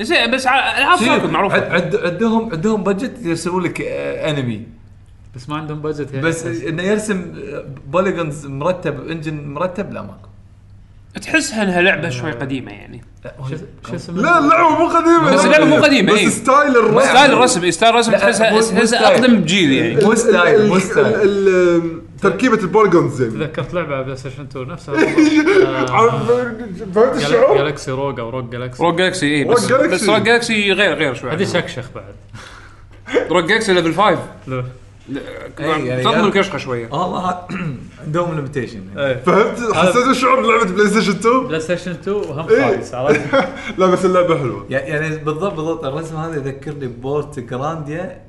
[SPEAKER 1] زين بس ع- العاب فالكون معروفه
[SPEAKER 4] عندهم عندهم بادجت يرسلون لك آه، انمي
[SPEAKER 3] بس ما عندهم بادجت يعني
[SPEAKER 4] بس انه يرسم بوليجونز مرتب انجن مرتب لا ماكو
[SPEAKER 1] تحسها انها لعبه شوي قديمه يعني
[SPEAKER 4] لا،
[SPEAKER 3] شو
[SPEAKER 4] هو-
[SPEAKER 3] شو اسمه
[SPEAKER 2] لا اللعبه مو قديمه
[SPEAKER 1] بس اللعبة مو قديمة، إيه.
[SPEAKER 2] بس ستايل الرسم
[SPEAKER 1] ستايل الرسم إيه، ستايل الرسم
[SPEAKER 4] لا، مو-
[SPEAKER 1] تحسها
[SPEAKER 4] مو
[SPEAKER 1] تحسها
[SPEAKER 4] ستايل.
[SPEAKER 1] اقدم بجيل يعني
[SPEAKER 4] مو ستايل، مو
[SPEAKER 2] ال-
[SPEAKER 4] ستايل.
[SPEAKER 2] ال- ال- تركيبه البوليجونز يعني
[SPEAKER 3] تذكرت لعبه على بلاي ستيشن 2 نفسها
[SPEAKER 2] عارف- فهمت الشعور؟
[SPEAKER 3] جالكسي روج او روج جالكسي
[SPEAKER 1] روك جالكسي اي
[SPEAKER 2] روك
[SPEAKER 1] إيه، بس
[SPEAKER 2] جالكسي.
[SPEAKER 1] بس روك جالكسي غير غير شوي
[SPEAKER 3] هذه شكشخ بعد
[SPEAKER 1] روك جالكسي ليفل 5
[SPEAKER 3] لو-
[SPEAKER 6] يعني
[SPEAKER 1] تطمن
[SPEAKER 6] يا-
[SPEAKER 1] كشخه شويه
[SPEAKER 6] والله هذا عندهم ليمتيشن
[SPEAKER 3] إيه.
[SPEAKER 2] فهمت حسيت الشعور بلعبه بلاي ستيشن 2
[SPEAKER 3] بلاي ستيشن 2 وهم
[SPEAKER 2] إيه.
[SPEAKER 3] خايس عرفت؟
[SPEAKER 2] لا بس اللعبه حلوه
[SPEAKER 6] يعني بالضبط بالضبط الرسم هذا يذكرني ببورت جرانديا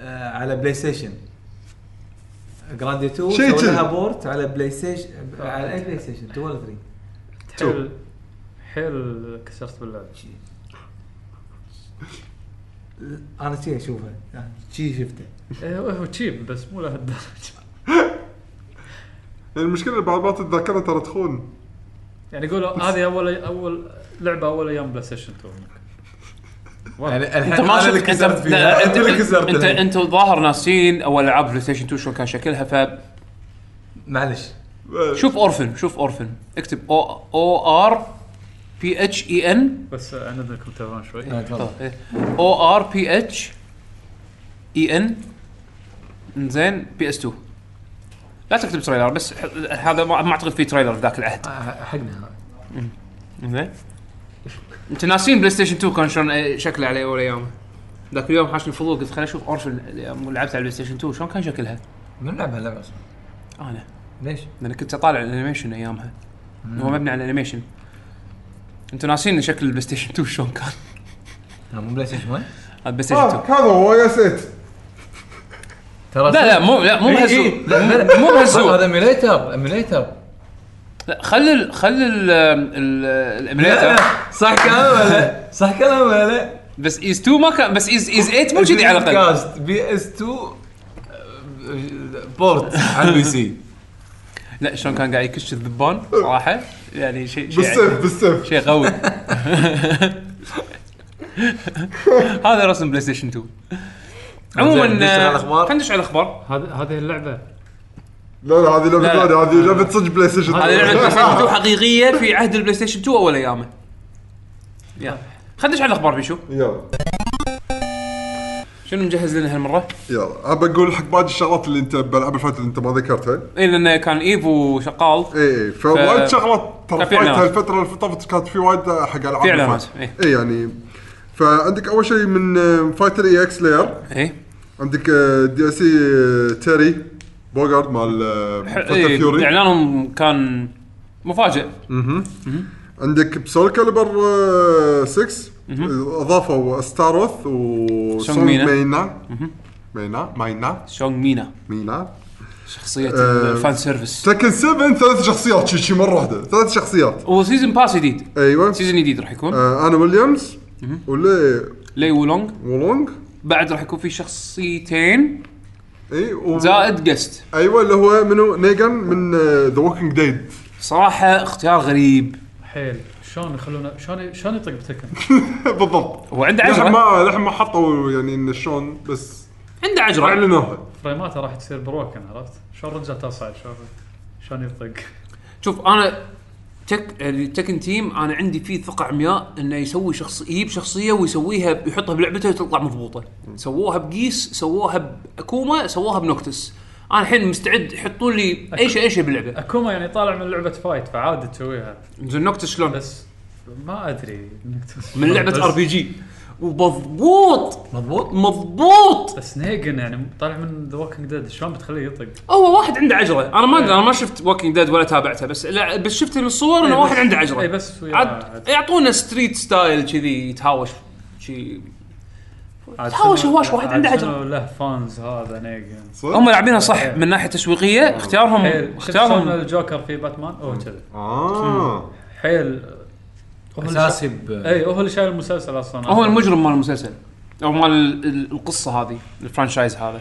[SPEAKER 6] آه، على بلاي ستيشن جرانديا 2
[SPEAKER 2] شيء
[SPEAKER 6] سووا
[SPEAKER 2] كذي.
[SPEAKER 6] لها بورت على بلاي ستيشن على اي بلاي ستيشن 2 ولا 3
[SPEAKER 3] حيل حيل كسرت باللعب
[SPEAKER 6] انا شي اشوفها شي شفته
[SPEAKER 3] إيه، هو تشيب بس مو لهالدرجه
[SPEAKER 2] المشكله إن يعني بعض بعض الذاكره ترى تخون
[SPEAKER 3] يعني يقولوا هذه اول اول لعبه اول ايام بلاي ستيشن 2
[SPEAKER 6] يعني الحين
[SPEAKER 1] انت ما
[SPEAKER 6] أنا اللي
[SPEAKER 1] شفت
[SPEAKER 6] كسرت
[SPEAKER 1] انت
[SPEAKER 6] فيها
[SPEAKER 1] لا،
[SPEAKER 6] انت اللي
[SPEAKER 1] انت
[SPEAKER 6] كسرت
[SPEAKER 1] انت
[SPEAKER 6] الحين.
[SPEAKER 1] انت الظاهر ناسين اول العاب بلاي ستيشن 2 شو كان شكلها فشوف
[SPEAKER 6] معلش
[SPEAKER 1] اورفن شوف اورفن اكتب او او ار بي اتش اي ان
[SPEAKER 3] بس انا اذنكم تعبان شوي
[SPEAKER 2] إيه.
[SPEAKER 6] آه، تفضل.
[SPEAKER 1] او ار بي اتش اي ان E زين بي اس 2 لا تكتب تريلر بس ح- هذا ما ما اعتقد فيه تريلر في ذاك العهد
[SPEAKER 6] آه، حقنا هذا
[SPEAKER 1] زين انت ناسين بلاي ستيشن 2 كان شلون آه، شكله عليه اول ايام ذاك اليوم حاشني الفضول قلت خليني اشوف اورفن اللي لعبت على بلاي ستيشن 2 شلون كان شكلها؟
[SPEAKER 6] من لعبها اللعبه اصلا
[SPEAKER 1] انا
[SPEAKER 6] ليش؟
[SPEAKER 1] لان كنت اطالع الانيميشن ايامها هو مبني على الانيميشن انتوا ناسين شكل البلاي ستيشن 2 شلون كان
[SPEAKER 6] آه، مو بلاي ستيشن 1
[SPEAKER 1] البلاي ستيشن 2
[SPEAKER 2] آه، هذا هو يا سيت
[SPEAKER 6] ترى
[SPEAKER 1] لا لا مو لا مو
[SPEAKER 6] إي،
[SPEAKER 1] بهالسوء
[SPEAKER 6] إي، لا، لا، لا.
[SPEAKER 1] مو بهالسوء
[SPEAKER 6] هذا ايميليتر ايميليتر
[SPEAKER 1] لا خل ال خل ال ال-
[SPEAKER 6] لا،
[SPEAKER 1] الاميليتر
[SPEAKER 6] لا، صح كلام ولا لا؟ صح كلام ولا لا؟
[SPEAKER 1] بس ايز 2 ما كان بس ايز ايز 8 مو كذي على الاقل
[SPEAKER 6] كاست بي اس 2 بورت uh, على البي سي
[SPEAKER 1] لا شلون كان قاعد يكش الذبان صراحه يعني شيء شيء
[SPEAKER 2] بالسيف
[SPEAKER 1] عجيب.
[SPEAKER 2] بالسيف
[SPEAKER 1] شيء قوي هذا رسم بلاي ستيشن 2 عموما
[SPEAKER 6] زين، ندش على الأخبار؟
[SPEAKER 1] آه، خلينا ندش على الاخبار
[SPEAKER 3] هذه هذه اللعبه
[SPEAKER 2] لا لا هذه لعبه
[SPEAKER 1] لا، لا.
[SPEAKER 2] ثانيه هذه لعبه صدق بلاي ستيشن
[SPEAKER 1] هذه لعبه بلاي ستيشن 2 حقيقيه في عهد البلاي ستيشن 2 اول ايامه يلا خلينا ندش على الاخبار بيشو
[SPEAKER 2] يلا
[SPEAKER 1] شنو مجهز لنا هالمره؟
[SPEAKER 2] يلا ابى اقول حق باقي الشغلات اللي انت بالالعاب اللي فاتت اللي انت ما ذكرتها
[SPEAKER 1] اي لان إيه، كان ايفو شغال
[SPEAKER 2] اي اي فوايد
[SPEAKER 1] ف-
[SPEAKER 2] شغلات ترى
[SPEAKER 1] كان في
[SPEAKER 2] فايت
[SPEAKER 1] إعلانات.
[SPEAKER 2] هالفتره اللي طافت كانت في وايد حق العاب
[SPEAKER 1] في إعلانات، إيه.
[SPEAKER 2] اي اي يعني فعندك اول شيء من آه، فايتر اي اكس لاير
[SPEAKER 1] اي
[SPEAKER 2] عندك آه، دي اس اي آه، تيري بوغارد مال آه، فايتر
[SPEAKER 1] إيه،
[SPEAKER 2] فيوري
[SPEAKER 1] اعلانهم كان مفاجئ
[SPEAKER 2] عندك بسول كاليبر آه، 6 اضافوا ستاروث و
[SPEAKER 1] سونغ مينا.
[SPEAKER 2] مينا مينا مينا
[SPEAKER 1] شونغ مينا
[SPEAKER 2] مينا
[SPEAKER 1] شخصيه
[SPEAKER 2] آه.
[SPEAKER 1] الفان سيرفيس
[SPEAKER 2] تكن 7 ثلاث شخصيات شي شي مره واحده ثلاث شخصيات
[SPEAKER 1] وسيزون باس جديد
[SPEAKER 2] ايوه
[SPEAKER 1] سيزون جديد راح يكون
[SPEAKER 2] آه، انا ويليامز ولا
[SPEAKER 1] لي وولونج
[SPEAKER 2] وولونج
[SPEAKER 1] بعد راح يكون في شخصيتين
[SPEAKER 2] اي و...
[SPEAKER 1] زائد جست
[SPEAKER 2] ايوه اللي هو منو نيجان من آه، ذا ووكينج ديد
[SPEAKER 1] صراحه اختيار غريب
[SPEAKER 3] حيل شلون يخلونا شلون شلون يطق بتكن
[SPEAKER 2] بالضبط
[SPEAKER 1] هو عنده
[SPEAKER 2] لحم
[SPEAKER 1] عجره
[SPEAKER 2] ما لحم ما حطوا يعني ان شلون بس
[SPEAKER 1] عنده عجره
[SPEAKER 2] اعلنوها
[SPEAKER 3] فريماته راح تصير بروكن عرفت شلون رجع تصعد شلون شلون يطق
[SPEAKER 1] شوف انا تك التكن تيم انا عندي فيه ثقه عمياء انه يسوي شخص يجيب شخصيه ويسويها يحطها بلعبته وتطلع مضبوطه سووها بجيس سووها باكوما سووها بنوكتس انا الحين مستعد يحطوا لي اي شيء اي شيء باللعبه
[SPEAKER 3] اكوما يعني طالع من لعبه فايت فعادي تسويها
[SPEAKER 1] زين نوكتس شلون؟
[SPEAKER 3] بس ما ادري
[SPEAKER 1] من لعبه ار بي جي ومضبوط
[SPEAKER 6] مضبوط
[SPEAKER 1] مضبوط
[SPEAKER 3] بس نيجن يعني طالع من ذا ووكينج ديد شلون بتخليه يطق؟
[SPEAKER 1] هو واحد عنده عجره انا ما انا ما شفت ووكينج ديد ولا تابعتها بس لا بس شفت من الصور
[SPEAKER 3] إيه
[SPEAKER 1] انه
[SPEAKER 3] بس-
[SPEAKER 1] واحد عنده
[SPEAKER 3] اي
[SPEAKER 1] عجره
[SPEAKER 3] بس ويا
[SPEAKER 1] عاد
[SPEAKER 3] عاد
[SPEAKER 1] يعطونا ستريت ستايل كذي يتهاوش شي
[SPEAKER 3] عاد
[SPEAKER 1] تحاول
[SPEAKER 3] شنو-
[SPEAKER 1] شواش واحد
[SPEAKER 3] عاد
[SPEAKER 1] عنده
[SPEAKER 3] شنو
[SPEAKER 1] عجلة.
[SPEAKER 3] له فانز هذا نيجن
[SPEAKER 1] هم لاعبينها صح
[SPEAKER 3] إيه.
[SPEAKER 1] من ناحيه تسويقيه اختيارهم
[SPEAKER 3] حيل شفت شلون
[SPEAKER 1] اختيارهم
[SPEAKER 3] الجوكر في باتمان هو كذا
[SPEAKER 2] اه
[SPEAKER 3] حيل هو اللي
[SPEAKER 6] اساسي
[SPEAKER 3] شا-
[SPEAKER 6] ب
[SPEAKER 3] اي هو اللي شايل المسلسل اصلا
[SPEAKER 1] هو المجرم مال المسلسل او مال ال- ال- القصه هذه الفرانشايز هذا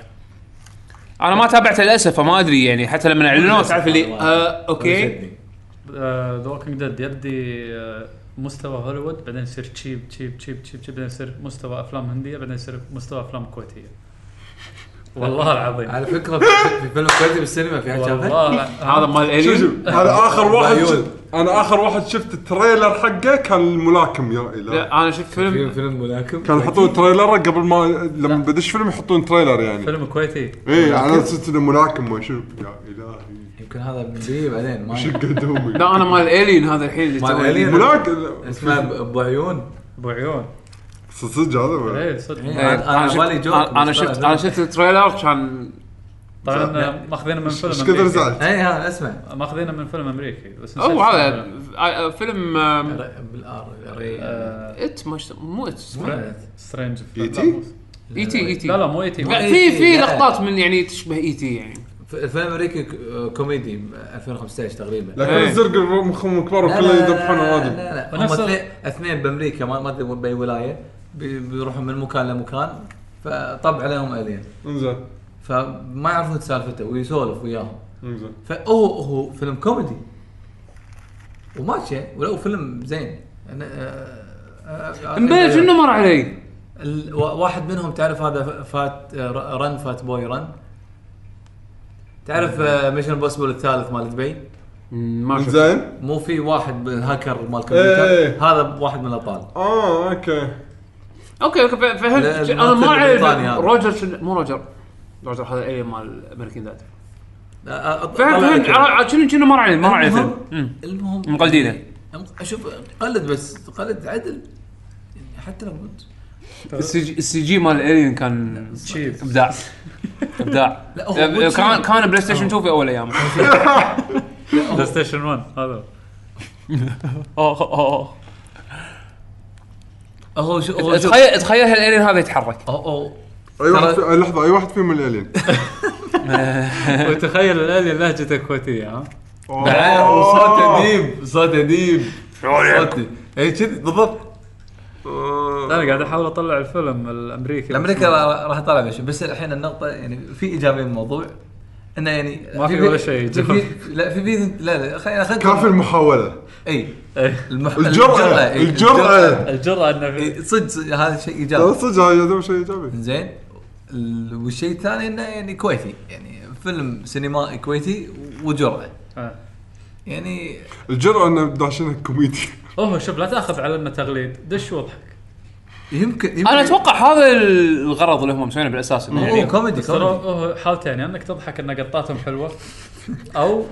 [SPEAKER 1] انا ما تابعته للاسف فما ادري يعني حتى لما اعلنوه تعرف اللي آه اوكي
[SPEAKER 6] شدني.
[SPEAKER 3] ذا ووكينج ديد يبدي آه، مستوى هوليوود بعدين يصير تشيب تشيب تشيب تشيب تشيب بعدين يصير مستوى افلام هنديه بعدين يصير مستوى افلام كويتيه والله العظيم
[SPEAKER 6] على فكره في- في فيلم كويتي بالسينما في حد شافه؟
[SPEAKER 3] والله
[SPEAKER 1] هذا مال
[SPEAKER 2] شوف شوف
[SPEAKER 1] الالين
[SPEAKER 2] انا اخر واحد
[SPEAKER 6] عيون.
[SPEAKER 2] شف- انا اخر واحد شفت التريلر حقه كان الملاكم يا اله
[SPEAKER 1] لا انا شفت فيلم
[SPEAKER 6] في فيلم ملاكم
[SPEAKER 2] كانوا يحطون تريلر قبل ما لما بدش فيلم يحطون تريلر يعني
[SPEAKER 3] فيلم كويتي
[SPEAKER 2] اي على اساس انه ملاكم ما شنو يا الهي
[SPEAKER 6] يمكن هذا بنجيه بعدين ما
[SPEAKER 2] شو قدومي
[SPEAKER 1] لا انا مال الالين هذا الحين اللي
[SPEAKER 6] مال
[SPEAKER 1] تو-
[SPEAKER 6] الالين
[SPEAKER 2] ملاكم
[SPEAKER 6] اسمه ب- ابو عيون
[SPEAKER 3] ابو عيون
[SPEAKER 2] صدق هذا ولا؟
[SPEAKER 3] اي صدق
[SPEAKER 1] إيه،
[SPEAKER 6] أنا- أنا
[SPEAKER 1] شفت-
[SPEAKER 6] بالي جوك،
[SPEAKER 1] انا
[SPEAKER 6] بس
[SPEAKER 1] شفت
[SPEAKER 6] لا،
[SPEAKER 1] انا شفت التريلر كان
[SPEAKER 3] طبعا ماخذينه من فيلم
[SPEAKER 2] ايش كثر
[SPEAKER 3] أمريكي.
[SPEAKER 2] زعلت
[SPEAKER 4] اي هذا اسمع
[SPEAKER 3] ماخذينه من فيلم امريكي بس نسيت
[SPEAKER 1] او هذا
[SPEAKER 3] اسمه.
[SPEAKER 1] آه، فيلم آم،
[SPEAKER 4] بالار
[SPEAKER 3] آه،
[SPEAKER 1] ات ما شت- مو ات
[SPEAKER 3] سترينج
[SPEAKER 1] E
[SPEAKER 2] E.T.?
[SPEAKER 3] لا، مو-
[SPEAKER 1] اي تي اي تي
[SPEAKER 3] لا لا مو E اي تي
[SPEAKER 1] لا،
[SPEAKER 4] إي
[SPEAKER 1] في
[SPEAKER 4] تي،
[SPEAKER 1] في
[SPEAKER 4] لا.
[SPEAKER 1] لقطات من يعني تشبه اي تي يعني
[SPEAKER 4] الفيلم الامريكي ك- كوميدي 2015 تقريبا
[SPEAKER 2] لكن
[SPEAKER 1] إيه.
[SPEAKER 2] الزرق مخهم كبار
[SPEAKER 4] لا،
[SPEAKER 2] وكله
[SPEAKER 4] لا، لا،
[SPEAKER 2] يذبحون اوادم
[SPEAKER 4] لا لا هم
[SPEAKER 3] ونفس ال-
[SPEAKER 4] اثنين- اثنين بامريكا ما ما ادري وين- باي ولايه بي- بيروحوا من مكان لمكان فطبع عليهم الين
[SPEAKER 2] انزين
[SPEAKER 4] فما يعرفون سالفته ويسولف وياهم
[SPEAKER 2] انزين
[SPEAKER 4] فهو هو فيلم كوميدي وماشي ولو فيلم زين انا آه، آه، آه،
[SPEAKER 1] مبين شنو مر علي؟
[SPEAKER 4] ال- وا- واحد منهم تعرف هذا ف- فات آه، ر- رن فات بوي رن تعرف ميشن امبوسيبل الثالث مال دبي
[SPEAKER 1] مم، ما شفت
[SPEAKER 2] انزين
[SPEAKER 4] مو في واحد بالهاكر مال كمبيوتر
[SPEAKER 2] إيه.
[SPEAKER 4] هذا واحد من الابطال
[SPEAKER 2] اه اوكي
[SPEAKER 1] اوكي اوكي ف-
[SPEAKER 4] لا،
[SPEAKER 1] فهمت انا
[SPEAKER 4] الممثل
[SPEAKER 1] ما اعرف
[SPEAKER 4] البريطاني هذا.
[SPEAKER 1] روجر شنو- مو روجر روجر هذا الين مال امريكان داد
[SPEAKER 4] آه، آه،
[SPEAKER 1] فهمت
[SPEAKER 4] طلع
[SPEAKER 1] فهمت
[SPEAKER 4] لك.
[SPEAKER 1] عر- شنو شنو مر علي مر علي
[SPEAKER 4] المهم-
[SPEAKER 1] الفيلم
[SPEAKER 4] المهم
[SPEAKER 1] مقلدينه
[SPEAKER 4] أم- اشوف قلد بس قلد عدل يعني حتى لو كنت
[SPEAKER 1] السي جي- السي جي مال الين كان
[SPEAKER 3] Cheap.
[SPEAKER 1] ابداع ابداع
[SPEAKER 4] لا، هو
[SPEAKER 1] أب-
[SPEAKER 4] مو
[SPEAKER 1] كان
[SPEAKER 4] cheap.
[SPEAKER 1] كان بلاي ستيشن 2 في اول ايامه
[SPEAKER 3] بلاي ستيشن 1 هذا
[SPEAKER 1] اوه اوه
[SPEAKER 4] هو شو هو شو
[SPEAKER 1] تخيل تخيل هالالين هذا يتحرك
[SPEAKER 4] هو- هو
[SPEAKER 2] اي واحد
[SPEAKER 4] ترى-
[SPEAKER 2] في... لحظه اي واحد فيهم من الالين
[SPEAKER 3] وتخيل الالي لهجته كويتيه ها
[SPEAKER 4] بعد وصوت قديم صوت قديم صوتي اي كذي بالضبط
[SPEAKER 2] آه.
[SPEAKER 3] انا قاعد احاول اطلع الفيلم الامريكي
[SPEAKER 4] الامريكا را- راح طلع بشيء بس الحين النقطه يعني في ايجابيه بالموضوع انه يعني
[SPEAKER 3] ما في ولا شيء
[SPEAKER 4] في-
[SPEAKER 3] إيجابي.
[SPEAKER 4] في- لا في بيزن لا لا خلينا خلينا
[SPEAKER 2] كافي المحاوله
[SPEAKER 4] اي
[SPEAKER 3] إيه.
[SPEAKER 4] المح-
[SPEAKER 2] الجرأه
[SPEAKER 4] إي،
[SPEAKER 2] الجرأه
[SPEAKER 3] الجرأة انه في
[SPEAKER 1] إيه.
[SPEAKER 4] إي، صدق صدق، هذا شيء
[SPEAKER 2] ترى
[SPEAKER 4] ايجابي
[SPEAKER 2] صدق هذا يعتبر شيء ايجابي
[SPEAKER 4] زين ال- والشيء الثاني انه يعني كويتي يعني فيلم سينمائي كويتي وجرأه
[SPEAKER 3] آه.
[SPEAKER 4] يعني
[SPEAKER 2] الجرأه انه داشينها كوميدي
[SPEAKER 3] اوه شوف لا تاخذ على انه تغليد دش واضحك
[SPEAKER 4] يمكن, يمكن
[SPEAKER 1] انا اتوقع هذا الغرض اللي هم مسوينه بالاساس انه
[SPEAKER 4] يعني
[SPEAKER 1] يعني
[SPEAKER 4] كوميدي
[SPEAKER 3] ترى
[SPEAKER 4] كوميدي
[SPEAKER 3] اوه حالتين يا انك تضحك ان قطاتهم حلوه او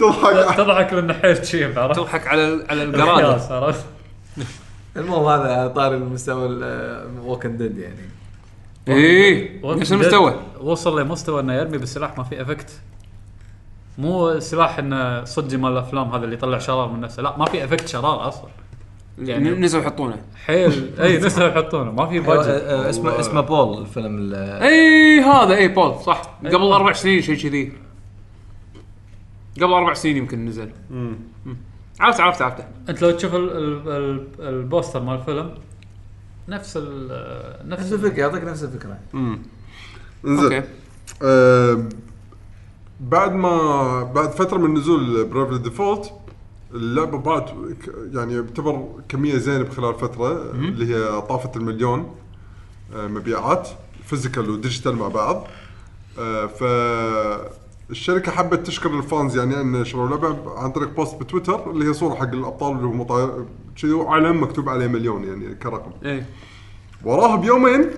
[SPEAKER 2] تضحك
[SPEAKER 3] تضحك لانه حيل شيب عرفت؟
[SPEAKER 1] تضحك على على القرار
[SPEAKER 3] خلاص عرفت؟
[SPEAKER 4] المهم هذا على طاري المستوى الوكن ديد يعني
[SPEAKER 1] اي إيه. نفس المستوى
[SPEAKER 3] وصل لمستوى انه يرمي بالسلاح ما في افكت مو سلاح انه صدق مال الافلام هذا اللي يطلع شرار من نفسه لا ما في افكت شرار اصلا
[SPEAKER 1] يعني نزلوا يحطونه
[SPEAKER 3] حيل اي نسوا يحطونه ما في
[SPEAKER 4] آه،
[SPEAKER 3] بادجت
[SPEAKER 4] آه، اسمه اسمه بول الفيلم ال-
[SPEAKER 1] اي إيه، هذا اي إيه، بول صح قبل اربع سنين شيء كذي قبل اربع سنين يمكن نزل مم. عرفت عرفت عرفته
[SPEAKER 3] انت لو تشوف ال- ال- ال- البوستر مال الفيلم نفس ال
[SPEAKER 4] نفس
[SPEAKER 3] نفس
[SPEAKER 4] الفكره يعطيك نفس الفكره
[SPEAKER 2] انزين
[SPEAKER 1] اوكي
[SPEAKER 2] آم، بعد ما بعد فتره من نزول برايفت ديفولت اللعبه باعت ك- يعني يعتبر كميه زينه بخلال فتره اللي هي طافت المليون آه، مبيعات فيزيكال وديجيتال مع بعض آه، فالشركه حبت تشكر الفانز يعني ان شروا اللعبه عن طريق بوست بتويتر اللي هي صوره حق الابطال اللي هم طاير- شي علم مكتوب عليه مليون يعني كرقم
[SPEAKER 1] اي
[SPEAKER 2] وراها بيومين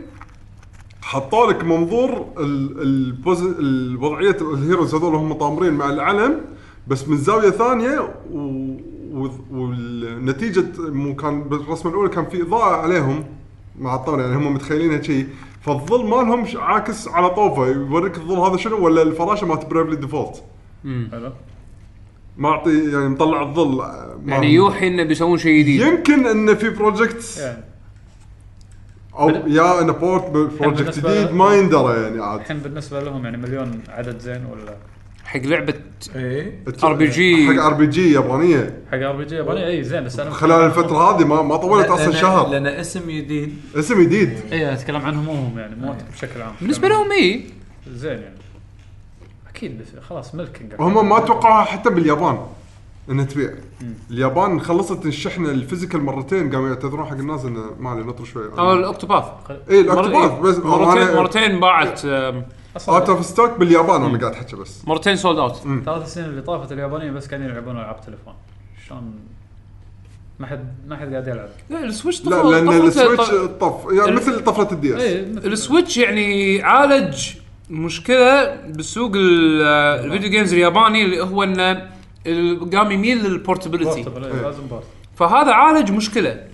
[SPEAKER 2] حطوا لك منظور ال- البوز الوضعيه الهيروز هذول هم طامرين مع العلم بس من زاويه ثانيه و... و... والنتيجه مو كان بالرسمه الاولى كان في اضاءه عليهم مع الطاوله يعني هم متخيلينها شيء فالظل مالهم ش- عاكس على طوفه يوريك الظل هذا شنو ولا الفراشه مالت بريفلي ديفولت
[SPEAKER 3] حلو
[SPEAKER 2] معطي يعني مطلع الظل آه،
[SPEAKER 1] يعني يوحي انه بيسوون شيء جديد
[SPEAKER 2] يمكن ان في بروجكت
[SPEAKER 3] يعني
[SPEAKER 2] او يا ان بورت بروجكت
[SPEAKER 3] بالنسبة
[SPEAKER 2] جديد
[SPEAKER 3] له-
[SPEAKER 2] ما يندرى يعني عاد
[SPEAKER 3] الحين بالنسبه لهم يعني مليون عدد زين ولا
[SPEAKER 1] حق لعبه
[SPEAKER 4] اي
[SPEAKER 1] RPG.
[SPEAKER 2] حق ار بي جي يابانيه
[SPEAKER 3] حق ار بي جي ياباني اي زين بس انا
[SPEAKER 2] خلال الفتره هذه ما ما طولت اصلا شهر
[SPEAKER 4] لان اسم جديد
[SPEAKER 2] اسم جديد
[SPEAKER 3] اي اتكلم عنهم هم يعني مو بشكل عام
[SPEAKER 1] بالنسبه لهم إيه. اي
[SPEAKER 3] زين يعني اكيد بس- خلاص ملكنج
[SPEAKER 2] وهم ما توقعوها حتى باليابان انها تبيع اليابان خلصت الشحنه الفيزيكال مرتين قاموا يعتذرون حق الناس انه ما علي نطر شوي
[SPEAKER 1] او الاوكتوباث
[SPEAKER 2] اي الاكتوباث بس
[SPEAKER 1] إيه. مرتين مرتين باعت آم،
[SPEAKER 2] اوت
[SPEAKER 3] اصلا
[SPEAKER 2] اوف ستوك باليابان انا قاعد احكي بس
[SPEAKER 1] مرتين سولد اوت
[SPEAKER 3] ثلاث سنين اللي طافت اليابانيين بس قاعدين يلعبون العاب تليفون شلون ما حد ما حد قاعد يلعب
[SPEAKER 1] لا السويتش
[SPEAKER 2] لا
[SPEAKER 1] طفرة-
[SPEAKER 2] لان
[SPEAKER 1] طفرة-
[SPEAKER 2] السويتش
[SPEAKER 1] طف-
[SPEAKER 2] طف يعني مثل طفره الدي اس
[SPEAKER 3] اي مثل-
[SPEAKER 1] السويتش يعني عالج مشكله بالسوق ال- الفيديو جيمز الياباني اللي هو انه ال- قام يميل للبورتبيلتي
[SPEAKER 3] بورتبل، إيه، لازم بورت
[SPEAKER 1] فهذا عالج مشكله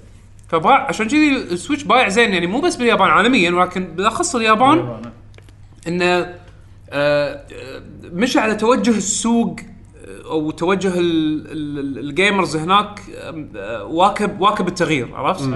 [SPEAKER 1] فباع عشان كذي السويتش بايع زين يعني مو بس باليابان عالميا ولكن بالاخص اليابان
[SPEAKER 3] اليابان، إيه.
[SPEAKER 1] انه آه، آه، مشى على توجه السوق آه، او توجه ال- ال- ال- الجيمرز هناك آه، آه، واكب واكب التغيير عرفت؟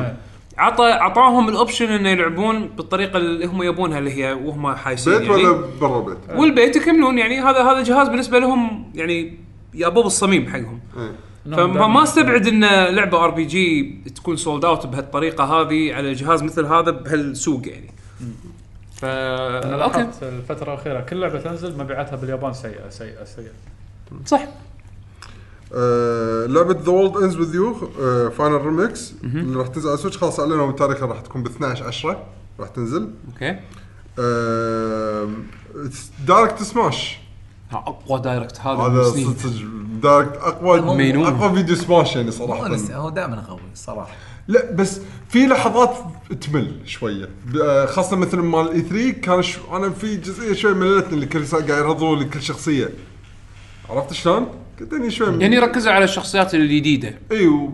[SPEAKER 1] عطى عطاهم الاوبشن انه يلعبون بالطريقه اللي هم يبونها اللي هي وهم حايسين
[SPEAKER 2] بيت
[SPEAKER 1] يعني.
[SPEAKER 2] ولا برا البيت؟
[SPEAKER 1] والبيت يكملون يعني هذا هذا جهاز بالنسبه لهم يعني يا بوب الصميم حقهم
[SPEAKER 2] إيه.
[SPEAKER 1] فما ما استبعد ان لعبه ار بي جي تكون سولد اوت بهالطريقه هذه على جهاز مثل هذا بهالسوق يعني ف
[SPEAKER 3] انا
[SPEAKER 1] اوكي
[SPEAKER 3] لاحظت الفتره الاخيره كل لعبه تنزل مبيعاتها باليابان سيئه سيئه سيئه
[SPEAKER 1] صح
[SPEAKER 2] آه، لعبه ذا وولد اندز وذ يو فاينل ريمكس
[SPEAKER 1] Mhm.
[SPEAKER 2] اللي uh, راح تنزل على سويتش خلاص اعلنوا تاريخها راح تكون ب 12 10 راح تنزل
[SPEAKER 1] اوكي
[SPEAKER 2] آه، دايركت سماش
[SPEAKER 1] اقوى دايركت هذا
[SPEAKER 2] هذا
[SPEAKER 1] من سنين.
[SPEAKER 2] صدق صدق دايركت اقوى
[SPEAKER 1] مينون.
[SPEAKER 2] اقوى فيديو سماش يعني
[SPEAKER 4] هو
[SPEAKER 2] صراحه
[SPEAKER 4] لسه- هو دائما قوي الصراحه
[SPEAKER 2] لا بس في لحظات تمل شويه ب- آه، خاصه مثل مال اي 3 كان ش... انا في جزئيه شوي مللتني اللي كل ساعه قاعد يرضون لكل شخصيه عرفت شلون؟ كنت اني شوي م-
[SPEAKER 1] يعني ركزوا على الشخصيات الجديده
[SPEAKER 2] اي و-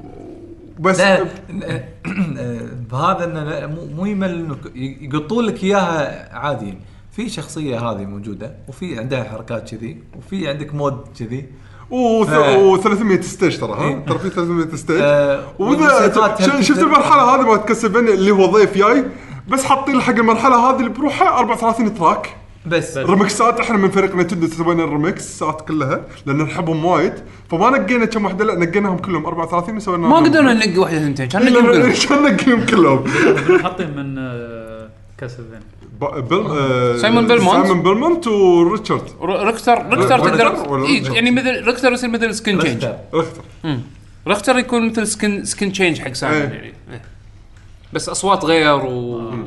[SPEAKER 2] وبس
[SPEAKER 4] لا آه، بهذا انه مو- مو يمل انه يقطون لك اياها عادي يعني. في شخصيه هذه موجوده وفي عندها حركات كذي وفي عندك مود كذي
[SPEAKER 2] و
[SPEAKER 4] آه.
[SPEAKER 2] و 300 ستيج ترى ها
[SPEAKER 4] إيه.
[SPEAKER 2] ترى في 300 ستيج
[SPEAKER 4] آه، والموسيقات
[SPEAKER 2] وإذا-
[SPEAKER 4] هم
[SPEAKER 2] ش- شفت
[SPEAKER 4] تختلف.
[SPEAKER 2] المرحله هذه مالت كاسلفينيا اللي هو ضيف جاي بس حاطين حق المرحله هذه اللي بروحها 34 تراك
[SPEAKER 4] بس
[SPEAKER 2] ريمكسات احنا من فريق نتندو سوينا الريمكسات كلها لان نحبهم وايد فما نقينا كم وحده لا نقيناهم كلهم 34 وسوينا
[SPEAKER 1] ما قدرنا ننقي واحده ثنتين كان نقي كلهم.
[SPEAKER 2] عشان نقيهم كلهم
[SPEAKER 3] حاطين من آه، كاسلفينيا
[SPEAKER 2] ب- بل... آه،
[SPEAKER 1] سايمون بيلمونت.
[SPEAKER 2] سايمون بيلمونت وريتشارد
[SPEAKER 1] ر- ركتر ركتر
[SPEAKER 2] ركتر
[SPEAKER 1] تقدر
[SPEAKER 2] ولا
[SPEAKER 1] إيه،
[SPEAKER 2] ركتر؟
[SPEAKER 1] يعني مثل ركتر يصير مثل سكن تشينج
[SPEAKER 4] ركتر.
[SPEAKER 2] رختر
[SPEAKER 1] رختر يكون مثل سكن سكن تشينج حق سايمون
[SPEAKER 2] إيه.
[SPEAKER 1] يعني إيه. بس اصوات غير و...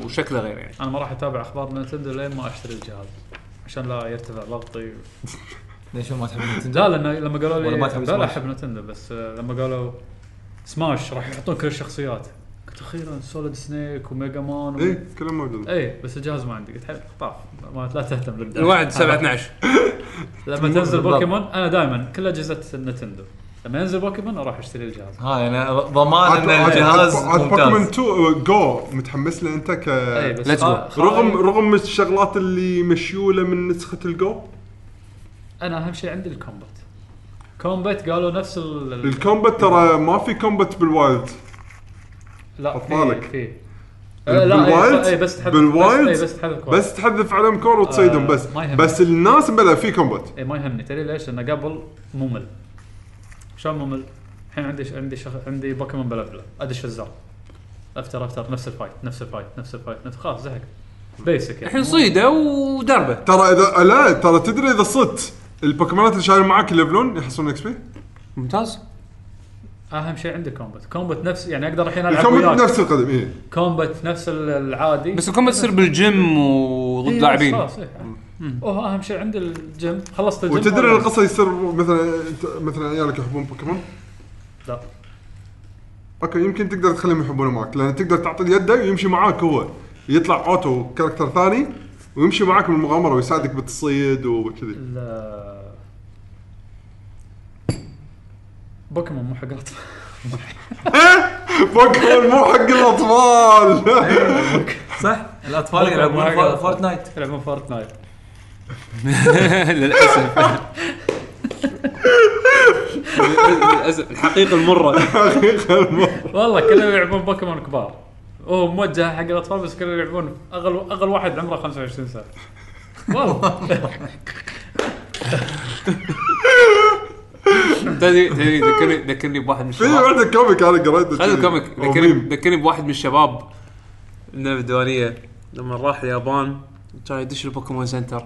[SPEAKER 1] وشكله غير يعني
[SPEAKER 3] انا ما راح اتابع اخبار نتندو لين ما اشتري الجهاز عشان لا يرتفع ضغطي
[SPEAKER 4] ليش ما تحب نتندو؟
[SPEAKER 3] لا لان لما قالوا لي
[SPEAKER 4] ولا ما تحب
[SPEAKER 3] لا لا
[SPEAKER 4] سماش؟
[SPEAKER 3] احب نتندو بس آه، لما قالوا سماش راح يحطون كل الشخصيات قلت اخيرا سوليد سنيك وميجا مان و...
[SPEAKER 2] اي إيه، كلهم موجودين
[SPEAKER 3] اي بس الجهاز ما عندي قلت حلو طاف ما لا تهتم بالابداع
[SPEAKER 1] الوعد 7 12
[SPEAKER 3] لما تنزل
[SPEAKER 4] بالضبط.
[SPEAKER 3] بوكيمون انا دائما كل اجهزه نتندو لما ينزل بوكيمون اروح اشتري الجهاز
[SPEAKER 4] هاي انا ضمان
[SPEAKER 2] عاد-
[SPEAKER 4] ان
[SPEAKER 2] عاد-
[SPEAKER 4] الجهاز
[SPEAKER 2] عاد- عاد بوكيمون
[SPEAKER 4] ممتاز
[SPEAKER 2] 2 أه، جو متحمس له انت ك
[SPEAKER 3] اي إيه، بس
[SPEAKER 1] Let's go.
[SPEAKER 3] خا- خا-
[SPEAKER 2] آه، رغم رغم الشغلات اللي مشيوله من نسخه الجو
[SPEAKER 3] انا اهم شيء عندي الكومبات كومبات قالوا نفس ال... ال-
[SPEAKER 2] الكومبات ترى ما في كومبات بالوايلد
[SPEAKER 3] لا
[SPEAKER 2] أطفالك.
[SPEAKER 3] في في آه، لا،
[SPEAKER 2] بالوايلد
[SPEAKER 3] إي، بس تحذف-
[SPEAKER 2] بالوايلد
[SPEAKER 3] بس- إي، بس تحذف
[SPEAKER 2] بس تحذف عليهم كور وتصيدهم
[SPEAKER 3] آه،
[SPEAKER 2] بس
[SPEAKER 3] ما يهم.
[SPEAKER 2] بس الناس بلا في كومبات
[SPEAKER 3] اي إيه، ما يهمني تدري ليش؟ لانه قبل ممل شلون ممل؟ الحين عندي عندي شخ... عندي بوكيمون بلفله ادش الزر افتر افتر نفس الفايت نفس الفايت نفس الفايت نفس خلاص زهق بيسك يعني
[SPEAKER 1] الحين صيده ودربه
[SPEAKER 2] ترى اذا لا ترى تدري اذا صدت البوكيمونات اللي شايل معاك يلفلون يحصلون اكس بي
[SPEAKER 1] ممتاز
[SPEAKER 3] اهم شيء عندي كومبات كومبات نفس يعني اقدر الحين العب
[SPEAKER 2] الكومبات
[SPEAKER 3] وياك
[SPEAKER 2] نفس القدم إيه. اي
[SPEAKER 3] كومبات نفس ال- العادي
[SPEAKER 1] بس الكومبات تصير بالجيم وضد
[SPEAKER 3] إي،
[SPEAKER 1] لاعبين
[SPEAKER 3] خلاص إي. اوه اهم شيء عندي الجيم خلصت الجيم
[SPEAKER 2] وتدري
[SPEAKER 3] ولا-
[SPEAKER 2] القصه يصير مثلا انت مثلا عيالك يحبون بوكيمون
[SPEAKER 3] لا
[SPEAKER 2] اوكي يمكن تقدر تخليهم يحبونه معك لان تقدر تعطي يده ويمشي معاك هو يطلع اوتو كاركتر ثاني ويمشي معاك بالمغامره ويساعدك بالتصيد وكذي
[SPEAKER 3] ال- بوكيمون مو حق اطفال
[SPEAKER 2] بوكيمون مو حق الاطفال
[SPEAKER 4] صح الاطفال يلعبون فور- فورتنايت
[SPEAKER 3] يلعبون فورتنايت
[SPEAKER 1] للاسف للاسف الحقيقه المره
[SPEAKER 3] والله كلهم يلعبون بوكيمون كبار هو موجه حق الاطفال بس كلهم يلعبون اغل اغل واحد عمره 25 سنه والله
[SPEAKER 1] تدري تدري ذكرني ذكرني بواحد من
[SPEAKER 2] في
[SPEAKER 1] الشباب
[SPEAKER 2] وحده كوميك انا قريته
[SPEAKER 1] خلي الكوميك ذكرني ذكرني بواحد من الشباب من الديوانيه لما راح اليابان كان يدش البوكيمون سنتر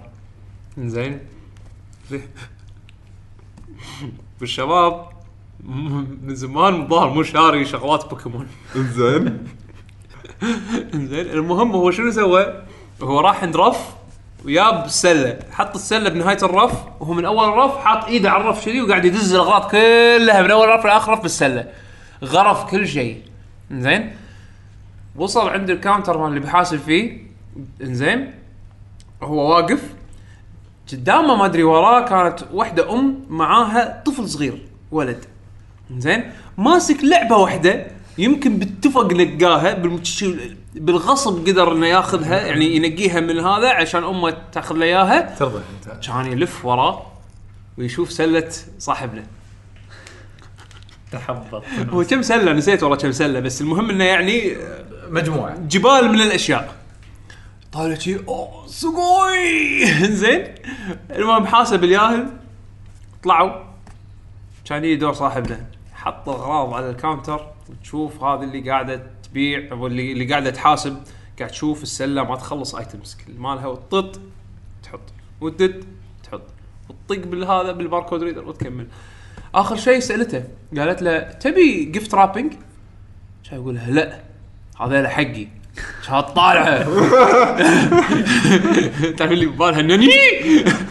[SPEAKER 1] زين والشباب م- من زمان الظاهر مو شاري شغلات بوكيمون
[SPEAKER 2] زين
[SPEAKER 1] زين المهم هو شنو سوى؟ هو راح عند رف وياب سله، حط السله بنهايه الرف وهو من اول الرف حاط ايده على الرف شذي وقاعد يدز الاغراض كلها من اول رف لاخر رف بالسله. غرف كل شيء. زين؟ وصل عند الكاونتر مال اللي بيحاسب فيه انزين هو واقف قدامه ما ادري وراه كانت واحده ام معاها طفل صغير ولد زين ماسك لعبه واحده يمكن بالتفق نقاها بالمتش- بالغصب قدر انه ياخذها يعني ينقيها من هذا عشان امه تاخذ له اياها
[SPEAKER 6] ترضى انت
[SPEAKER 1] كان يلف وراه ويشوف سله صاحبنا
[SPEAKER 3] تحبط
[SPEAKER 1] هو كم سله نسيت والله كم سله بس المهم انه يعني
[SPEAKER 6] مجموعه
[SPEAKER 1] جبال من الاشياء طالع شي اوه سقوي زين المهم حاسب الياهل طلعوا كان يجي دور صاحبنا حط اغراض على الكاونتر وتشوف هذه اللي قاعده تبيع واللي اللي قاعده تحاسب قاعد تشوف السله ما تخلص ايتمز كل مالها وتطط تحط وتدد تحط وتطق بالهذا بالباركود ريدر وتكمل اخر شيء سالته قالت له تبي جفت رابنج؟ كان يقول لها لا هذا حقي كانت طالعه تعرف اللي ببالها انه ني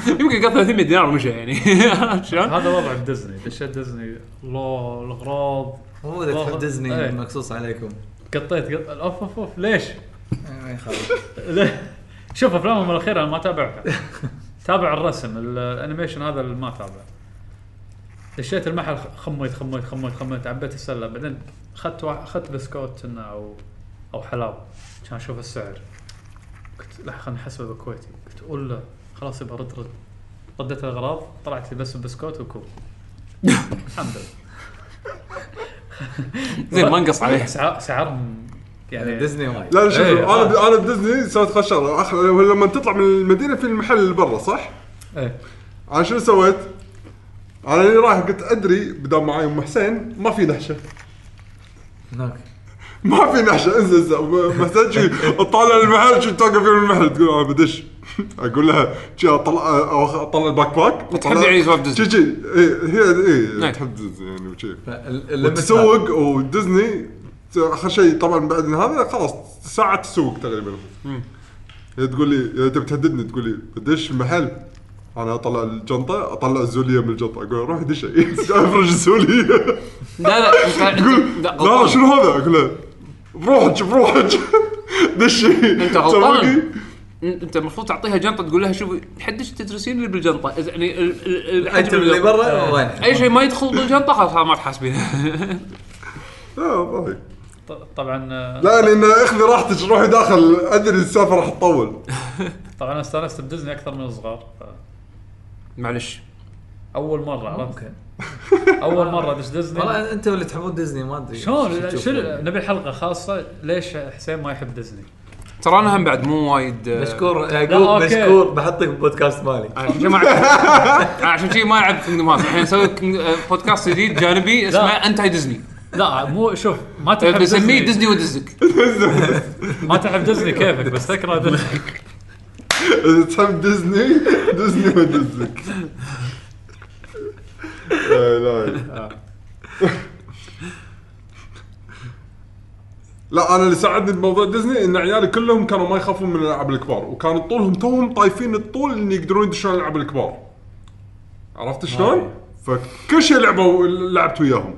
[SPEAKER 1] يمكن قال 300 دينار ومشى يعني عرفت شلون؟
[SPEAKER 3] هذا وضع بديزني دشيت ديزني الله الاغراض
[SPEAKER 4] مو اذا تحب ديزني
[SPEAKER 3] إيه.
[SPEAKER 4] مقصوص عليكم
[SPEAKER 3] قطيت قط... اوف اوف اوف ليش؟
[SPEAKER 4] ما يخالف
[SPEAKER 3] ليه؟ شوف افلامهم الاخيره انا ما تابعها تابع الرسم ال- الانيميشن هذا اللي ما تابع دشيت المحل خميت خميت خميت خميت عبيت السله بعدين اخذت واحد- اخذت بسكوت كنا او او حلاوه عشان اشوف السعر قلت لا خلنا نحسبه بالكويتي قلت قول له خلاص يبقى رد رد رديت الاغراض طلعت بس بسكوت وكوب الحمد لله
[SPEAKER 1] زين ما نقص عليه
[SPEAKER 3] سع- سعرهم يعني
[SPEAKER 4] ديزني وايد
[SPEAKER 2] لا شوف
[SPEAKER 3] إيه،
[SPEAKER 2] انا
[SPEAKER 3] آه.
[SPEAKER 2] ب- انا بديزني سويت خشره آخر- لما تطلع من المدينه في المحل اللي برا صح؟
[SPEAKER 3] ايه
[SPEAKER 2] انا شنو سويت؟ انا اللي رايح قلت ادري بدام معي ام حسين ما في نحشه
[SPEAKER 4] هناك
[SPEAKER 2] ما في نحشه انزل انزل ام حسين شي تطالع المحل شو توقف في المحل تقول انا بدش اقول لها شي اطلع أو- اطلع الباك باك
[SPEAKER 1] تحب يعني سوالف ديزني.
[SPEAKER 2] شي شي إيه، هي
[SPEAKER 1] نعم.
[SPEAKER 2] اي تحب ديزني يعني وشي
[SPEAKER 4] فال-
[SPEAKER 2] وتسوق وديزني اخر شيء طبعا بعد من هذا خلاص ساعه تسوق تقريبا هي تقول لي هي تبي تهددني تقول لي بدش المحل انا اطلع الجنطه اطلع الزوليه من الجنطه اقول روح دش افرج الزوليه
[SPEAKER 1] لا لا أنت- أنت- لا
[SPEAKER 2] لا
[SPEAKER 1] غلطان.
[SPEAKER 2] شنو هذا؟ اقول له بروحك بروحك دشي
[SPEAKER 1] أنت غلطان.
[SPEAKER 2] سوقي.
[SPEAKER 1] انت المفروض تعطيها جنطه تقول لها شوفي حدش تدرسين اللي بالجنطه إذا- يعني ال- ال-
[SPEAKER 4] انت
[SPEAKER 1] الحجم
[SPEAKER 4] اللي
[SPEAKER 1] بالجنطة.
[SPEAKER 4] برا وين
[SPEAKER 1] اي شيء ما يدخل بالجنطه خلاص ما تحاسبينه
[SPEAKER 2] لا والله.
[SPEAKER 3] ط- طبعا آه،
[SPEAKER 2] لا لان اخذي راحتك روحي داخل ادري السالفه راح تطول
[SPEAKER 3] طبعا انا استانست بديزني اكثر من الصغار ف-
[SPEAKER 1] معلش
[SPEAKER 3] اول مره عرفت اول مره دش ديزني
[SPEAKER 4] والله انتم اللي تحبون ديزني ما ادري
[SPEAKER 3] شلون
[SPEAKER 4] شو
[SPEAKER 3] شنو
[SPEAKER 4] تشوفون.
[SPEAKER 3] نبي حلقه خاصه ليش حسين ما يحب ديزني
[SPEAKER 1] ترى انا هم بعد مو وايد آه،
[SPEAKER 4] مشكور يعقوب
[SPEAKER 3] أوكي.
[SPEAKER 4] مشكور بحطك بودكاست مالي
[SPEAKER 1] آه، عشان ما ألعب- آه، عشان شي ما العب كينجدم هارت الحين اسوي كينج- آه، بودكاست جديد جانبي اسمه انتي ديزني
[SPEAKER 3] لا مو شوف ما تحب
[SPEAKER 1] بسميه
[SPEAKER 3] ديزني
[SPEAKER 1] ديزني ودزك
[SPEAKER 3] ما تحب ديزني كيفك بس تكره ديزني
[SPEAKER 2] إذا تحب ديزني ديزني ودزك لا لا لا انا اللي ساعدني بموضوع ديزني ان عيالي كلهم كانوا ما يخافون من الالعاب الكبار وكان طولهم توهم طايفين الطول ان يقدرون يدشون الالعاب الكبار عرفت شلون؟ فكل شيء لعبوا لعبت وياهم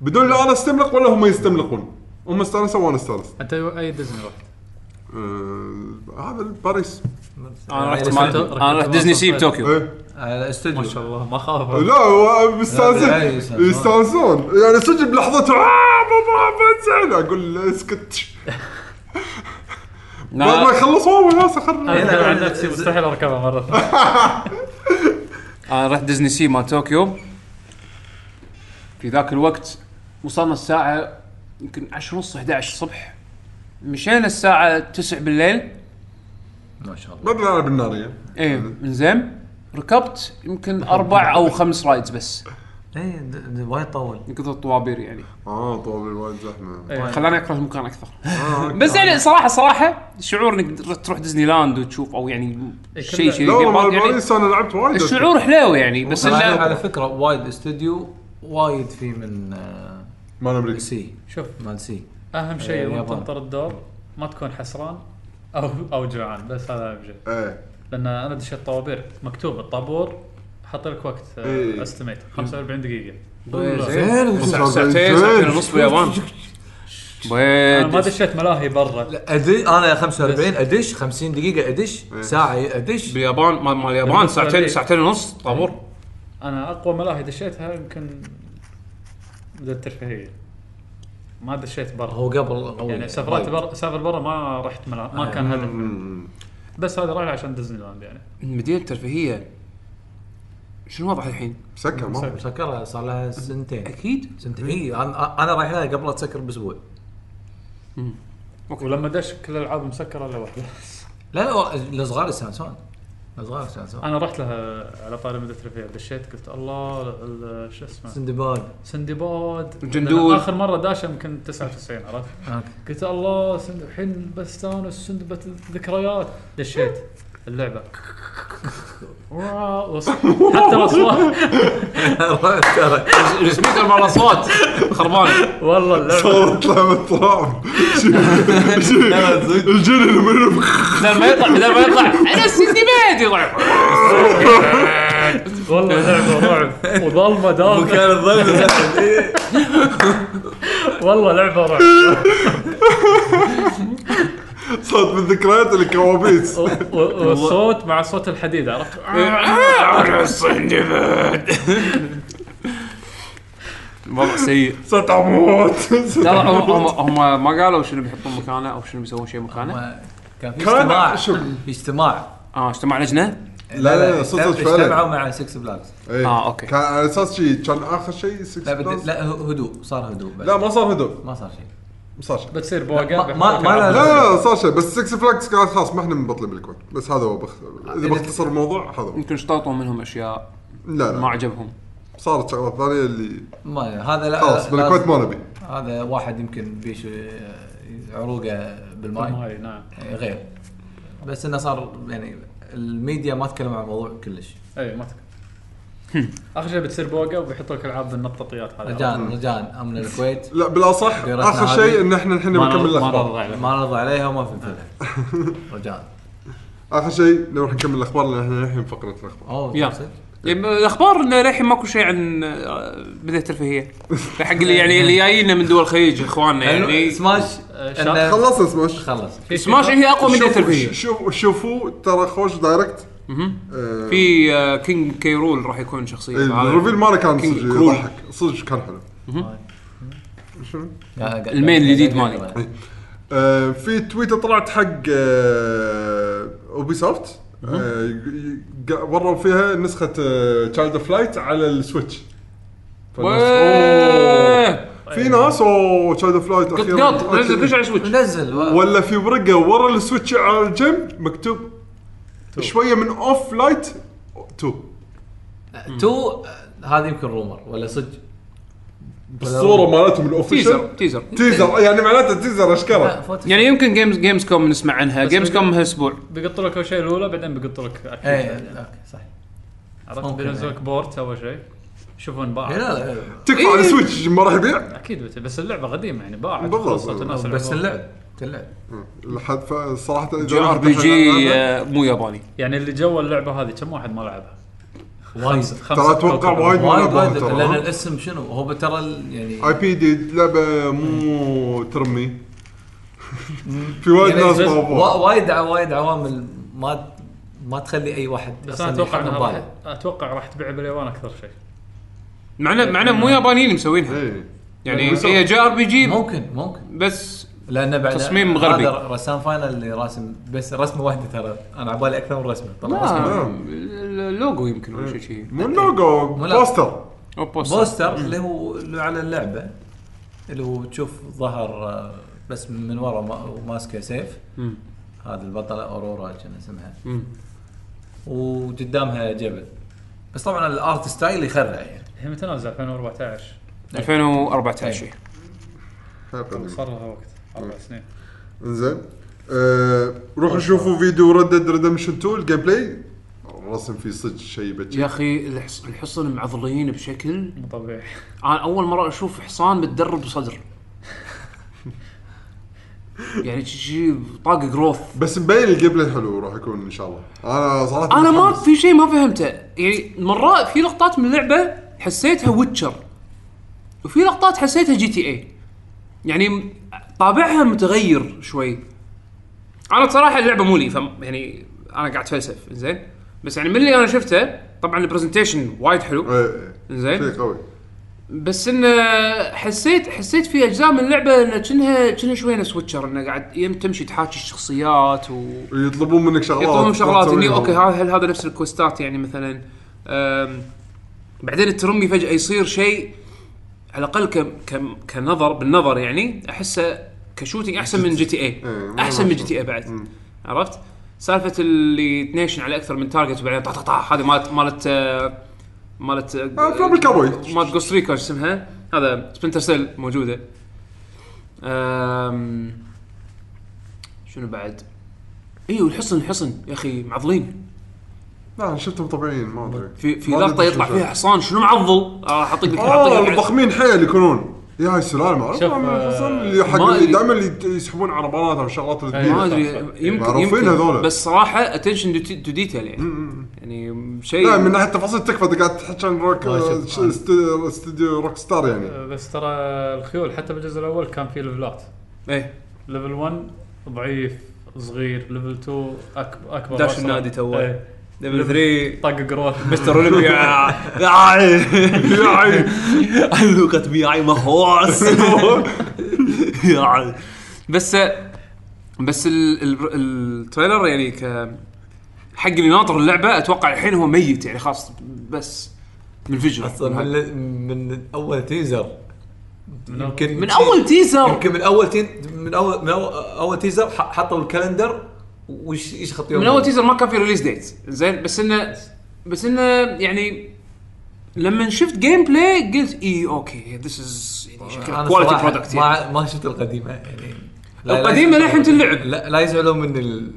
[SPEAKER 2] بدون لا انا استملق ولا هم يستملقون هم استانسوا وانا استانست
[SPEAKER 3] انت اي ديزني رحت؟
[SPEAKER 2] آه، هذا باريس
[SPEAKER 1] انا رحت
[SPEAKER 4] رحت-
[SPEAKER 1] انا رحت ديزني سي بطوكيو
[SPEAKER 2] ايه
[SPEAKER 4] على
[SPEAKER 3] ما
[SPEAKER 4] استوديو
[SPEAKER 3] شاء الله ما خاف
[SPEAKER 2] لا هو
[SPEAKER 4] لا، لا،
[SPEAKER 2] مستانسين
[SPEAKER 4] يستانسون.
[SPEAKER 2] يستانسون يعني صدق بلحظته آه بابا بنزل اقول له اسكت بعد ما يخلص هو وناس خلنا
[SPEAKER 4] لا،
[SPEAKER 3] انا
[SPEAKER 4] لا،
[SPEAKER 3] عن
[SPEAKER 4] لا،
[SPEAKER 3] نفسي
[SPEAKER 4] لا.
[SPEAKER 3] مستحيل اركبها مره ثانيه
[SPEAKER 1] انا رحت ديزني سي مال طوكيو في ذاك الوقت وصلنا الساعة يمكن 10 ونص 11 الصبح مشينا الساعة 9 بالليل
[SPEAKER 4] ما شاء الله
[SPEAKER 2] ما بدنا نلعب النارية
[SPEAKER 1] اي انزين ركبت يمكن اربع او خمس رايدز بس
[SPEAKER 4] اي إيه، د- د- وايد طول
[SPEAKER 1] من كثر الطوابير يعني
[SPEAKER 2] اه طول الوايد زحمة
[SPEAKER 1] خلاني اكره المكان اكثر
[SPEAKER 2] آه،
[SPEAKER 1] بس يعني صراحه صراحه شعور انك تروح ديزني لاند وتشوف او يعني شيء شيء
[SPEAKER 2] إيه، لا والله مال
[SPEAKER 1] يعني
[SPEAKER 2] باريس انا لعبت وايد
[SPEAKER 1] الشعور حلو يعني بس
[SPEAKER 4] وصل
[SPEAKER 1] إنه-
[SPEAKER 4] على على فكره وايد استوديو وايد في من آه،
[SPEAKER 2] مال امريكا
[SPEAKER 4] سي
[SPEAKER 3] شوف
[SPEAKER 4] مال سي
[SPEAKER 3] اهم شيء وانت
[SPEAKER 4] اليابان.
[SPEAKER 3] تنطر الدور ما تكون حسران او او جوعان بس هذا اهم شيء
[SPEAKER 2] ايه
[SPEAKER 3] لان انا دشيت طوابير مكتوب الطابور حط لك وقت آه،
[SPEAKER 2] إيه.
[SPEAKER 3] استميت 45 دقيقه
[SPEAKER 4] زين
[SPEAKER 1] ساع- ساعتين ساعتين ونص باليابان
[SPEAKER 3] انا ما
[SPEAKER 1] بيد
[SPEAKER 3] دشيت ملاهي برا
[SPEAKER 4] ادري انا 45 ادش 50 دقيقه ادش ساعه ادش
[SPEAKER 1] باليابان مال مال اليابان
[SPEAKER 3] بالنسبة
[SPEAKER 1] ساعتين
[SPEAKER 3] لي.
[SPEAKER 1] ساعتين ونص طابور
[SPEAKER 3] انا اقوى ملاهي دشيتها يمكن بدات الترفيهيه ما دشيت برا
[SPEAKER 4] هو قبل طيب. قوي
[SPEAKER 3] يعني سفرات
[SPEAKER 4] وايد.
[SPEAKER 3] برا سافر برا ما رحت ملا ما كان هدف
[SPEAKER 2] مم.
[SPEAKER 3] بس هذا رايح عشان ديزني لاند يعني
[SPEAKER 1] مدينه ترفيهيه شنو وضعها الحين؟
[SPEAKER 2] مسكر ما
[SPEAKER 4] مسكرها صار لها سنتين
[SPEAKER 1] اكيد
[SPEAKER 4] سنتين اي انا انا رايح لها قبل لا تسكر باسبوع
[SPEAKER 3] ولما دش كل الالعاب مسكره الا واحده
[SPEAKER 4] لا لا الصغار يستانسون الصغار يستانسون
[SPEAKER 3] انا رحت لها على طاري مدة ريفير دشيت قلت الله ال- شو اسمه
[SPEAKER 4] سندباد
[SPEAKER 3] سندباد
[SPEAKER 1] الجندول.
[SPEAKER 3] اخر مره داشه يمكن 99 عرفت
[SPEAKER 4] اوكي
[SPEAKER 3] قلت الله سند الحين بستانس سندبة الذكريات دشيت اللعبه واو، وص- حتى الاصوات
[SPEAKER 1] السبيكر مال الاصوات خربان
[SPEAKER 3] والله اللعبه
[SPEAKER 2] طلع من التراب الجن من
[SPEAKER 1] بدل ما يطلع بدل ما يطلع انا السندباد يطلع
[SPEAKER 3] والله لعبه رعب وظلمه دامه
[SPEAKER 4] مكان الظل
[SPEAKER 3] والله لعبه رعب
[SPEAKER 2] صارت من ذكريات الكوابيس
[SPEAKER 3] و- و- والصوت مع صوت الحديد عرفت
[SPEAKER 1] انا السندباد الوضع سيء
[SPEAKER 2] ستموت
[SPEAKER 1] ترى هم هم- هم ما قالوا شنو بيحطون مكانه او شنو بيسوون شيء مكانه
[SPEAKER 4] كان في
[SPEAKER 2] كان
[SPEAKER 4] اجتماع
[SPEAKER 2] شوف.
[SPEAKER 4] في اجتماع
[SPEAKER 1] اه اجتماع لجنه
[SPEAKER 2] لا، لا، صدق
[SPEAKER 4] اجتمع-
[SPEAKER 2] فعلا.
[SPEAKER 4] اجتمعوا مع 6 بلاكس
[SPEAKER 2] إيه.
[SPEAKER 1] آه، أوكي.
[SPEAKER 2] كان على اساس شيء كان اخر شيء
[SPEAKER 4] لا
[SPEAKER 2] 6
[SPEAKER 4] بد...
[SPEAKER 2] بلس
[SPEAKER 4] لا هو- هدوء صار هدوء بس
[SPEAKER 2] لا ما صار هدوء
[SPEAKER 4] ما صار شيء
[SPEAKER 2] ما صار شيء
[SPEAKER 3] بتصير
[SPEAKER 4] ما-
[SPEAKER 3] بواقع
[SPEAKER 4] ما- ما لا-
[SPEAKER 2] لا لا صار شيء آه، بس 6 فلاكس قالت خلاص ما احنا مبطلين بالكويت بس هذا هو بخ... اذا بختصر الموضوع هذا هو
[SPEAKER 1] يمكن اشترطوا منهم اشياء
[SPEAKER 2] لا
[SPEAKER 1] ما
[SPEAKER 2] لا
[SPEAKER 1] عجبهم
[SPEAKER 2] صارت شغلات ثانيه اللي
[SPEAKER 4] ما هذا آه، لا
[SPEAKER 2] خلاص
[SPEAKER 4] لا-
[SPEAKER 2] بالكويت ما نبي
[SPEAKER 4] هذا واحد يمكن بيش آه، عروقه بالماي
[SPEAKER 3] ماي نعم
[SPEAKER 4] آه، غير بس انه صار يعني الميديا ما تكلم عن الموضوع كلش
[SPEAKER 3] اي ما تك- اخر شيء بتصير بوقه وبيحطوا لك العاب بالنططيات هذه
[SPEAKER 4] رجاء رجاء امن الكويت
[SPEAKER 2] لا بالاصح
[SPEAKER 4] غيرتنا
[SPEAKER 2] اخر
[SPEAKER 4] هذه.
[SPEAKER 2] شيء ان احنا الحين
[SPEAKER 3] ما
[SPEAKER 2] بنكمل
[SPEAKER 3] نرضى- ما
[SPEAKER 2] الاخبار
[SPEAKER 3] نرضى عليه.
[SPEAKER 4] ما نرضى عليها وما فهمتها رجاء
[SPEAKER 2] اخر شيء نروح نكمل الاخبار لان احنا الحين فقره الاخبار
[SPEAKER 4] اوه
[SPEAKER 1] يا.
[SPEAKER 4] صدق؟
[SPEAKER 1] يعني الاخبار انه للحين ماكو شيء عن آه، بدايه الترفيهيه حق اللي يعني اللي جايينا من دول الخليج اخواننا يعني
[SPEAKER 4] سماش
[SPEAKER 3] آه،
[SPEAKER 4] إنه-
[SPEAKER 3] شاف-
[SPEAKER 2] خلصنا سماش
[SPEAKER 4] خلص
[SPEAKER 3] في- في-
[SPEAKER 1] سماش هي اقوى من بدايه الترفيهيه
[SPEAKER 2] شوفوا شوفوا- شوفوا ترى خوش دايركت آه،
[SPEAKER 1] في آه، كينج كيرول راح يكون شخصيه
[SPEAKER 2] إيه،
[SPEAKER 1] هذا.
[SPEAKER 2] الريفيل ماله كان
[SPEAKER 1] كينج
[SPEAKER 2] صدق
[SPEAKER 1] كرول.
[SPEAKER 2] يضحك صدق كان حلو شنو؟
[SPEAKER 1] المين الجديد مالي.
[SPEAKER 2] آه، في تويتر طلعت حق آه، اوبي سوفت آه، ي- ي- ق- وروا فيها آه، نسخه تشايلد اوف لايت على السويتش فالناس-
[SPEAKER 1] ويه.
[SPEAKER 2] أوه.
[SPEAKER 1] طيب.
[SPEAKER 2] في ناس اوه تشايلد اوف لايت
[SPEAKER 1] قط قط نزل كل شيء على سويتش
[SPEAKER 4] نزل و-
[SPEAKER 2] ولا في ورقه ورا السويتش على الجنب مكتوب شويه من اوف لايت تو
[SPEAKER 4] تو آه، هذه يمكن رومر ولا صدق
[SPEAKER 2] الصوره مالتهم
[SPEAKER 1] تيزر
[SPEAKER 2] الاوفيشال
[SPEAKER 1] تيزر
[SPEAKER 2] تيزر يعني معناته تيزر
[SPEAKER 4] لا،
[SPEAKER 2] اشكره
[SPEAKER 4] فوتوشوب.
[SPEAKER 1] يعني يمكن جيمز جيمز كوم نسمع عنها
[SPEAKER 3] بس
[SPEAKER 1] جيمز
[SPEAKER 3] بقى-
[SPEAKER 1] كوم هالاسبوع
[SPEAKER 3] بيقطوا لك اول شيء الاولى بعدين بيقطوا لك أكيد.
[SPEAKER 4] ايه اوكي صح
[SPEAKER 3] عرفت
[SPEAKER 4] ممكن،
[SPEAKER 3] بينزلوا
[SPEAKER 4] إيه.
[SPEAKER 3] لك بورت اول شيء يشوفون باع
[SPEAKER 4] إيه، لا، لا،
[SPEAKER 2] تكفى على السويتش ما راح يبيع
[SPEAKER 3] اكيد بت- بس اللعبه قديمه يعني باعت
[SPEAKER 2] بالضبط.
[SPEAKER 3] خلصت الناس
[SPEAKER 4] بس
[SPEAKER 3] لعبوها.
[SPEAKER 4] اللعب اللعب
[SPEAKER 2] لحد صراحه إذا
[SPEAKER 1] جي ار
[SPEAKER 2] واحد
[SPEAKER 1] بي
[SPEAKER 2] دخل
[SPEAKER 1] جي
[SPEAKER 2] على-
[SPEAKER 1] آه، مو ياباني
[SPEAKER 3] يعني اللي جوا اللعبه هذه كم واحد ما لعبها؟
[SPEAKER 4] وايد
[SPEAKER 2] ترى اتوقع
[SPEAKER 3] كوكب.
[SPEAKER 2] وايد
[SPEAKER 4] وايد
[SPEAKER 2] ملعبها
[SPEAKER 4] وايد لان
[SPEAKER 2] ترى
[SPEAKER 4] الاسم شنو هو ترى ال- يعني
[SPEAKER 2] اي بي دي لعبه مو ترمي في وايد
[SPEAKER 4] يعني
[SPEAKER 2] ناس
[SPEAKER 4] بس-
[SPEAKER 2] طلبوها.
[SPEAKER 4] وا- وايد ع- وايد عوامل ما ما تخلي اي واحد
[SPEAKER 3] بس انا اتوقع انها راح- اتوقع راح تبيع باليابان اكثر شيء
[SPEAKER 1] معنا معنا مو يابانيين مسوينها
[SPEAKER 2] إيه.
[SPEAKER 1] يعني هي جي ار بي جي
[SPEAKER 4] ممكن ممكن
[SPEAKER 1] بس
[SPEAKER 4] لان بعد
[SPEAKER 1] تصميم غربي.
[SPEAKER 4] هذا ر- رسام فاينل اللي راسم بس رسمه واحده ترى انا على بالي اكثر من رسمه طلع رسمه
[SPEAKER 1] لا
[SPEAKER 2] نعم.
[SPEAKER 1] اللوجو يمكن ولا شيء شيء
[SPEAKER 2] مو اللوجو
[SPEAKER 4] لا.
[SPEAKER 2] بوستر
[SPEAKER 1] او بوستر
[SPEAKER 4] بوستر اللي هو اللي على اللعبه اللي هو تشوف ظهر آه، بس من ورا ما- ماسكه سيف
[SPEAKER 1] مم.
[SPEAKER 4] هذا البطله اورورا كان اسمها
[SPEAKER 1] مم.
[SPEAKER 4] وقدامها جبل بس طبعا الارت ستايل يخرع يعني
[SPEAKER 3] هي متى نازله 2014
[SPEAKER 1] 2014
[SPEAKER 4] أي.
[SPEAKER 3] صار لها وقت اربع سنين
[SPEAKER 2] انزين آه، روحوا شوفوا فيديو ردد ريدمشن 2 الجيم بلاي الرسم فيه صدق شيء بكي
[SPEAKER 1] يا اخي الحص- الحصن معضلين بشكل
[SPEAKER 3] مو طبيعي
[SPEAKER 1] انا اول مره اشوف حصان متدرب بصدر يعني شي طاق جروث
[SPEAKER 2] بس مبين الجيم بلاي حلو راح يكون ان شاء الله انا صراحه
[SPEAKER 1] انا ما
[SPEAKER 2] متحمس.
[SPEAKER 1] في شيء ما فهمته يعني مرات في لقطات من اللعبه حسيتها ويتشر وفي لقطات حسيتها جي تي اي يعني م- طابعها متغير شوي انا بصراحه اللعبه مو لي فم يعني انا قاعد اتفلسف زين بس يعني من اللي انا شفته طبعا البرزنتيشن وايد حلو
[SPEAKER 2] إيه، إيه.
[SPEAKER 1] زين
[SPEAKER 2] شيء قوي
[SPEAKER 1] بس انه حسيت حسيت في اجزاء من اللعبه انه كأنها كأنها شويه نفس ويتشر انه قاعد يم تمشي تحاكي الشخصيات و
[SPEAKER 2] يطلبون منك شغلات
[SPEAKER 1] يعطونهم شغلات اني
[SPEAKER 2] تسويها.
[SPEAKER 1] اوكي ها- هل هذا نفس الكوستات يعني مثلا أم، بعدين الترمي فجاه يصير شيء على الاقل كم كم كنظر بالنظر يعني احسه كشوتنج احسن من جي تي اي
[SPEAKER 2] إيه، ما
[SPEAKER 1] احسن من
[SPEAKER 2] ما
[SPEAKER 1] جي تي اي بعد
[SPEAKER 2] مم.
[SPEAKER 1] عرفت سالفه اللي تنيشن على اكثر من تارجت وبعدين طا طا طا هذه مالت مالت آه، مالت
[SPEAKER 2] آه، أفلام الكاوبوي.
[SPEAKER 1] مالت جوست ريكا شو اسمها هذا سبنتر سيل موجوده أم، شنو بعد ايوه الحصن الحصن يا اخي معضلين
[SPEAKER 2] لا انا آه، شفتهم طبيعيين ما ادري
[SPEAKER 1] في في
[SPEAKER 2] ما
[SPEAKER 1] لقطه
[SPEAKER 2] أدري
[SPEAKER 1] يطلع
[SPEAKER 2] شو
[SPEAKER 1] فيها حصان شنو معضل؟ آه، راح اعطيك لك
[SPEAKER 2] اه
[SPEAKER 1] اعطيك لك-
[SPEAKER 2] الضخمين حيل يكونون يا هاي السلالم عرفت
[SPEAKER 3] شوف،
[SPEAKER 2] عم
[SPEAKER 3] آه،
[SPEAKER 2] يخلصون اللي حق
[SPEAKER 1] ما
[SPEAKER 2] اللي
[SPEAKER 1] أدري.
[SPEAKER 2] دائما اللي يت- يسحبون عربانات او شغلات اللي
[SPEAKER 3] أي،
[SPEAKER 1] ما
[SPEAKER 2] تبيع.
[SPEAKER 1] ادري يمكن
[SPEAKER 2] معروفين
[SPEAKER 1] يمكن
[SPEAKER 2] هذولا.
[SPEAKER 1] بس صراحه اتنشن تو ديتيل يعني
[SPEAKER 2] مم.
[SPEAKER 1] يعني
[SPEAKER 2] لا من
[SPEAKER 1] شيء
[SPEAKER 2] ناحيه التفاصيل تكفى انت قاعد تحكي عن روك
[SPEAKER 6] ما
[SPEAKER 2] آه،
[SPEAKER 6] شفت.
[SPEAKER 2] ش- است- استوديو روك ستار يعني
[SPEAKER 3] بس ترى الخيول حتى بالجزء الاول كان في ليفلات
[SPEAKER 1] ايه
[SPEAKER 3] ليفل 1 ضعيف صغير ليفل 2 اكبر اكبر
[SPEAKER 1] داش
[SPEAKER 3] وأسرع.
[SPEAKER 1] النادي توه.
[SPEAKER 3] إيه.
[SPEAKER 1] ليفل 3
[SPEAKER 3] طق قروش
[SPEAKER 1] مستر اولمبيا يا عي يا عي علقت بيعي مخوص يا عي بس بس ال- ال- التريلر يعني ك حق اللي ناطر اللعبه اتوقع الحين هو ميت يعني خلاص بس منفجر
[SPEAKER 6] اصلا من, من اول تيزر يمكن
[SPEAKER 1] من اول تيزر
[SPEAKER 6] يمكن من اول تين من اول من اول, أول تيزر ح- حطوا الكالندر وش ايش خط يوم
[SPEAKER 1] من اول تيزر ما كان في ريليز ديت زين بس انه بس انه يعني لما شفت جيم بلاي قلت إيه، اي اوكي ذس از
[SPEAKER 6] أنا
[SPEAKER 1] شكلها كواليتي
[SPEAKER 6] صراحة
[SPEAKER 1] برودكت يعني
[SPEAKER 6] ما ما شفت القديمه يعني
[SPEAKER 1] القديمه للحين تلعب
[SPEAKER 6] لا لا يزعلون من ال-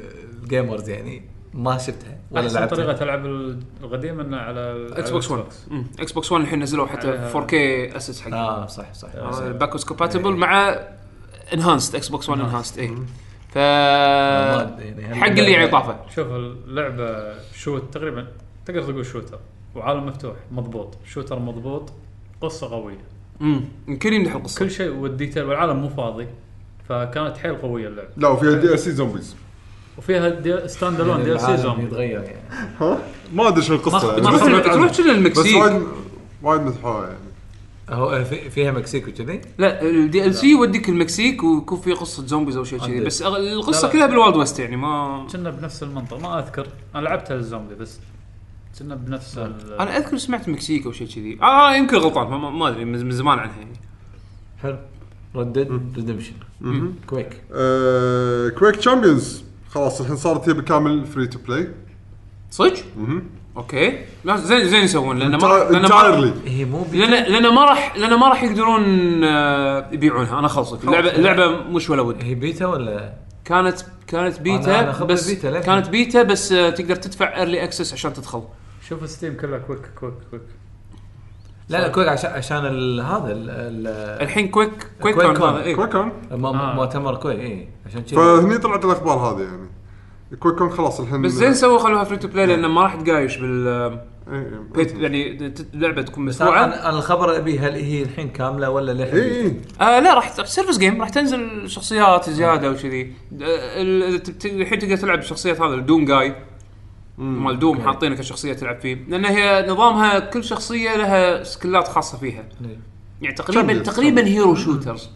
[SPEAKER 6] الجيمرز يعني ما شفتها ولا
[SPEAKER 3] احسن طريقه
[SPEAKER 6] لعبتها
[SPEAKER 3] تلعب القديم انه على ال-
[SPEAKER 1] اكس
[SPEAKER 3] على
[SPEAKER 1] بوكس 1
[SPEAKER 3] الإكس
[SPEAKER 1] أمم، اكس بوكس 1 الحين نزلوا حتى
[SPEAKER 3] عليها-
[SPEAKER 1] 4K اسس
[SPEAKER 4] آه،
[SPEAKER 1] حق
[SPEAKER 6] اه صح صح
[SPEAKER 1] آه، باكوس كوباتبل مع انهانسد اكس بوكس 1 انهانسد اي إيه. ف
[SPEAKER 6] والله يعني هم-
[SPEAKER 1] حق اللي يعني طافه
[SPEAKER 3] بوكس. شوف اللعبه شوت تقريبا تقدر تقول شوتر وعالم مفتوح مضبوط شوتر مضبوط قصه قويه
[SPEAKER 1] أمم، الكل يمدح القصه
[SPEAKER 3] كل شيء والديتيل والعالم مو فاضي فكانت حيل قويه اللعبه
[SPEAKER 2] لا وفيها دي ال سي زومبيز
[SPEAKER 3] وفيها دي- ستاند الون دي ال سي
[SPEAKER 6] يعني العالم
[SPEAKER 3] زومبي
[SPEAKER 6] يتغير يعني
[SPEAKER 2] ها ما ادري شو القصه يعني، بس-
[SPEAKER 1] تروح تروح كل
[SPEAKER 2] بس
[SPEAKER 1] المكسيك
[SPEAKER 2] وايد وايد مدحوها يعني
[SPEAKER 6] هو في- فيها مكسيك وكذي
[SPEAKER 1] لا الدي ال سي يوديك المكسيك ويكون في قصه زومبيز او شيء كذي
[SPEAKER 6] عندك.
[SPEAKER 1] بس أغ- القصه
[SPEAKER 3] لا.
[SPEAKER 1] كلها بالوالد ويست يعني ما
[SPEAKER 3] كنا بنفس المنطقه ما اذكر انا لعبتها الزومبي بس كنا بنفس ال-
[SPEAKER 1] انا اذكر سمعت مكسيك او شيء كذي اه يمكن غلطان ما- ما ما ادري من من زمان عنها يعني
[SPEAKER 6] حلو ردد ريدمشن كويك
[SPEAKER 2] آه، كويك تشامبيونز خلاص الحين صارت هي بالكامل فري تو بلاي
[SPEAKER 1] صدق؟ اوكي لا، زين زين يسوون لان ما لأن ما-
[SPEAKER 2] انتايرلي
[SPEAKER 6] هي مو بي-
[SPEAKER 1] لان لان ما راح لان ما راح يقدرون آه، يبيعونها انا خلصك اللعبه اللعبه مش ولا ود
[SPEAKER 6] هي بيتا ولا
[SPEAKER 1] كانت كانت
[SPEAKER 6] أنا- أنا
[SPEAKER 1] بيتا
[SPEAKER 6] أخذت
[SPEAKER 1] بس
[SPEAKER 6] بيتا للحين.
[SPEAKER 1] كانت بيتا بس آه، تقدر تدفع ايرلي اكسس عشان تدخل
[SPEAKER 3] شوف ستيم كلها كويك كويك كويك
[SPEAKER 6] لا لا كويك عشان عشان ال- هذا ال- ال-
[SPEAKER 1] الحين كويك كويك
[SPEAKER 6] كويك
[SPEAKER 1] كون
[SPEAKER 6] كون.
[SPEAKER 1] هذا إيه.
[SPEAKER 2] كويك كون
[SPEAKER 6] م-
[SPEAKER 3] آه.
[SPEAKER 6] مؤتمر كويك اي عشان كذي
[SPEAKER 2] فهني طلعت الاخبار هذه يعني كويك كون خلاص الحين
[SPEAKER 1] بس زين سووا خلوها فري تو بلاي لان ما راح تقايش بال آه،
[SPEAKER 2] إيه،
[SPEAKER 1] بيت- يعني ت- اللعبه تكون
[SPEAKER 6] بس انا
[SPEAKER 1] مسموعه
[SPEAKER 6] أنا- أنا الخبر ابي هل هي الحين كامله ولا للحين
[SPEAKER 2] اي اي
[SPEAKER 1] آه لا راح ت- سيرفس جيم راح تنزل شخصيات زياده وكذي آه، ال- ت- ت- الحين تقدر تلعب شخصيات هذا الدوم جاي مال دوم حاطينه كشخصيه تلعب فيه لان هي نظامها كل شخصيه لها سكلات خاصه فيها
[SPEAKER 6] نعم.
[SPEAKER 1] يعني تقريبا
[SPEAKER 2] شامل-
[SPEAKER 1] تقريبا هيرو شوترز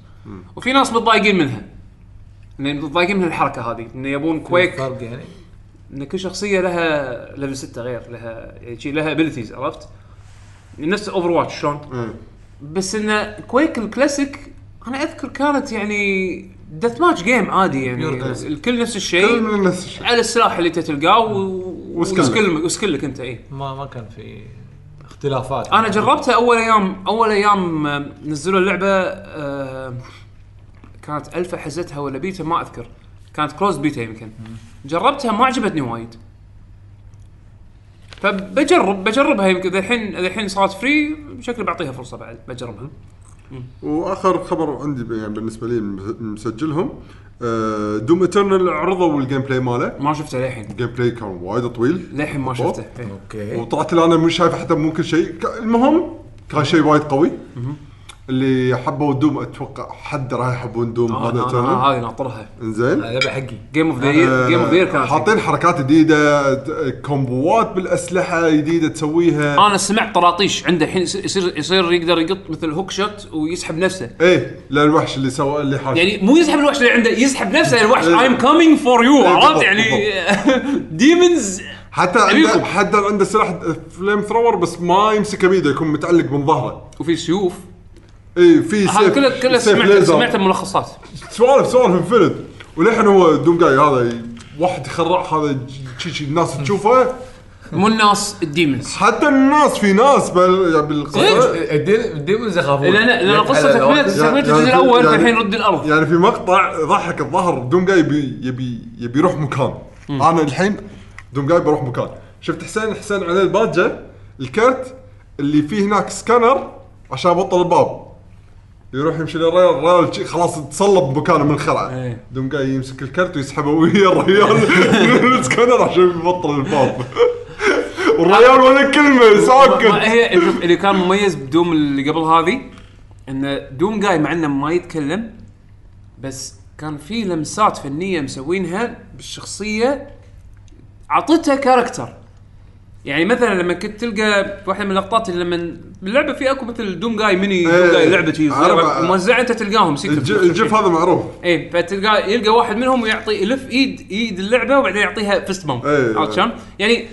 [SPEAKER 1] وفي ناس متضايقين منها لان متضايقين من الحركه هذه انه يبون كويك
[SPEAKER 6] فرق يعني
[SPEAKER 1] ان كل شخصيه لها ليفل 6 غير لها يعني شي لها ابيلتيز عرفت؟ نفس اوفر واتش شلون؟
[SPEAKER 2] إيه.
[SPEAKER 1] بس انه كويك الكلاسيك انا اذكر كانت يعني دث ماتش جيم عادي يعني
[SPEAKER 6] Pure classic.
[SPEAKER 1] الكل نفس
[SPEAKER 2] كل
[SPEAKER 1] الشيء
[SPEAKER 2] من نفس الشيء
[SPEAKER 1] على السلاح اللي انت تلقاه و...
[SPEAKER 2] وسكلك.
[SPEAKER 1] وسكلك وسكلك إيه. انت اي
[SPEAKER 6] ما ما كان في اختلافات
[SPEAKER 1] انا جربتها اول ايام اول ايام آه، نزلوا اللعبه آه، كانت الفا حزتها ولا بيتا ما اذكر كانت كلوز بيتا يمكن جربتها ما عجبتني وايد فبجرب بجربها يمكن اذا الحين اذا الحين صارت فري شكلي بعطيها فرصه بعد بجربها
[SPEAKER 2] واخر خبر عندي ب- يعني بالنسبه لي مس- مسجلهم دوم اترنال عرضوا الجيم بلاي ماله
[SPEAKER 1] ما شفتها للحين
[SPEAKER 2] الجيم بلاي كان وايد طويل
[SPEAKER 1] للحين ما
[SPEAKER 2] أوه.
[SPEAKER 1] شفته إيه.
[SPEAKER 6] اوكي
[SPEAKER 2] وطلعت اللي انا مش شايف حتى ممكن شيء ك- المهم كان شيء وايد قوي اللي حبوا دوم اتوقع حد راح يحبون دوم
[SPEAKER 1] آه، أنا-
[SPEAKER 2] هذا
[SPEAKER 1] أنا
[SPEAKER 2] ترى.
[SPEAKER 1] هذه ناطرها
[SPEAKER 2] انزين
[SPEAKER 6] هذا حقي
[SPEAKER 1] جيم اوف ذا يير جيم اوف ذا يير كانت
[SPEAKER 2] آه، حاطين حركات جديده ت- آه، كومبوات بالاسلحه جديده تسويها
[SPEAKER 1] انا سمعت طراطيش عنده الحين يصير- يصير يصير يقدر يقط مثل هوك شوت ويسحب نفسه
[SPEAKER 2] ايه للوحش اللي سوى اللي حاش
[SPEAKER 1] يعني مو يسحب الوحش اللي عنده يسحب نفسه يعني الوحش ايم كامينج فور يو
[SPEAKER 2] إيه، بالضبط،
[SPEAKER 1] عرفت يعني ديمونز
[SPEAKER 2] حتى
[SPEAKER 1] أبيكم.
[SPEAKER 2] عنده حتى عنده سلاح فليم ثرور بس ما يمسكه بيده يكون متعلق من ظهره
[SPEAKER 1] وفي سيوف
[SPEAKER 2] اي في
[SPEAKER 1] هذا
[SPEAKER 2] سيف
[SPEAKER 1] كله كله
[SPEAKER 2] سيف
[SPEAKER 1] سمعت
[SPEAKER 2] ليزر.
[SPEAKER 1] سمعته ملخصات
[SPEAKER 2] سوالف سوالف انفنت وللحين هو دوم جاي هذا ي- واحد يخرع هذا شي شي الناس تشوفه
[SPEAKER 1] مو الناس الديمونز
[SPEAKER 2] حتى الناس في ناس بال- يعني بالقصه
[SPEAKER 6] الديمونز يخافون
[SPEAKER 1] لان لان القصه
[SPEAKER 6] على الوقت.
[SPEAKER 1] تكمله تكمله
[SPEAKER 2] يعني-
[SPEAKER 1] الجزء الاول
[SPEAKER 2] يعني-
[SPEAKER 1] والحين رد الارض
[SPEAKER 2] يعني في مقطع ضحك الظهر دوم جاي يبي يبي يبي يروح مكان انا الحين دوم جاي بروح مكان شفت حسين حسين عليه الباجه الكرت اللي فيه هناك سكانر عشان بطل الباب يروح يمشي للريال الريال شي خلاص تصلب مكانه من الخرعه
[SPEAKER 1] إيه.
[SPEAKER 2] دوم جاي يمسك الكرت ويسحبه ويا الريال من السكانر عشان يبطل الباب والريال ولا كلمه
[SPEAKER 1] ما
[SPEAKER 2] ساكت
[SPEAKER 1] هي شوف، اللي كان مميز بدوم اللي قبل هذه ان دوم جاي مع انه ما يتكلم بس كان في لمسات فنيه مسوينها بالشخصيه عطتها كاركتر يعني مثلا لما كنت تلقى واحده من اللقطات اللي لما باللعبه في اكو مثل دوم جاي ميني دوم
[SPEAKER 2] إيه.
[SPEAKER 1] جاي لعبه شي صغيره
[SPEAKER 2] عارف-
[SPEAKER 1] موزعه انت تلقاهم سيكت
[SPEAKER 2] الج- الجف هذا معروف
[SPEAKER 1] ايه فتلقى يلقى واحد منهم ويعطي يلف ايد ايد اللعبه وبعدين يعطيها فيست بامب
[SPEAKER 2] إيه.
[SPEAKER 1] عرفت شلون؟ يعني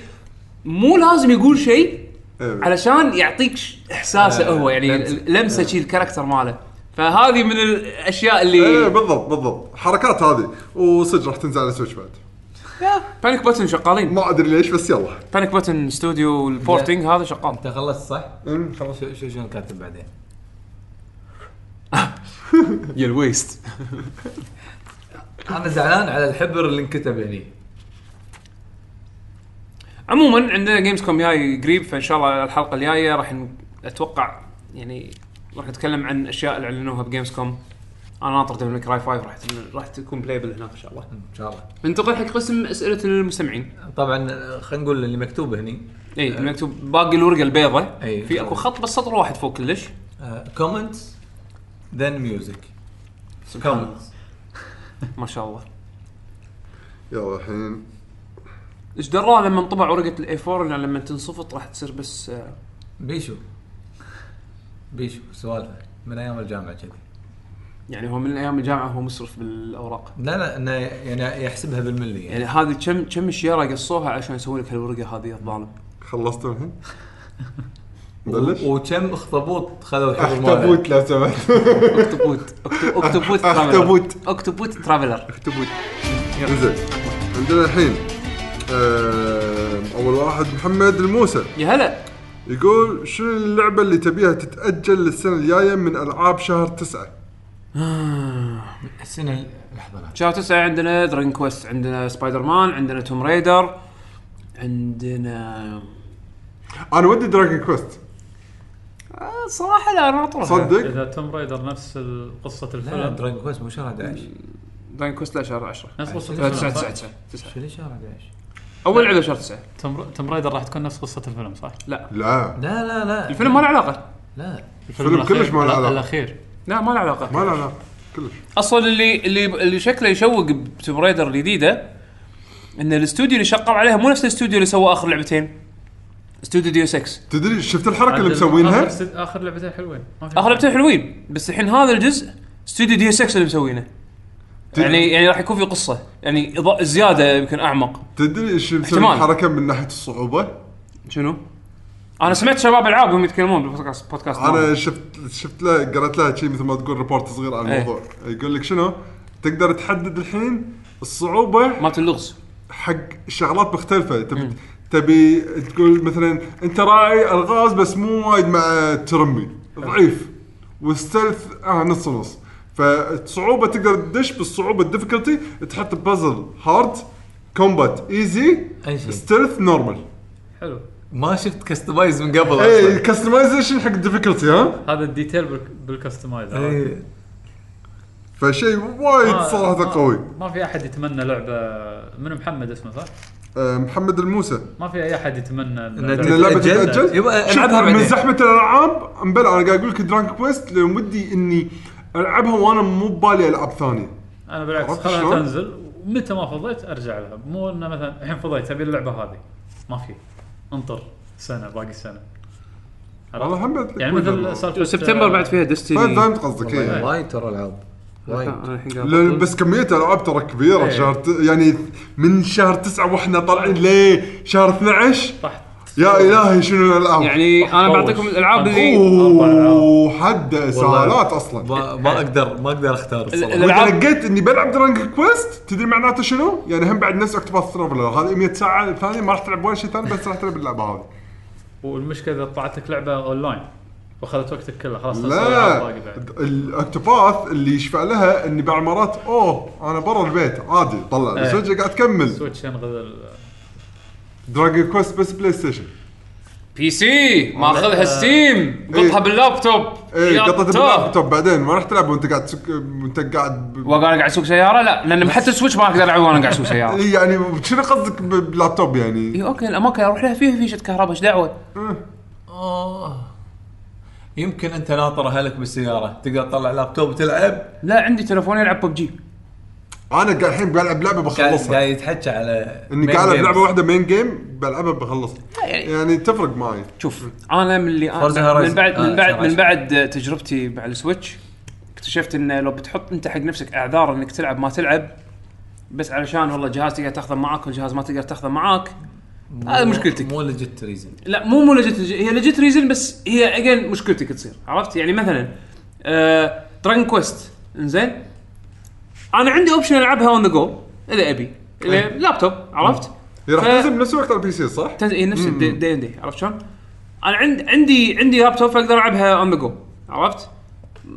[SPEAKER 1] مو لازم يقول شيء
[SPEAKER 2] إيه.
[SPEAKER 1] علشان يعطيك ش- احساسه هو يعني ال- لمسه شي الكاركتر ماله فهذه من الاشياء
[SPEAKER 6] إيه.
[SPEAKER 2] ايه
[SPEAKER 1] اللي
[SPEAKER 2] بالضبط بالضبط حركات هذه وصدق راح تنزل على سويتش بعد
[SPEAKER 1] بانيك بوتن شغالين
[SPEAKER 2] ما ادري ليش بس يلا
[SPEAKER 1] بانيك بوتن استوديو البورتنج هذا شغال
[SPEAKER 6] انت خلصت صح؟
[SPEAKER 2] أمم، خلاص
[SPEAKER 6] شو شو شنو كاتب بعدين؟
[SPEAKER 1] يا الويست
[SPEAKER 6] انا زعلان على الحبر اللي انكتب هني
[SPEAKER 1] عموما عندنا جيمز كوم جاي قريب فان شاء الله الحلقه الجايه راح ن- اتوقع يعني راح نتكلم عن اشياء اللي اعلنوها بجيمز كوم انا ناطر ديفل كراي 5 راح ت- راح تكون بلايبل هناك ان شاء الله
[SPEAKER 6] ان شاء الله
[SPEAKER 1] ننتقل حق قسم اسئله المستمعين
[SPEAKER 6] طبعا خلينا نقول اللي مكتوب هني
[SPEAKER 1] اي المكتوب باقي الورقه البيضاء
[SPEAKER 6] أي.
[SPEAKER 1] في اكو خط بس سطر واحد فوق كلش
[SPEAKER 6] آه، كومنتس ذن ميوزك كومنتس
[SPEAKER 1] ما شاء الله
[SPEAKER 2] يلا الحين
[SPEAKER 1] ايش دراه لما انطبع ورقه الاي 4 لان لما تنصفط راح تصير بس آه،
[SPEAKER 6] بيشو بيشو سوالفه من ايام الجامعه كذي
[SPEAKER 1] يعني هو من ايام الجامعه هو مسرف بالاوراق
[SPEAKER 6] لا لا انه يعني يحسبها بالملي يعني
[SPEAKER 1] يعني هذه كم كم الشيره قصوها عشان يسوي لك هالورقه هذه يا الظالم
[SPEAKER 2] خلصتوا الحين؟ بلش
[SPEAKER 6] و- وكم اخطبوط خذوا الحبر ماله
[SPEAKER 2] اخطبوت لو سمحت
[SPEAKER 1] اكتبوت أكتب- اكتبوت ترافلر
[SPEAKER 2] أخطبوت.
[SPEAKER 1] اكتبوت ترافلر
[SPEAKER 2] اخطبوت زين عندنا الحين آم، اول واحد محمد الموسى
[SPEAKER 1] يا هلا
[SPEAKER 2] يقول شنو اللعبه اللي تبيها تتاجل للسنه الجايه من العاب شهر تسعة
[SPEAKER 6] السنه لحظه لا
[SPEAKER 1] شهر تسعة عندنا درين كويست عندنا سبايدر مان عندنا توم ريدر عندنا
[SPEAKER 2] انا ودي دراجون كويست
[SPEAKER 1] آه، صراحة لا انا اطرح
[SPEAKER 2] صدق
[SPEAKER 3] اذا توم رايدر نفس ال- قصه
[SPEAKER 6] لا
[SPEAKER 3] الفيلم
[SPEAKER 6] دراجون كويست مو شهر 11
[SPEAKER 1] درين كويست لا شهر 10
[SPEAKER 3] نفس قصه
[SPEAKER 1] 9 9
[SPEAKER 3] الفيلم
[SPEAKER 1] تسعة
[SPEAKER 3] صح؟
[SPEAKER 1] تسعة تسعة.
[SPEAKER 6] شنو شهر 11
[SPEAKER 1] اول لعبة شهر تسعة
[SPEAKER 3] توم توم رايدر راح تكون نفس قصه الفيلم صح؟
[SPEAKER 2] لا
[SPEAKER 6] لا لا لا
[SPEAKER 1] الفيلم ما له علاقة
[SPEAKER 6] لا
[SPEAKER 2] الفيلم كلش
[SPEAKER 3] الأخير-
[SPEAKER 2] ما له علاقة.
[SPEAKER 3] الاخير
[SPEAKER 1] لا ما له علاقة
[SPEAKER 2] ما لا لا كلش
[SPEAKER 1] اصلا اللي اللي اللي شكله يشوق بتوم ريدر الجديده ان الاستوديو اللي شغال عليها مو نفس الاستوديو اللي سوى اخر لعبتين استوديو ديو 6
[SPEAKER 2] تدري شفت الحركه اللي
[SPEAKER 3] عاد
[SPEAKER 2] مسوينها؟
[SPEAKER 3] آخر ست- اخر لعبتين حلوين ما في-
[SPEAKER 1] اخر لعبتين حلوين بس الحين هذا الجزء استوديو دي اس اكس اللي مسوينه يعني يعني راح يكون في قصه يعني إضاءة زياده يمكن اعمق
[SPEAKER 2] تدري ايش مسوي
[SPEAKER 1] احتمال.
[SPEAKER 2] الحركه من ناحيه الصعوبه؟
[SPEAKER 1] شنو؟ انا سمعت شباب العاب وهم يتكلمون بالبودكاست بودكاست
[SPEAKER 2] انا
[SPEAKER 1] مالهم.
[SPEAKER 2] شفت شفت لها قرأت لها شيء مثل ما تقول ريبورت صغير عن
[SPEAKER 1] إيه.
[SPEAKER 2] الموضوع يقول لك شنو تقدر تحدد الحين الصعوبه
[SPEAKER 1] مالت اللغز
[SPEAKER 2] حق شغلات مختلفه تبي تبي تقول مثلا انت راعي الغاز بس مو وايد مع ترمي ضعيف والستلث آه نص نص فالصعوبه تقدر تدش بالصعوبه الديفيكولتي تحط بازل هارد كومبات ايزي
[SPEAKER 6] أي شيء.
[SPEAKER 2] ستلث نورمال
[SPEAKER 3] حلو
[SPEAKER 6] ما شفت كستمايز من قبل
[SPEAKER 2] اي
[SPEAKER 6] اصلا
[SPEAKER 2] كستمايزيشن إيه، حق الديفيكولتي ها
[SPEAKER 3] هذا الديتيل بال-
[SPEAKER 1] إيه.
[SPEAKER 3] بالكستمايزر
[SPEAKER 6] اي
[SPEAKER 2] فشيء وايد
[SPEAKER 3] ما-
[SPEAKER 2] صراحه
[SPEAKER 3] ما-
[SPEAKER 2] إيه، قوي
[SPEAKER 3] ما في احد يتمنى لعبه من محمد اسمه صح؟
[SPEAKER 2] آه، محمد الموسى
[SPEAKER 3] ما في اي احد يتمنى
[SPEAKER 4] إن
[SPEAKER 2] ان اللعبه
[SPEAKER 4] تتأجل؟
[SPEAKER 2] تتاجل
[SPEAKER 4] يبقى
[SPEAKER 2] شوف،
[SPEAKER 4] العبها
[SPEAKER 2] من
[SPEAKER 4] بعدين.
[SPEAKER 2] زحمه الالعاب امبلا انا قاعد اقول لك درانك كويست لان ودي اني العبها وانا مو ببالي العاب ثانيه
[SPEAKER 3] انا بالعكس
[SPEAKER 2] عرفت
[SPEAKER 3] خلها
[SPEAKER 2] شلون؟
[SPEAKER 3] تنزل ومتى ما فضيت ارجع لها مو انه مثلا الحين فضيت ابي اللعبه هذه ما في انطر سنه باقي سنه عرفت؟
[SPEAKER 2] والله هم بعد
[SPEAKER 3] يعني
[SPEAKER 2] كويس
[SPEAKER 3] مثل آه،
[SPEAKER 2] والله.
[SPEAKER 3] سالفه
[SPEAKER 1] سبتمبر بعد فيها ديستني
[SPEAKER 2] فاهم فهمت قصدك
[SPEAKER 4] والله
[SPEAKER 2] إيه.
[SPEAKER 3] يعني.
[SPEAKER 4] وايد ترى العاب وايد
[SPEAKER 2] لأن بس كميه العاب ترى كبيره
[SPEAKER 3] إيه.
[SPEAKER 2] شهر ت... يعني من شهر تسعة واحنا طالعين ليه شهر 12
[SPEAKER 3] طحت
[SPEAKER 2] يا الهي شنو الالعاب
[SPEAKER 1] يعني انا
[SPEAKER 3] طوش.
[SPEAKER 1] بعطيكم الالعاب اللي
[SPEAKER 3] أربع
[SPEAKER 2] اوه
[SPEAKER 3] ألعاب.
[SPEAKER 2] حد سهالات اصلا
[SPEAKER 4] ما ما اقدر ما اقدر اختار الصراحه
[SPEAKER 2] واذا
[SPEAKER 1] الألعاب-
[SPEAKER 2] لقيت اني بلعب درانك كويست تدري معناته شنو؟ يعني هم بعد نفس اكتوباث ترافلر هذه 100 ساعه الثانيه ما راح تلعب ولا شيء ثاني بس راح تلعب اللعبه هذه
[SPEAKER 3] والمشكله اذا طلعتك لعبه اونلاين واخذت وقتك كله خلاص تنسى الألعاب
[SPEAKER 2] لا
[SPEAKER 3] باقي بعد.
[SPEAKER 2] الاكتوباث اللي يشفع لها اني بعض المرات اوه انا برا البيت عادي طلع
[SPEAKER 3] إيه.
[SPEAKER 2] السويتش قاعد تكمل
[SPEAKER 3] سويتش ينغذ ال-
[SPEAKER 2] دراجون كويست بس بلاي ستيشن
[SPEAKER 1] بي سي ماخذها ستيم قطها
[SPEAKER 2] إيه.
[SPEAKER 1] باللابتوب
[SPEAKER 2] ايه
[SPEAKER 1] يا
[SPEAKER 2] قطت
[SPEAKER 1] توه.
[SPEAKER 2] اللابتوب بعدين ما راح تلعب وانت قاعد تسك... وانت قاعد ب...
[SPEAKER 1] وانا قاعد اسوق سياره لا لان حتى السويتش ما اقدر العب وانا قاعد إيه، اسوق سياره
[SPEAKER 2] إيه يعني شنو قصدك ب- بلابتوب يعني؟
[SPEAKER 1] اي اوكي الاماكن اروح لها فيها فيشه كهرباء ايش دعوه؟
[SPEAKER 4] آه. يمكن انت ناطر اهلك بالسياره تقدر تطلع لابتوب تلعب
[SPEAKER 1] لا عندي تلفوني العب ببجي
[SPEAKER 2] انا قاعد الحين بلعب لعبه
[SPEAKER 4] قاعد
[SPEAKER 2] بخلصها
[SPEAKER 4] قاعد يتحكى على
[SPEAKER 2] اني
[SPEAKER 4] main
[SPEAKER 2] قاعد العب
[SPEAKER 4] games.
[SPEAKER 2] لعبه واحده مين جيم بلعبها بخلصها
[SPEAKER 1] يعني-
[SPEAKER 2] يعني تفرق معي
[SPEAKER 1] شوف انا من اللي
[SPEAKER 4] Forza
[SPEAKER 1] أنا من
[SPEAKER 4] Horizon.
[SPEAKER 1] بعد من
[SPEAKER 4] آه،
[SPEAKER 1] بعد
[SPEAKER 4] Horizon.
[SPEAKER 1] من بعد تجربتي مع السويتش اكتشفت انه لو بتحط انت حق نفسك اعذار انك تلعب ما تلعب بس علشان والله جهاز تقدر تاخذه معاك والجهاز ما تقدر تاخذه معاك هذا مشكلتك
[SPEAKER 4] مو لجت ريزن
[SPEAKER 1] لا مو مو لجيت هي لجيت ريزن بس هي اجين مشكلتك تصير عرفت يعني مثلا آه دراجون كويست انزين انا عندي اوبشن العبها اون ذا جو اذا ابي إذا لابتوب عرفت
[SPEAKER 2] هي إيه، راح
[SPEAKER 1] ف-
[SPEAKER 2] تنزل بنفس الوقت على البي سي صح؟
[SPEAKER 1] تنزل هي نفس الدي دي ان دي عرفت شلون؟ انا عند عندي عندي لابتوب فاقدر العبها اون ذا جو عرفت؟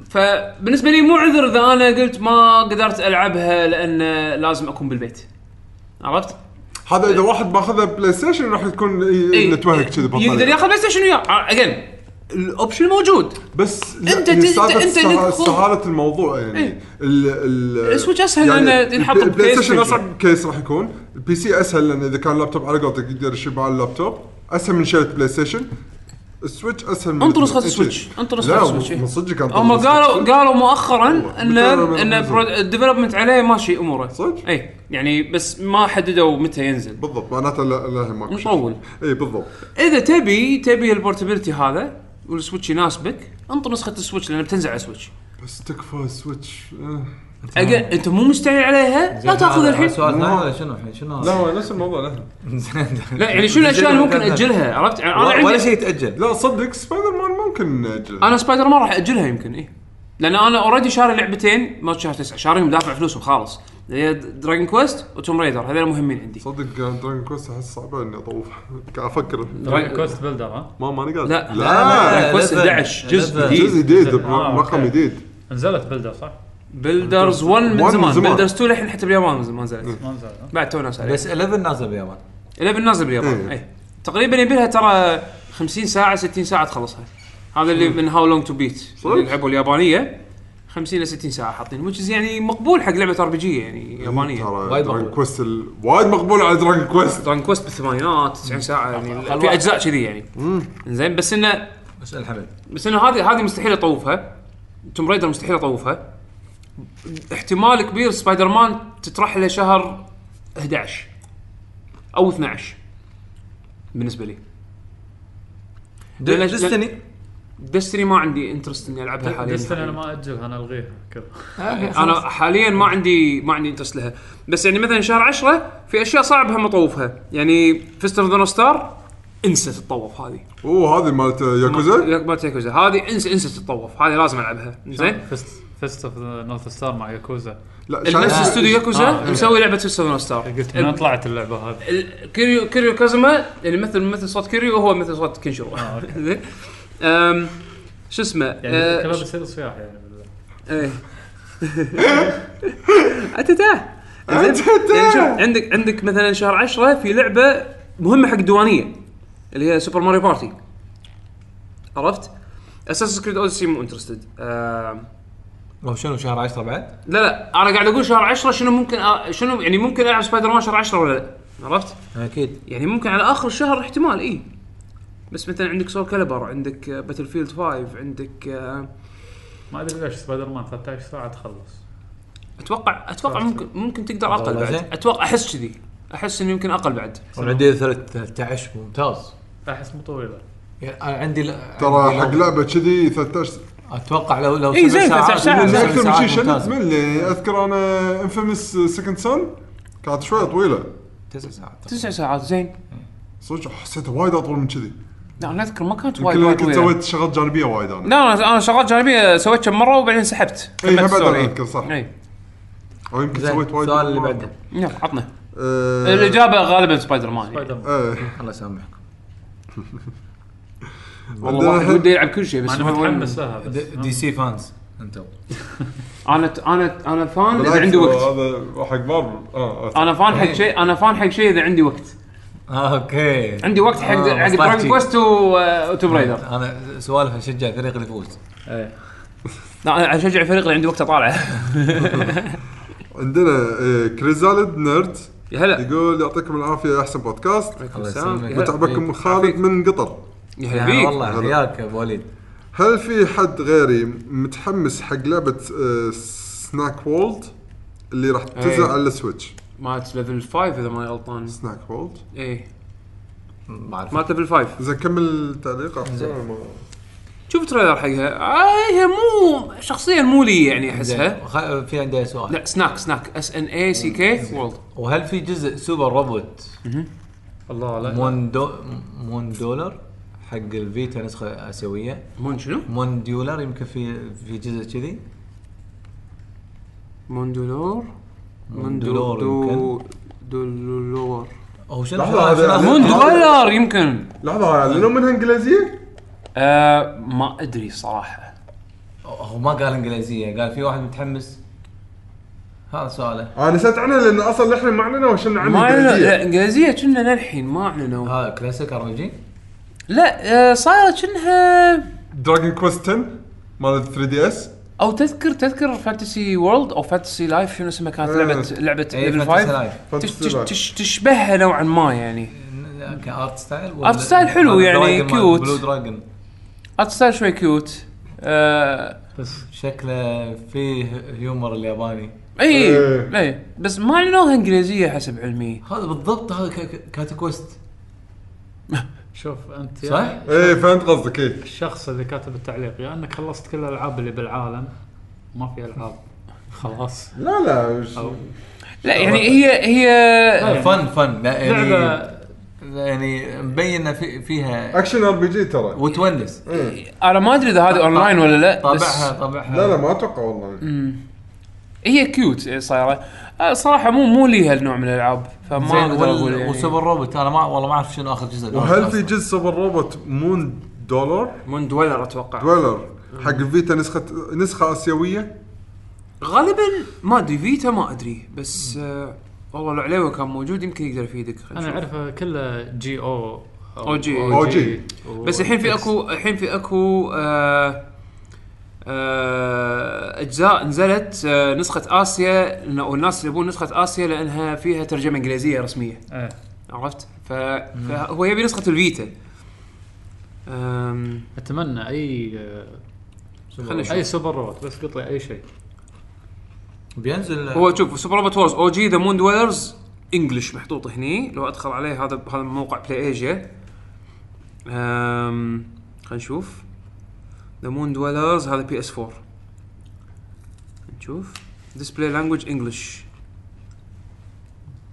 [SPEAKER 1] فبالنسبه لي مو عذر اذا انا قلت ما قدرت العبها لان لازم اكون بالبيت عرفت؟
[SPEAKER 2] هذا اذا واحد ماخذها بلاي ستيشن راح تكون
[SPEAKER 1] إي.
[SPEAKER 2] نتوهق إيه، كذي بطارية.
[SPEAKER 1] إيه. يقدر ياخذ بلاي ستيشن وياه اجين الاوبشن موجود
[SPEAKER 2] بس لا،
[SPEAKER 1] أنت
[SPEAKER 2] هي
[SPEAKER 1] ت-
[SPEAKER 2] سالفة
[SPEAKER 1] أنت- أنت إنك
[SPEAKER 2] سه-
[SPEAKER 1] تخوض.
[SPEAKER 2] سهالة الموضوع يعني
[SPEAKER 1] إيه.
[SPEAKER 2] ال ال يعني
[SPEAKER 1] السويتش أسهل لأنه ينحط
[SPEAKER 2] البلاي-
[SPEAKER 1] بكيس
[SPEAKER 2] البلاي ستيشن
[SPEAKER 1] تجي.
[SPEAKER 2] اصعب كيس راح يكون البي سي اسهل لان اذا كان لابتوب على قولتك يقدر يشيل معاه اللابتوب اسهل من شيله بلاي ستيشن السويتش اسهل من
[SPEAKER 1] انطر
[SPEAKER 2] الاثنين.
[SPEAKER 1] نسخه
[SPEAKER 2] إيه.
[SPEAKER 1] السويتش انطر
[SPEAKER 2] لا،
[SPEAKER 1] نسخه السويتش إيه.
[SPEAKER 2] من صدق كان
[SPEAKER 1] هم قالوا قالوا مؤخرا ان
[SPEAKER 2] متى لما
[SPEAKER 1] ان
[SPEAKER 2] ينزل؟
[SPEAKER 1] الديفلوبمنت عليه ماشي اموره
[SPEAKER 2] صدق؟
[SPEAKER 1] اي يعني بس ما حددوا متى ينزل
[SPEAKER 2] بالضبط معناته لا لا هي ماكو شيء.
[SPEAKER 1] مطول
[SPEAKER 2] اي بالضبط
[SPEAKER 1] اذا تبي تبي البورتبيلتي هذا والسويتش يناسبك انطر نسخه السويتش لان بتنزل على السويتش
[SPEAKER 2] بس تكفى السويتش آه.
[SPEAKER 1] أجل انت مو مستعجل عليها لا تاخذ
[SPEAKER 4] هذا- هذا
[SPEAKER 1] الحين
[SPEAKER 4] سؤال ثاني ولا شنو الحين شنو
[SPEAKER 2] لا
[SPEAKER 4] هذا؟
[SPEAKER 2] هو نفس الموضوع لا
[SPEAKER 1] لا يعني شنو الاشياء اللي ممكن اجلها عرفت يعني انا
[SPEAKER 4] ولا
[SPEAKER 1] عندي
[SPEAKER 4] شيء يتاجل
[SPEAKER 2] لا صدق سبايدر مان ممكن نأجل.
[SPEAKER 1] انا سبايدر مان راح اجلها يمكن إيه. اي لان انا اوريدي شاري لعبتين ما شهر تسعه شاريهم دافع فلوسهم خالص اللي هي دراجون كويست وتوم رايدر هذول مهمين عندي
[SPEAKER 2] صدق دراجون كويست احس صعبه اني اطوف قاعد افكر
[SPEAKER 3] طبعاً كوست بيلدر ها
[SPEAKER 2] ما ماني قادر
[SPEAKER 1] لا.
[SPEAKER 4] لا،
[SPEAKER 1] دراجون كويست
[SPEAKER 4] لا، لا.
[SPEAKER 1] 11 جزء
[SPEAKER 4] لا، لا.
[SPEAKER 2] جزء
[SPEAKER 1] جديد
[SPEAKER 2] جديد
[SPEAKER 3] آه،
[SPEAKER 2] رقم
[SPEAKER 3] أوكي.
[SPEAKER 2] جديد
[SPEAKER 3] نزلت بيلدر صح؟
[SPEAKER 1] بلدرز 1 من
[SPEAKER 2] من
[SPEAKER 1] زمان
[SPEAKER 2] زمان. نعم.
[SPEAKER 1] بلدرز 2 للحين حتى باليابان ما نزلت
[SPEAKER 3] ما نزلت ها؟
[SPEAKER 1] بعد تو ناس عليه
[SPEAKER 4] بس 11 نازل باليابان
[SPEAKER 1] 11 نازل باليابان
[SPEAKER 2] إيه.
[SPEAKER 1] اي تقريبا يبي لها ترى 50 ساعه 60 ساعه تخلصها هذا اللي من هاو لونج تو بيت اللي يلعبوا اليابانيه 50 ل 60 ساعه حاطين which is يعني مقبول حق لعبه ار بي جي يعني يابانيه
[SPEAKER 2] ترى
[SPEAKER 4] وايد
[SPEAKER 2] دراجون
[SPEAKER 4] مقبول.
[SPEAKER 2] كويست ال- وايد مقبول على دراجون كويست
[SPEAKER 1] دراجون كويست بالثمانينات 90 ساعه يعني في اجزاء كذي يعني زين بس انه
[SPEAKER 4] بس الحمد
[SPEAKER 1] بس انه هذه هذه مستحيل اطوفها توم رايدر مستحيل اطوفها احتمال كبير سبايدر مان تطرح له شهر 11 او 12 بالنسبه لي لأن-
[SPEAKER 4] ديستني
[SPEAKER 1] دستري ما عندي انترست اني العبها حاليا
[SPEAKER 3] ديستني انا ما اجلها انا الغيها كذا
[SPEAKER 1] انا حاليا ما عندي ما عندي انترست لها بس يعني مثلا شهر 10 في اشياء صعب هم اطوفها يعني فيستر ذا ستار انسى تتطوف هذه
[SPEAKER 2] اوه هذه مالت ياكوزا
[SPEAKER 1] ما- ما تيكوزا هذه انسى انسى تتطوف هذه لازم العبها زين
[SPEAKER 3] فيست فيست اوف نورث ستار مع ياكوزا
[SPEAKER 2] لا شايف-
[SPEAKER 1] نفس استوديو
[SPEAKER 3] آه.
[SPEAKER 1] ياكوزا مسوي لعبه فيستر ذا ستار
[SPEAKER 3] قلت من طلعت اللعبه هذه
[SPEAKER 1] ال- كيريو كيريو كازما اللي يعني مثل مثل صوت كيريو وهو مثل صوت كينشرو زين أم، شو اسمه
[SPEAKER 3] يعني
[SPEAKER 1] أه،
[SPEAKER 3] كلها بتصير صياح يعني بالله.
[SPEAKER 1] ايه اتتا
[SPEAKER 2] أتتا.
[SPEAKER 1] يعني شوف، عندك عندك مثلا شهر 10 في لعبه مهمه حق الديوانيه اللي هي سوبر ماريو بارتي عرفت؟ اساس كريد اوديسي مو انترستد
[SPEAKER 4] او شنو شهر 10 بعد؟
[SPEAKER 1] لا لا انا قاعد اقول شهر 10 شنو ممكن أ... شنو يعني ممكن العب سبايدر مان شهر 10 ولا لا؟ عرفت؟
[SPEAKER 4] اكيد
[SPEAKER 1] يعني ممكن على اخر الشهر احتمال اي بس مثلا عندك سول كاليبر عندك باتل فيلد 5 عندك آه،
[SPEAKER 3] ما ادري ليش سبايدر مان 13 ساعه تخلص
[SPEAKER 1] اتوقع اتوقع ممكن ممكن تقدر اقل
[SPEAKER 4] والله
[SPEAKER 1] بعد
[SPEAKER 4] زين.
[SPEAKER 1] اتوقع احس كذي احس انه يمكن اقل بعد
[SPEAKER 4] انا عندي ثلاث- 13 ممتاز
[SPEAKER 3] احس مو طويله
[SPEAKER 4] يعني انا عندي
[SPEAKER 2] ترى
[SPEAKER 4] عندي لو-
[SPEAKER 2] حق لعبه كذي 13
[SPEAKER 4] اتوقع لو لو
[SPEAKER 1] إي زين، 13 ساعة.
[SPEAKER 2] يعني
[SPEAKER 4] سبع
[SPEAKER 2] اكثر من شيء
[SPEAKER 4] ساعات
[SPEAKER 2] شنو
[SPEAKER 4] ممتاز.
[SPEAKER 2] تمل يعني اذكر انا انفيمس سكند سون كانت شويه طويله
[SPEAKER 4] تسع ساعات
[SPEAKER 1] تسع ساعات زين
[SPEAKER 2] صدق حسيتها وايد اطول من كذي
[SPEAKER 1] لا انا اذكر ما كانت
[SPEAKER 2] يمكن
[SPEAKER 1] وايد
[SPEAKER 2] انا
[SPEAKER 1] وايد
[SPEAKER 2] كنت
[SPEAKER 1] طويلة.
[SPEAKER 2] سويت شغلات جانبيه وايد انا
[SPEAKER 1] لا انا انا شغلات جانبيه سويت كم مره وبعدين سحبت
[SPEAKER 2] اي
[SPEAKER 1] كملت
[SPEAKER 2] بعد
[SPEAKER 1] السوري.
[SPEAKER 2] انا اذكر صح
[SPEAKER 1] اي
[SPEAKER 2] او يمكن
[SPEAKER 4] زين،
[SPEAKER 2] سويت وايد
[SPEAKER 4] السؤال اللي بعده
[SPEAKER 1] يلا عطنا
[SPEAKER 2] آه،
[SPEAKER 1] الاجابه غالبا سبايدر مان يعني.
[SPEAKER 3] سبايدر مان
[SPEAKER 2] ايه
[SPEAKER 4] الله يسامحكم
[SPEAKER 1] والله واحد
[SPEAKER 2] عندنا-
[SPEAKER 1] وده يلعب كل شيء بس
[SPEAKER 3] انا
[SPEAKER 1] هو-
[SPEAKER 3] متحمس لها بس
[SPEAKER 4] د- دي سي فانز انتم
[SPEAKER 1] انا انا انا فان اذا
[SPEAKER 2] بالعكس،
[SPEAKER 1] عندي وقت
[SPEAKER 2] هذا حق مارفل اه آه.
[SPEAKER 1] انا فان حق شيء انا فان حق شيء اذا عندي وقت
[SPEAKER 4] آه، اوكي
[SPEAKER 1] عندي وقت حق
[SPEAKER 4] آه،
[SPEAKER 1] حق
[SPEAKER 4] مصلحتي.
[SPEAKER 1] دراجون كويست وتوم رايدر
[SPEAKER 4] انا سوالف اشجع الفريق اللي يفوز
[SPEAKER 3] إيه.
[SPEAKER 1] لا انا اشجع الفريق اللي عندي وقت اطالعه
[SPEAKER 2] عندنا آه، كريزالد نيرد
[SPEAKER 1] يا هلا
[SPEAKER 2] يقول يعطيكم العافيه احسن بودكاست
[SPEAKER 1] عليكم
[SPEAKER 4] الله
[SPEAKER 1] السلام.
[SPEAKER 4] يسلمك.
[SPEAKER 1] يا هلا.
[SPEAKER 2] متعبكم خالد من قطر
[SPEAKER 1] يا هلا
[SPEAKER 4] يا هلا
[SPEAKER 1] فيك
[SPEAKER 4] يعني والله
[SPEAKER 2] هلا.
[SPEAKER 4] حياك يا ابو وليد
[SPEAKER 2] هل في حد غيري متحمس حق لعبه سناك وولد اللي راح تنزل
[SPEAKER 1] إيه.
[SPEAKER 2] على السويتش
[SPEAKER 1] مالت ليفل 5 اذا ماني غلطان
[SPEAKER 2] سناك وولد
[SPEAKER 1] ايه
[SPEAKER 4] ما اعرف
[SPEAKER 1] مالت ليفل 5
[SPEAKER 2] اذا كمل التعليق
[SPEAKER 1] إيه.
[SPEAKER 2] أحسن.
[SPEAKER 1] شوف تريلر حقها آه هي مو شخصيا مو لي يعني احسها
[SPEAKER 4] زين، خ- في عندي سؤال
[SPEAKER 1] لا سناك سناك اس ان اي سي كي وولد
[SPEAKER 4] وهل في جزء سوبر روبوت
[SPEAKER 3] أه. الله لا
[SPEAKER 4] مون دو- مون دولار حق الفيتا نسخه اسيويه
[SPEAKER 1] مون شنو؟
[SPEAKER 4] مون دولار يمكن في في جزء كذي
[SPEAKER 1] موندولور
[SPEAKER 4] موندولور
[SPEAKER 1] موندولور دولور
[SPEAKER 4] او شنو
[SPEAKER 2] لحظة، هذا-
[SPEAKER 4] شنو-
[SPEAKER 1] موندولار يمكن
[SPEAKER 2] لحظه اعلنوا منها انجليزيه؟
[SPEAKER 1] آه ما ادري صراحه
[SPEAKER 4] هو ما قال انجليزيه قال في واحد متحمس هذا سؤاله
[SPEAKER 2] انا نسيت عنها لان اصلا احنا ما اعلنوا عشان
[SPEAKER 1] ما
[SPEAKER 2] عنها
[SPEAKER 1] أعلنوا- لا
[SPEAKER 2] انجليزيه
[SPEAKER 1] انجليزيه كنا للحين ما اعلنوا
[SPEAKER 4] هذا كلاسيك ار جي
[SPEAKER 1] لا آه صايره كأنها
[SPEAKER 2] دراجون كويست 10 مال 3 دي اس
[SPEAKER 1] او تذكر تذكر فانتسي وورلد او فانتسي لايف شنو اسمها كانت
[SPEAKER 2] آه.
[SPEAKER 1] لعبه لعبه
[SPEAKER 4] اي
[SPEAKER 1] ليفل 5 تش- تش- تش- تشبهها نوعا ما يعني
[SPEAKER 4] كارت ستايل
[SPEAKER 1] أرت ستايل حلو يعني، كيوت.
[SPEAKER 4] بلو دراجون
[SPEAKER 1] ارت ستايل شوي كيوت آه
[SPEAKER 4] شكله فيه هيومر الياباني
[SPEAKER 1] اي
[SPEAKER 2] إيه.
[SPEAKER 1] اي بس ما اعلنوها انجليزيه حسب علمي
[SPEAKER 4] هذا بالضبط هذا كا- كاتاكوست
[SPEAKER 3] شوف انت
[SPEAKER 4] صح؟
[SPEAKER 3] يا
[SPEAKER 2] ايه فهمت قصدك ايه
[SPEAKER 3] الشخص اللي كاتب التعليق يا انك خلصت كل الالعاب اللي بالعالم وما في العاب خلاص
[SPEAKER 2] لا لا مش-
[SPEAKER 3] أو-
[SPEAKER 1] لا يعني هي هي
[SPEAKER 4] آه، فن فن لا يعني
[SPEAKER 3] لعبه
[SPEAKER 4] يعني مبين إن في فيها
[SPEAKER 2] اكشن ار بي جي ترى
[SPEAKER 4] وتونس
[SPEAKER 2] إيه.
[SPEAKER 1] انا ما ادري اذا هذه اونلاين ولا لا
[SPEAKER 4] طابعها
[SPEAKER 1] بس
[SPEAKER 4] طابعها
[SPEAKER 2] لا لا ما اتوقع والله
[SPEAKER 1] هي كيوت صايره آه، صراحه مو مو لي هالنوع من الالعاب فما
[SPEAKER 4] زين
[SPEAKER 1] اقدر
[SPEAKER 4] وال-
[SPEAKER 1] اقول يعني.
[SPEAKER 4] وسوبر روبوت انا ما والله ما اعرف شنو اخر جزء
[SPEAKER 2] وهل في جزء سوبر روبوت مون دولار
[SPEAKER 1] من دولر اتوقع
[SPEAKER 2] دولار حق الفيتا نسخه نسخه اسيويه
[SPEAKER 1] غالبا ما ادري فيتا ما ادري بس آه والله لو عليوي كان موجود يمكن يقدر يفيدك خلينا
[SPEAKER 3] انا
[SPEAKER 1] نشوف.
[SPEAKER 3] اعرفها كلها جي او
[SPEAKER 1] أو جي.
[SPEAKER 2] أو جي.
[SPEAKER 1] بس الحين في اكو الحين في اكو آه آه اجزاء نزلت آه نسخه اسيا إنه- والناس يبون نسخه اسيا لانها فيها ترجمه انجليزيه رسميه
[SPEAKER 3] إيه.
[SPEAKER 1] عرفت ف... فهو يبي نسخه الفيتا أم...
[SPEAKER 3] اتمنى اي آه،
[SPEAKER 1] خلينا نشوف
[SPEAKER 3] اي سوبر روبوت بس قط لي اي شيء
[SPEAKER 4] بينزل
[SPEAKER 1] هو شوف سوبر روبوت وورز او جي ذا مون دويلرز انجلش محطوط هني لو ادخل عليه هذا هذا موقع بلاي ايجيا أم... خلينا نشوف ذا مون دويلرز هذا بي اس 4 نشوف ديسبلاي لانجوج انجلش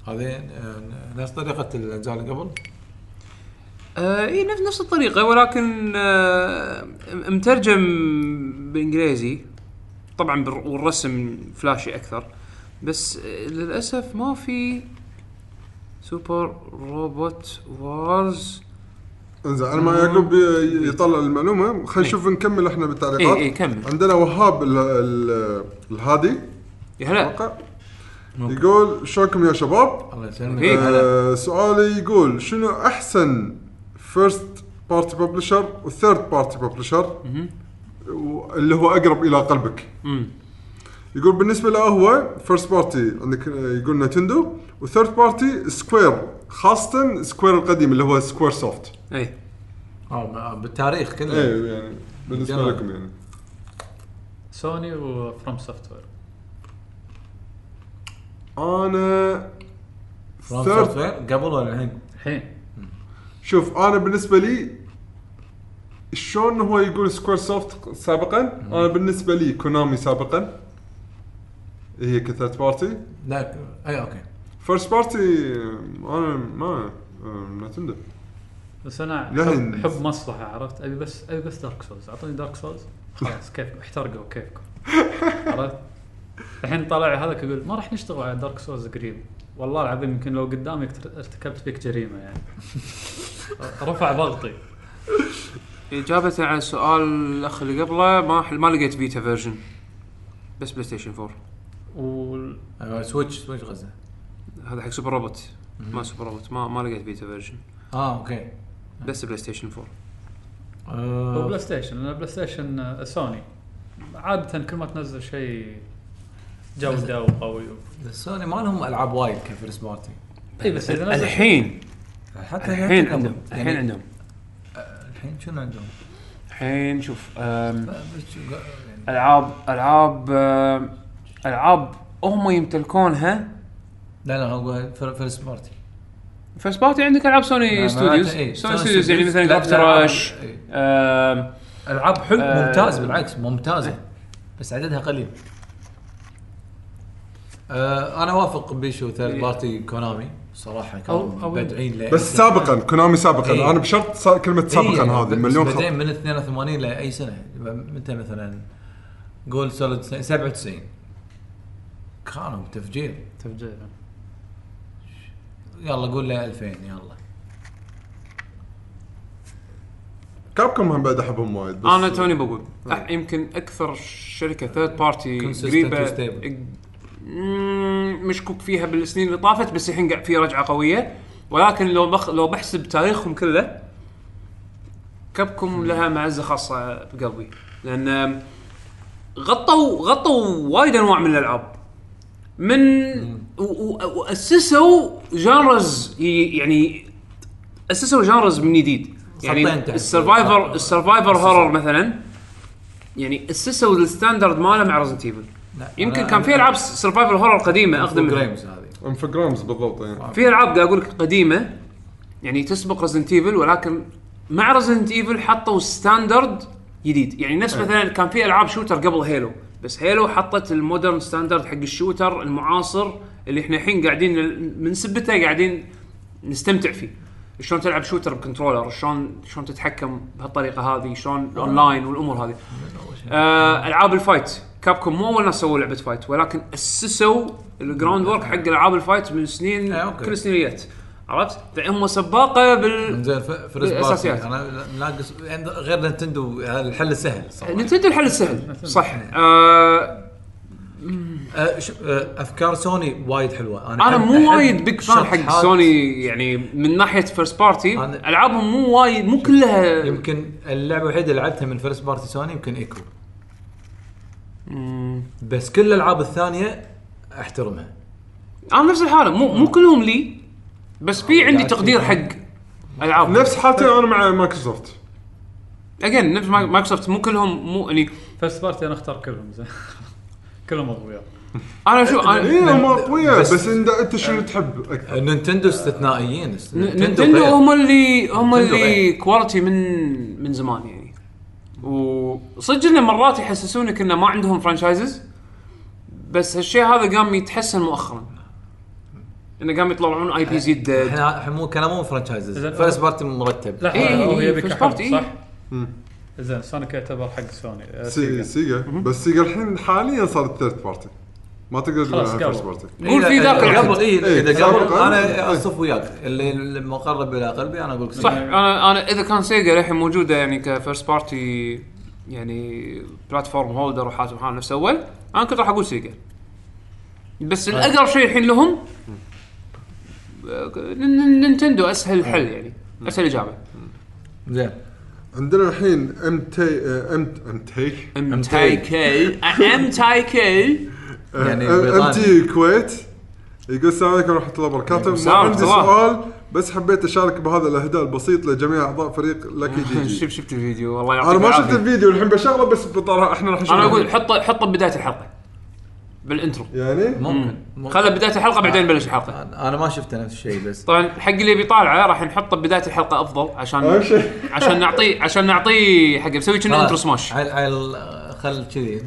[SPEAKER 4] هذه آه، نفس طريقه الاجزاء اللي قبل
[SPEAKER 1] اي آه، إيه، نفس نفس الطريقه ولكن آه م- مترجم بالانجليزي طبعا بالر- والرسم فلاشي اكثر بس آه، للاسف ما في سوبر روبوت وارز
[SPEAKER 2] انزين انا ما يعقوب ي- يطلع المعلومه خلينا نشوف نكمل احنا بالتعليقات
[SPEAKER 1] اي اي كمل
[SPEAKER 2] عندنا وهاب ال- ال- الهادي
[SPEAKER 1] يا هلا
[SPEAKER 2] اتوقع يقول شلونكم يا شباب؟
[SPEAKER 4] الله يسلمك
[SPEAKER 1] إيه.
[SPEAKER 2] آه، سؤالي يقول شنو احسن فيرست بارتي ببلشر وثيرد بارتي ببلشر اللي هو اقرب الى قلبك
[SPEAKER 1] مم.
[SPEAKER 2] يقول بالنسبه له هو فيرست بارتي عندك آه، يقول نتندو وثيرد بارتي سكوير خاصه سكوير القديم اللي هو سكوير سوفت
[SPEAKER 1] اي
[SPEAKER 4] آه، بالتاريخ كله
[SPEAKER 2] اي يعني بالنسبه
[SPEAKER 4] جمال.
[SPEAKER 2] لكم يعني
[SPEAKER 3] سوني وفروم سوفت وير
[SPEAKER 2] انا
[SPEAKER 4] From
[SPEAKER 2] Third-
[SPEAKER 4] Software قبل ولا الحين؟
[SPEAKER 3] الحين
[SPEAKER 2] شوف انا بالنسبه لي شلون هو يقول سكوير سوفت سابقا انا بالنسبه لي كونامي سابقا هي كثرت بارتي
[SPEAKER 4] لا إيه، اي اوكي
[SPEAKER 2] فيرست بارتي انا ما نتندو
[SPEAKER 3] بس انا
[SPEAKER 2] لهن.
[SPEAKER 3] أحب- احب مصلحه عرفت ابي بس ابي بس دارك سولز اعطوني دارك سولز خلاص كيف احترقوا كيفكم عرفت الحين طالع هذاك يقول ما راح نشتغل على دارك سولز قريب والله العظيم يمكن لو قدامي اكت- ارتكبت فيك جريمه يعني رفع ضغطي
[SPEAKER 1] اجابه على سؤال الاخ اللي قبله ما ما لقيت فيتا فيرجن بس بلاي ستيشن 4
[SPEAKER 3] وال-
[SPEAKER 4] آه، سويتش سويتش غزه
[SPEAKER 1] هذا حق سوبر روبوت ما سوبر روبوت ما ما لقيت فيتا فيرجن
[SPEAKER 4] اه اوكي
[SPEAKER 1] بس بلاي ستيشن 4
[SPEAKER 3] هو بلاي
[SPEAKER 4] آه
[SPEAKER 3] ستيشن لان بلاي ستيشن آه، سوني عاده كل ما تنزل شيء جوده وقوي
[SPEAKER 4] سوني ما لهم العاب وايد كفيرست بارتي
[SPEAKER 3] اي بس اذا نزل
[SPEAKER 1] إيه، الحين
[SPEAKER 4] حتى
[SPEAKER 1] الحين
[SPEAKER 4] نتندو
[SPEAKER 1] عندهم
[SPEAKER 4] يعني
[SPEAKER 1] الحين عندهم
[SPEAKER 4] الحين شنو عندهم؟
[SPEAKER 1] الحين شوف أم،
[SPEAKER 4] لا، بس شو- يعني
[SPEAKER 1] العاب العاب أم، العاب هم يمتلكونها
[SPEAKER 4] لا لا هو فيرست بارتي
[SPEAKER 1] فيرست بارتي عندك العاب سوني ستوديوز
[SPEAKER 4] معناته إيه،
[SPEAKER 1] سوني
[SPEAKER 4] سوني
[SPEAKER 1] ستوديوز يعني
[SPEAKER 4] ستوديوز.
[SPEAKER 1] مثلا
[SPEAKER 4] لا،
[SPEAKER 1] جرافتي
[SPEAKER 4] لا،
[SPEAKER 1] راش
[SPEAKER 4] إيه.
[SPEAKER 1] آم،
[SPEAKER 4] العاب حلو
[SPEAKER 1] آه،
[SPEAKER 4] ممتاز بالعكس ممتازه بس عددها قليل آه انا وافق بيشو ثيرد
[SPEAKER 1] إيه.
[SPEAKER 4] بارتي كونامي صراحه
[SPEAKER 3] أو-
[SPEAKER 4] كانوا
[SPEAKER 3] أو-
[SPEAKER 4] بدعين لاي
[SPEAKER 2] بس سابقا كونامي سابقا
[SPEAKER 4] إيه.
[SPEAKER 2] انا بشرط سا- كلمه سابقا
[SPEAKER 4] إيه،
[SPEAKER 2] هذه
[SPEAKER 4] بس
[SPEAKER 2] مليون خط
[SPEAKER 4] بعدين من 82 لاي سنه متى مثلا جول سوليد 97 كانوا تفجير
[SPEAKER 3] تفجير
[SPEAKER 4] يلا قول له 2000 يلا
[SPEAKER 2] كابكم هم بعد احبهم وايد بس
[SPEAKER 1] انا توني بقول أح- يمكن اكثر شركه ثيرد بارتي
[SPEAKER 4] طيب. Consistent
[SPEAKER 1] قريبه
[SPEAKER 4] وstable.
[SPEAKER 1] إق- مم، مشكوك فيها بالسنين اللي طافت بس الحين قاعد في رجعه قويه ولكن لو بخ لو بحسب تاريخهم كله كبكم لها معزه خاصه بقلبي لان غطوا غطوا وايد انواع من الالعاب من و- و- واسسوا جانرز يعني اسسوا جانرز من جديد يعني
[SPEAKER 4] خطين تحت.
[SPEAKER 1] السرفايفر السرفايفر هورر مثلا يعني اسسوا الستاندرد ماله مع رزنت ايفل
[SPEAKER 4] لا،
[SPEAKER 1] يمكن
[SPEAKER 4] أنا-
[SPEAKER 1] كان في العاب سرفايفل هورر قديمه اقدم منها
[SPEAKER 4] جريمز هذه
[SPEAKER 2] انفجرامز بالضبط
[SPEAKER 4] آه.
[SPEAKER 2] يعني
[SPEAKER 1] في العاب قاعد اقول لك قديمه يعني تسبق رزنت ايفل ولكن مع رزنت ايفل حطوا ستاندرد جديد يعني نفس مثلا كان في العاب شوتر قبل هيلو بس هيلو حطت المودرن ستاندرد حق الشوتر المعاصر اللي احنا الحين قاعدين من سبته قاعدين نستمتع فيه شلون تلعب شوتر بكنترولر شلون شلون تتحكم بهالطريقه هذه شلون الاونلاين والامور هذه آه، العاب الفايت كابكوم مو اول ناس سووا لعبه فايت ولكن اسسوا الجراوند ورك حق العاب الفايت من سنين
[SPEAKER 4] آه، أوكي.
[SPEAKER 1] كل السنين اللي جت عرفت؟ فهم سباقه بال
[SPEAKER 4] زين ف- فيرست
[SPEAKER 1] إيه،
[SPEAKER 4] بارتي
[SPEAKER 1] بالأساسيات.
[SPEAKER 4] انا ناقص عند- غير نتندو الحل سهل صراحه
[SPEAKER 1] نتندو الحل السهل صح آه
[SPEAKER 4] أه، ش- أه، افكار سوني وايد حلوه
[SPEAKER 1] انا
[SPEAKER 4] أحب-
[SPEAKER 1] مو
[SPEAKER 4] أحب
[SPEAKER 1] وايد بيج فان حق
[SPEAKER 4] شطحات.
[SPEAKER 1] سوني يعني من ناحيه فيرست بارتي
[SPEAKER 4] أنا-
[SPEAKER 1] العابهم مو وايد مو كلها
[SPEAKER 4] يمكن اللعبه الوحيده اللي لعبتها من فيرست بارتي سوني يمكن ايكو بس كل الالعاب الثانيه احترمها
[SPEAKER 1] انا نفس الحاله مو
[SPEAKER 4] أه.
[SPEAKER 1] مو كلهم لي بس في
[SPEAKER 4] يعني
[SPEAKER 1] عندي تقدير حق العاب
[SPEAKER 2] نفس حالتي انا مع مايكروسوفت
[SPEAKER 1] اجين نفس ماي- مايكروسوفت مو كلهم مو يعني
[SPEAKER 3] فيرست بارتي انا اختار كلهم زين كلهم اغوياء
[SPEAKER 1] انا شو انا
[SPEAKER 2] اي هم اقوياء
[SPEAKER 4] بس-
[SPEAKER 2] إيه، بس إن- انت شنو تحب اكثر
[SPEAKER 4] نينتندو استثنائيين است-
[SPEAKER 1] ن- نينتندو
[SPEAKER 4] غير.
[SPEAKER 1] هم اللي هم
[SPEAKER 4] نينتندو
[SPEAKER 1] اللي
[SPEAKER 4] غير.
[SPEAKER 1] كواليتي من من زمان يعني وصدق انه مرات يحسسونك انه ما عندهم فرانشايزز بس هالشيء هذا قام يتحسن مؤخرا انه قام يطلعون اي بي زي جدد
[SPEAKER 4] احنا إحنا مو كلام مو فرانشايزز
[SPEAKER 3] إذا-
[SPEAKER 4] فيرست بارتي مرتب
[SPEAKER 3] لا
[SPEAKER 1] إيه،
[SPEAKER 3] هو يبي
[SPEAKER 1] فيرست
[SPEAKER 3] كحب
[SPEAKER 1] بارتي،
[SPEAKER 3] صح؟
[SPEAKER 2] مم.
[SPEAKER 3] زين سونيك يعتبر حق سوني آه،
[SPEAKER 2] سيجا
[SPEAKER 3] سيجا.
[SPEAKER 2] سيجا بس سيجا الحين حاليا صارت ثيرد بارتي ما تقدر تقول
[SPEAKER 3] خلاص،
[SPEAKER 2] عنها
[SPEAKER 3] قبل.
[SPEAKER 2] فيرست بارتي
[SPEAKER 1] قول في ذاك
[SPEAKER 4] إذا
[SPEAKER 1] الوقت
[SPEAKER 4] قبل إيه،
[SPEAKER 2] إيه،
[SPEAKER 4] اذا قبل
[SPEAKER 2] سابقاً.
[SPEAKER 4] انا
[SPEAKER 2] إيه.
[SPEAKER 4] اصف وياك اللي المقرب الى قلبي انا اقول لك
[SPEAKER 1] صح
[SPEAKER 4] سوني.
[SPEAKER 1] انا انا اذا كان سيجا للحين موجوده يعني كفيرست بارتي يعني بلاتفورم هولدر وحاسب حاله نفس اول انا كنت راح اقول سيجا بس الاقرب شيء الحين لهم آه، نن- نينتندو اسهل حل يعني اسهل اجابه
[SPEAKER 4] زين
[SPEAKER 2] عندنا الحين ام تي ام ام تي
[SPEAKER 1] ام تايكل ام تايكل
[SPEAKER 6] يعني
[SPEAKER 2] ام
[SPEAKER 6] بريطاني.
[SPEAKER 2] جي كويت يقول السلام عليكم ورحمه الله وبركاته ما
[SPEAKER 1] السلام
[SPEAKER 2] عندي
[SPEAKER 1] ورحمة
[SPEAKER 2] سؤال بس حبيت اشارك بهذا الاهداء البسيط لجميع اعضاء فريق لكي جي
[SPEAKER 1] شوف
[SPEAKER 2] جي
[SPEAKER 1] شفت الفيديو والله يعطيك
[SPEAKER 2] انا ما
[SPEAKER 1] العافية.
[SPEAKER 2] شفت الفيديو الحين بشغله بس بطلع احنا راح نشوفه
[SPEAKER 1] انا اقول حطه حطه بدايه الحلقه بالانترو
[SPEAKER 2] يعني
[SPEAKER 6] ممكن ممكن.
[SPEAKER 1] خله بدايه الحلقه بعدين بلش الحلقه
[SPEAKER 6] انا أنا ما شفته نفس الشيء بس
[SPEAKER 1] طبعا حق اللي بيطالعه راح نحطه بدايه الحلقه افضل
[SPEAKER 2] اهم
[SPEAKER 1] عشان
[SPEAKER 2] شيء
[SPEAKER 1] عشان نعطيه عشان نعطيه حق مسوي كنا انترو سماش
[SPEAKER 6] عال عال خل كذي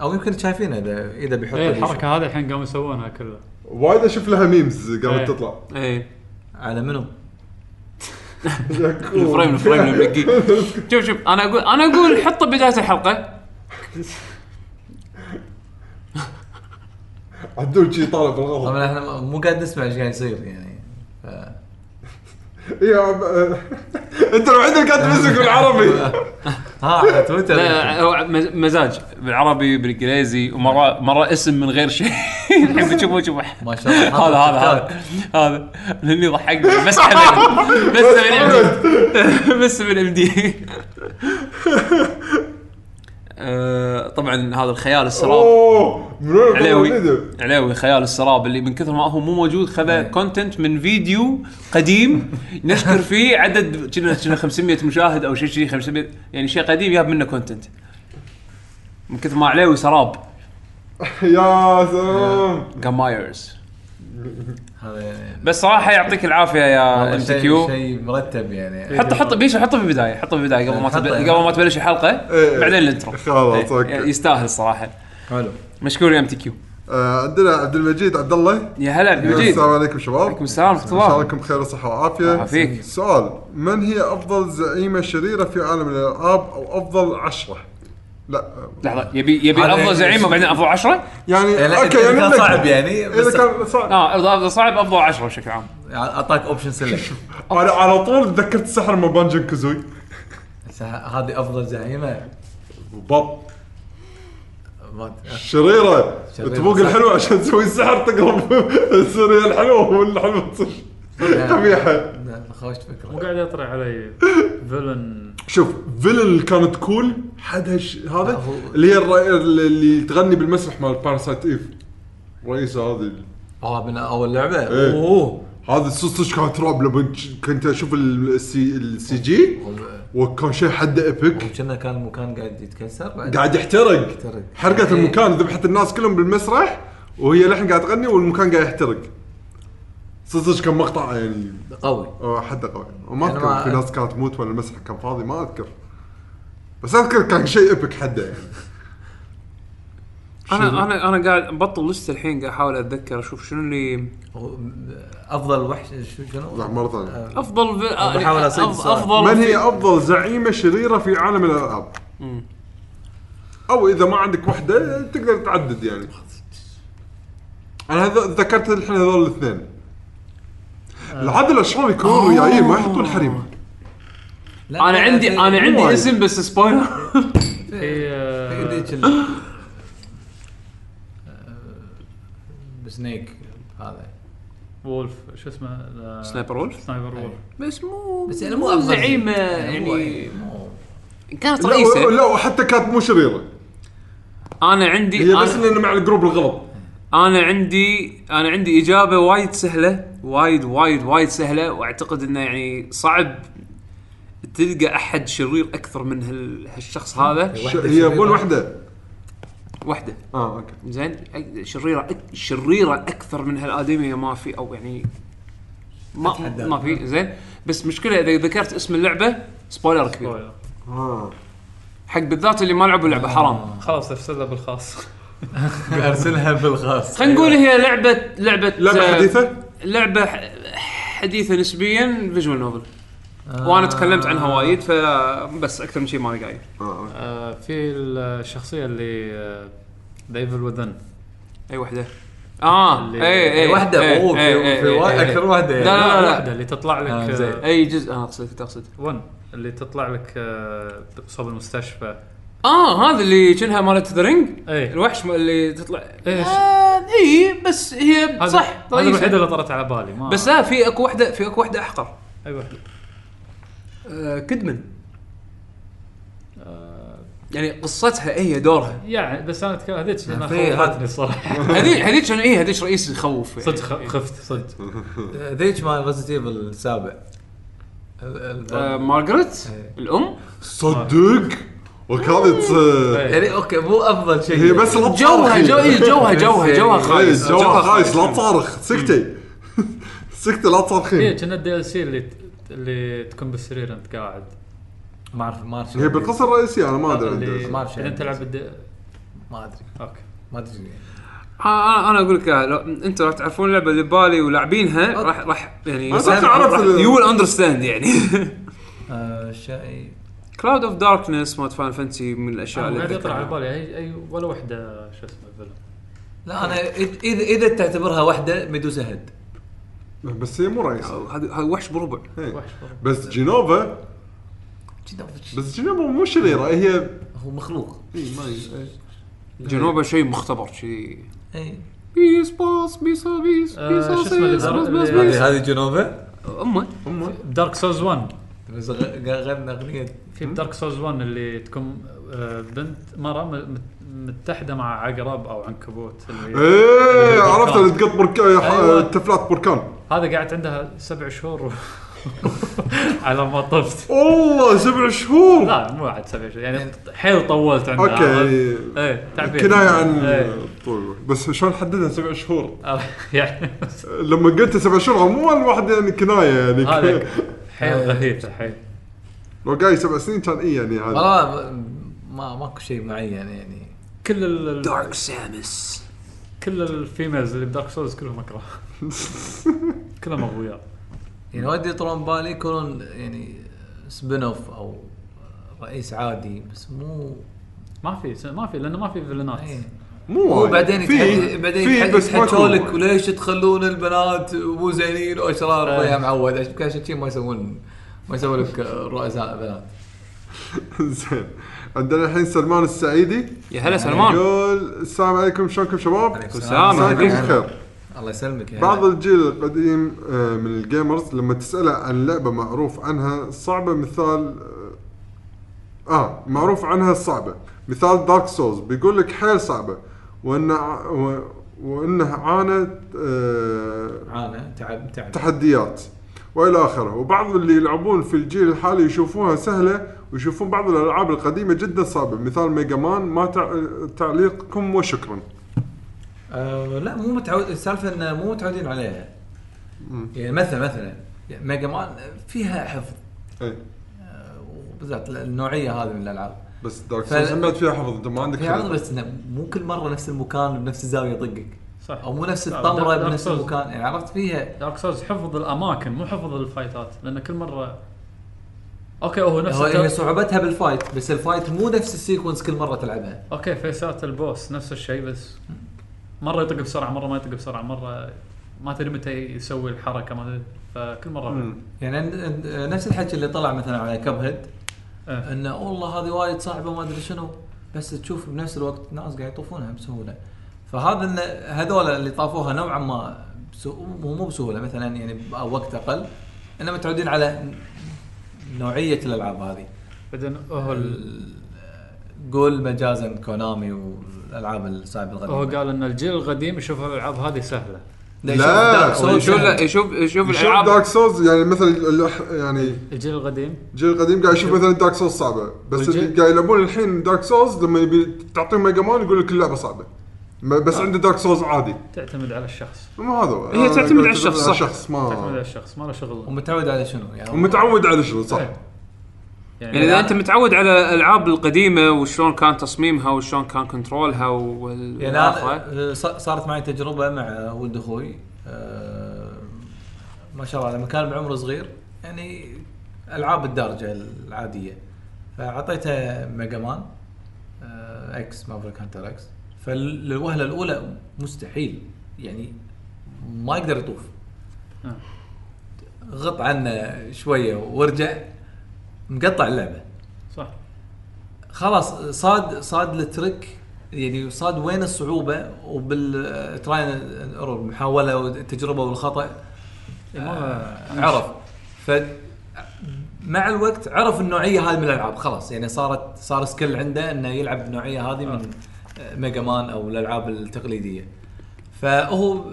[SPEAKER 6] او يمكن شايفينه اذا اذا بيحط
[SPEAKER 3] ايه الحركه هذه الحين قاموا يسوونها كلها
[SPEAKER 2] وايد اشوف لها ميمز قامت
[SPEAKER 3] إيه.
[SPEAKER 2] تطلع
[SPEAKER 1] ايه
[SPEAKER 6] على منو؟
[SPEAKER 1] الفريم الفريم اللي بقيه شوف شوف انا اقول انا اقول حطه بدايه الحلقه
[SPEAKER 2] عدول شي طالع بالغلط
[SPEAKER 6] طبعا احنا مو قاعد نسمع ايش قاعد يصير يعني ف...
[SPEAKER 2] إيه، عم- انت الوحيد اللي قاعد تمسك بالعربي
[SPEAKER 6] ها على تويتر
[SPEAKER 1] لا آه، هو مز- مزاج بالعربي بالانجليزي ومره مره اسم من غير شيء الحين بتشوفوا شوفوا
[SPEAKER 6] ما شاء الله
[SPEAKER 1] هذا هذا هذا هذا لاني ضحكني بس حلو. بس من MD. بس من ام دي طبعا آه، هذا الخيال السراب
[SPEAKER 2] اوه من وين طلع
[SPEAKER 1] عليوي
[SPEAKER 2] الفيديو؟
[SPEAKER 1] عليوي خيال السراب اللي من كثر ما هو مو موجود خذ كونتنت من فيديو قديم نشكر فيه عدد كنا كنا 500 مشاهد او شيء شيء 500 يعني شيء قديم جاب منه كونتنت من كثر ما عليوي سراب
[SPEAKER 2] يا سلام
[SPEAKER 1] جامايرز
[SPEAKER 6] هذا يعني
[SPEAKER 1] بس صراحه يعطيك العافيه يا ام
[SPEAKER 6] والله
[SPEAKER 1] سي
[SPEAKER 6] شيء-
[SPEAKER 1] كيو
[SPEAKER 6] شيء مرتب يعني
[SPEAKER 1] حط حط بيشو حطه في البدايه حطه في البدايه قبل ما
[SPEAKER 6] حطه
[SPEAKER 1] تب...
[SPEAKER 6] يعني.
[SPEAKER 1] قبل ما تبلش الحلقه
[SPEAKER 2] إيه.
[SPEAKER 1] بعدين الانترو
[SPEAKER 2] خلاص،
[SPEAKER 1] إيه.
[SPEAKER 2] أوكي.
[SPEAKER 1] يستاهل الصراحه
[SPEAKER 6] حلو
[SPEAKER 1] مشكور يا ام تي كيو
[SPEAKER 2] آه، عندنا عبد المجيد عبد الله
[SPEAKER 1] يا هلا عبد المجيد
[SPEAKER 2] السلام عليكم شباب
[SPEAKER 1] عليكم السلام ورحمه
[SPEAKER 2] ان شاء الله
[SPEAKER 1] الله
[SPEAKER 2] لكم بخير وصحه
[SPEAKER 1] الله
[SPEAKER 2] وعافيه
[SPEAKER 1] يعافيك.
[SPEAKER 2] سؤال من هي افضل زعيمه شريره في عالم الالعاب او افضل عشرة لا
[SPEAKER 1] لحظه يبي يبي
[SPEAKER 6] هذا
[SPEAKER 1] افضل
[SPEAKER 6] يعني-
[SPEAKER 1] زعيم وبعدين افضل 10
[SPEAKER 6] إيه،
[SPEAKER 2] يعني
[SPEAKER 6] لا،
[SPEAKER 2] اوكي
[SPEAKER 6] إذا
[SPEAKER 2] يعني
[SPEAKER 6] كان
[SPEAKER 2] إنك-
[SPEAKER 6] صعب يعني،
[SPEAKER 2] اذا
[SPEAKER 6] بس-
[SPEAKER 2] كان صعب
[SPEAKER 1] اه افضل صعب افضل 10 بشكل عام
[SPEAKER 6] اعطاك اوبشن سلك
[SPEAKER 2] انا على طول تذكرت سحر ما بانجن كوزوي
[SPEAKER 6] بس ه- هذه افضل زعيمه
[SPEAKER 2] بط
[SPEAKER 6] ما-
[SPEAKER 2] شريره
[SPEAKER 6] شريرة،
[SPEAKER 2] تبوق
[SPEAKER 6] صح.
[SPEAKER 2] الحلو عشان تسوي السحر تقرب السوريه الحلوه والحلوه تصير
[SPEAKER 4] نعم.
[SPEAKER 2] قبيحه
[SPEAKER 6] لا، خوش
[SPEAKER 3] مو
[SPEAKER 6] فكره
[SPEAKER 3] قاعد يطلع علي فيلن
[SPEAKER 2] شوف فيلن اللي كانت كول حد هالش
[SPEAKER 6] لا،
[SPEAKER 2] هذا
[SPEAKER 6] هو-
[SPEAKER 2] اللي هي الر- اللي تغني بالمسرح مال باراسايت ايف رئيسه هذه
[SPEAKER 6] اه من اول لعبه
[SPEAKER 2] إيه.
[SPEAKER 6] اوه
[SPEAKER 2] هذا صدق كان تراب لما ج- كنت اشوف ال- السي السي جي وكان شيء حده ايبك
[SPEAKER 6] كنا كان المكان قاعد يتكسر بعد
[SPEAKER 2] قاعد يحترق
[SPEAKER 6] يحترق. إيه.
[SPEAKER 2] حرقت المكان ذبحت الناس كلهم بالمسرح وهي لحن قاعد تغني والمكان قاعد يحترق صدق كان مقطع يعني
[SPEAKER 6] قوي
[SPEAKER 2] آه، حده قوي وما
[SPEAKER 6] أنا
[SPEAKER 2] اذكر
[SPEAKER 6] ما-
[SPEAKER 2] في ناس كانت تموت ولا المسرح كان فاضي ما اذكر بس اذكر كان شيء ايبك حده يعني
[SPEAKER 1] انا انا انا قاعد بطل لسه الحين قاعد احاول اتذكر اشوف شنو اللي
[SPEAKER 6] هو- افضل وحش شو- شنو؟
[SPEAKER 2] لا مرة ثانية
[SPEAKER 6] آه،
[SPEAKER 1] افضل في آه،
[SPEAKER 6] بحاول أصيد
[SPEAKER 1] أف-
[SPEAKER 6] السؤال.
[SPEAKER 1] افضل
[SPEAKER 2] من هي
[SPEAKER 1] في-
[SPEAKER 2] أفضل زعيمة شريرة في عالم الألعاب؟ أو إذا ما عندك وحدة تقدر تعدد يعني. أنا هذا- ذكرت الحين هذول الاثنين.
[SPEAKER 1] آه.
[SPEAKER 2] العاد الأشرار يكونون وياي ما يحطون حريم.
[SPEAKER 6] لا،
[SPEAKER 1] انا
[SPEAKER 6] لا،
[SPEAKER 1] عندي
[SPEAKER 6] في-
[SPEAKER 1] انا
[SPEAKER 2] وايد.
[SPEAKER 1] عندي اسم بس سبويلر
[SPEAKER 3] في
[SPEAKER 6] في
[SPEAKER 3] آه،
[SPEAKER 6] ذيك ال- آه، سنيك هذا
[SPEAKER 3] وولف شو اسمه آه، لا،
[SPEAKER 1] سنايبر وولف
[SPEAKER 3] سنايبر وولف
[SPEAKER 1] بس مو
[SPEAKER 6] بس يعني مو
[SPEAKER 1] مو
[SPEAKER 6] أفضل
[SPEAKER 1] زعيمه
[SPEAKER 6] يعني مو-
[SPEAKER 1] يعني
[SPEAKER 6] مو-
[SPEAKER 1] كانت
[SPEAKER 2] لا
[SPEAKER 1] رئيسه
[SPEAKER 2] لا وحتى كانت مو شريرة.
[SPEAKER 1] انا عندي
[SPEAKER 2] هي بس
[SPEAKER 1] أنا-
[SPEAKER 2] لأن مع الجروب الغلط.
[SPEAKER 1] انا عندي انا عندي اجابه وايد سهله وايد وايد وايد سهله واعتقد انه يعني صعب تلقى احد شرير اكثر من هال- هالشخص هذا
[SPEAKER 2] ش-
[SPEAKER 6] وحدة
[SPEAKER 2] هي
[SPEAKER 6] شريرة.
[SPEAKER 2] مو وحدة.
[SPEAKER 1] وحده
[SPEAKER 2] اه اوكي.
[SPEAKER 1] زين أك- شريره أك- شريره اكثر من هالادميه ما في او يعني ما
[SPEAKER 6] أتحدى.
[SPEAKER 1] ما في زين بس مشكله اذا ذكرت اسم اللعبه سبويلر كبير
[SPEAKER 3] سبويلر.
[SPEAKER 2] اه
[SPEAKER 1] حق بالذات اللي ما لعبوا اللعبه
[SPEAKER 6] آه.
[SPEAKER 1] حرام
[SPEAKER 3] خلاص افسدها بالخاص
[SPEAKER 6] ارسلها بالخاص
[SPEAKER 1] خلينا نقول هي لعبه لعبه
[SPEAKER 2] لعبة
[SPEAKER 1] آه،
[SPEAKER 2] حديثة؟
[SPEAKER 1] لعبه ح- حديثه نسبيا فيجوال نوفل
[SPEAKER 6] آه.
[SPEAKER 1] وانا تكلمت عنها وايد فبس اكثر من شيء ماني قايل
[SPEAKER 2] اه أوكي.
[SPEAKER 3] آه، في الشخصيه اللي آه، ديفل وذن
[SPEAKER 1] اي وحده اه
[SPEAKER 3] اللي-
[SPEAKER 1] اي اي
[SPEAKER 6] واحده
[SPEAKER 1] اي-
[SPEAKER 6] اوه
[SPEAKER 1] اي-
[SPEAKER 6] في
[SPEAKER 1] اي-
[SPEAKER 6] في
[SPEAKER 1] اي-
[SPEAKER 6] واحد-
[SPEAKER 1] اي-
[SPEAKER 6] اكثر واحده
[SPEAKER 1] لا،
[SPEAKER 6] يعني
[SPEAKER 1] لا، لا.
[SPEAKER 3] واحده آه، اللي تطلع
[SPEAKER 6] آه،
[SPEAKER 3] لك
[SPEAKER 6] زين.
[SPEAKER 3] آه،
[SPEAKER 1] اي جزء انا اقصد كنت اقصد
[SPEAKER 3] ون اللي تطلع لك آه، صوب المستشفى
[SPEAKER 1] اه هذا اللي شنها مالت ذا رينج
[SPEAKER 3] اي
[SPEAKER 1] الوحش ما- اللي تطلع
[SPEAKER 3] إيه.
[SPEAKER 1] آه، اي بس هي
[SPEAKER 3] هذا-
[SPEAKER 1] صح
[SPEAKER 3] هذا الوحيده
[SPEAKER 1] رئيسة.
[SPEAKER 3] اللي طرت على بالي ما أيوة.
[SPEAKER 1] بس لا في اكو وحده في اكو وحده احقر
[SPEAKER 3] اي وحده
[SPEAKER 1] آه، كدمن يعني قصتها هي دورها
[SPEAKER 3] يعني بس انا اتكلم هذيك انا
[SPEAKER 4] في-
[SPEAKER 3] خوفتني الصراحه
[SPEAKER 1] هذيك هذيك كان اي هذيك رئيس يخوف يعني.
[SPEAKER 3] صدق خ- خفت صدق
[SPEAKER 4] ذيك مال ريزنت ايفل السابع ال- ال-
[SPEAKER 1] آه، مارغريت
[SPEAKER 4] إيه.
[SPEAKER 1] الام
[SPEAKER 2] صدق وكانت آه،
[SPEAKER 4] يعني اوكي مو افضل شيء
[SPEAKER 2] هي بس لا
[SPEAKER 1] إيه. جوها
[SPEAKER 2] تصارخي.
[SPEAKER 1] جو- إيه، جوها جوها جوها
[SPEAKER 2] إيه،
[SPEAKER 1] خايس
[SPEAKER 2] جوها خايس لا تصارخ سكتي سكتي لا
[SPEAKER 3] هي
[SPEAKER 2] تصارخين
[SPEAKER 3] كنا الدي ال سي اللي ت- اللي تكون بالسرير انت قاعد
[SPEAKER 4] ما اعرف ما اعرف
[SPEAKER 2] هي بالقصه الرئيسيه انا ما
[SPEAKER 3] اللي-
[SPEAKER 2] ادري
[SPEAKER 4] ما أعرف شيء.
[SPEAKER 3] اللي انت تلعب بالدي-
[SPEAKER 4] ما ادري
[SPEAKER 3] اوكي
[SPEAKER 4] ما ادري
[SPEAKER 1] انا انا اقول آه، لك يا- لو انتم راح تعرفون اللعبه اللي ببالي ولاعبينها راح راح يعني
[SPEAKER 2] بس أنت عرفت ال-
[SPEAKER 1] يو ويل اندرستاند يعني
[SPEAKER 4] آه، شيء
[SPEAKER 1] كلاود اوف داركنس مالت فان فانتسي من الاشياء
[SPEAKER 3] قاعد
[SPEAKER 1] اللي
[SPEAKER 3] آه، يطلع على
[SPEAKER 1] أتذكرها.
[SPEAKER 3] بالي اي اي ولا وحده شو اسمه الفيلم
[SPEAKER 4] لا انا إذ- اذا اذا تعتبرها واحده ميدوزا هيد
[SPEAKER 2] بس هي مو رئيسه
[SPEAKER 1] هذا هذا وحش بربع
[SPEAKER 2] إيه.
[SPEAKER 3] وحش والله.
[SPEAKER 2] بس جنوفا
[SPEAKER 4] كذا
[SPEAKER 2] بس جنوفا مو شريره هي
[SPEAKER 4] هو مخلوق
[SPEAKER 2] إيه، ما ي-
[SPEAKER 1] جنوبه شيء مختبر شيء
[SPEAKER 4] اي
[SPEAKER 1] بيس باس بيس بيس بيس
[SPEAKER 3] آه، شو اسمه اللي
[SPEAKER 1] بيس
[SPEAKER 3] ضرب-
[SPEAKER 1] بيس
[SPEAKER 3] اللي-
[SPEAKER 1] بيس
[SPEAKER 4] هذه هذه جنوفا
[SPEAKER 1] امه
[SPEAKER 2] هم
[SPEAKER 3] دارك سولز 1
[SPEAKER 4] بس غ- غنى اغنيه
[SPEAKER 3] في بدارك سولز 1 اللي تكون آه، بنت مره م- مت- متحده مع عقرب او عنكبوت اللي
[SPEAKER 2] ايه
[SPEAKER 3] اللي بالبركان.
[SPEAKER 2] عرفت اللي تقط بركان
[SPEAKER 3] أيوة.
[SPEAKER 2] تفلات بركان
[SPEAKER 3] هذا قعدت عندها سبع شهور و... على ما طفت
[SPEAKER 2] والله سبع شهور
[SPEAKER 3] لا مو عاد سبع شهور يعني حيل طولت عندها عرفت؟
[SPEAKER 2] اوكي
[SPEAKER 3] ايه تعبير
[SPEAKER 2] كنايه عن
[SPEAKER 3] إيه.
[SPEAKER 2] طول بس شلون حددها سبع شهور؟
[SPEAKER 3] يعني
[SPEAKER 2] لما قلت سبع شهور مو الواحد يعني كنايه يعني
[SPEAKER 3] هذا حيل غثيث حيل
[SPEAKER 2] لو قاي سبع سنين كان اي يعني هذا
[SPEAKER 4] والله ب- ما ماكو شيء معين يعني
[SPEAKER 3] كل ال... ال-
[SPEAKER 1] دارك سامس
[SPEAKER 3] كل الفيميلز اللي بدارك سولز كلهم اكره كلهم اغوياء
[SPEAKER 4] يعني ودي يطلعون بالي يكونون يعني سبين اوف او رئيس عادي بس مو
[SPEAKER 3] ما في ما في لانه ما في
[SPEAKER 4] إيه.
[SPEAKER 3] فيلنات
[SPEAKER 2] مو
[SPEAKER 4] هو
[SPEAKER 2] وايد.
[SPEAKER 4] بعدين
[SPEAKER 2] في
[SPEAKER 4] يتح- بعدين
[SPEAKER 2] في
[SPEAKER 4] يتح-
[SPEAKER 2] بس ما
[SPEAKER 4] يتحكوا
[SPEAKER 2] يكون
[SPEAKER 4] لك
[SPEAKER 2] وايد.
[SPEAKER 4] وليش تخلون البنات مو زينين واشرار
[SPEAKER 3] آه.
[SPEAKER 4] يا معود عشان كان شيء ما يسوون ما يسوون لك رؤساء بنات
[SPEAKER 2] زين عندنا الحين سلمان السعيدي
[SPEAKER 1] يا هلا سلمان
[SPEAKER 2] يقول السلام عليكم شلونكم شباب؟
[SPEAKER 1] السلام
[SPEAKER 2] مساكم
[SPEAKER 1] عليكم.
[SPEAKER 2] بخير
[SPEAKER 4] الله يسلمك يعني يا
[SPEAKER 2] بعض
[SPEAKER 4] هلا.
[SPEAKER 2] الجيل القديم آه، من الجيمرز لما تسأله عن لعبة معروف عنها صعبة مثال آه، اه معروف عنها صعبة مثال دارك سولز بيقول لك حيل صعبة وان ع- و- وانها عانت آه،
[SPEAKER 4] عانى تعب تعب
[SPEAKER 2] تحديات والى اخره وبعض اللي يلعبون في الجيل الحالي يشوفوها سهله ويشوفون بعض الالعاب القديمه جدا صعبه مثال ميجا مان ما تع... تعليقكم وشكرا
[SPEAKER 4] آه لا مو متعود السالفه انه مو متعودين عليها يعني مثلا مثلا يعني ميجا مان فيها حفظ
[SPEAKER 2] اي
[SPEAKER 4] آه، وبالذات النوعيه هذه من الالعاب
[SPEAKER 2] بس دارك
[SPEAKER 4] فال-
[SPEAKER 2] سولز هم بعد فيها حفظ انت ما عندك
[SPEAKER 4] فيها حفظ
[SPEAKER 2] خيار.
[SPEAKER 4] بس انه مو كل مره نفس المكان بنفس الزاويه يطقك
[SPEAKER 3] صح
[SPEAKER 4] او مو نفس
[SPEAKER 3] لا،
[SPEAKER 4] الطمره
[SPEAKER 3] دارك- دارك
[SPEAKER 4] بنفس
[SPEAKER 3] سولز.
[SPEAKER 4] المكان يعني عرفت فيها
[SPEAKER 3] دارك سولز حفظ الاماكن مو حفظ الفايتات لان كل مره اوكي هو نفس
[SPEAKER 4] هو هي
[SPEAKER 3] التر...
[SPEAKER 4] صعوبتها بالفايت بس الفايت مو نفس السيكونس كل مره تلعبها
[SPEAKER 3] اوكي فيسات البوس نفس الشيء بس مره يطق بسرعه مره ما يطق بسرعه مره ما تدري متى يسوي الحركه ما تدري فكل مره
[SPEAKER 2] مم.
[SPEAKER 4] يعني عند- عند- نفس الحكي اللي طلع مثلا على كب هيد
[SPEAKER 3] إيه.
[SPEAKER 4] انه والله هذه وايد صعبه وما ادري شنو بس تشوف بنفس الوقت ناس قاعد يطوفونها بسهوله فهذا ان هذول اللي طافوها نوعا ما بسو... مو مو بسهوله مثلا يعني بوقت اقل انه متعودين على نوعيه الالعاب هذه
[SPEAKER 3] بعدين هو ال...
[SPEAKER 4] قول مجازا كونامي والالعاب السايبر
[SPEAKER 3] هو
[SPEAKER 4] الغريبه
[SPEAKER 3] قال ان الجيل القديم يشوف الالعاب هذه سهله
[SPEAKER 2] لا.
[SPEAKER 1] يشوف طيب، لا- يشوف يشوف
[SPEAKER 2] يشوف
[SPEAKER 1] الالعاب
[SPEAKER 2] دارك سولز يعني مثلا ال- يعني
[SPEAKER 3] الجيل القديم
[SPEAKER 2] الجيل القديم قاعد يشوف مثلا دارك سولز صعبه بس
[SPEAKER 3] والجيل-
[SPEAKER 2] اللي قاعد يلعبون الحين دارك سولز لما يبي تعطيهم ميجا مان يقول لك اللعبه صعبه ما- بس عنده دارك سولز عادي
[SPEAKER 3] تعتمد على الشخص
[SPEAKER 2] مو هذا هو.
[SPEAKER 1] هي
[SPEAKER 2] أنا
[SPEAKER 1] تعتمد
[SPEAKER 2] أقول
[SPEAKER 1] على الشخص، صح.
[SPEAKER 2] الشخص
[SPEAKER 3] تعتمد على
[SPEAKER 2] ما
[SPEAKER 3] الشخص ما له شغل
[SPEAKER 4] ومتعود على شنو يعني
[SPEAKER 2] ومتعود على شنو صح
[SPEAKER 3] إيه.
[SPEAKER 1] يعني اذا انت متعود على الالعاب القديمه وشلون كان تصميمها وشلون كان كنترولها وال
[SPEAKER 4] يعني أنا ص- صارت معي تجربه مع ولد اخوي آه، ما شاء الله لما كان بعمره صغير يعني العاب الدارجه العاديه فاعطيته ميجا مان آه، اكس مافريك هانتر اكس فالوهله الاولى مستحيل يعني ما يقدر يطوف
[SPEAKER 3] آه.
[SPEAKER 4] غط عنه شويه وارجع مقطع اللعبه
[SPEAKER 3] صح
[SPEAKER 4] خلاص صاد صاد الترك يعني صاد وين آه، الصعوبه وبالتراين المحاوله والتجربه والخطا
[SPEAKER 3] إيه، ما-
[SPEAKER 4] عرف ف آه، مع الوقت عرف النوعيه هذه من الالعاب خلاص يعني صارت صار سكيل عنده انه يلعب النوعيه هذه من ميجا مان او الالعاب التقليديه فهو آه،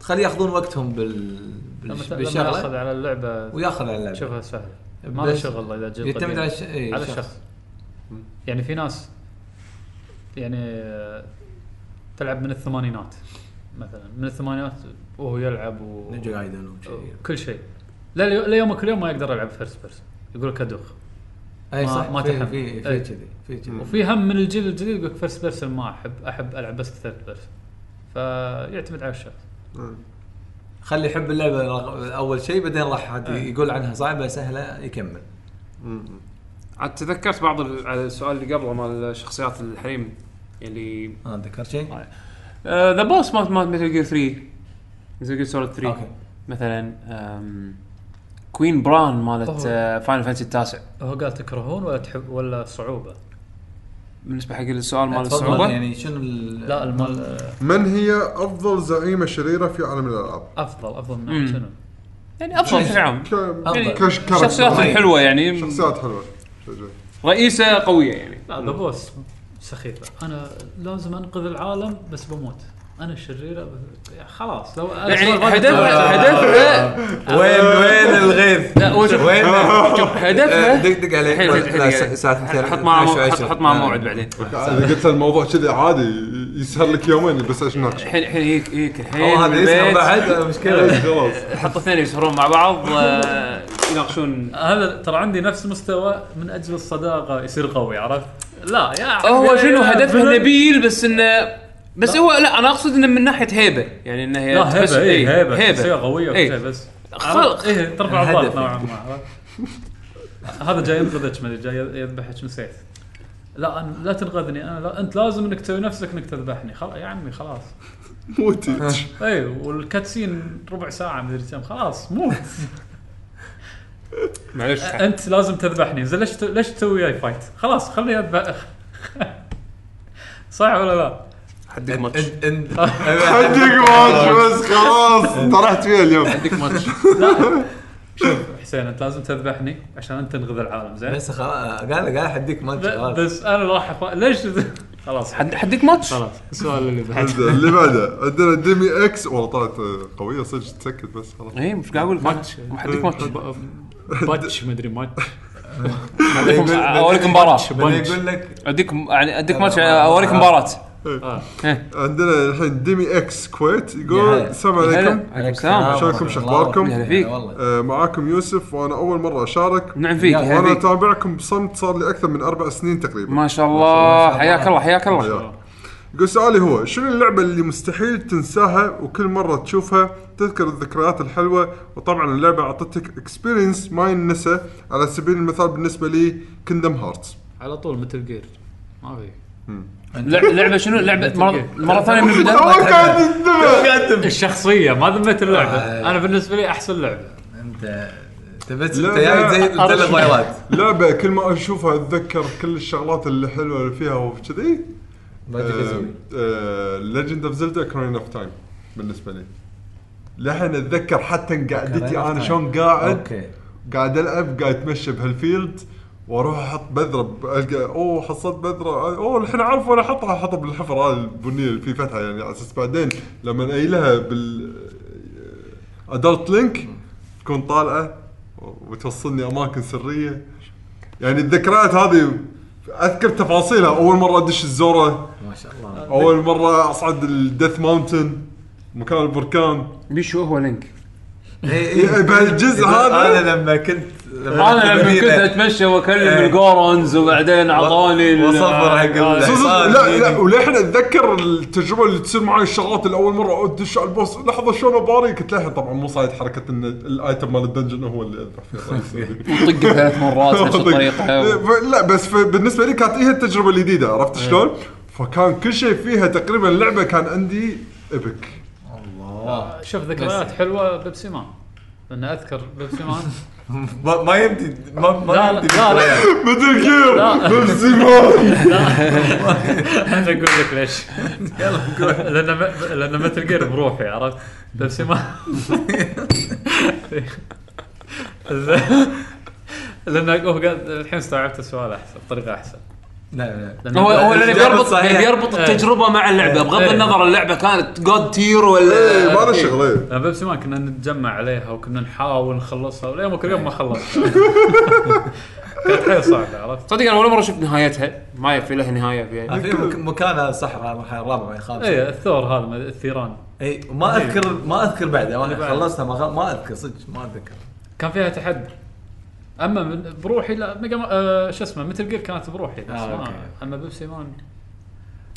[SPEAKER 4] خليه ياخذون وقتهم بال
[SPEAKER 3] لما
[SPEAKER 4] بالش-
[SPEAKER 3] ت- لما ياخذ
[SPEAKER 4] بالشغله
[SPEAKER 3] على اللعبه
[SPEAKER 4] وياخذ على اللعبه
[SPEAKER 3] شوفها سهله ما له
[SPEAKER 4] بس
[SPEAKER 3] شغل اذا جيت
[SPEAKER 4] يعتمد
[SPEAKER 3] طبيعي.
[SPEAKER 4] على الش- إيه،
[SPEAKER 3] على
[SPEAKER 4] شخص.
[SPEAKER 3] الشخص يعني في ناس يعني آه، تلعب من الثمانينات مثلا من الثمانينات وهو يلعب و...
[SPEAKER 4] نينجا جايدن وشي.
[SPEAKER 3] وكل شيء للي- ليومك اليوم ما يقدر يلعب فيرست بيرسون يقول لك ادوخ
[SPEAKER 4] اي
[SPEAKER 3] ما-
[SPEAKER 4] صح
[SPEAKER 3] ما
[SPEAKER 4] ما في
[SPEAKER 3] تحمل.
[SPEAKER 4] في في
[SPEAKER 3] أي.
[SPEAKER 4] كذي في كذي
[SPEAKER 3] وفي هم من الجيل الجديد يقول لك فيرست بيرسون ما احب احب العب بس ثيرد بيرسون فيعتمد على الشخص
[SPEAKER 4] خلي يحب اللعبه رغ- اول شيء بعدين راح عاد يقول عنها صعبه سهله يكمل
[SPEAKER 1] عاد تذكرت بعض ال- على السؤال اللي قبله مال شخصيات الحريم اللي
[SPEAKER 4] انا ذكرت شيء
[SPEAKER 1] ذا بوس آه، مال مال متل جير 3 متل جير سوليد 3
[SPEAKER 4] اوكي
[SPEAKER 1] مثلا كوين بران مالت
[SPEAKER 3] أوه.
[SPEAKER 1] فاينل فانتسي التاسع
[SPEAKER 3] هو قال تكرهون ولا تحب ولا صعوبه؟
[SPEAKER 1] بالنسبه حق السؤال مال
[SPEAKER 4] تفضل،
[SPEAKER 1] الصعوبه
[SPEAKER 4] يعني شنو ال-
[SPEAKER 3] لا المال آه،
[SPEAKER 2] من هي افضل زعيمه شريره في عالم الالعاب؟
[SPEAKER 3] افضل افضل
[SPEAKER 1] مم.
[SPEAKER 3] من شنو؟
[SPEAKER 1] يعني افضل بشكل عام
[SPEAKER 2] ك...
[SPEAKER 4] أفضل.
[SPEAKER 2] كش... كاركتر.
[SPEAKER 1] شخصيات
[SPEAKER 4] طيب.
[SPEAKER 1] حلوه يعني
[SPEAKER 2] شخصيات حلوه شجاع.
[SPEAKER 1] رئيسه قويه يعني
[SPEAKER 3] لا ذا بوس سخيفه انا لازم انقذ العالم بس بموت انا الشريره ب- يا خلاص لو أنا
[SPEAKER 1] يعني
[SPEAKER 3] سؤال وايد
[SPEAKER 1] هدفها
[SPEAKER 3] طويل.
[SPEAKER 1] هدفها
[SPEAKER 6] وين وين الغيث؟
[SPEAKER 1] لا هو شوف
[SPEAKER 6] وين؟
[SPEAKER 1] شوف
[SPEAKER 6] آه،
[SPEAKER 1] هدفها
[SPEAKER 6] دق دق عليه
[SPEAKER 1] الحين- الحين-
[SPEAKER 6] لا،
[SPEAKER 1] الحين.
[SPEAKER 6] س- ساعة اثنين،
[SPEAKER 1] حط معه
[SPEAKER 6] عشرة،
[SPEAKER 1] حط
[SPEAKER 6] عشرة.
[SPEAKER 1] حط معه
[SPEAKER 4] آه.
[SPEAKER 6] لا، لا.
[SPEAKER 1] موعد بعدين
[SPEAKER 2] اذا يعني قلت الموضوع كذي عادي يسهل لك يومين بس عشان ناقش
[SPEAKER 1] الحين الحين هيك هيك
[SPEAKER 4] آه.
[SPEAKER 1] الحين
[SPEAKER 6] هو هذا يسمع
[SPEAKER 1] بالبيت.
[SPEAKER 6] بعد
[SPEAKER 1] إيه،
[SPEAKER 6] مشكله
[SPEAKER 2] خلاص
[SPEAKER 1] حطوا اثنين يسهرون مع بعض آه، يناقشون
[SPEAKER 3] هذا ترى عندي نفس مستوى من اجل الصداقه يصير قوي عرفت؟ لا يا
[SPEAKER 1] آه، هو
[SPEAKER 3] حبيبي،
[SPEAKER 1] شنو
[SPEAKER 3] يا
[SPEAKER 1] هدفه
[SPEAKER 3] فلان.
[SPEAKER 1] نبيل بس انه بس هو لا انا اقصد انه من ناحيه هيبه يعني انه هي إيه،
[SPEAKER 3] لا إيه، هبه اي هبه شخصيه
[SPEAKER 1] هيبه
[SPEAKER 3] قويه
[SPEAKER 1] إيه.
[SPEAKER 3] وكذا بس
[SPEAKER 1] خلق.
[SPEAKER 3] اي إيه، ترفع الضغط
[SPEAKER 6] الهدف.
[SPEAKER 3] نوعا ما عرفت؟ هذا جاي ينقذك ما أدري، جاي يذبحك من سيف لا أنا لا تنقذني انا لا انت لازم انك تسوي نفسك انك تذبحني خلاص يا عمي خلاص
[SPEAKER 2] موتي
[SPEAKER 3] اي إيه، والكاتسين ربع ساعه مدري كم خلاص موت
[SPEAKER 1] معلش
[SPEAKER 3] انت لازم تذبحني زين ليش ت- ليش تسوي وياي فايت؟ خلاص خلني اذبح صح ولا لا؟
[SPEAKER 1] حدك ماتش
[SPEAKER 6] إن- إن-
[SPEAKER 2] عندك ماتش بس خلاص طرحت فيها اليوم
[SPEAKER 1] حدك ماتش
[SPEAKER 3] لا شوف حسين انت لازم تذبحني عشان انت تنقذ العالم زين
[SPEAKER 4] بس خلاص قال قال حديك ما
[SPEAKER 3] ب-
[SPEAKER 4] انت
[SPEAKER 3] بس انا راح أف- ليش خلاص
[SPEAKER 1] حد حدك ماتش
[SPEAKER 3] خلاص السؤال اللي بعد
[SPEAKER 2] عندنا اللي بعده عندنا ديمي اكس والله طلعت قويه صدق تسكت بس خلاص
[SPEAKER 1] اي إيه، مش قاعد اقول لك ماتش مو حدك ماتش
[SPEAKER 3] باتش مدري ماتش
[SPEAKER 1] اوريك مباراه
[SPEAKER 6] يقول لك
[SPEAKER 1] اديك يعني اديك ماتش اوريك مباراه
[SPEAKER 2] عندنا الحين ديمي اكس كويت يقول
[SPEAKER 4] يا هلا.
[SPEAKER 2] السلام عليكم
[SPEAKER 1] عليكم السلام
[SPEAKER 2] شلونكم شو اخباركم؟
[SPEAKER 1] هلا فيك.
[SPEAKER 4] آه، يعني والله
[SPEAKER 2] آه، معاكم يوسف وانا اول مره اشارك
[SPEAKER 1] نعم فيك
[SPEAKER 4] يا
[SPEAKER 2] وانا
[SPEAKER 1] هلا فيك.
[SPEAKER 2] اتابعكم بصمت صار لي اكثر من اربع سنين تقريبا
[SPEAKER 1] ما شاء الله حياك الله حياك الله
[SPEAKER 2] يا. يقول سؤالي هو شنو اللعبه اللي مستحيل تنساها وكل مره تشوفها تذكر الذكريات الحلوه وطبعا اللعبه اعطتك اكسبيرينس ما ينسى على سبيل المثال بالنسبه لي كندم هارتس
[SPEAKER 3] على طول مثل جير ما في
[SPEAKER 1] لع- لعبه شنو لعبه مرة- مره ثانيه من
[SPEAKER 2] هو
[SPEAKER 1] البدايه
[SPEAKER 2] قاعد يندمع.
[SPEAKER 3] الشخصيه ما ذمت اللعبه انا بالنسبه لي احسن لعبه
[SPEAKER 4] انت تبت
[SPEAKER 2] لا، آه.
[SPEAKER 4] انت جاي زي
[SPEAKER 2] لا،
[SPEAKER 4] مثل الفايرات
[SPEAKER 2] لعبه كل ما اشوفها اتذكر كل الشغلات اللي حلوه اللي فيها وكذي آه، ليجند اوف زلدا كراين اوف تايم بالنسبه لي لحن اتذكر حتى قعدتي
[SPEAKER 4] Ocarina of
[SPEAKER 2] انا
[SPEAKER 4] Time.
[SPEAKER 2] شلون قاعد
[SPEAKER 4] اوكي
[SPEAKER 2] قاعد العب قاعد اتمشى بهالفيلد واروح احط بذره ب- القى اوه حصلت بذره اوه الحين اعرف وين احطها احطها بالحفر هذا البنيه اللي فيه فتحه يعني على اساس بعدين لما نايلها بال ادلت لينك تكون طالعه وتوصلني اماكن سريه يعني الذكريات هذه اذكر تفاصيلها اول مره ادش الزوره
[SPEAKER 4] ما شاء الله
[SPEAKER 2] اول مره اصعد الديث ماونتن مكان البركان
[SPEAKER 1] بيشو هو لينك
[SPEAKER 4] اي
[SPEAKER 2] إيه، بهالجزء هذا؟
[SPEAKER 4] انا لما كنت
[SPEAKER 1] انا لما كنت
[SPEAKER 4] بالمدينة
[SPEAKER 1] اتمشى واكلم
[SPEAKER 4] إيه.
[SPEAKER 1] الجورنز وبعدين اعطوني ال-
[SPEAKER 4] وصفر حق ال-
[SPEAKER 2] صدق-
[SPEAKER 6] آه،
[SPEAKER 4] صار
[SPEAKER 2] لا لا
[SPEAKER 4] يعني.
[SPEAKER 2] وللحين اتذكر التجربه اللي تصير معي الشغلات اللي اول مره ادش على البوس لحظه شلون اباري كنت للحين طبعا مو صايد حركه ان الايتم مال الدنجن هو اللي اذبح فيه الرئيس.
[SPEAKER 1] طق ثلاث مرات نفس الطريقه
[SPEAKER 2] ف- لا بس ف- بالنسبه لي كانت هي التجربه الجديده عرفت
[SPEAKER 6] إيه.
[SPEAKER 2] شلون؟ فكان كل شيء فيها تقريبا اللعبه كان عندي ايبك
[SPEAKER 3] شوف ذكريات حلوه بيبسي مان لان اذكر بيبسي مان
[SPEAKER 6] ما ما يبدي ما ما
[SPEAKER 3] لا لا
[SPEAKER 6] يبدي
[SPEAKER 3] لا لا
[SPEAKER 2] مدري كيف
[SPEAKER 3] لا.
[SPEAKER 2] بيبسي مان
[SPEAKER 3] انا اقول لك ليش لان م- لان مثل جير بروحي عرفت بس ما زين. لان هو قال الحين استوعبت السؤال احسن بطريقه احسن
[SPEAKER 4] لا لا
[SPEAKER 3] لأن-
[SPEAKER 1] هو هو اللي
[SPEAKER 4] الاجابة
[SPEAKER 1] بيربط
[SPEAKER 4] صحيحة.
[SPEAKER 1] بيربط التجربه مع اللعبه بغض
[SPEAKER 3] إيه.
[SPEAKER 1] النظر اللعبه كانت جود تير
[SPEAKER 2] ايه
[SPEAKER 1] ولا
[SPEAKER 2] ما له شغل إيه.
[SPEAKER 3] لأن بيبسي مان كنا نتجمع عليها وكنا نحاول نخلصها ولين كل يوم ما خلصنا كانت حيل صعبه عرفت؟
[SPEAKER 1] صدق انا ولا مره شفت نهايتها ما في لها نهايه فيها
[SPEAKER 4] آه، في مك- مكانها صحراء المرحله الرابعه ولا الخامسه
[SPEAKER 3] اي إيه،
[SPEAKER 1] إيه.
[SPEAKER 3] الثور هذا ما- الثيران
[SPEAKER 4] اي إيه، وما اذكر ما اذكر بعدها
[SPEAKER 3] اللي
[SPEAKER 1] إيه.
[SPEAKER 4] انا
[SPEAKER 3] بعد.
[SPEAKER 4] خلصتها ما, خل... ما اذكر صدق ما اتذكر
[SPEAKER 3] كان فيها تحدي اما من بروحي لا ميجا ما- آه، شو اسمه مثل جير كانت بروحي بس
[SPEAKER 4] آه، أوكي.
[SPEAKER 3] ما اما بيبسي مان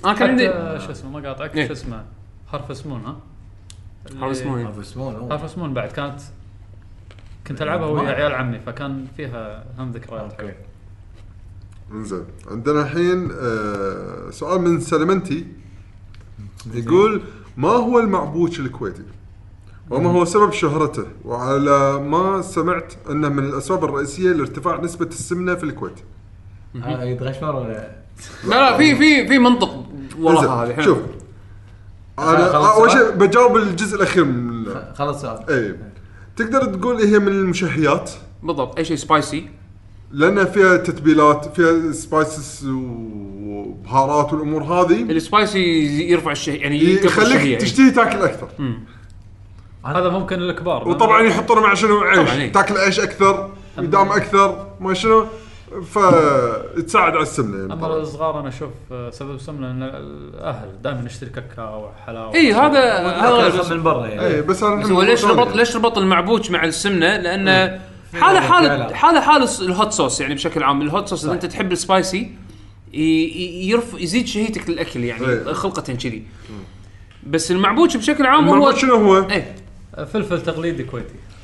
[SPEAKER 1] انا كان عندي
[SPEAKER 3] حتى شو اسمه ما قاطعك
[SPEAKER 1] إيه.
[SPEAKER 3] شو اسمه هارفس مون ها
[SPEAKER 1] هارفست مون.
[SPEAKER 4] ما في اسمه إيه؟ هو.
[SPEAKER 3] هارفس مون بعد كانت كنت العبها ويا
[SPEAKER 4] ما- آه،
[SPEAKER 3] عيال عمي فكان فيها هم ذكريات
[SPEAKER 4] اوكي
[SPEAKER 3] حلوة.
[SPEAKER 2] انزين عندنا الحين آه، سؤال من سلمنتي يقول ما هو المعبوش الكويتي؟ وما هو سبب شهرته؟ وعلى ما سمعت انه من الاسباب الرئيسيه لارتفاع نسبه السمنه في الكويت.
[SPEAKER 4] آه، يتغشمر ولا
[SPEAKER 1] لا لا في في في منطق
[SPEAKER 2] إنزين،
[SPEAKER 1] وراها هذه حلو.
[SPEAKER 2] شوف
[SPEAKER 4] خلاص
[SPEAKER 2] انا اول
[SPEAKER 4] السؤال؟
[SPEAKER 2] شيء بجاوب الجزء الاخير من
[SPEAKER 4] خ- خلص سؤال
[SPEAKER 1] إيه.
[SPEAKER 2] اي تقدر تقول إيه هي من المشهيات
[SPEAKER 1] بالضبط اي شيء سبايسي
[SPEAKER 2] لان فيها تتبيلات فيها سبايسز وبهارات والامور هذه
[SPEAKER 1] السبايسي يرفع الشه يعني يكبر الشهية،
[SPEAKER 2] يخليك
[SPEAKER 1] يعني.
[SPEAKER 2] تشتهي تاكل اكثر
[SPEAKER 3] هذا ممكن الكبار
[SPEAKER 2] وطبعا يحطونه مع شنو
[SPEAKER 1] طبعاً، إيه.
[SPEAKER 2] عيش تاكل عيش اكثر يدام اكثر ما شنو فتساعد على السمنه يعني
[SPEAKER 3] اما
[SPEAKER 2] طبعاً.
[SPEAKER 3] الصغار انا اشوف آه، سبب سمنه ان الاهل دائما يشتري كاكاو وحلاوه
[SPEAKER 1] اي إيه، هذا هذا
[SPEAKER 4] خلص من برا يعني
[SPEAKER 2] اي إيه، بس انا
[SPEAKER 1] بس
[SPEAKER 2] الحين
[SPEAKER 1] هو ليش
[SPEAKER 2] بالنسبة لي
[SPEAKER 1] ربط ليش ربط المعبوش مع السمنه؟ لانه
[SPEAKER 4] إيه.
[SPEAKER 1] حاله
[SPEAKER 4] في
[SPEAKER 1] حاله
[SPEAKER 4] علاقة.
[SPEAKER 1] حاله حال الس- الهوت صوص يعني بشكل عام الهوت صوص اذا انت تحب السبايسي ي- ي- يرف يزيد شهيتك للاكل يعني
[SPEAKER 2] إيه.
[SPEAKER 1] خلقه كذي بس المعبوش بشكل عام هو
[SPEAKER 2] المعبوش شنو هو؟
[SPEAKER 1] ايه
[SPEAKER 3] آه، فلفل تقليدي كويتي
[SPEAKER 4] آه.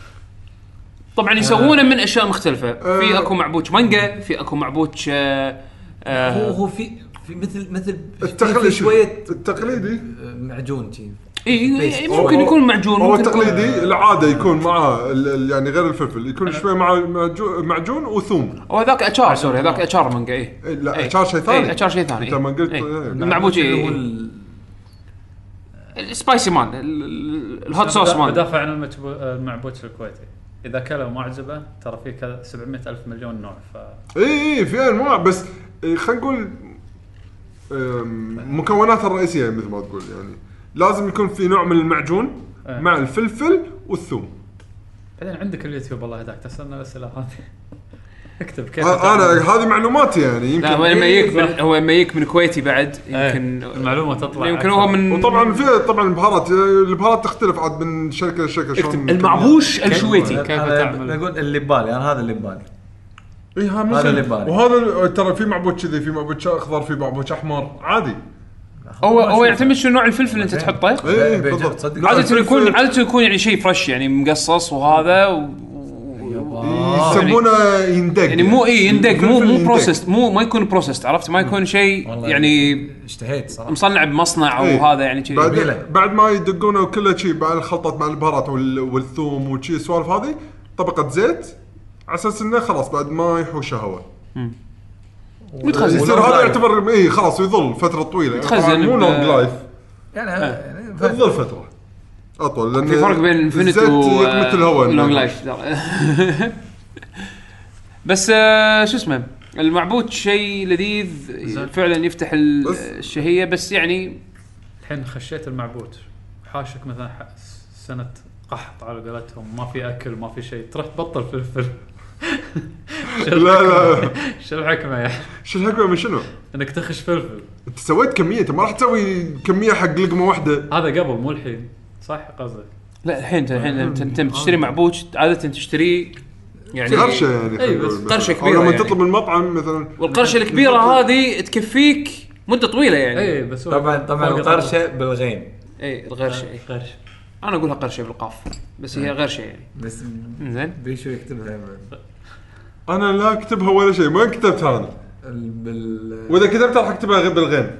[SPEAKER 1] طبعا يسوونه من اشياء مختلفه
[SPEAKER 2] آه.
[SPEAKER 1] في اكو معبوش مانجا في اكو معبوش آه، آه،
[SPEAKER 4] هو هو في في مثل مثل
[SPEAKER 2] التقليدي
[SPEAKER 4] في شويه
[SPEAKER 2] التقليدي
[SPEAKER 4] آه، معجون شي
[SPEAKER 1] إي- إي- إي، إيه، ممكن
[SPEAKER 2] هو-
[SPEAKER 1] يكون معجون
[SPEAKER 2] هو
[SPEAKER 1] ممكن يكون-
[SPEAKER 2] التقليدي العاده يكون معاه ال- ال- يعني غير الفلفل يكون شوي مع معجو- معجون وثوم
[SPEAKER 1] هو هذاك اتشار سوري هذاك اتشار مانجا اي
[SPEAKER 2] إيه، لا اشار شيء ثاني
[SPEAKER 1] اتشار شيء ثاني نعم.
[SPEAKER 2] أنت ما قلت-
[SPEAKER 1] إي.
[SPEAKER 2] إيه.
[SPEAKER 1] المعبوش
[SPEAKER 4] اللي
[SPEAKER 1] إي.
[SPEAKER 4] هو ال-
[SPEAKER 1] السبايسي مان ال- ال- الهوت صوص
[SPEAKER 3] بدافع-
[SPEAKER 1] مان
[SPEAKER 3] بدافع عن المتبو- آه، المعبوش الكويتي اذا كلوا ما عجبه ترى في كذا 700 الف مليون نوع ف
[SPEAKER 2] اي اي إيه، في انواع بس إيه، خلينا نقول أم، مكوناتها الرئيسيه مثل ما تقول يعني لازم يكون في نوع من المعجون
[SPEAKER 3] إيه.
[SPEAKER 2] مع الفلفل والثوم
[SPEAKER 3] بعدين عندك اليوتيوب الله يهداك تسالنا الاسئله هذه اكتب كيف
[SPEAKER 4] إيه.
[SPEAKER 2] آه،
[SPEAKER 3] تعمل.
[SPEAKER 2] انا هذه معلوماتي يعني
[SPEAKER 1] لا هو
[SPEAKER 2] يمكن
[SPEAKER 1] لما يجيك
[SPEAKER 3] إي،
[SPEAKER 1] من هو لما يجيك من كويتي بعد
[SPEAKER 3] إيه.
[SPEAKER 1] يمكن
[SPEAKER 3] المعلومة تطلع
[SPEAKER 1] يمكن
[SPEAKER 3] أكثر.
[SPEAKER 1] هو من
[SPEAKER 2] وطبعا في طبعا البهارات البهارات تختلف عاد من شركه لشركه
[SPEAKER 1] اكتب المعبوش الشويتي
[SPEAKER 3] كيف
[SPEAKER 2] أه،
[SPEAKER 4] أنا
[SPEAKER 3] تعمل؟
[SPEAKER 4] بقول اللي ببالي انا هذا اللي ببالي
[SPEAKER 2] اي
[SPEAKER 1] إيه،
[SPEAKER 2] ها
[SPEAKER 4] هذا اللي
[SPEAKER 2] مثل
[SPEAKER 4] ببالي.
[SPEAKER 2] يعني. وهذا ال- ترى في معبوش كذي في معبوش اخضر في معبوش احمر عادي
[SPEAKER 1] هو هو يعتمد شنو نوع الفلفل اللي انت تحطه
[SPEAKER 2] اي
[SPEAKER 4] إيه، بيجي-
[SPEAKER 2] إيه، بالضبط
[SPEAKER 4] تصدق؟
[SPEAKER 2] لا،
[SPEAKER 1] عادة
[SPEAKER 2] الفلفل
[SPEAKER 1] يكون عادة يكون يعني شيء فريش يعني مقصص وهذا و...
[SPEAKER 2] يسمونه يندق
[SPEAKER 1] يعني مو اي يندق مو
[SPEAKER 2] الفلفل
[SPEAKER 1] مو
[SPEAKER 2] يندق.
[SPEAKER 1] بروسست مو ما يكون بروسست عرفت ما يكون شيء
[SPEAKER 4] والله
[SPEAKER 1] يعني
[SPEAKER 4] اشتهيت صراحه
[SPEAKER 1] مصنع بمصنع او
[SPEAKER 2] إي.
[SPEAKER 1] هذا يعني كذي
[SPEAKER 2] إيه. بعد
[SPEAKER 4] جميلة.
[SPEAKER 2] بعد ما يدقونه وكله شيء بعد الخلطات مع البهارات وال- والثوم وشي السوالف هذه طبقه زيت على اساس انه خلاص بعد ما يحوشه هواء
[SPEAKER 1] متخزن
[SPEAKER 2] يصير
[SPEAKER 4] ولونج
[SPEAKER 2] هذا
[SPEAKER 4] لايف.
[SPEAKER 2] يعتبر اي خلاص يظل فتره طويله
[SPEAKER 1] يتخزن
[SPEAKER 2] طبعاً مو
[SPEAKER 1] ب-
[SPEAKER 2] لونج لايف
[SPEAKER 4] يعني
[SPEAKER 1] آه.
[SPEAKER 4] يعني ف-
[SPEAKER 2] تظل فتره اطول لان
[SPEAKER 1] في فرق بين انفنت
[SPEAKER 2] الزيت
[SPEAKER 1] و
[SPEAKER 2] يقمت الهواء
[SPEAKER 1] لونج لايف بس آه، شو اسمه المعبود شيء لذيذ فعلا يفتح ال-
[SPEAKER 2] بس.
[SPEAKER 1] الشهيه بس يعني
[SPEAKER 3] الحين خشيت المعبوش حاشك مثلا ح- سنه قحط على قولتهم ما في اكل ما في شيء تروح تبطل فلفل
[SPEAKER 2] لا لا
[SPEAKER 3] شو الحكمه يعني
[SPEAKER 2] شو الحكمه من شنو؟
[SPEAKER 3] انك تخش فلفل
[SPEAKER 2] انت سويت كميه انت ما راح تسوي كميه حق لقمه واحده
[SPEAKER 3] هذا قبل مو الحين صح قصدك
[SPEAKER 1] لا الحين انت الحين انت انت تشتري معبوش عاده تشتريه يعني
[SPEAKER 2] قرشه يعني خلينا
[SPEAKER 3] إي، بس
[SPEAKER 2] نقول مثلاً.
[SPEAKER 1] قرشة
[SPEAKER 2] أو
[SPEAKER 1] كبيرة
[SPEAKER 2] لما
[SPEAKER 1] يعني.
[SPEAKER 2] تطلب من المطعم مثلا
[SPEAKER 1] والقرشه الكبيره هذه تكفيك مده طويله يعني إيه،
[SPEAKER 3] اي إيه، بس هو آه،
[SPEAKER 4] طبعا طبعا
[SPEAKER 3] فرق
[SPEAKER 4] القرشه بالغين
[SPEAKER 1] اي الغرشه إي.
[SPEAKER 3] قرش
[SPEAKER 1] انا اقولها قرشه بالقاف بس هي غرشه يعني
[SPEAKER 4] بس
[SPEAKER 1] زين
[SPEAKER 4] بيشو يكتبها
[SPEAKER 2] انا لا اكتبها ولا شيء ما كتبتها انا
[SPEAKER 4] ال- بال
[SPEAKER 2] واذا كتبتها راح اكتبها غير بالغيم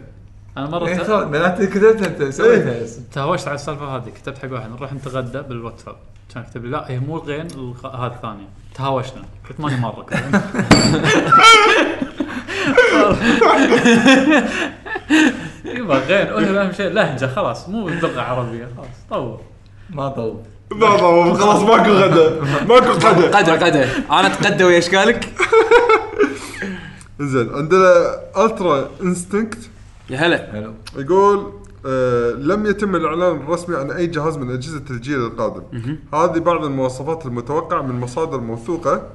[SPEAKER 3] انا مره
[SPEAKER 4] إيه،
[SPEAKER 3] ت-
[SPEAKER 4] خلاص، معناته كتبتها انت سويتها بس.
[SPEAKER 3] تهاوشت على السالفه هذه كتبت حق واحد نروح نتغدى بالواتساب كان كتب لي لا هي مو الغين الغ... هذا الثانيه تهاوشنا قلت ماني مره إيوه، يبا غين قلنا اهم شيء لهجه خلاص مو لغه عربيه خلاص طور
[SPEAKER 4] ما طول
[SPEAKER 2] لحظه خلاص ماكو غدا ماكو غدا
[SPEAKER 8] قدر قدر انا اتقدى ويا اشكالك
[SPEAKER 2] زين عندنا الترا انستنكت
[SPEAKER 1] يا هلا
[SPEAKER 8] حلو
[SPEAKER 2] يقول آه، لم يتم الاعلان الرسمي عن اي جهاز من اجهزه الجيل القادم. هذه بعض المواصفات المتوقعه من مصادر موثوقه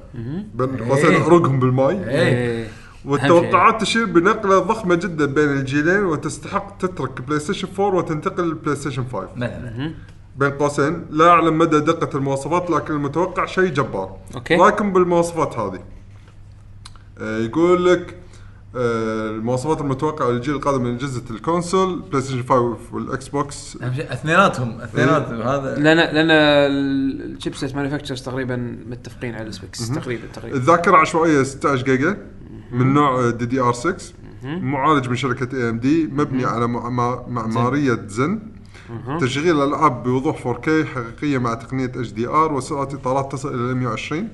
[SPEAKER 2] بين قوسين
[SPEAKER 8] إيه.
[SPEAKER 2] احرقهم بالماي
[SPEAKER 1] إيه،
[SPEAKER 8] ايه
[SPEAKER 2] والتوقعات تشير بنقله ضخمه جدا بين الجيلين وتستحق تترك بلاي ستيشن 4 وتنتقل للبلاي ستيشن 5.
[SPEAKER 8] مثلا
[SPEAKER 2] بين قوسين لا اعلم مدى دقه المواصفات لكن المتوقع شيء جبار.
[SPEAKER 1] أوكي.
[SPEAKER 2] رايكم بالمواصفات هذه؟ آه، يقول لك آه، المواصفات المتوقعه للجيل القادم من اجهزه الكونسول بلاي ستيشن 5 والاكس بوكس
[SPEAKER 8] اهم شيء اثنيناتهم اثنيناتهم
[SPEAKER 4] إيه.
[SPEAKER 8] هذا
[SPEAKER 1] لان لان الشيبسيت مانيفاكتشرز تقريبا متفقين على السبيكس تقريبا تقريبا
[SPEAKER 2] الذاكره عشوائيه 16 جيجا من نوع دي دي ار 6 معالج من شركه اي ام دي مبني على مع- مع- معماريه زن تشغيل الالعاب بوضوح 4K حقيقيه مع تقنيه اتش دي ار وسرعه اطارات تصل الى 120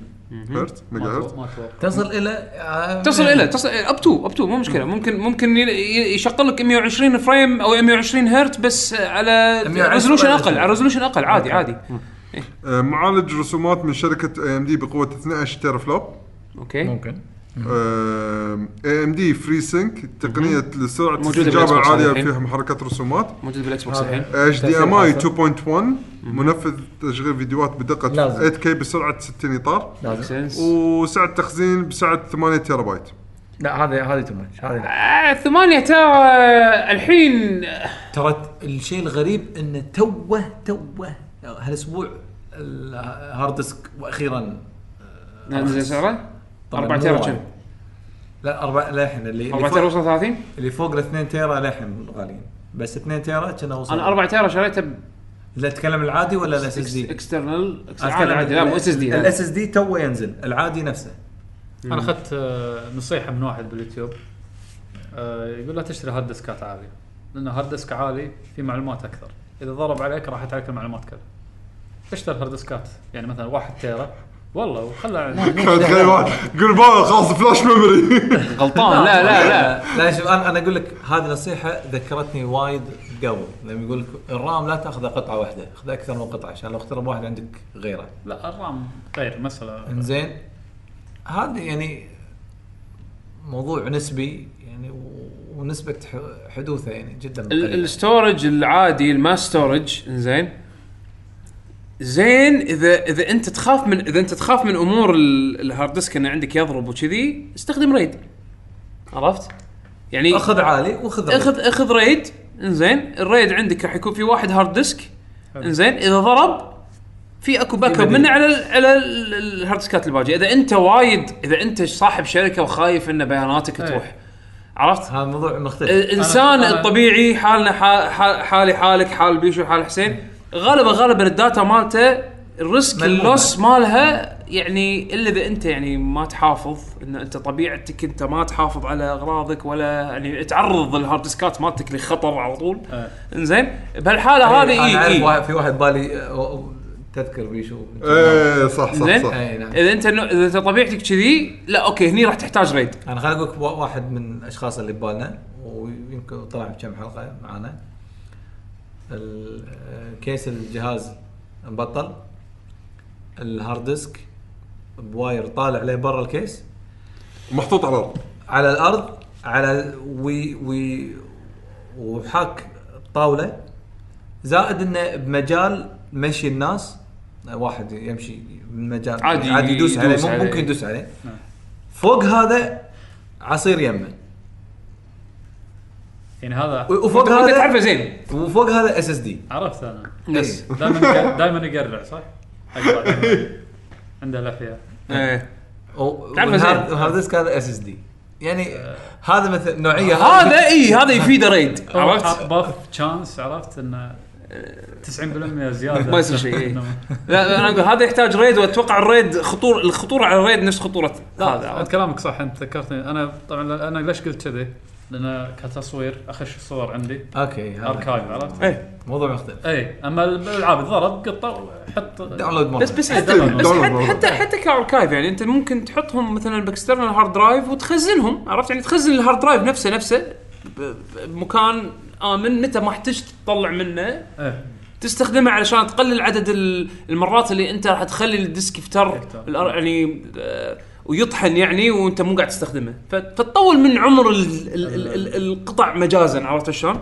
[SPEAKER 2] هرتز ميجا
[SPEAKER 3] ما
[SPEAKER 2] هرتز
[SPEAKER 3] أتوقع- ما اتوقع
[SPEAKER 8] تصل الى آه،
[SPEAKER 1] تصل الى تصل اب تو اب تو مو مشكله ممكن ممكن ي- ي- يشغل لك 120 فريم او 120 هرت بس على
[SPEAKER 8] 120
[SPEAKER 1] ريزولوشن
[SPEAKER 8] على
[SPEAKER 1] اقل على ريزولوشن اقل عادي عادي
[SPEAKER 2] آه، معالج رسومات من شركه اي ام دي بقوه 12 تيرا فلوب
[SPEAKER 1] اوكي
[SPEAKER 8] ممكن
[SPEAKER 2] اي ام دي فري سينك تقنيه لسرعه
[SPEAKER 1] موجودة بالإكس
[SPEAKER 2] الاستجابه
[SPEAKER 1] بوكس هذه
[SPEAKER 2] العاليه
[SPEAKER 1] الحين.
[SPEAKER 2] فيها محركات رسومات آه،
[SPEAKER 1] موجود بالاكس بوكس الحين
[SPEAKER 2] اتش دي ام اي 2.1 منفذ تشغيل فيديوهات بدقه
[SPEAKER 8] لازم.
[SPEAKER 2] 8K بسرعه 60 اطار
[SPEAKER 8] لازم
[SPEAKER 2] وسعه تخزين بسعه 8 تيرا بايت
[SPEAKER 8] لا هذه هذه تو ماتش هذه لا
[SPEAKER 1] آه، ثمانية ترى الحين
[SPEAKER 4] ترى الشيء الغريب انه توه توه هالاسبوع الهارد ديسك واخيرا
[SPEAKER 1] نزل سعره
[SPEAKER 4] طبعاً
[SPEAKER 1] 4 تيرا
[SPEAKER 4] مو
[SPEAKER 1] كم؟
[SPEAKER 4] وايد. لا اربع للحين اللي
[SPEAKER 1] 4 تيرا
[SPEAKER 4] اللي فوق,
[SPEAKER 1] وصل 30
[SPEAKER 4] اللي فوق ال 2 تيرا للحين غاليين بس 2 تيرا كنا وصل
[SPEAKER 1] انا 4 تيرا شريته ب
[SPEAKER 4] لا اتكلم العادي ولا الاس اس دي؟
[SPEAKER 1] اكسترنال عادي عادي لا مو اس اس دي
[SPEAKER 4] الاس اس دي توه ينزل العادي نفسه
[SPEAKER 3] انا اخذت آه، نصيحه من واحد باليوتيوب آه، يقول لا تشتري هارد ديسكات عاليه لان هارد ديسك عالي في معلومات اكثر اذا ضرب عليك راحت عليك المعلومات كلها اشتري هارد ديسكات يعني مثلا واحد تيرا والله وخلى
[SPEAKER 2] تخيل واحد يقول بابا خلاص فلاش ميموري
[SPEAKER 1] غلطان لا لا لا
[SPEAKER 4] لا شوف انا انا اقول لك هذه نصيحه ذكرتني وايد قبل لما يقول لك الرام لا تاخذه قطعه واحده خذ اكثر من قطعه عشان لو اخترب واحد عندك غيره
[SPEAKER 3] لا الرام غير مثلا
[SPEAKER 4] انزين هذا يعني موضوع نسبي يعني و- ونسبه ح- حدوثه يعني جدا
[SPEAKER 1] ال-
[SPEAKER 4] قليلة.
[SPEAKER 1] الستورج العادي الماس ستورج زين زين اذا اذا انت تخاف من اذا انت تخاف من امور ال- الهارد ديسك انه عندك يضرب وكذي استخدم ريد عرفت؟ يعني
[SPEAKER 4] اخذ عالي وخذ
[SPEAKER 1] اخذ اخذ ريد انزين الريد عندك راح يكون في واحد هارد ديسك انزين اذا ضرب في اكو باك اب
[SPEAKER 4] بديل.
[SPEAKER 1] منه على ال على ال- الهارد ديسكات الباجيه اذا انت وايد اذا انت صاحب شركه وخايف ان بياناتك
[SPEAKER 3] أي.
[SPEAKER 1] تروح عرفت؟
[SPEAKER 4] هذا موضوع مختلف
[SPEAKER 1] الانسان
[SPEAKER 3] أنا-
[SPEAKER 1] الطبيعي حالنا حال- حال- حالي حالك حال بيشو حال حسين غالبا غالبا الداتا مالته الريسك
[SPEAKER 4] ملمومة.
[SPEAKER 1] اللوس مالها يعني الا اذا انت يعني ما تحافظ ان انت طبيعتك انت ما تحافظ على اغراضك ولا يعني تعرض الهارد ديسكات مالتك لخطر على طول
[SPEAKER 3] آه.
[SPEAKER 1] انزين بهالحاله هذه
[SPEAKER 4] انا
[SPEAKER 1] اي
[SPEAKER 4] عارف
[SPEAKER 1] اي
[SPEAKER 4] واحد- في واحد بالي آه، آه، تذكر بيشو
[SPEAKER 2] ايه صح صح
[SPEAKER 1] زين.
[SPEAKER 2] صح
[SPEAKER 4] اي نعم
[SPEAKER 1] اذا انت نوع- اذا انت طبيعتك كذي لا اوكي هني راح تحتاج ريد
[SPEAKER 4] انا خليني اقول لك وا- واحد من الاشخاص اللي ببالنا ويمكن طلع بكم حلقه معانا ال- آه، كيس الجهاز مبطل الهارد ديسك بواير طالع له برا الكيس
[SPEAKER 2] محطوط على الارض
[SPEAKER 4] على الارض على ال- وي وي وحاك طاوله زائد انه بمجال مشي الناس واحد يمشي بالمجال
[SPEAKER 1] عادي
[SPEAKER 4] عادي يدوس عليه
[SPEAKER 1] يدوس
[SPEAKER 4] مم-
[SPEAKER 1] عليه. نعم.
[SPEAKER 4] ممكن يدوس عليه فوق هذا عصير يمه
[SPEAKER 3] يعني هذا
[SPEAKER 4] و- وفوق
[SPEAKER 1] انت وأنت تعرفه
[SPEAKER 4] هذا
[SPEAKER 1] زين
[SPEAKER 4] وفوق هذا اس اس دي
[SPEAKER 3] عرفت انا
[SPEAKER 1] بس
[SPEAKER 3] دائما دائما يقرع صح؟ أقرع دايماً. عنده لحيه
[SPEAKER 1] ايه تعرفه زين.
[SPEAKER 4] وهارد ديسك هذا اس اس دي يعني هذا مثل نوعيه
[SPEAKER 1] هذا اي هذا يفيده ريد عرفت؟
[SPEAKER 3] عرفت؟ باف تشانس عرفت انه 90% زياده
[SPEAKER 1] ما يصير شيء، إيه. لا انا اقول هذا يحتاج ريد واتوقع الريد خطور الخطوره على الريد نفس خطوره هذا
[SPEAKER 3] لا انت كلامك صح انت ذكرتني انا طبعا انا ليش قلت كذي؟ لان كتصوير اخش الصور عندي
[SPEAKER 4] اوكي هذا
[SPEAKER 3] اركايف عرفت؟ إيه،
[SPEAKER 1] ايه
[SPEAKER 4] موضوع مختلف
[SPEAKER 3] اي اما الالعاب الضرب قطه حط
[SPEAKER 4] داونلود مره
[SPEAKER 1] بس بس حتى
[SPEAKER 3] داونلود.
[SPEAKER 1] بس حتى
[SPEAKER 2] داونلود.
[SPEAKER 1] حتى, حتى كاركايف يعني انت ممكن تحطهم مثلا باكسترنال هارد درايف وتخزنهم عرفت يعني تخزن الهارد درايف نفسه نفسه ب- ب- بمكان امن متى ما احتجت تطلع منه
[SPEAKER 3] إيه.
[SPEAKER 1] تستخدمها علشان تقلل عدد ال- المرات اللي انت راح تخلي الديسك يفتر
[SPEAKER 3] يفتر.
[SPEAKER 1] الأر- يعني آه، ويطحن يعني وانت مو قاعد تستخدمه ف- فتطول من عمر ال- ال- ال- ال- القطع مجازا عرفت شلون؟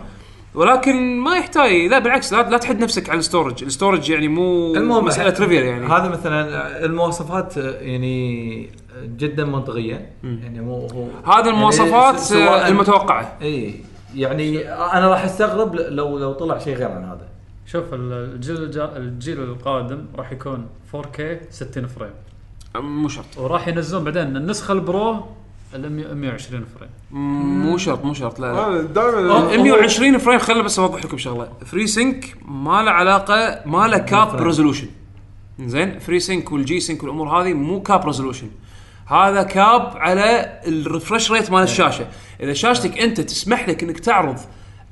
[SPEAKER 1] ولكن ما يحتاج لا بالعكس لا, لا تحد نفسك على الستورج، الستورج يعني مو
[SPEAKER 4] المهم
[SPEAKER 1] مساله تريفيال يعني
[SPEAKER 4] هذا مثلا المواصفات يعني جدا منطقيه يعني مو هو
[SPEAKER 1] هذه المواصفات
[SPEAKER 4] يعني س-
[SPEAKER 1] آه،
[SPEAKER 4] سواء-
[SPEAKER 1] المتوقعه
[SPEAKER 4] اي يعني انا راح استغرب لو لو طلع شيء غير عن هذا
[SPEAKER 3] شوف ال- الجيل الجا- الجيل القادم راح يكون 4K 60 فريم
[SPEAKER 1] أم- مو شرط
[SPEAKER 3] وراح ينزلون بعدين النسخه البرو ال 100 120 فريم
[SPEAKER 1] م- مو شرط مو شرط لا, لا.
[SPEAKER 2] انا دائما
[SPEAKER 1] 120 فريم خليني بس اوضح لكم شغله فري سync ما له علاقه ما له كاب ريزولوشن زين فري سينك والجي سينك والامور هذه مو كاب ريزولوشن هذا كاب على الريفرش ريت مال الشاشه اذا شاشتك انت تسمح لك انك تعرض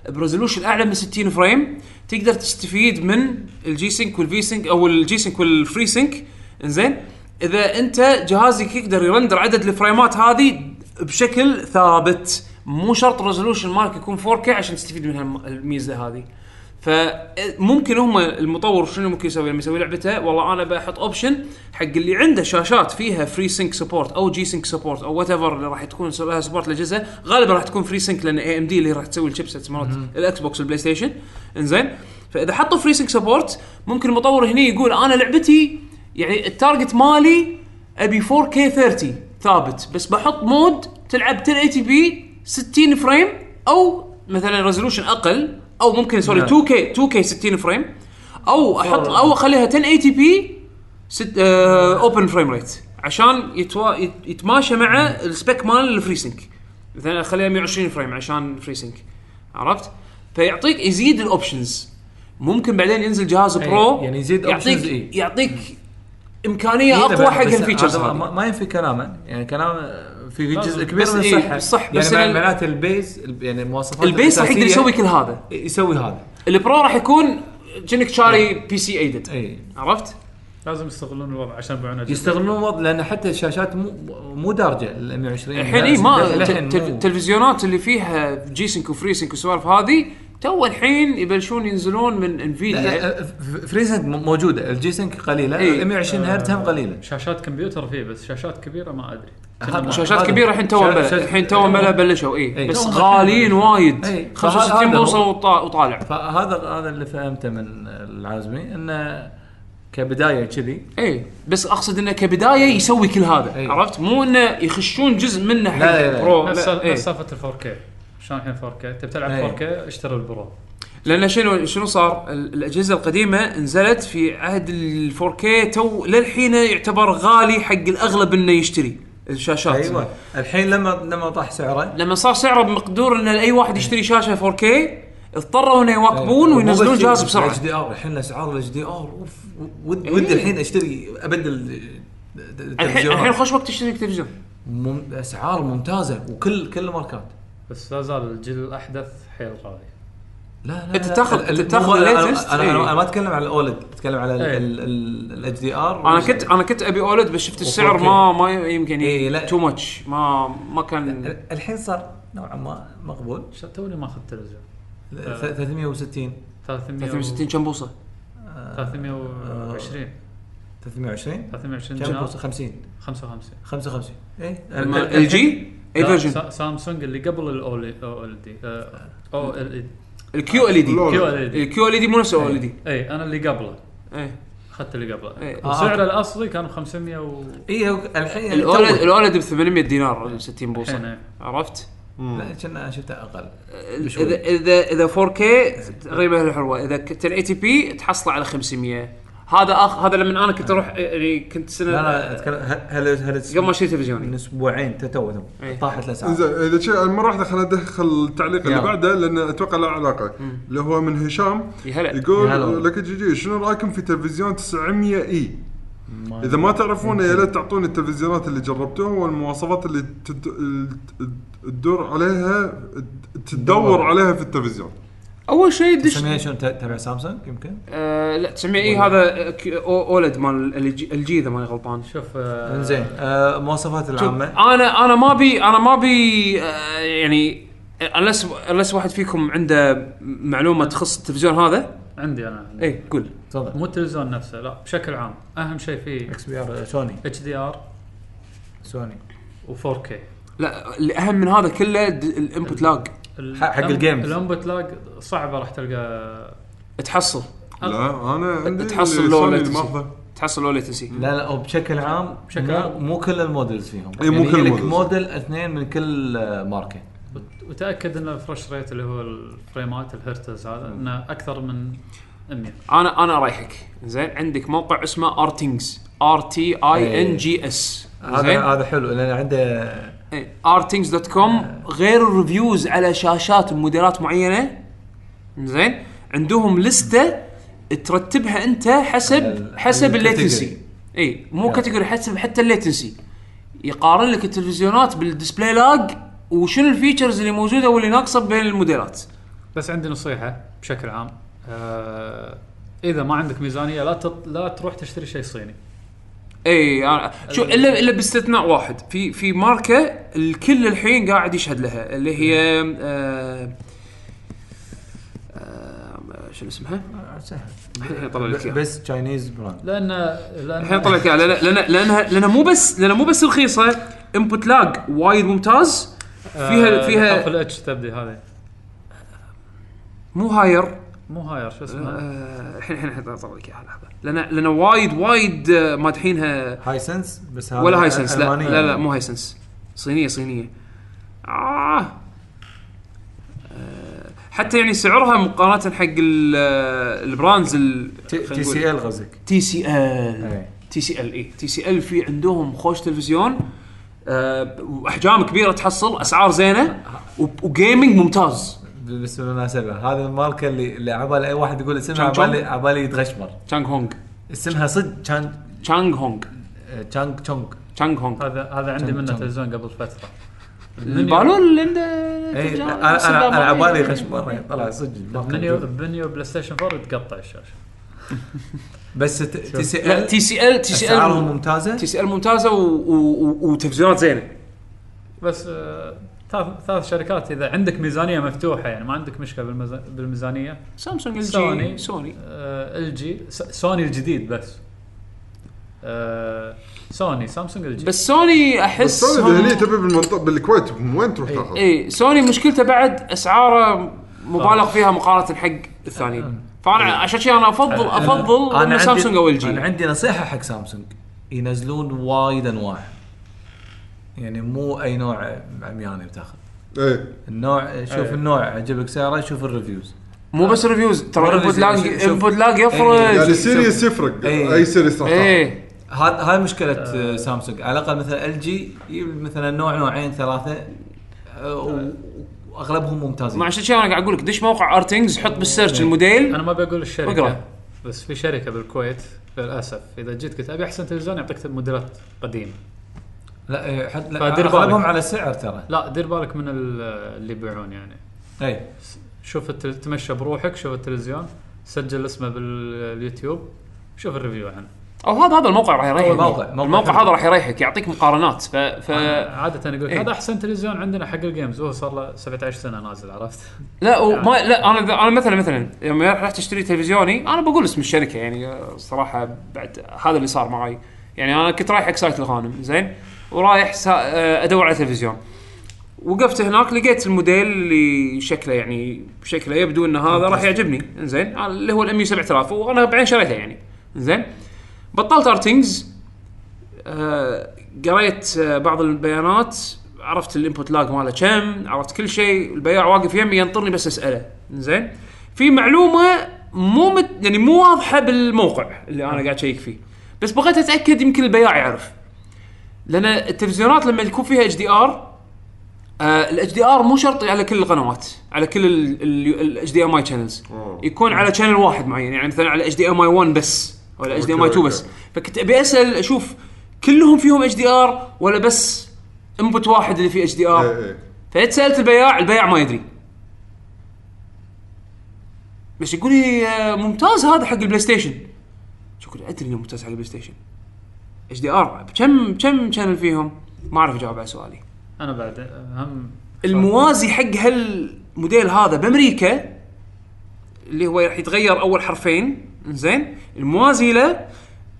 [SPEAKER 1] بريزولوشن اعلى من 60 فريم تقدر تستفيد من الجي سينك والفي سينك او الجي سينك والفري سينك زين اذا انت جهازك يقدر يرندر عدد الفريمات هذه بشكل ثابت مو شرط الريزولوشن مالك يكون 4K عشان تستفيد من هالميزه هذه فممكن هم المطور شنو ممكن يسوي لما يسوي لعبته والله انا بحط اوبشن حق اللي عنده شاشات فيها فري سync سبورت او جي سync سبورت او وات ايفر اللي راح تكون لها سبورت الاجهزه غالبا راح تكون فري سync لان اي ام دي اللي راح تسوي الشيبسيتس مالت الاكس بوكس والبلاي ستيشن انزين فاذا حطوا فري سync سبورت ممكن المطور هنا يقول انا لعبتي يعني التارجت مالي ابي 4K 30 ثابت بس بحط مود تلعب 1080 بي 60 فريم او مثلا ريزولوشن اقل او ممكن
[SPEAKER 4] نعم.
[SPEAKER 1] سوري 2K 2K 60 فريم او احط او اخليها 1080 بي اوبن فريم ريت عشان يتوا يت- يتماشى مع السبيك مال الفري سينك مثلا اخليها 120 فريم عشان فري سينك عرفت؟ فيعطيك يزيد الاوبشنز ممكن بعدين ينزل جهاز برو
[SPEAKER 4] يعني يزيد
[SPEAKER 1] يعطيك
[SPEAKER 4] options، إي.
[SPEAKER 1] يعطيك امكانيه
[SPEAKER 4] إيه،
[SPEAKER 1] اقوى
[SPEAKER 4] بس-
[SPEAKER 1] حق
[SPEAKER 4] بس
[SPEAKER 1] الفيتشرز
[SPEAKER 4] هذا
[SPEAKER 1] هذه
[SPEAKER 4] ما, ما ينفي كلامه يعني كلامه في جزء
[SPEAKER 3] لازم.
[SPEAKER 4] كبير
[SPEAKER 1] بس
[SPEAKER 4] من
[SPEAKER 1] إيه،
[SPEAKER 4] الصحه
[SPEAKER 1] صح،
[SPEAKER 4] يعني
[SPEAKER 1] بس
[SPEAKER 4] مع-
[SPEAKER 1] ال-
[SPEAKER 4] معناته البيز ال- يعني المواصفات
[SPEAKER 1] البيس راح يقدر
[SPEAKER 4] الأساسية
[SPEAKER 1] يسوي كل هذا
[SPEAKER 4] يسوي هذا
[SPEAKER 1] البرو راح يكون كأنك شاري
[SPEAKER 4] إيه.
[SPEAKER 1] بي سي ايدد
[SPEAKER 4] اي إيه،
[SPEAKER 1] عرفت؟
[SPEAKER 3] لازم يستغلون الوضع عشان يبيعون أجهزة.
[SPEAKER 4] يستغلون الوضع لان حتى الشاشات مو مو دارجه ال 120
[SPEAKER 1] الحين اي ما
[SPEAKER 4] الحين
[SPEAKER 1] التل-
[SPEAKER 4] مو-
[SPEAKER 1] التلفزيونات اللي فيها جي سينك وفري سينك والسوالف هذه تو الحين يبلشون ينزلون من انفيديا
[SPEAKER 4] لا، ف- فريزنج م- موجوده الجي سنك قليله
[SPEAKER 1] إي.
[SPEAKER 4] ال 120 هرت هم قليله
[SPEAKER 3] شاشات كمبيوتر فيه بس شاشات كبيره ما ادري
[SPEAKER 4] هذا-
[SPEAKER 1] شاشات
[SPEAKER 4] هذا-
[SPEAKER 1] كبيره الحين تو
[SPEAKER 4] شا-
[SPEAKER 1] بلا
[SPEAKER 4] شا- إيه.
[SPEAKER 1] الحين تو بلا بلشوا اي
[SPEAKER 4] إي.
[SPEAKER 1] بس
[SPEAKER 4] تو
[SPEAKER 1] غاليين وايد
[SPEAKER 4] إي.
[SPEAKER 1] 65
[SPEAKER 4] فهذا هو.
[SPEAKER 1] بوصه وطا- وطالع
[SPEAKER 4] فهذا هذا اللي فهمته من العازمي انه كبدايه كذي
[SPEAKER 1] اي إيه. بس اقصد انه كبدايه يسوي كل هذا
[SPEAKER 4] إي.
[SPEAKER 1] عرفت مو انه يخشون جزء منه حق
[SPEAKER 4] إيه.
[SPEAKER 1] إيه.
[SPEAKER 4] لا، لا، لا.
[SPEAKER 1] برو
[SPEAKER 3] نفس
[SPEAKER 1] لا، إي.
[SPEAKER 3] نفس سالفه ال 4K شلون الحين 4K تبي
[SPEAKER 4] إيه.
[SPEAKER 3] تلعب 4K اشتري البرو
[SPEAKER 1] لان شنو شنو صار؟ ال- الاجهزه القديمه نزلت في عهد ال 4K تو للحين يعتبر غالي حق الاغلب انه يشتري الشاشات
[SPEAKER 4] ايوه الحين لما لما طاح سعره
[SPEAKER 1] لما صار سعره بمقدور ان اي واحد يشتري شاشه 4K اضطروا انه
[SPEAKER 4] أيوة.
[SPEAKER 1] يواكبون وينزلون جهاز بسرعه
[SPEAKER 4] اتش دي ار الحين اسعار الاتش دي ار اوف ود- ودي الحين اشتري ابدل
[SPEAKER 1] إيه. الحين الحين
[SPEAKER 4] التلفزيونات
[SPEAKER 1] خوش وقت تشتري تلفزيون
[SPEAKER 4] مم- اسعار ممتازه وكل كل الماركات
[SPEAKER 3] بس لا زال الجيل الاحدث حيل غالي
[SPEAKER 4] لا لا
[SPEAKER 1] أنت
[SPEAKER 4] لا،
[SPEAKER 1] تاخذ-
[SPEAKER 4] ال-
[SPEAKER 1] أنت تاخذ
[SPEAKER 4] الموبايل- أنا-
[SPEAKER 1] latest،
[SPEAKER 4] أنا- انا
[SPEAKER 1] إيه.
[SPEAKER 4] انا ما اتكلم على الاولد اتكلم على
[SPEAKER 3] إيه.
[SPEAKER 4] الاتش دي ار
[SPEAKER 1] انا كنت انا كنت ابي اولد بس شفت السعر
[SPEAKER 4] 4K.
[SPEAKER 1] ما ما يمكن
[SPEAKER 4] إي،
[SPEAKER 1] يعني
[SPEAKER 4] لا.
[SPEAKER 1] تو ماتش ما ما كان
[SPEAKER 4] الحين صار نوعا ما مقبول
[SPEAKER 3] ش- توني ما اخذت تلفزيون
[SPEAKER 4] ث- 360
[SPEAKER 3] 300
[SPEAKER 1] 360
[SPEAKER 3] 360
[SPEAKER 1] كم بوصه؟
[SPEAKER 3] 320
[SPEAKER 1] آه.
[SPEAKER 4] 320
[SPEAKER 3] 320
[SPEAKER 4] كم
[SPEAKER 3] دينار
[SPEAKER 4] بوصة؟ 50
[SPEAKER 3] 55
[SPEAKER 4] 55 اي
[SPEAKER 1] ال جي اي
[SPEAKER 3] لا،
[SPEAKER 1] إيه، فيرجن آه.
[SPEAKER 3] سا- سامسونج اللي قبل ال دي آه، او ال اي
[SPEAKER 1] الكيو ال اي دي إيه.
[SPEAKER 2] لا.
[SPEAKER 3] كيو ال دي
[SPEAKER 1] الكيو ال اي دي مو نفس E ال دي
[SPEAKER 3] اي انا اللي قبله
[SPEAKER 1] ايه
[SPEAKER 3] اخذت اللي قبله
[SPEAKER 1] إيه.
[SPEAKER 3] وسعره الاصلي كان 500 و
[SPEAKER 4] اي الحين
[SPEAKER 1] الاولد
[SPEAKER 4] تو-
[SPEAKER 1] الاولد ب 800
[SPEAKER 4] إيه.
[SPEAKER 1] دينار 60 بوصه
[SPEAKER 4] نعم.
[SPEAKER 3] الحين
[SPEAKER 1] عرفت؟
[SPEAKER 4] لا كنا شفتها اقل بشوي.
[SPEAKER 1] اذا اذا اذا 4K
[SPEAKER 4] إيه.
[SPEAKER 1] تقريبا الحروه اذا 1080 بي تحصل على 500 هذا اخ هذا لما انا كنت اروح يعني كنت سنه
[SPEAKER 4] لا نعم. لا اتكلم هل هل
[SPEAKER 1] قبل ما اشتري
[SPEAKER 4] من
[SPEAKER 1] تلفزيوني
[SPEAKER 4] اسبوعين تو- تو
[SPEAKER 1] إيه.
[SPEAKER 4] طاحت الاسعار
[SPEAKER 2] زين اذا شيء مره واحده خلينا ندخل التعليق اللي
[SPEAKER 4] يلا.
[SPEAKER 2] بعده لان اتوقع له علاقه اللي هو من هشام
[SPEAKER 1] يا هلا
[SPEAKER 4] يا هلا والله.
[SPEAKER 2] يقول لك جي جي شنو رايكم في تلفزيون 900 اي؟ اذا ما تعرفونه يا ليت تعطوني التلفزيونات اللي جربتوها والمواصفات اللي تد- ال- ت- تدور عليها تدور عليها في التلفزيون.
[SPEAKER 1] اول شيء دش
[SPEAKER 4] تسميها شنو ت- تبع سامسونج يمكن؟
[SPEAKER 1] آه لا 900 اي هذا اولد مال الجي اذا ماني غلطان
[SPEAKER 3] شوف آه،
[SPEAKER 4] زين آه، مواصفات العامه
[SPEAKER 1] انا انا ما بي انا ما بي آه، يعني انلس انلس واحد فيكم عنده معلومه تخص التلفزيون هذا
[SPEAKER 3] عندي انا
[SPEAKER 1] اي قول
[SPEAKER 6] تفضل
[SPEAKER 3] مو التلفزيون نفسه لا بشكل عام اهم شيء فيه
[SPEAKER 6] اكس بي
[SPEAKER 4] آه،
[SPEAKER 6] ار سوني
[SPEAKER 3] اتش دي ار
[SPEAKER 6] سوني
[SPEAKER 3] و4 كي
[SPEAKER 1] لا اللي اهم من هذا كله د- الانبوت لاج
[SPEAKER 6] حق الجيمز.
[SPEAKER 3] الانبوت لاج صعبه راح تلقى
[SPEAKER 1] تحصل
[SPEAKER 2] لا انا عندي
[SPEAKER 1] تحصل
[SPEAKER 2] اللي
[SPEAKER 1] لو
[SPEAKER 2] سوني
[SPEAKER 1] لا
[SPEAKER 2] اللي
[SPEAKER 1] تسوي.
[SPEAKER 2] ماخذه
[SPEAKER 1] تحصل لو تنسي
[SPEAKER 6] لا لا وبشكل عام
[SPEAKER 3] بشكل
[SPEAKER 6] بشكل
[SPEAKER 3] عام.
[SPEAKER 6] عام مو كل المودلز فيهم
[SPEAKER 2] إي، مو كل
[SPEAKER 6] يجي لك
[SPEAKER 2] المودلز.
[SPEAKER 6] موديل اثنين من كل آه، ماركه
[SPEAKER 3] وت- وتاكد ان الفرش ريت اللي هو الفريمات الهرتز هذا انه اكثر من 100
[SPEAKER 1] انا انا رايحك زين عندك موقع اسمه ارتينجز ار تي اي ان جي إيه. اس
[SPEAKER 6] هذا هذا حلو لان عنده
[SPEAKER 1] ارتينجز دوت كوم غير الريفيوز على شاشات وموديلات معينه زين عندهم لسته ترتبها انت حسب
[SPEAKER 6] ال-
[SPEAKER 1] حسب
[SPEAKER 6] الكاتيجوري.
[SPEAKER 1] الليتنسي اي مو كاتيجوري حسب حتى الليتنسي يقارن لك التلفزيونات بالديسبلاي لاج وشنو الفيتشرز اللي موجوده واللي ناقصه بين الموديلات
[SPEAKER 3] بس عندي نصيحه بشكل عام آه اذا ما عندك ميزانيه لا تط... لا تروح تشتري شيء صيني
[SPEAKER 1] اي أنا- شو الا الا باستثناء واحد في في ماركه الكل الحين قاعد يشهد لها اللي هي آه آه شنو اسمها؟ الحين طلع لك إياها.
[SPEAKER 6] بس تشاينيز براند
[SPEAKER 3] لان لان
[SPEAKER 1] الحين طلع لك إياها، لأن- لأن- لانها لانها مو بس لانها مو بس رخيصه انبوت لاج وايد ممتاز فيها
[SPEAKER 3] حرف
[SPEAKER 1] فيها
[SPEAKER 3] آه، الاتش تبدي هذه
[SPEAKER 1] مو هاير
[SPEAKER 3] مو هاير شو اسمه
[SPEAKER 1] آه، الحين الحين الحين طلع لك اياها لحظه لان لان وايد وايد آه، مادحينها
[SPEAKER 6] هاي سنس بس هذا
[SPEAKER 1] ولا هاي سنس لا
[SPEAKER 6] آه، ألمانية.
[SPEAKER 1] لا لا مو هاي سنس صينيه صينيه آه. آه. حتى يعني سعرها مقارنه حق ال- آه، البراندز
[SPEAKER 6] تي- تي سي ال غزك
[SPEAKER 1] تي سي ال
[SPEAKER 6] إيه.
[SPEAKER 1] تي سي ال اي تي سي ال في عندهم خوش تلفزيون آه، واحجام كبيره تحصل اسعار زينه و- وجيمنج ممتاز
[SPEAKER 6] بس بالمناسبه هذا الماركه اللي اللي عبالي اي واحد يقول اسمها
[SPEAKER 1] شانغ
[SPEAKER 6] عبالي عبالي يتغشمر
[SPEAKER 1] تشانغ هونغ
[SPEAKER 6] اسمها صدق تشانغ
[SPEAKER 1] تشانغ هونغ
[SPEAKER 6] آه، تشانغ تشونغ
[SPEAKER 1] تشانغ هونغ
[SPEAKER 3] هذا هذا عندي
[SPEAKER 6] جم-
[SPEAKER 3] منه
[SPEAKER 6] جم.
[SPEAKER 3] تلفزيون قبل فتره
[SPEAKER 1] البالون اللي عنده
[SPEAKER 6] اي
[SPEAKER 1] تلفزيون
[SPEAKER 6] انا
[SPEAKER 1] نفس
[SPEAKER 6] انا انا
[SPEAKER 1] البالون.
[SPEAKER 6] عبالي غشمر طلع صدق الماركة
[SPEAKER 3] منيو
[SPEAKER 6] موجودة.
[SPEAKER 3] منيو بلاي ستيشن 4 تقطع الشاشه
[SPEAKER 6] بس تي سي
[SPEAKER 1] لا
[SPEAKER 6] ال
[SPEAKER 1] تي سي ال تي سي
[SPEAKER 6] اسعارهم
[SPEAKER 1] ال تي
[SPEAKER 6] ممتازه
[SPEAKER 1] سي ال ممتازه و- و- و- وتلفزيونات زينه
[SPEAKER 3] بس آه، ثلاث ثلاث شركات اذا عندك ميزانيه مفتوحه يعني ما عندك مشكله بالمز... بالميزانيه
[SPEAKER 1] سامسونج
[SPEAKER 3] سوني.
[SPEAKER 1] الجي سوني
[SPEAKER 3] آه، ال جي سوني الجديد بس آه، سوني سامسونج ال جي
[SPEAKER 1] بس إيه، سوني إيه.
[SPEAKER 2] بس
[SPEAKER 1] احس
[SPEAKER 2] انا
[SPEAKER 1] هم-
[SPEAKER 2] اذا هني تبي بالمنطقه بالكويت من وين تروح تاخذ؟
[SPEAKER 1] اي سوني مشكلته بعد اسعاره مبالغ فيها مقارنه حق
[SPEAKER 6] آه.
[SPEAKER 1] الثانيين فانا عشان شي انا افضل افضل انه
[SPEAKER 6] عندي-
[SPEAKER 1] سامسونج او ال
[SPEAKER 6] انا
[SPEAKER 1] جي
[SPEAKER 6] عندي نصيحه حق سامسونج ينزلون وايد انواع يعني مو اي نوع عمياني بتاخذ
[SPEAKER 2] ايه
[SPEAKER 6] النوع شوف
[SPEAKER 3] أي.
[SPEAKER 6] النوع عجبك سعره شوف الريفيوز
[SPEAKER 1] مو بس ريفيوز ترى
[SPEAKER 6] مرة
[SPEAKER 1] الانبوت لاج
[SPEAKER 6] شوف- إيه. شوف-
[SPEAKER 1] الانبوت لاج
[SPEAKER 2] يعني
[SPEAKER 1] يفرز إيه.
[SPEAKER 2] سيريس يفرق
[SPEAKER 6] إيه.
[SPEAKER 2] اي سيريس راح تاخذ
[SPEAKER 1] اي
[SPEAKER 6] هذا هاي مشكله آه. سامسونج على الاقل مثلا ال جي يجيب مثلا نوع نوعين ثلاثه آه، و- واغلبهم ممتازين
[SPEAKER 1] مع عشان شي انا قاعد اقول لك دش موقع ارتنجز حط
[SPEAKER 6] إيه.
[SPEAKER 1] بالسيرش الموديل
[SPEAKER 3] انا ما بقول الشركه
[SPEAKER 1] اقرأ.
[SPEAKER 3] بس في شركه بالكويت للاسف اذا جيت قلت ابي احسن تلفزيون يعطيك موديلات قديمه
[SPEAKER 6] لا آه، حط لا،
[SPEAKER 3] فدير بالك.
[SPEAKER 6] اغلبهم على السعر ترى
[SPEAKER 3] لا دير بالك من ال- اللي يبيعون يعني
[SPEAKER 6] اي
[SPEAKER 3] شوف التل- تمشى بروحك شوف التلفزيون سجل اسمه باليوتيوب شوف الريفيو عنه
[SPEAKER 1] او هذا هذا الموقع راح يريحك
[SPEAKER 6] الموقع- موقع
[SPEAKER 1] الموقع
[SPEAKER 6] حلو.
[SPEAKER 1] هذا راح يريحك يعطيك مقارنات ف, ف...
[SPEAKER 3] عاده يقول لك
[SPEAKER 1] إيه.
[SPEAKER 3] هذا احسن تلفزيون عندنا حق الجيمز وهو صار له 17 سنه نازل عرفت
[SPEAKER 1] لا وما لا انا انا مثلا مثلا يوم رحت اشتري تلفزيوني انا بقول اسم الشركه يعني آه، صراحه بعد هذا اللي صار معي يعني انا كنت رايح حق سايت الغانم زين ورايح سا آه، ادور على تلفزيون وقفت هناك لقيت الموديل اللي شكله يعني شكله يبدو ان هذا راح يعجبني زين اللي هو الام يو 7000 وانا بعدين شريته يعني زين بطلت ارتنجز آه، قريت آه، بعض البيانات عرفت الانبوت لاج ماله كم عرفت كل شيء البياع واقف يمي ينطرني بس اساله زين في معلومه مو مت يعني مو واضحه بالموقع اللي انا قاعد اشيك فيه بس بغيت اتاكد يمكن البياع يعرف لان التلفزيونات لما يكون فيها اتش دي ار الاتش دي ار مو شرط على كل القنوات على كل الاتش دي ام اي شانلز يكون على شانل واحد معين يعني مثلا على اتش دي ام اي 1 بس ولا اتش دي ام اي 2 بس فكنت ابي اسال اشوف كلهم فيهم اتش دي ار ولا بس انبوت واحد اللي فيه اتش دي ار
[SPEAKER 2] ايه ايه
[SPEAKER 1] فجيت سالت البياع البياع ما يدري بس يقول لي آه، ممتاز هذا حق البلاي ستيشن شكرا ادري انه ممتاز حق البلاي ستيشن اتش دي ار كم كم شانل فيهم؟ ما اعرف اجاوب على سؤالي
[SPEAKER 3] انا بعد هم
[SPEAKER 1] الموازي حق هالموديل هذا بامريكا اللي هو راح يتغير اول حرفين زين الموازي له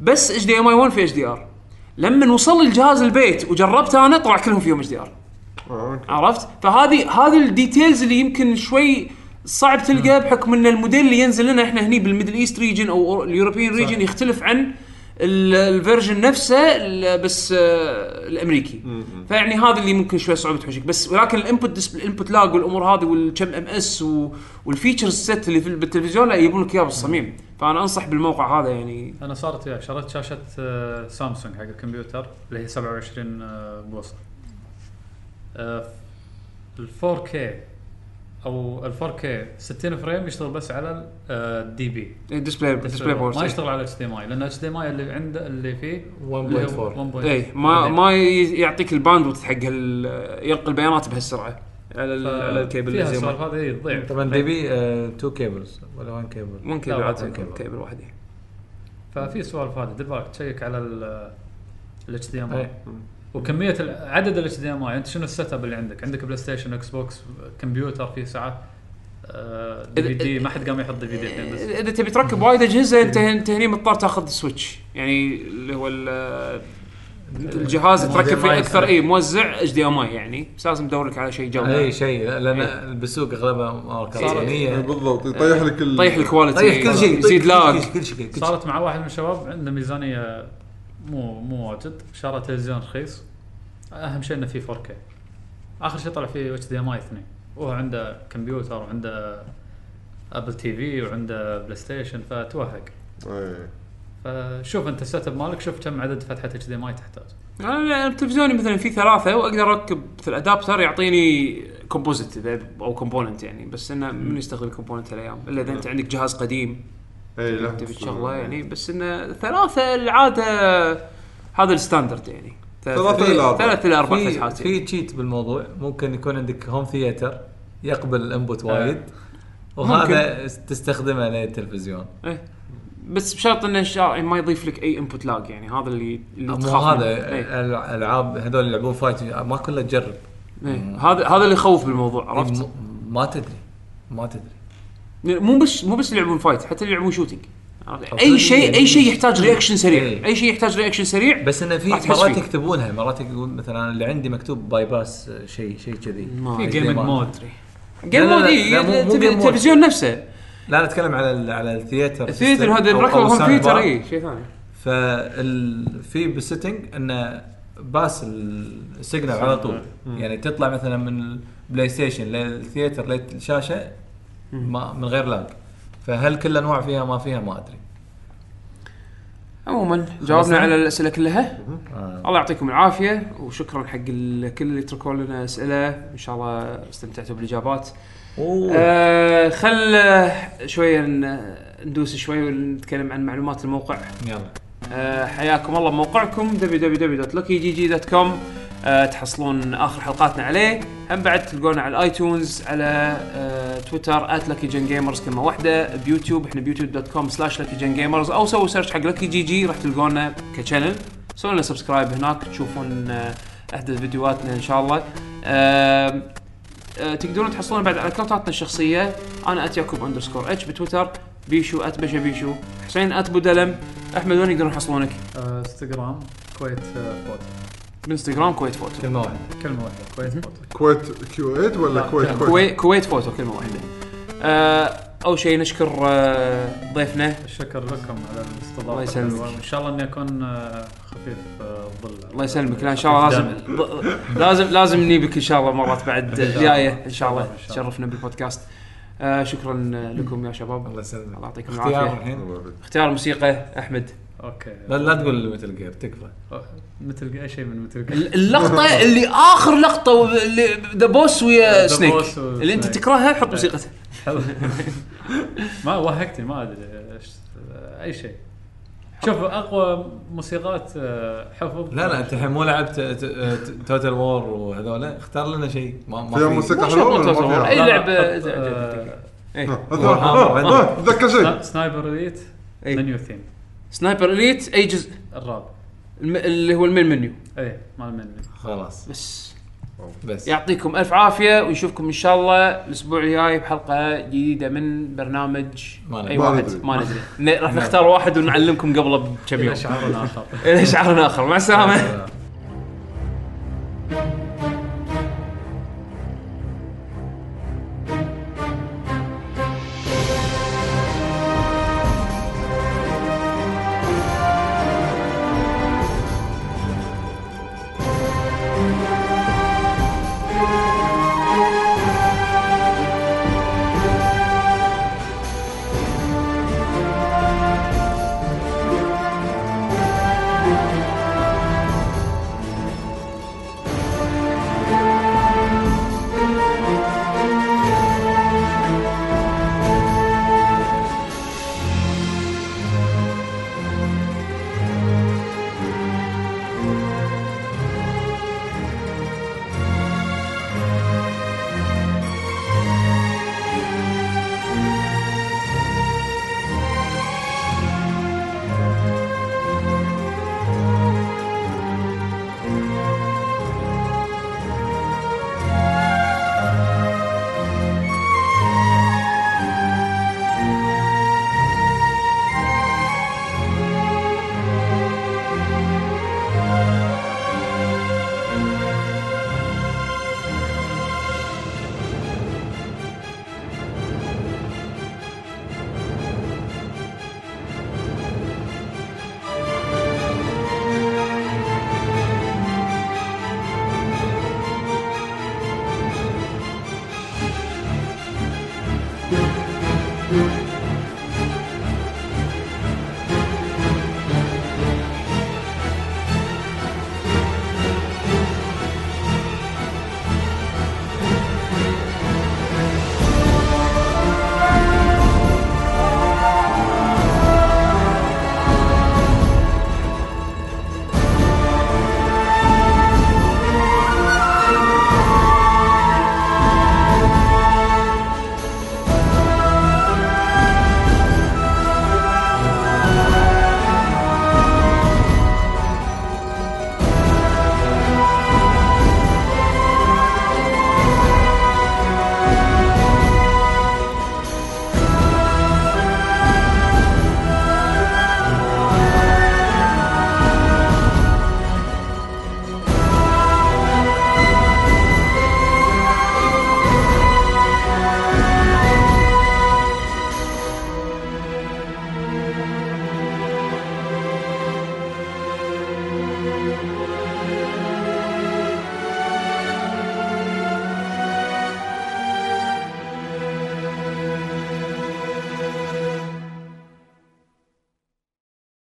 [SPEAKER 1] بس اتش دي ام اي 1 في اتش دي ار لما وصل الجهاز البيت وجربته انا طلع كلهم فيهم اتش دي ار
[SPEAKER 2] آه، أوكي.
[SPEAKER 1] عرفت فهذه هذه الديتيلز اللي يمكن شوي صعب تلقاه بحكم ان الموديل اللي ينزل لنا احنا هني بالميدل ايست ريجن او اليوروبيان ريجن يختلف عن ال- الفيرجن نفسه ال- بس آه، الامريكي فيعني هذا اللي ممكن شوي صعوبه تحوشك بس ولكن الانبوت ديسبل الانبوت لاج والامور هذه والكم ام اس والفيتشرز سيت اللي في ال- بالتلفزيون لا يجيبون لك اياه بالصميم فانا انصح بالموقع هذا يعني
[SPEAKER 3] انا صارت وياي شريت شاشه آه، سامسونج حق الكمبيوتر اللي هي 27 آه، بوصه ال 4K او ال 4K 60 فريم يشتغل بس على الدي بي
[SPEAKER 1] ديسبلاي ديسبلاي
[SPEAKER 3] ما
[SPEAKER 1] بورت
[SPEAKER 3] يشتغل على اتش دي ماي لان اتش دي ماي اللي عنده اللي فيه
[SPEAKER 4] 1.4
[SPEAKER 3] طيب.
[SPEAKER 1] اي إيه، ما ما ي- يعطيك الباندوث حق ال- يلقي البيانات بهالسرعه على ال- على الكيبل
[SPEAKER 3] اللي
[SPEAKER 1] اللي زي ما
[SPEAKER 3] السالفه هذه تضيع
[SPEAKER 4] طبعا دي بي
[SPEAKER 6] آه،
[SPEAKER 4] 2 كيبلز ولا 1 كيبل
[SPEAKER 1] ممكن
[SPEAKER 3] لا،
[SPEAKER 1] بعد
[SPEAKER 3] واحد
[SPEAKER 1] كيبل
[SPEAKER 3] كيبل.
[SPEAKER 1] كيبل واحد إيه.
[SPEAKER 3] ففي سوالف هذه دبالك تشيك على الاتش دي ام اي
[SPEAKER 4] إيه.
[SPEAKER 3] وكميه ال- عدد الاتش دي ام اي انت شنو السيت اب اللي عندك؟ عندك بلاي ستيشن اكس بوكس كمبيوتر في آه، ساعات دي في دي ما حد قام يحط دي في دي الحين بس
[SPEAKER 1] اذا إيه، إذا تبي تركب وايد اجهزه انت انت هني مضطر تاخذ سويتش يعني اللي هو ال- الجهاز
[SPEAKER 4] موزع
[SPEAKER 1] تركب فيه
[SPEAKER 4] مايك.
[SPEAKER 1] اكثر اي موزع اتش دي ام اي يعني بس لازم تدور لك على شيء
[SPEAKER 4] اي
[SPEAKER 1] جوده
[SPEAKER 4] شيء لان بالسوق اغلبها ماركات
[SPEAKER 3] صارت-
[SPEAKER 6] يعني.
[SPEAKER 4] صينيه
[SPEAKER 2] بالضبط يطيح لك ال-
[SPEAKER 1] طيح الكواليتي
[SPEAKER 4] طيح طيب، كل شيء
[SPEAKER 1] يزيد
[SPEAKER 4] طيح
[SPEAKER 1] لاج
[SPEAKER 4] كل شيء كل شيء
[SPEAKER 3] صارت مع واحد من الشباب عنده ميزانيه مو مو واجد شرى تلفزيون رخيص اهم شيء انه فيه 4K اخر شيء طلع فيه اتش دي ام اي 2 وهو عنده كمبيوتر وعنده ابل تي في وعنده بلاي ستيشن فتوهق
[SPEAKER 2] إيه.
[SPEAKER 3] فشوف انت السيت اب مالك شوف كم عدد فتحه اتش دي ام اي تحتاج
[SPEAKER 1] انا أنا يعني تلفزيوني مثلا فيه ثلاثه واقدر اركب في الادابتر يعطيني كومبوزيت اذا او كومبوننت يعني بس انه من يستخدم كومبوننت هالايام الا اذا انت عندك جهاز قديم
[SPEAKER 2] اي لا
[SPEAKER 1] تبي شغله يعني بس انه ثلاثه العاده هذا الستاندرد يعني
[SPEAKER 2] ثلاثة إلى أربعة.
[SPEAKER 1] ثلاثة الى اربع
[SPEAKER 4] في
[SPEAKER 1] فتحات يعني.
[SPEAKER 4] في تشيت بالموضوع ممكن يكون عندك هوم ثياتر يقبل الانبوت
[SPEAKER 1] آه.
[SPEAKER 4] وايد وهذا تستخدمه للتلفزيون
[SPEAKER 1] إيه. بس بشرط انه شا- ما يضيف لك اي انبوت لاج يعني هذا اللي اللي
[SPEAKER 4] مو
[SPEAKER 1] تخاف
[SPEAKER 4] هذا
[SPEAKER 1] منه. إيه.
[SPEAKER 4] الع- الالعاب هذول اللي يلعبون فايت ما كله تجرب
[SPEAKER 1] إيه. هذا هذا اللي يخوف بالموضوع عرفت؟
[SPEAKER 4] م- ما تدري ما تدري
[SPEAKER 1] مو بس مو بس اللي يلعبون فايت حتى اللي يلعبون شوتنج عرفت؟ اي
[SPEAKER 4] أوكي.
[SPEAKER 1] شيء اي شيء يحتاج رياكشن سريع
[SPEAKER 4] يعني إيه.
[SPEAKER 1] اي شيء يحتاج رياكشن سريع
[SPEAKER 4] بس انه في
[SPEAKER 1] راح تحس
[SPEAKER 4] مرات
[SPEAKER 1] فيه.
[SPEAKER 4] يكتبونها مرات يقول مثلا اللي عندي مكتوب باي باس آه، شيء شيء كذي
[SPEAKER 1] ما
[SPEAKER 3] في
[SPEAKER 1] أدري.
[SPEAKER 3] جيمنج
[SPEAKER 4] ما
[SPEAKER 3] مود
[SPEAKER 1] جيم
[SPEAKER 4] لا، لا،
[SPEAKER 1] مود
[SPEAKER 4] لا،
[SPEAKER 1] إيه،
[SPEAKER 4] لا، مو- مو
[SPEAKER 1] تبي
[SPEAKER 4] جيم مود.
[SPEAKER 1] التلفزيون نفسه
[SPEAKER 4] لا نتكلم على ال- على الثياتر
[SPEAKER 1] الثيتر هذا
[SPEAKER 4] أو- أو
[SPEAKER 1] مركب
[SPEAKER 4] الساوند
[SPEAKER 1] كمبيوتر
[SPEAKER 4] بار.
[SPEAKER 1] اي إيه، شيء ثاني
[SPEAKER 4] فال في بالسيتنج انه باس السيجنال على طول يعني تطلع مثلا من البلاي ستيشن للثياتر للشاشه ما من غير لاج فهل كل انواع فيها ما فيها ما ادري
[SPEAKER 1] عموما جاوبنا
[SPEAKER 4] خلصنا؟
[SPEAKER 1] على الاسئله كلها
[SPEAKER 4] آه.
[SPEAKER 1] الله يعطيكم العافيه وشكرا حق الكل اللي تركوا لنا اسئله ان شاء الله استمتعتوا بالاجابات آه خل آه، شويه ن- ندوس شوي ونتكلم عن معلومات الموقع
[SPEAKER 4] يلا
[SPEAKER 1] آه، حياكم الله بموقعكم www.luckygg.com آه، تحصلون اخر حلقاتنا عليه هم بعد تلقونا على الايتونز على آه، تويتر @luckygengamers كلمه واحده بيوتيوب احنا بيوتيوب.com/luckygengamers او سووا سيرش حق لكي جي جي راح تلقونا كشانل سووا لنا سبسكرايب هناك تشوفون آه، احدث فيديوهاتنا ان شاء الله آم، آه، تقدرون تحصلون بعد على اكونتاتنا الشخصيه انا @يعقوب اندرسكور اتش بتويتر بيشو @بشا بيشو حسين @بودلم احمد وين يقدرون يحصلونك؟
[SPEAKER 3] انستغرام كويت آه، فوت
[SPEAKER 1] بانستغرام كويت فوتو
[SPEAKER 4] كلمه واحده
[SPEAKER 3] كلمه واحده كويت فوت
[SPEAKER 2] كويت كيو 8 ولا
[SPEAKER 3] لا،
[SPEAKER 2] كويت
[SPEAKER 3] كويت.
[SPEAKER 2] كويت
[SPEAKER 1] كويت, كويت فوتو كلمه واحده آه اول شيء نشكر آه ضيفنا
[SPEAKER 3] الشكر لكم على الاستضافه
[SPEAKER 1] الله يسلمك.
[SPEAKER 3] ان شاء الله اني اكون آه، خفيف آه، الظل
[SPEAKER 1] الله يسلمك لا ان شاء الله لازم لازم لازم نجيبك ان شاء الله مرات بعد جايه ان شاء الله تشرفنا بالبودكاست آه شكرا لكم يا شباب
[SPEAKER 4] الله
[SPEAKER 1] الله
[SPEAKER 4] يسلمك
[SPEAKER 1] يعطيكم
[SPEAKER 4] اختيار
[SPEAKER 1] العافيه
[SPEAKER 4] الحين
[SPEAKER 1] اختيار الموسيقى احمد
[SPEAKER 3] اوكي
[SPEAKER 4] لا لا تقول مثل جير تكفى
[SPEAKER 3] مثل اي شيء من مثل
[SPEAKER 1] اللقطه اللي اخر لقطه اللي ذا بوس ويا
[SPEAKER 3] The
[SPEAKER 1] سنيك
[SPEAKER 3] Boss و
[SPEAKER 1] اللي انت
[SPEAKER 3] Snake. إيه.
[SPEAKER 1] تكرهها حط موسيقته
[SPEAKER 3] ما وهقتني ما ادري إيش- اي شيء شوف اقوى موسيقات آه، حفظ
[SPEAKER 4] لا لا انت الحين مو لعبت توتال وور وهذولا اختار لنا شيء ما ما
[SPEAKER 2] فيها
[SPEAKER 4] في.
[SPEAKER 2] موسيقى
[SPEAKER 1] مو
[SPEAKER 2] حلوه
[SPEAKER 1] شرط
[SPEAKER 2] ولا ما
[SPEAKER 1] توتال وور.
[SPEAKER 2] فيها؟
[SPEAKER 1] أي
[SPEAKER 3] لا، لا،
[SPEAKER 1] لعبة
[SPEAKER 3] حط، آه،
[SPEAKER 1] إيه.
[SPEAKER 2] أتذكر-
[SPEAKER 4] Warhammer عندك.
[SPEAKER 2] آه، اتذكر شيء
[SPEAKER 3] سنا- سنايبر اليت
[SPEAKER 1] إيه.
[SPEAKER 3] منيو ثيم
[SPEAKER 1] سنايبر اليت اي جزء
[SPEAKER 3] الراب إيه،
[SPEAKER 1] الم... اللي هو المين منيو
[SPEAKER 3] اي مال منيو
[SPEAKER 4] خلاص
[SPEAKER 1] بس
[SPEAKER 4] بس
[SPEAKER 1] يعطيكم الف عافيه ونشوفكم ان شاء الله الاسبوع الجاي بحلقه جديده من برنامج
[SPEAKER 4] ما
[SPEAKER 1] اي
[SPEAKER 4] ندري.
[SPEAKER 2] ما
[SPEAKER 1] واحد
[SPEAKER 2] ندري.
[SPEAKER 1] ما ندري ن- راح نختار واحد ونعلمكم قبله بكم يوم
[SPEAKER 3] شعار اخر
[SPEAKER 1] الى شعار اخر مع السلامه
[SPEAKER 4] آه.